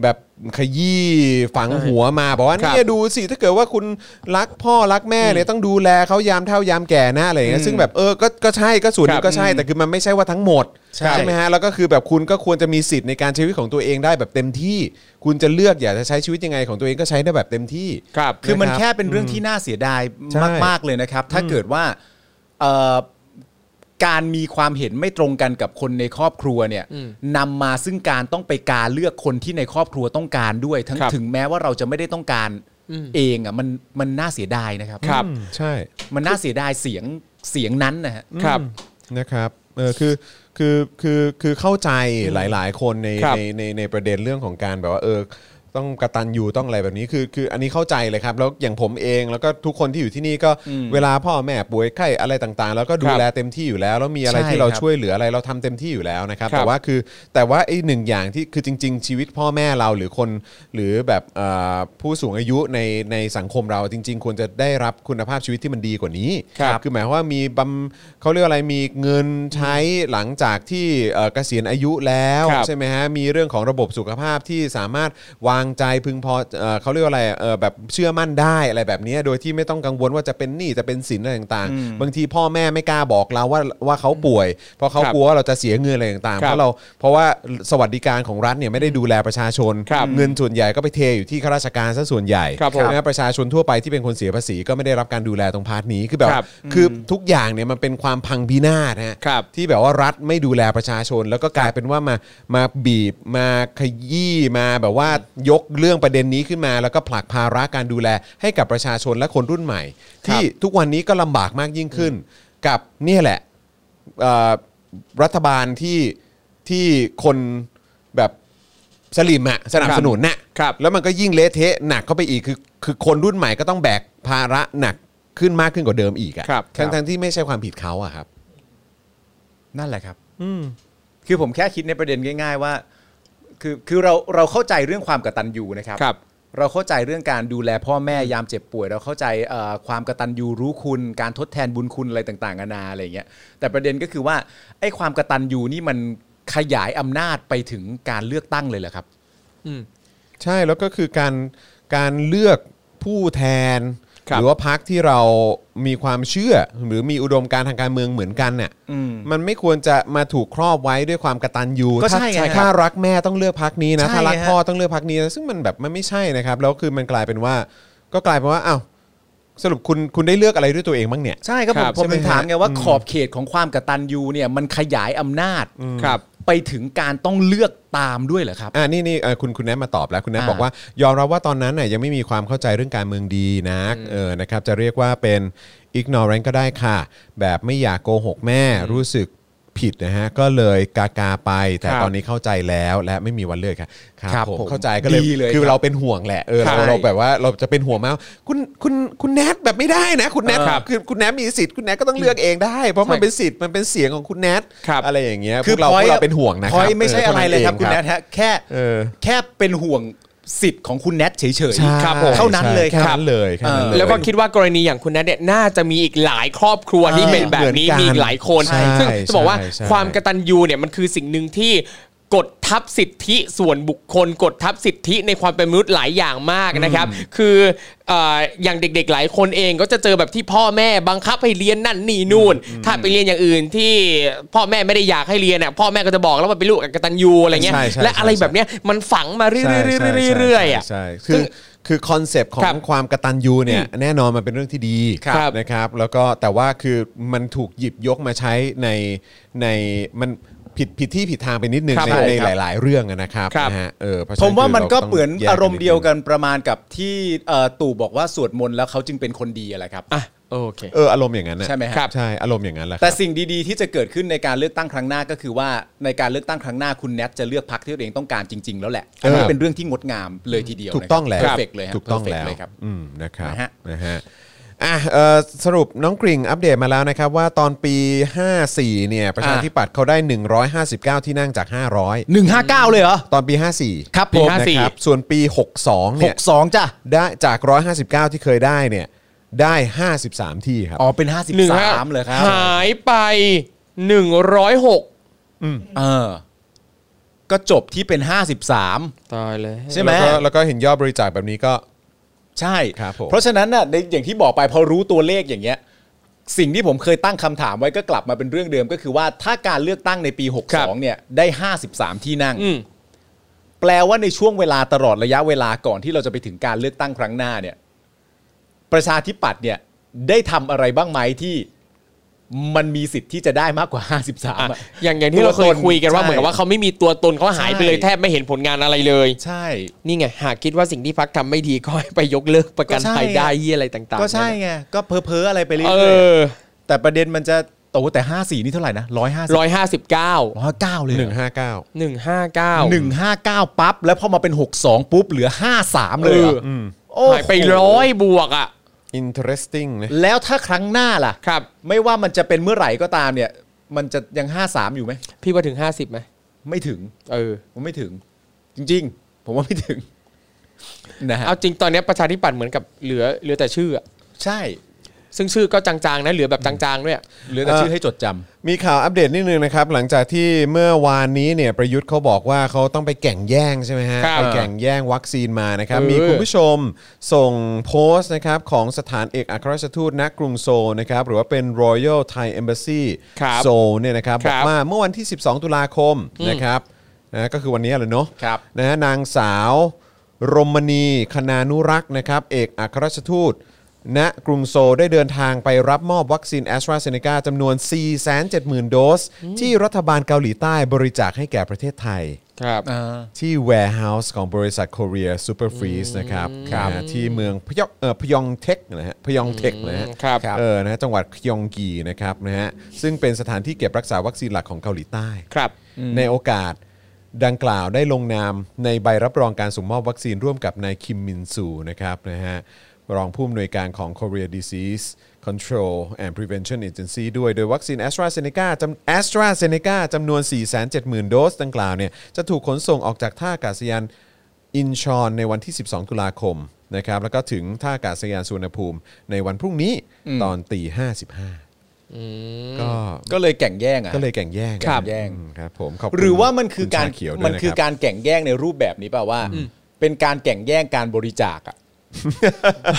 Speaker 3: แบบขยี้ฝังหัวมาบอกว่า
Speaker 2: ครับ
Speaker 3: เนี่ย ดูสิถ้าเกิดว่าคุณรักพ่อรักแม่เนี่ยต้องดูแลเขายามเท่ายามแก่นะอะไรอย่างเงี้ยซึ่งแบบเออก็ก็ใช่ก็ส่วนหนึ
Speaker 2: ครั
Speaker 3: ง
Speaker 2: บ
Speaker 3: ก็ใช่แต่คือมันไม่ใช่ว่าทั้งหมด
Speaker 4: ใช่
Speaker 3: ไหมฮะแล้วก็คือแบบคุณก็ควรจะมีสิทธิ์ในการใช้ชีวิตของตัวเองได้แบบเต็มที่ คุณจะเลือกอยากจะใช้ชีวิตยังไงของตัวเองก็ใช้ได้แบบเต็มที่
Speaker 2: ครับ
Speaker 4: คือมัน
Speaker 3: นะครับ
Speaker 4: แค่เป็นเรื่องที่น่าเสียดาย
Speaker 3: ใช่
Speaker 4: มาก ๆ เลยนะครับ ถ้าเกิดว่าเอ่อการมีความเห็นไม่ตรงกันกับคนในครอบครัวเนี่ยนำมาซึ่งการต้องไปการเลือกคนที่ในครอบครัวต้องการด้วย ทั้ง
Speaker 2: ครับ
Speaker 4: ถึงแม้ว่าเราจะไม่ได้ต้องการ
Speaker 2: อืม
Speaker 4: เองอ่ะมันมันน่าเสียดายนะครับ
Speaker 2: ครับ
Speaker 3: ใช่
Speaker 4: มันน่าเสียดายเสียงเสียงนั้นนะฮะ
Speaker 2: ครับ
Speaker 3: นะครับเออคือคือคือคือเข้าใจหลาย ๆ คนใน
Speaker 2: ครับ
Speaker 3: ในในในประเด็นเรื่องของการแบบว่าเออต้องกระตันยูต้องอะไรแบบนี้คือคืออันนี้เข้าใจเลยครับแล้วอย่างผมเองแล้วก็ทุกคนที่อยู่ที่นี่ก็
Speaker 4: อืม
Speaker 3: เวลาพ่อแม่ป่วยไข้อะไรต่างๆ แล้วก็ดู
Speaker 2: ครับ
Speaker 3: แลเต็มที่อยู่แล้ว แล้วมีอะไร
Speaker 4: ใช่
Speaker 3: ที่เรา
Speaker 4: ครับ
Speaker 3: ช่วยเหลืออะไรเราทำเต็มที่อยู่แล้วนะครับ
Speaker 2: ครับ
Speaker 3: แต่ว่าคือแต่ว่าไอ้หนึ่งอย่างที่คือจริง ๆ ชีวิตพ่อแม่เราหรือคน หรือแบบเอ่อผู้สูงอายุในในสังคมเราจริง ๆ ควรจะได้รับคุณภาพชีวิตที่มันดีกว่านี้
Speaker 2: ครับ
Speaker 3: คือหมายความว่ามีบำเขาเรียกอะไรมีเงินใช้หลังจากที่เอ่อเกษียณอายุแล้ว
Speaker 2: ครับ
Speaker 3: ใช่ไหมฮะมีเรื่องของระบบสุขภาพที่สามารถวางใจพึงพอเอ่อเขาเรียกว่าอะไรเอ่อแบบเชื่อมั่นได้อะไรแบบเนี้ยโดยที่ไม่ต้องกังวลว่าจะเป็นหนี้จะเป็นสินอะไรต่างๆ บางทีพ่อแม่ไม่กล้าบอกเราว่าว่าเขาป่วย เพราะเขา
Speaker 2: ครับ
Speaker 3: กลัวว่าเราจะเสียเงินอะไรต่างๆ
Speaker 2: ครั
Speaker 3: เพ
Speaker 2: บ
Speaker 3: ราะเราเพราะว่าสวัสดิการของรัฐเนี่ยไม่ได้ดูแลประชาชน
Speaker 2: ครับ
Speaker 3: เงินส่วนใหญ่ก็ไปเทอยู่ที่ข้าราชการซะส่วนใหญ่
Speaker 2: ครับผม
Speaker 3: นะประชาชนทั่วไปที่เป็นคนเสียภาษีก็ไม่ได้รับการดูแลตรงพาร์ทนี้คือแบบ
Speaker 2: ครับ
Speaker 3: คือทุกอย่างเนี่ยมันเป็นความพังพินาศฮะ
Speaker 2: ครับ
Speaker 3: ที่แบบว่ารัฐไม่ดูแลประชาชน แล้วก็กลายเป็นว่ามามาบีบมาขยี้มาแบบว่ายกเรื่องประเด็นนี้ขึ้นมา แล้วก็ผลักภาระการดูแลให้กับประชาชนและคนรุ่นใหม่ ที่ทุกวันนี้ก็ลำบากมากยิ่งขึ้น กับเนี่ยแหละเอ่อรัฐบาลที่ที่คนแบบสลิมอะสนับสนุนน่ะ
Speaker 2: ครับ
Speaker 3: แล้วมันก็ยิ่งเละเทะหนักเข้าไปอีกคือคือคนรุ่นใหม่ก็ต้องแบกภาระหนักขึ้นมากขึ้นกว่าเดิมอีกอะ
Speaker 2: ครับ
Speaker 3: ทั้งทั้งที่ไม่ใช่ความผิดเขาอะครับ
Speaker 4: นั่นแหละครับคือผมแค่คิดในประเด็นง่าย ๆ ว่า คือคือเราเราเข้าใจเรื่องความกตัญญูนะครับ
Speaker 2: ครับ
Speaker 4: เราเข้าใจเรื่องการดูแลพ่อแม่ยามเจ็บป่วย เราเข้าใจเอ่อความกตัญญูรู้คุณ การทดแทนบุญคุณอะไรต่างๆนานาอะไรอย่างเงี้ยแต่ประเด็นก็คือว่าไอ้ความกตัญญูนี่มันขยายอำนาจไปถึงการเลือกตั้งเลยเหรอครับ
Speaker 2: อืม
Speaker 3: ใช่แล้วก็คือการการเลือกผู้แทน
Speaker 2: ครับ
Speaker 3: หรือว่าพักที่เรามีความเชื่อ หรือมีอุดมการณ์ทางการเมืองเหมือนกันเนี่ย
Speaker 4: อืม
Speaker 3: มันไม่ควรจะมาถูกครอบไว้ด้วยความกตัญญู
Speaker 4: ก็
Speaker 3: ถ้า
Speaker 4: ใช่ไง
Speaker 3: ถ้ารักแม่ต้องเลือกพักนี้นะ
Speaker 4: ใช่
Speaker 3: ถ้ารัก
Speaker 4: ไงฮะ
Speaker 3: พ่อต้องเลือกพักนี้นะซึ่งมันแบบมันไม่ใช่นะครับ แล้วคือมันกลายเป็นว่า ก็กลายเป็นว่าอ้าวสรุปคุณคุณได้เลือกอะไรด้วยตัวเองบ้างเนี่ย
Speaker 4: ใช่ครับผ
Speaker 2: ครั
Speaker 4: ม
Speaker 2: บ
Speaker 4: ผมถึง
Speaker 3: ใช่ไหมฮะ
Speaker 4: ถามไงว่าขอบเขตของความกตัญญูเนี่ยมันขยายอำนาจ
Speaker 3: อืม
Speaker 2: ครับ
Speaker 4: ไปถึงการต้องเลือกตามด้วยเหรอครับ
Speaker 3: อ่านี่นี่เอ่อคุณคุณแนทมาตอบแล้วคุณแนท
Speaker 4: อ่า
Speaker 3: บอกว่ายอมรับว่าตอนนั้นน่ยยังไม่มีความเข้าใจเรื่องการเมืองดีนะเออนะครับจะเรียกว่าเป็น ignorant ก็ได้ค่ะ แบบไม่อยากโกหกแม่รู้สึก ผิดนะฮะก็เลยกากาไปแต่
Speaker 5: ครับ
Speaker 3: ตอนนี้เข้าใจแล้วและไม่มีวันเลิกครับ
Speaker 5: ครับผม
Speaker 3: เข้าใจก็เลย
Speaker 4: ดีเลย
Speaker 3: คือ
Speaker 4: ครับ
Speaker 3: เราเป็นห่วงแหละเออเรา
Speaker 5: ใช่
Speaker 3: เราแบบว่าเราจะเป็นห่วงมากคุณคุณคุณแนทแบบไม่ได้นะ คุณแนท
Speaker 5: ครับ
Speaker 3: คือคุณแนทมีสิทธิ์คุณแนทก็ต้องเลือกเองได้ เพราะมัน
Speaker 5: ใช่
Speaker 3: เป็นสิทธิ์มันเป็นเสียงของคุณแนท
Speaker 5: ครับ
Speaker 3: อะไรอย่างเงี้ย
Speaker 4: คือ
Speaker 3: พวกเราพว
Speaker 4: point
Speaker 3: กเราเป็นห่วงนะค
Speaker 4: พ
Speaker 3: รั
Speaker 4: อบ ยไม่ใช่อะไรเลยครับ คุณแนทฮะแค่
Speaker 3: เออ
Speaker 4: แค่เป็นห่วงสิทธิ์ของคุณแนทเฉย
Speaker 3: ใช่
Speaker 4: ๆ
Speaker 5: ครับผม
Speaker 4: เท่านั้นเลย
Speaker 3: แค่
Speaker 4: ครับ
Speaker 3: นั้นเลยแค่นั้นเย
Speaker 5: แล้วก็คิดว่ากรณีอย่างคุณแนทเนี่ยน่าจะมีอีกหลายครอบครัวที่
Speaker 3: อ่า
Speaker 5: เป็นแบบนี้
Speaker 3: เหมือนกัน
Speaker 5: มีอีกหลายคน
Speaker 3: ใช่
Speaker 5: ซึ่งจะบอกว่า
Speaker 3: ใช่ใช่
Speaker 5: ความกตัญญูเนี่ยมันคือสิ่งหนึ่งที่กดทับสิทธิส่วนบุคคล กดทับสิทธิในความเป็นมนุษย์หลายอย่างมากนะครับ คือเอ่ออย่างเด็กๆหลายคนเองก็จะเจอแบบที่พ่อแม่บังคับให้เรียนนั่นนี่นู่น ถ้าไปเรียนอย่างอื่นที่พ่อแม่ไม่ได้อยากให้เรียนอ่ะพ่อแม่ก็จะบอกแล้วว่าเป็นลูกอกตัญญูอะไรเงี้ย
Speaker 3: ใช่ใช่
Speaker 5: และอะไร
Speaker 3: ใช่
Speaker 5: แบบเนี้ยมันฝังมาเรื่อย
Speaker 3: ใช่
Speaker 5: ๆ
Speaker 3: ใช่
Speaker 5: ๆๆเรื่อยๆอ่ะ
Speaker 3: ใช่ใช่คือคือคอนเซปต์ของ
Speaker 5: ครับ
Speaker 3: ความกระตันยูเนี่ยแน่นอนมันเป็นเรื่องที่ดี
Speaker 5: ครับ
Speaker 3: นะครับ แล้วก็แต่ว่าคือมันถูกหยิบยกมาใช้ในในมันผิดผิดที่ผิดทางไปนิดนึง
Speaker 5: ครับ
Speaker 3: ใน
Speaker 5: ผม
Speaker 3: ในหลาย ๆ เรื่องอะนะครับ
Speaker 5: ครับ
Speaker 3: นะฮะเออเพราะฉะ
Speaker 4: ผมว่ามันก็
Speaker 3: คื
Speaker 4: เหมือน
Speaker 3: ต้งแก
Speaker 4: อารมณ์เดียวกันประมาณกับที่เอ่อตู่บอกว่าสวดมนต์แล้วเขาจึงเป็นคนดีอะไรครับ
Speaker 5: อ่ะโอเค
Speaker 3: เอออารมณ์อย่างนั้นน่
Speaker 4: ใช่ไหมฮะ
Speaker 5: ครับ
Speaker 3: ใช่อารมณ์อย่างนั้นแหละ
Speaker 4: แต่
Speaker 3: ครับ
Speaker 4: สิ่งดีๆ ที่จะเกิดขึ้นในการเลือกตั้งครั้งหน้าก็คือว่าในการเลือกตั้งครั้งหน้าคุณแนทจะเลือกพรรคที่ตัวเองต้องการจริง ๆ แล้วแหละอันนี้
Speaker 3: ครับ
Speaker 4: เป็นเรื่องที่งดงามเลยทีเดียว
Speaker 3: ถูกต้องแล้ว
Speaker 4: เพอร์เฟกเลยฮะ
Speaker 3: ถูกต้อง
Speaker 4: perfect
Speaker 3: แล้ว
Speaker 4: เยครับ
Speaker 3: อืมนะครับ
Speaker 4: นะฮะ
Speaker 3: นะฮะอ่ะเอ่อสรุปน้องกริ่งอัปเดตมาแล้วนะครับ ว่าตอนปี 54เนี่ยประชาธิปัตย์เขาได้ 159 ที่นั่งจาก 500
Speaker 4: หนึ่งห้าเก้าเลยเหรอ
Speaker 3: ตอนปี 54
Speaker 4: ครับ
Speaker 5: ปี
Speaker 4: ผม
Speaker 5: ห้า
Speaker 3: นะ
Speaker 5: 54
Speaker 3: ครับส่วนปี 62
Speaker 4: ห
Speaker 3: เนี่ย
Speaker 4: กสองจ้ะ
Speaker 3: ได้จาก 159 ที่เคยได้เนี่ยได้ 53 ที่ครับ
Speaker 4: อ๋อเป็นห้าสิบ
Speaker 5: หนึ่ง
Speaker 4: สา
Speaker 5: ห้าม
Speaker 4: เลยครับ
Speaker 5: หายไปหนึ่งร้อยหก
Speaker 4: เออ ก็จบที่เป็นห้าสิบสาม
Speaker 5: ตายเลย
Speaker 4: ใช่ไหม
Speaker 3: แล้วก็แล้วก็เห็นยอดบริจาคแบบนี้ก็
Speaker 4: ใช่
Speaker 3: ครับผม
Speaker 4: เพราะฉะนั้นน่ะในอย่างที่บอกไปพอรู้ตัวเลขอย่างเงี้ย สิ่งที่ผมเคยตั้งคำถามไว้ก็กลับมาเป็นเรื่องเดิมก็คือว่าถ้าการเลือกตั้งในปี
Speaker 5: ครับ
Speaker 4: 62 เนี่ย ได้ 53 ที่นั่ง
Speaker 5: อืม
Speaker 4: แปลว่าในช่วงเวลาตลอดระยะเวลาก่อนที่เราจะไปถึงการเลือกตั้งครั้งหน้าเนี่ย ประชาธิปัตย์เนี่ยได้ทำอะไรบ้างไหมที่มันมีสิทธิ์ที่จะได้มากกว่า 53
Speaker 5: อ่ะ
Speaker 4: อะ
Speaker 5: อย่างอย่างที่เราเคยคุยกันว่าเหมือนกับว่าเขาไม่มีตัวตนเขาหายไปเลย
Speaker 4: ใช่
Speaker 5: แทบไม่เห็นผลงานอะไรเลย
Speaker 4: ใช่
Speaker 5: นี่ไง หากคิดว่าสิ่งที่พักทำไม่ดีก็ให้ไปยกเลิกประกัน
Speaker 4: ก็ใช่
Speaker 5: รายได้ยี่อะไรต่างๆ
Speaker 4: ก็ใช่ไงก็เพอเพอๆอะไรไปเรื่
Speaker 5: เอ
Speaker 4: อย
Speaker 5: อ
Speaker 4: ๆแต่ประเด็นมันจะโตแต่ 54 นี่เท่าไหร่นะ150ร้อยห้า
Speaker 5: ร้อยห้าสิบเก้า
Speaker 4: เก้าเลยเห
Speaker 3: 159
Speaker 5: ห
Speaker 4: รอ
Speaker 5: นึ่งห้าเก้า
Speaker 4: หนึ่งห้าเก้าปั๊บ แล้วพอมาเป็นหกสองปุ๊บ เหลือห้าสามเลยเหร
Speaker 5: เออ
Speaker 4: อ
Speaker 5: อื
Speaker 4: อโอ้โ
Speaker 5: หายไปร้อยบวกอ่ะ
Speaker 3: interesting นะ
Speaker 4: แล้วถ้าครั้งหน้าล่ะ
Speaker 5: ครับ
Speaker 4: ไม่ว่ามันจะเป็นเมื่อไหร่ก็ตามเนี่ย มันจะยังห้าสามอยู่ไหม
Speaker 5: พี่ว่าถึงห้าสิบไหม
Speaker 4: ไม่ถึง
Speaker 5: เออ
Speaker 4: ผมไม่ถึง จริง ๆ ผมว่าไม่ถึง นะฮะ
Speaker 5: เอาจริงตอนเนี้ยประชาธิปัตย์เหมือนกับเหลือเหลือแต่ชื่ออะ
Speaker 4: ใช่
Speaker 5: ซึ่งชื่อก็จางๆนะเหลือแบบจางๆด้วย
Speaker 4: เหลือแต่ชื่อให้จดจำ
Speaker 3: มีข่าวอัปเดตนิดนึงนะครับ หลังจากที่เมื่อวานนี้เนี่ยประยุทธ์เขาบอกว่าเขาต้องไปแก่งแย่งใช่ไหมฮะ
Speaker 5: ครับ
Speaker 3: ไปแก่งแย่งวัคซีนมานะครับ
Speaker 5: เออ
Speaker 3: มีคุณผู้ชมส่งโพสต์นะครับของสถานเอกอัครราชทูตณกรุงโซลนะครับ หรือว่าเป็น Royal Thai Embassy
Speaker 5: ครับ
Speaker 3: โซลเนี่ยนะครับ
Speaker 5: ครับ บอก
Speaker 3: ว่าเมื่อวันที่ 12 ตุลาคมนะครับนะก็คือวันนี้แหละเนาะ
Speaker 4: ครับ
Speaker 3: นะฮะนางสาว รมณีคณานุรักษ์นะครับ เอกอัครราชทูต ณกรุงโซลได้เดินทางไปรับมอบวัคซีนแอสตราเซเนกาจำนวน 470,000 โดส ที่รัฐบาลเกาหลีใต้บริจาคให้แก่ประเทศไทย
Speaker 5: ครับ
Speaker 4: อ่า
Speaker 3: ที่ warehouse ของบริษัท Korea Super Freeze นะครับ
Speaker 4: ครับ
Speaker 3: นะฮะที่เมืองพยองเอ่อพยองเทคนะฮะพยองเทคนะฮะ
Speaker 5: ครับ
Speaker 3: เออนะฮะจังหวัดพยองกีนะครับนะฮะซึ่งเป็นสถานที่เก็บรักษาวัคซีนหลักของเกาหลีใต้
Speaker 5: ครับ
Speaker 3: ในโอกาสดังกล่าวได้ลงนามในใบรับรองการส่งมอบวัคซีนร่วมกับนายคิมมินซูนะครับนะฮะรองผู้อำนวยการของ Korea Disease Control and Prevention Agency ด้วยโดยวัคซีน a s t r a z e ซ e c a จำ a s t r a z e ซ e c a จำนวน 470,000 โดสดังกล่าวเนี่ยจะถูกขนส่งออกจากท่าอากาศยาน อินชอนในวันที่ 12 ตุลาคมนะครับแล้วก็ถึงท่าอากาศยานสุวรรณภูมิในวันพรุ่งนี้ตอนตี55ก็
Speaker 4: ก็เลยแก่งแย่งอ่ะ
Speaker 3: ก็เลยแก่งแย่ง
Speaker 4: ครับ
Speaker 3: อืมครับผมขอบคุณ
Speaker 4: หรือว่ามันคือการ
Speaker 3: ณชเขียวด้วย
Speaker 4: มันคือ
Speaker 3: นะรับ
Speaker 4: การแก่งแย่งในรูปแบบนี้เปล่าว่า เป็นการแก่งแย่งการบริจาค อะ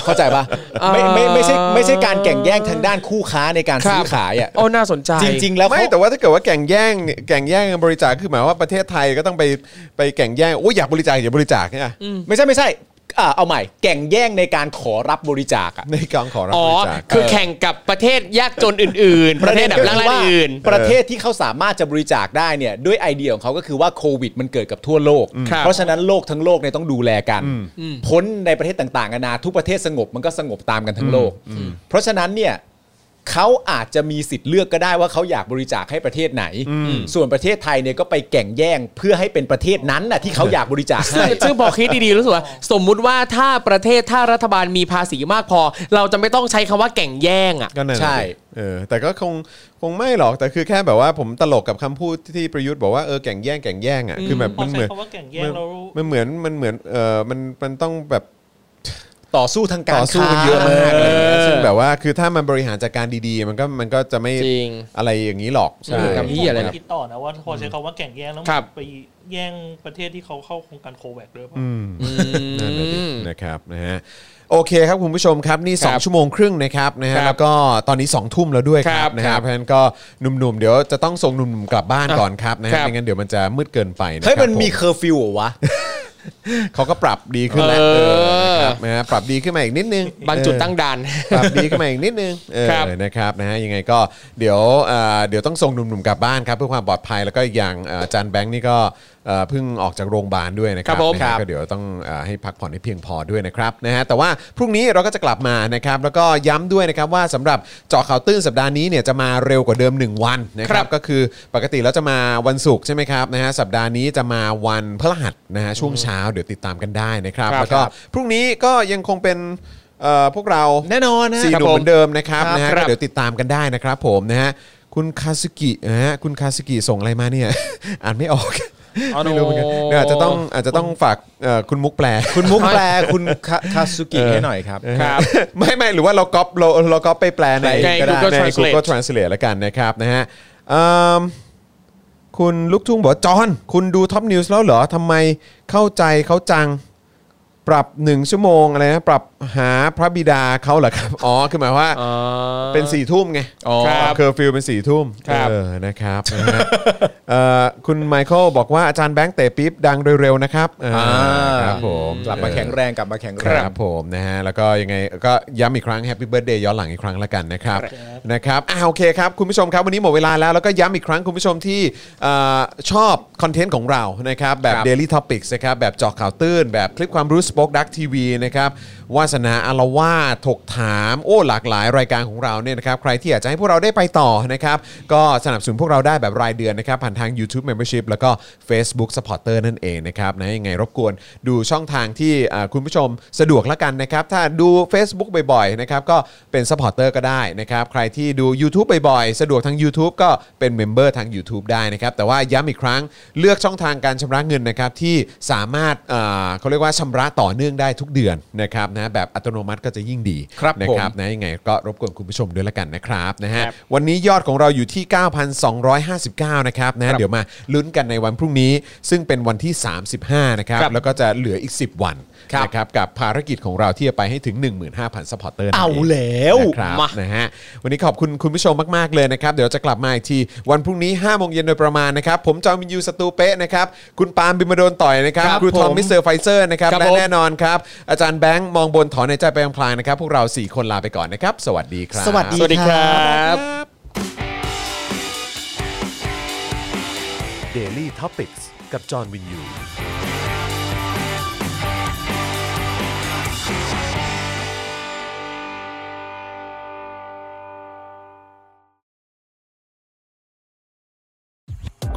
Speaker 4: เข้าใจปะไม่ไม่ไม่ใช่ไม่ใช่การแก่งแย่งทางด้านคู่ค้าในการซื้
Speaker 5: ค
Speaker 4: อ
Speaker 5: รับ
Speaker 4: ขายอ่ะ
Speaker 5: โอ้น่าสนใจ
Speaker 4: จริง ๆ แล้ว
Speaker 3: ไม่
Speaker 4: เขา
Speaker 3: แต่ว่าถ้าเกิดว่าแก่งแย่งเนี่ยแก่งแย่งบริจาคคือหมายว่าประเทศไทยก็ต้องไปไปแก่งแย่งโอ้ยอยากบริจาคอย่าบริจาคเนี่ย
Speaker 4: ไม่ใช่ไม่ใช่อ่าเอาใหม่ แก่งแย่งในการขอรับบริจาคอะ
Speaker 3: ในกองขอรับบ
Speaker 5: อ๋อ
Speaker 3: ริจาค
Speaker 5: คือแข่งกับประเทศยากจนอื่น ๆ ประเทศแบบล่าง
Speaker 4: คือ
Speaker 5: ๆอื่น
Speaker 4: ประเทศที่เขาสามารถจะบริจาคได้เนี่ยด้วยไอเดียของเขาก็คือว่าโควิดมันเกิดกับทั่วโลก
Speaker 5: ครับ
Speaker 4: เพราะฉะนั้นโลกทั้งโลกเนี่ยต้องดูแลกัน พ้นในประเทศต่างๆนานาทุกประเทศสงบมันก็สงบตามกันทั้งโลก เพราะฉะนั้นเนี่ย เขาอาจจะมีสิทธิ์เลือกก็ได้ว่าเขาอยากบริจาคให้ประเทศไหน ส่วนประเทศไทยเนี่ยก็ไปแก่งแย่งเพื่อให้เป็นประเทศนั้นน่ะที่เขาอยากบริจาค
Speaker 2: ซึ่
Speaker 4: ให้
Speaker 2: งซึ่งพอคิดดีๆรู้สึกว่าสมมุติว่าถ้าประเทศถ้ารัฐบาลมีภาษีมากพอ เราจะไม่ต้องใช้คำว่าแก่งแย่งอ่ะ
Speaker 3: ก็นั่นน่ะ
Speaker 4: ใช่
Speaker 3: สิเออ แต่ก็คงคงไม่หรอก แต่คือแค่แบบว่าผมตลกกับคำพูดที่ประยุทธ์บอกว่าเออแก่งแย่งแก่งแย่งอ่ะ คือแบบ
Speaker 6: พอ
Speaker 3: มันเหมื
Speaker 6: ใช้
Speaker 3: อน
Speaker 6: คำว่าแก่งแย่งเรารู้
Speaker 3: มันเหมือนมันเหมือนเออมันมันต้องแบบ
Speaker 4: ต่อสู้ทางการ
Speaker 3: ต่อสู้กันเยอะมาก
Speaker 4: ค้
Speaker 3: อะไรอย่างเงี้ยซึ่งแบบว่าคือถ้ามันบริหารจัดการดีๆ มันก็มันก็จะไม่
Speaker 2: จริง
Speaker 3: อะไรอย่างนี้หรอก
Speaker 2: ใช่ คำ บ เหี้ยอะไร
Speaker 6: ผม
Speaker 2: นะ
Speaker 6: ก็คิดต่อนะว่าพอใช้คำว่าแก่งแย่งแล้ว
Speaker 2: ครับ
Speaker 6: ไปแย่งประเทศที่เขาเข้าโครงการโควิดด้วยป่ะ
Speaker 3: อืม นั่นแหละดิ
Speaker 2: อืม
Speaker 3: นะครับนะฮะโอเคครับคุณผู้ชมครับนี่
Speaker 2: ครับ
Speaker 3: 2 ชั่วโมงครึ่งนะครับนะฮะ
Speaker 2: ครับ
Speaker 3: แล้วก็ตอนนี้ 2 ทุ่มแล้วด้วยค
Speaker 2: ค
Speaker 3: รั
Speaker 2: รั
Speaker 3: บบ นะ
Speaker 2: ครั
Speaker 3: ฮะ
Speaker 2: บ
Speaker 3: เพราะฉะนั้นก็หนุ่มๆ เดี๋ยวจะต้องส่งหนุ่มๆกลับบ้านก่อนครับนะฮะ
Speaker 2: ครับ
Speaker 3: ไม่งั้นเดี๋ยวมันจะมืดเกินไปนะครั
Speaker 4: เฮ้ยมันมี
Speaker 3: ผ
Speaker 4: เคอร์ฟิวเหรอวะ
Speaker 3: เขาก็ปรับดีขึ้นแล้ว
Speaker 2: เออ
Speaker 3: เออนะครับนะฮะปรับดีขึ้นมาอีกนิดนึง
Speaker 2: บางจุด
Speaker 3: เออ
Speaker 2: ตั้งด่าน
Speaker 3: ปรับดีขึ้นมาอีกนิดนึงเออ
Speaker 2: ครับ
Speaker 3: นะครับนะฮะยังไงก็เดี๋ยวเอ่อเดี๋ยวต้องส่งหนุ่มๆกลับบ้านครับเพื่อความปลอดภัยแล้วก็อีกอย่างเอ่ออาจานแบงค์นี่ก็เอ่อเพิ่งออกจากโรงพยาบาลด้วยนะครั
Speaker 2: ครับผม
Speaker 3: นะฮะ
Speaker 2: ครับ
Speaker 3: ก็เดี๋ยวต้องเอ่อให้พักผ่อนให้เพียงพอด้วยนะครับนะฮะแต่ว่าพรุ่งนี้เราก็จะกลับมานะครับแล้วก็ย้ำด้วยนะครับว่าสำหรับเจาะข่าวตื้นสัปดาห์นี้เนี่ยจะมาเร็วกว่าเดิม 1 วันนะค
Speaker 2: ครั
Speaker 3: รับบ ก็คือปกติแล้วจะมาวันศุกร์ใช่ไหมครับนะฮะสัปดาห์นี้จะมาวันพฤหัสนะฮะช่วงเช้าเดี๋ยวติดตามกันได้นะครับ
Speaker 2: ครับ
Speaker 3: แล้วก็พรุ่งนี้ก็ยังคงเป็นเอ่อพวกเรา
Speaker 4: แน่นอนนะ
Speaker 3: สี่หนุ่มเหมือนเดิมนะครับนะฮะ
Speaker 2: ครับ
Speaker 3: ก็เดี๋ยวติดตามกันได้นะครับผมนะฮะคุณคาสกินะฮะคุณคาสกิส่งอะไรมาเนี่ย อ่านไม่ออกไม่รู้เหมือนกันเดี๋ยวอาจจะต้องอาจจะต้องฝากเอ่อคุณมุกแปล
Speaker 4: คุณมุก แปลคุณคาคาสุกิให้หน่อยครับ
Speaker 2: ครับ
Speaker 3: ไม่ไม่หรือว่าเราก๊อปเราเราก๊อปไปแปลใน
Speaker 2: ใน
Speaker 3: ก็ได้
Speaker 2: Google
Speaker 3: ใน
Speaker 2: Translate
Speaker 3: Google Translate แล้วกันนะครับนะฮะเอิ่มคุณลูกทุ่งบอกว่าจอห์นคุณดูท็อปนิวส์แล้วเหรอทำไมเข้าใจเขาจังปรับหนึ่งชั่วโมงอะไรนะปรับหาพระบิดาเขาเหรอครับอ๋อคือหมายว่า
Speaker 2: อ๋อ
Speaker 3: เป็นสี่ทุ่มไง
Speaker 2: ครับ
Speaker 3: เคอร์ฟิวเป็นสี่ทุ่ม
Speaker 2: ครับ
Speaker 3: เออนะครับ นะฮะเอ่อคุณไมเคิลบอกว่าอาจารย์แบงค์เตะปี๊บดังเร็วๆนะครับเออ
Speaker 4: อ่า
Speaker 3: ครับผม
Speaker 4: กลับมาแข็งแรงกลับมาแข็ง
Speaker 3: ค
Speaker 4: แรง
Speaker 3: รับผมนะฮะแล้วก็ยังไงก็ย้ำอีกครั้งแฮปปี้เบิร์ดเดย์ย้อนหลังอีกครั้งละกันนะครับนะครับอ่าโอเคครับคุณผู้ชมครับวันนี้หมดเวลาแล้วแล้วก็ย้ำอีกครั้งคุณผู้ชมที่เอ่อชอบคอนเทนต์ของเรานะครับแบบ
Speaker 4: ครับ
Speaker 3: Daily Topics นะครับแบบเจาะข่าวตื้น แบบคลิปความรู้สป็อคดักทีวีนะครับวาสนาอารวาสถกถามโอ้หลากหลายรายการของเราเนี่ยนะครับใครที่อยากจะให้พวกเราได้ไปต่อนะครับก็สนับสนุนพวกเราได้แบบรายเดือนนะครับผ่านทาง YouTube Membership แล้วก็ Facebook Supporter นั่นเองนะครับนะยังไงรบกวนดูช่องทางที่อ่าคุณผู้ชมสะดวกละกันนะครับถ้าดู Facebook บ่อยๆนะครับก็เป็น Supporter ก็ได้นะครับใครที่ดู YouTube บ่อยๆสะดวกทาง YouTube ก็เป็นเมมเบอร์ทาง YouTube ได้นะครับแต่ว่าย้ำอีกครั้งเลือกช่องทางการชำระเงินนะครับที่สามารถเอ่อเขาเรียกว่าชำระต่อเนื่องได้ทุกเดือนนะครับนะแบบอัตโนมัติก็จะยิ่งดี
Speaker 4: ครับ
Speaker 3: นะ
Speaker 4: ผม
Speaker 3: ครับนะยังไงก็รบกวนคุณผู้ชมด้วยละกันนะครับนะฮะวันนี้ยอดของเราอยู่ที่ 9,259 นะครับนะเดี๋ยวมาลุ้นกันในวันพรุ่งนี้ ซึ่งเป็นวันที่ 35 นะครับ
Speaker 2: ครับ
Speaker 3: แล้วก็จะเหลืออีก 10 วันนะครับกับภารกิจของเราที่จะไปให้ถึง 15,000ซัพพอร์เตอร์
Speaker 4: เอาแล้ว
Speaker 3: นะครับนะฮะวันนี้ขอบคุณคุณผู้ชมมาก ๆ เลยนะครับ เดี๋ยวจะกลับมาอีกทีวันพรุ่งนี้5โมงเย็นโดยประมาณนะครับ ผมจอมินยูสตูเป้นะครับคุณปาล์มบิมโดนต่อยนะครับ
Speaker 4: ครับ
Speaker 3: ครูทอม
Speaker 4: ผม
Speaker 3: มิสเตอร์ไฟเซอร์นะครับ
Speaker 2: ครับ
Speaker 3: และ
Speaker 2: ผม
Speaker 3: แน่นอนครับ อาจารย์แบงค์มองบนถอนในใจไปพลางๆนะครับ พวกเรา 4 คนลาไปก่อนนะครับ สวัสดีครับ
Speaker 4: สวัส
Speaker 2: สวัสดีครับ
Speaker 1: เดลี่ท็อปิกส์กับจอห์นวินยู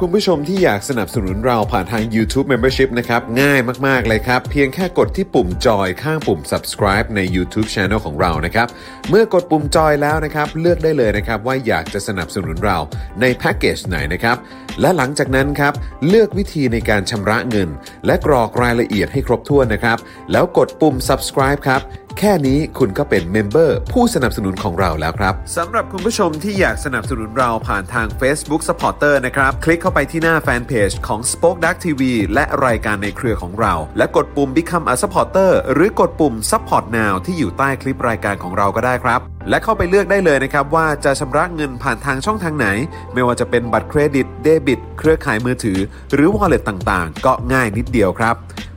Speaker 1: คุณผู้ชมที่อยากสนับสนุนเราผ่านทาง YouTube Membership นะครับง่ายมากๆเลยครับ เพียงแค่กดที่ปุ่มจอยข้างปุ่ม subscribe ใน YouTube Channel ของเรานะครับเมื่อกดปุ่มจอยแล้วนะครับเลือกได้เลยนะครับว่าอยากจะสนับสนุนเราในแพ็กเกจไหนนะครับและหลังจากนั้นครับเลือกวิธีในการชำระเงิน และกรอกรายละเอียดให้ครบถ้วนนะครับแล้วกดปุ่ม subscribe ครับ แค่นี้คุณก็เป็นเมมเบอร์ผู้สนับสนุนของเราแล้วครับสำหรับคุณผู้ชมที่อยากสนับสนุนเราผ่านทาง Facebook Supporter นะครับ คลิกเข้าไปที่หน้าแฟนเพจของ Spoke Dark TV และรายการในเครือของเรา และกดปุ่ม Become a Supporter หรือกดปุ่ม Support Now ที่อยู่ใต้คลิปรายการของเราก็ได้ครับ และเข้าไปเลือกได้เลยนะครับ ว่าจะชำระเงินผ่านทางช่องทางไหน ไม่ว่าจะเป็นบัตรเครดิตเดบิตเครือข่ายมือถือ หรือ Wallet ต่างๆ ก็ง่ายนิดเดียวครับ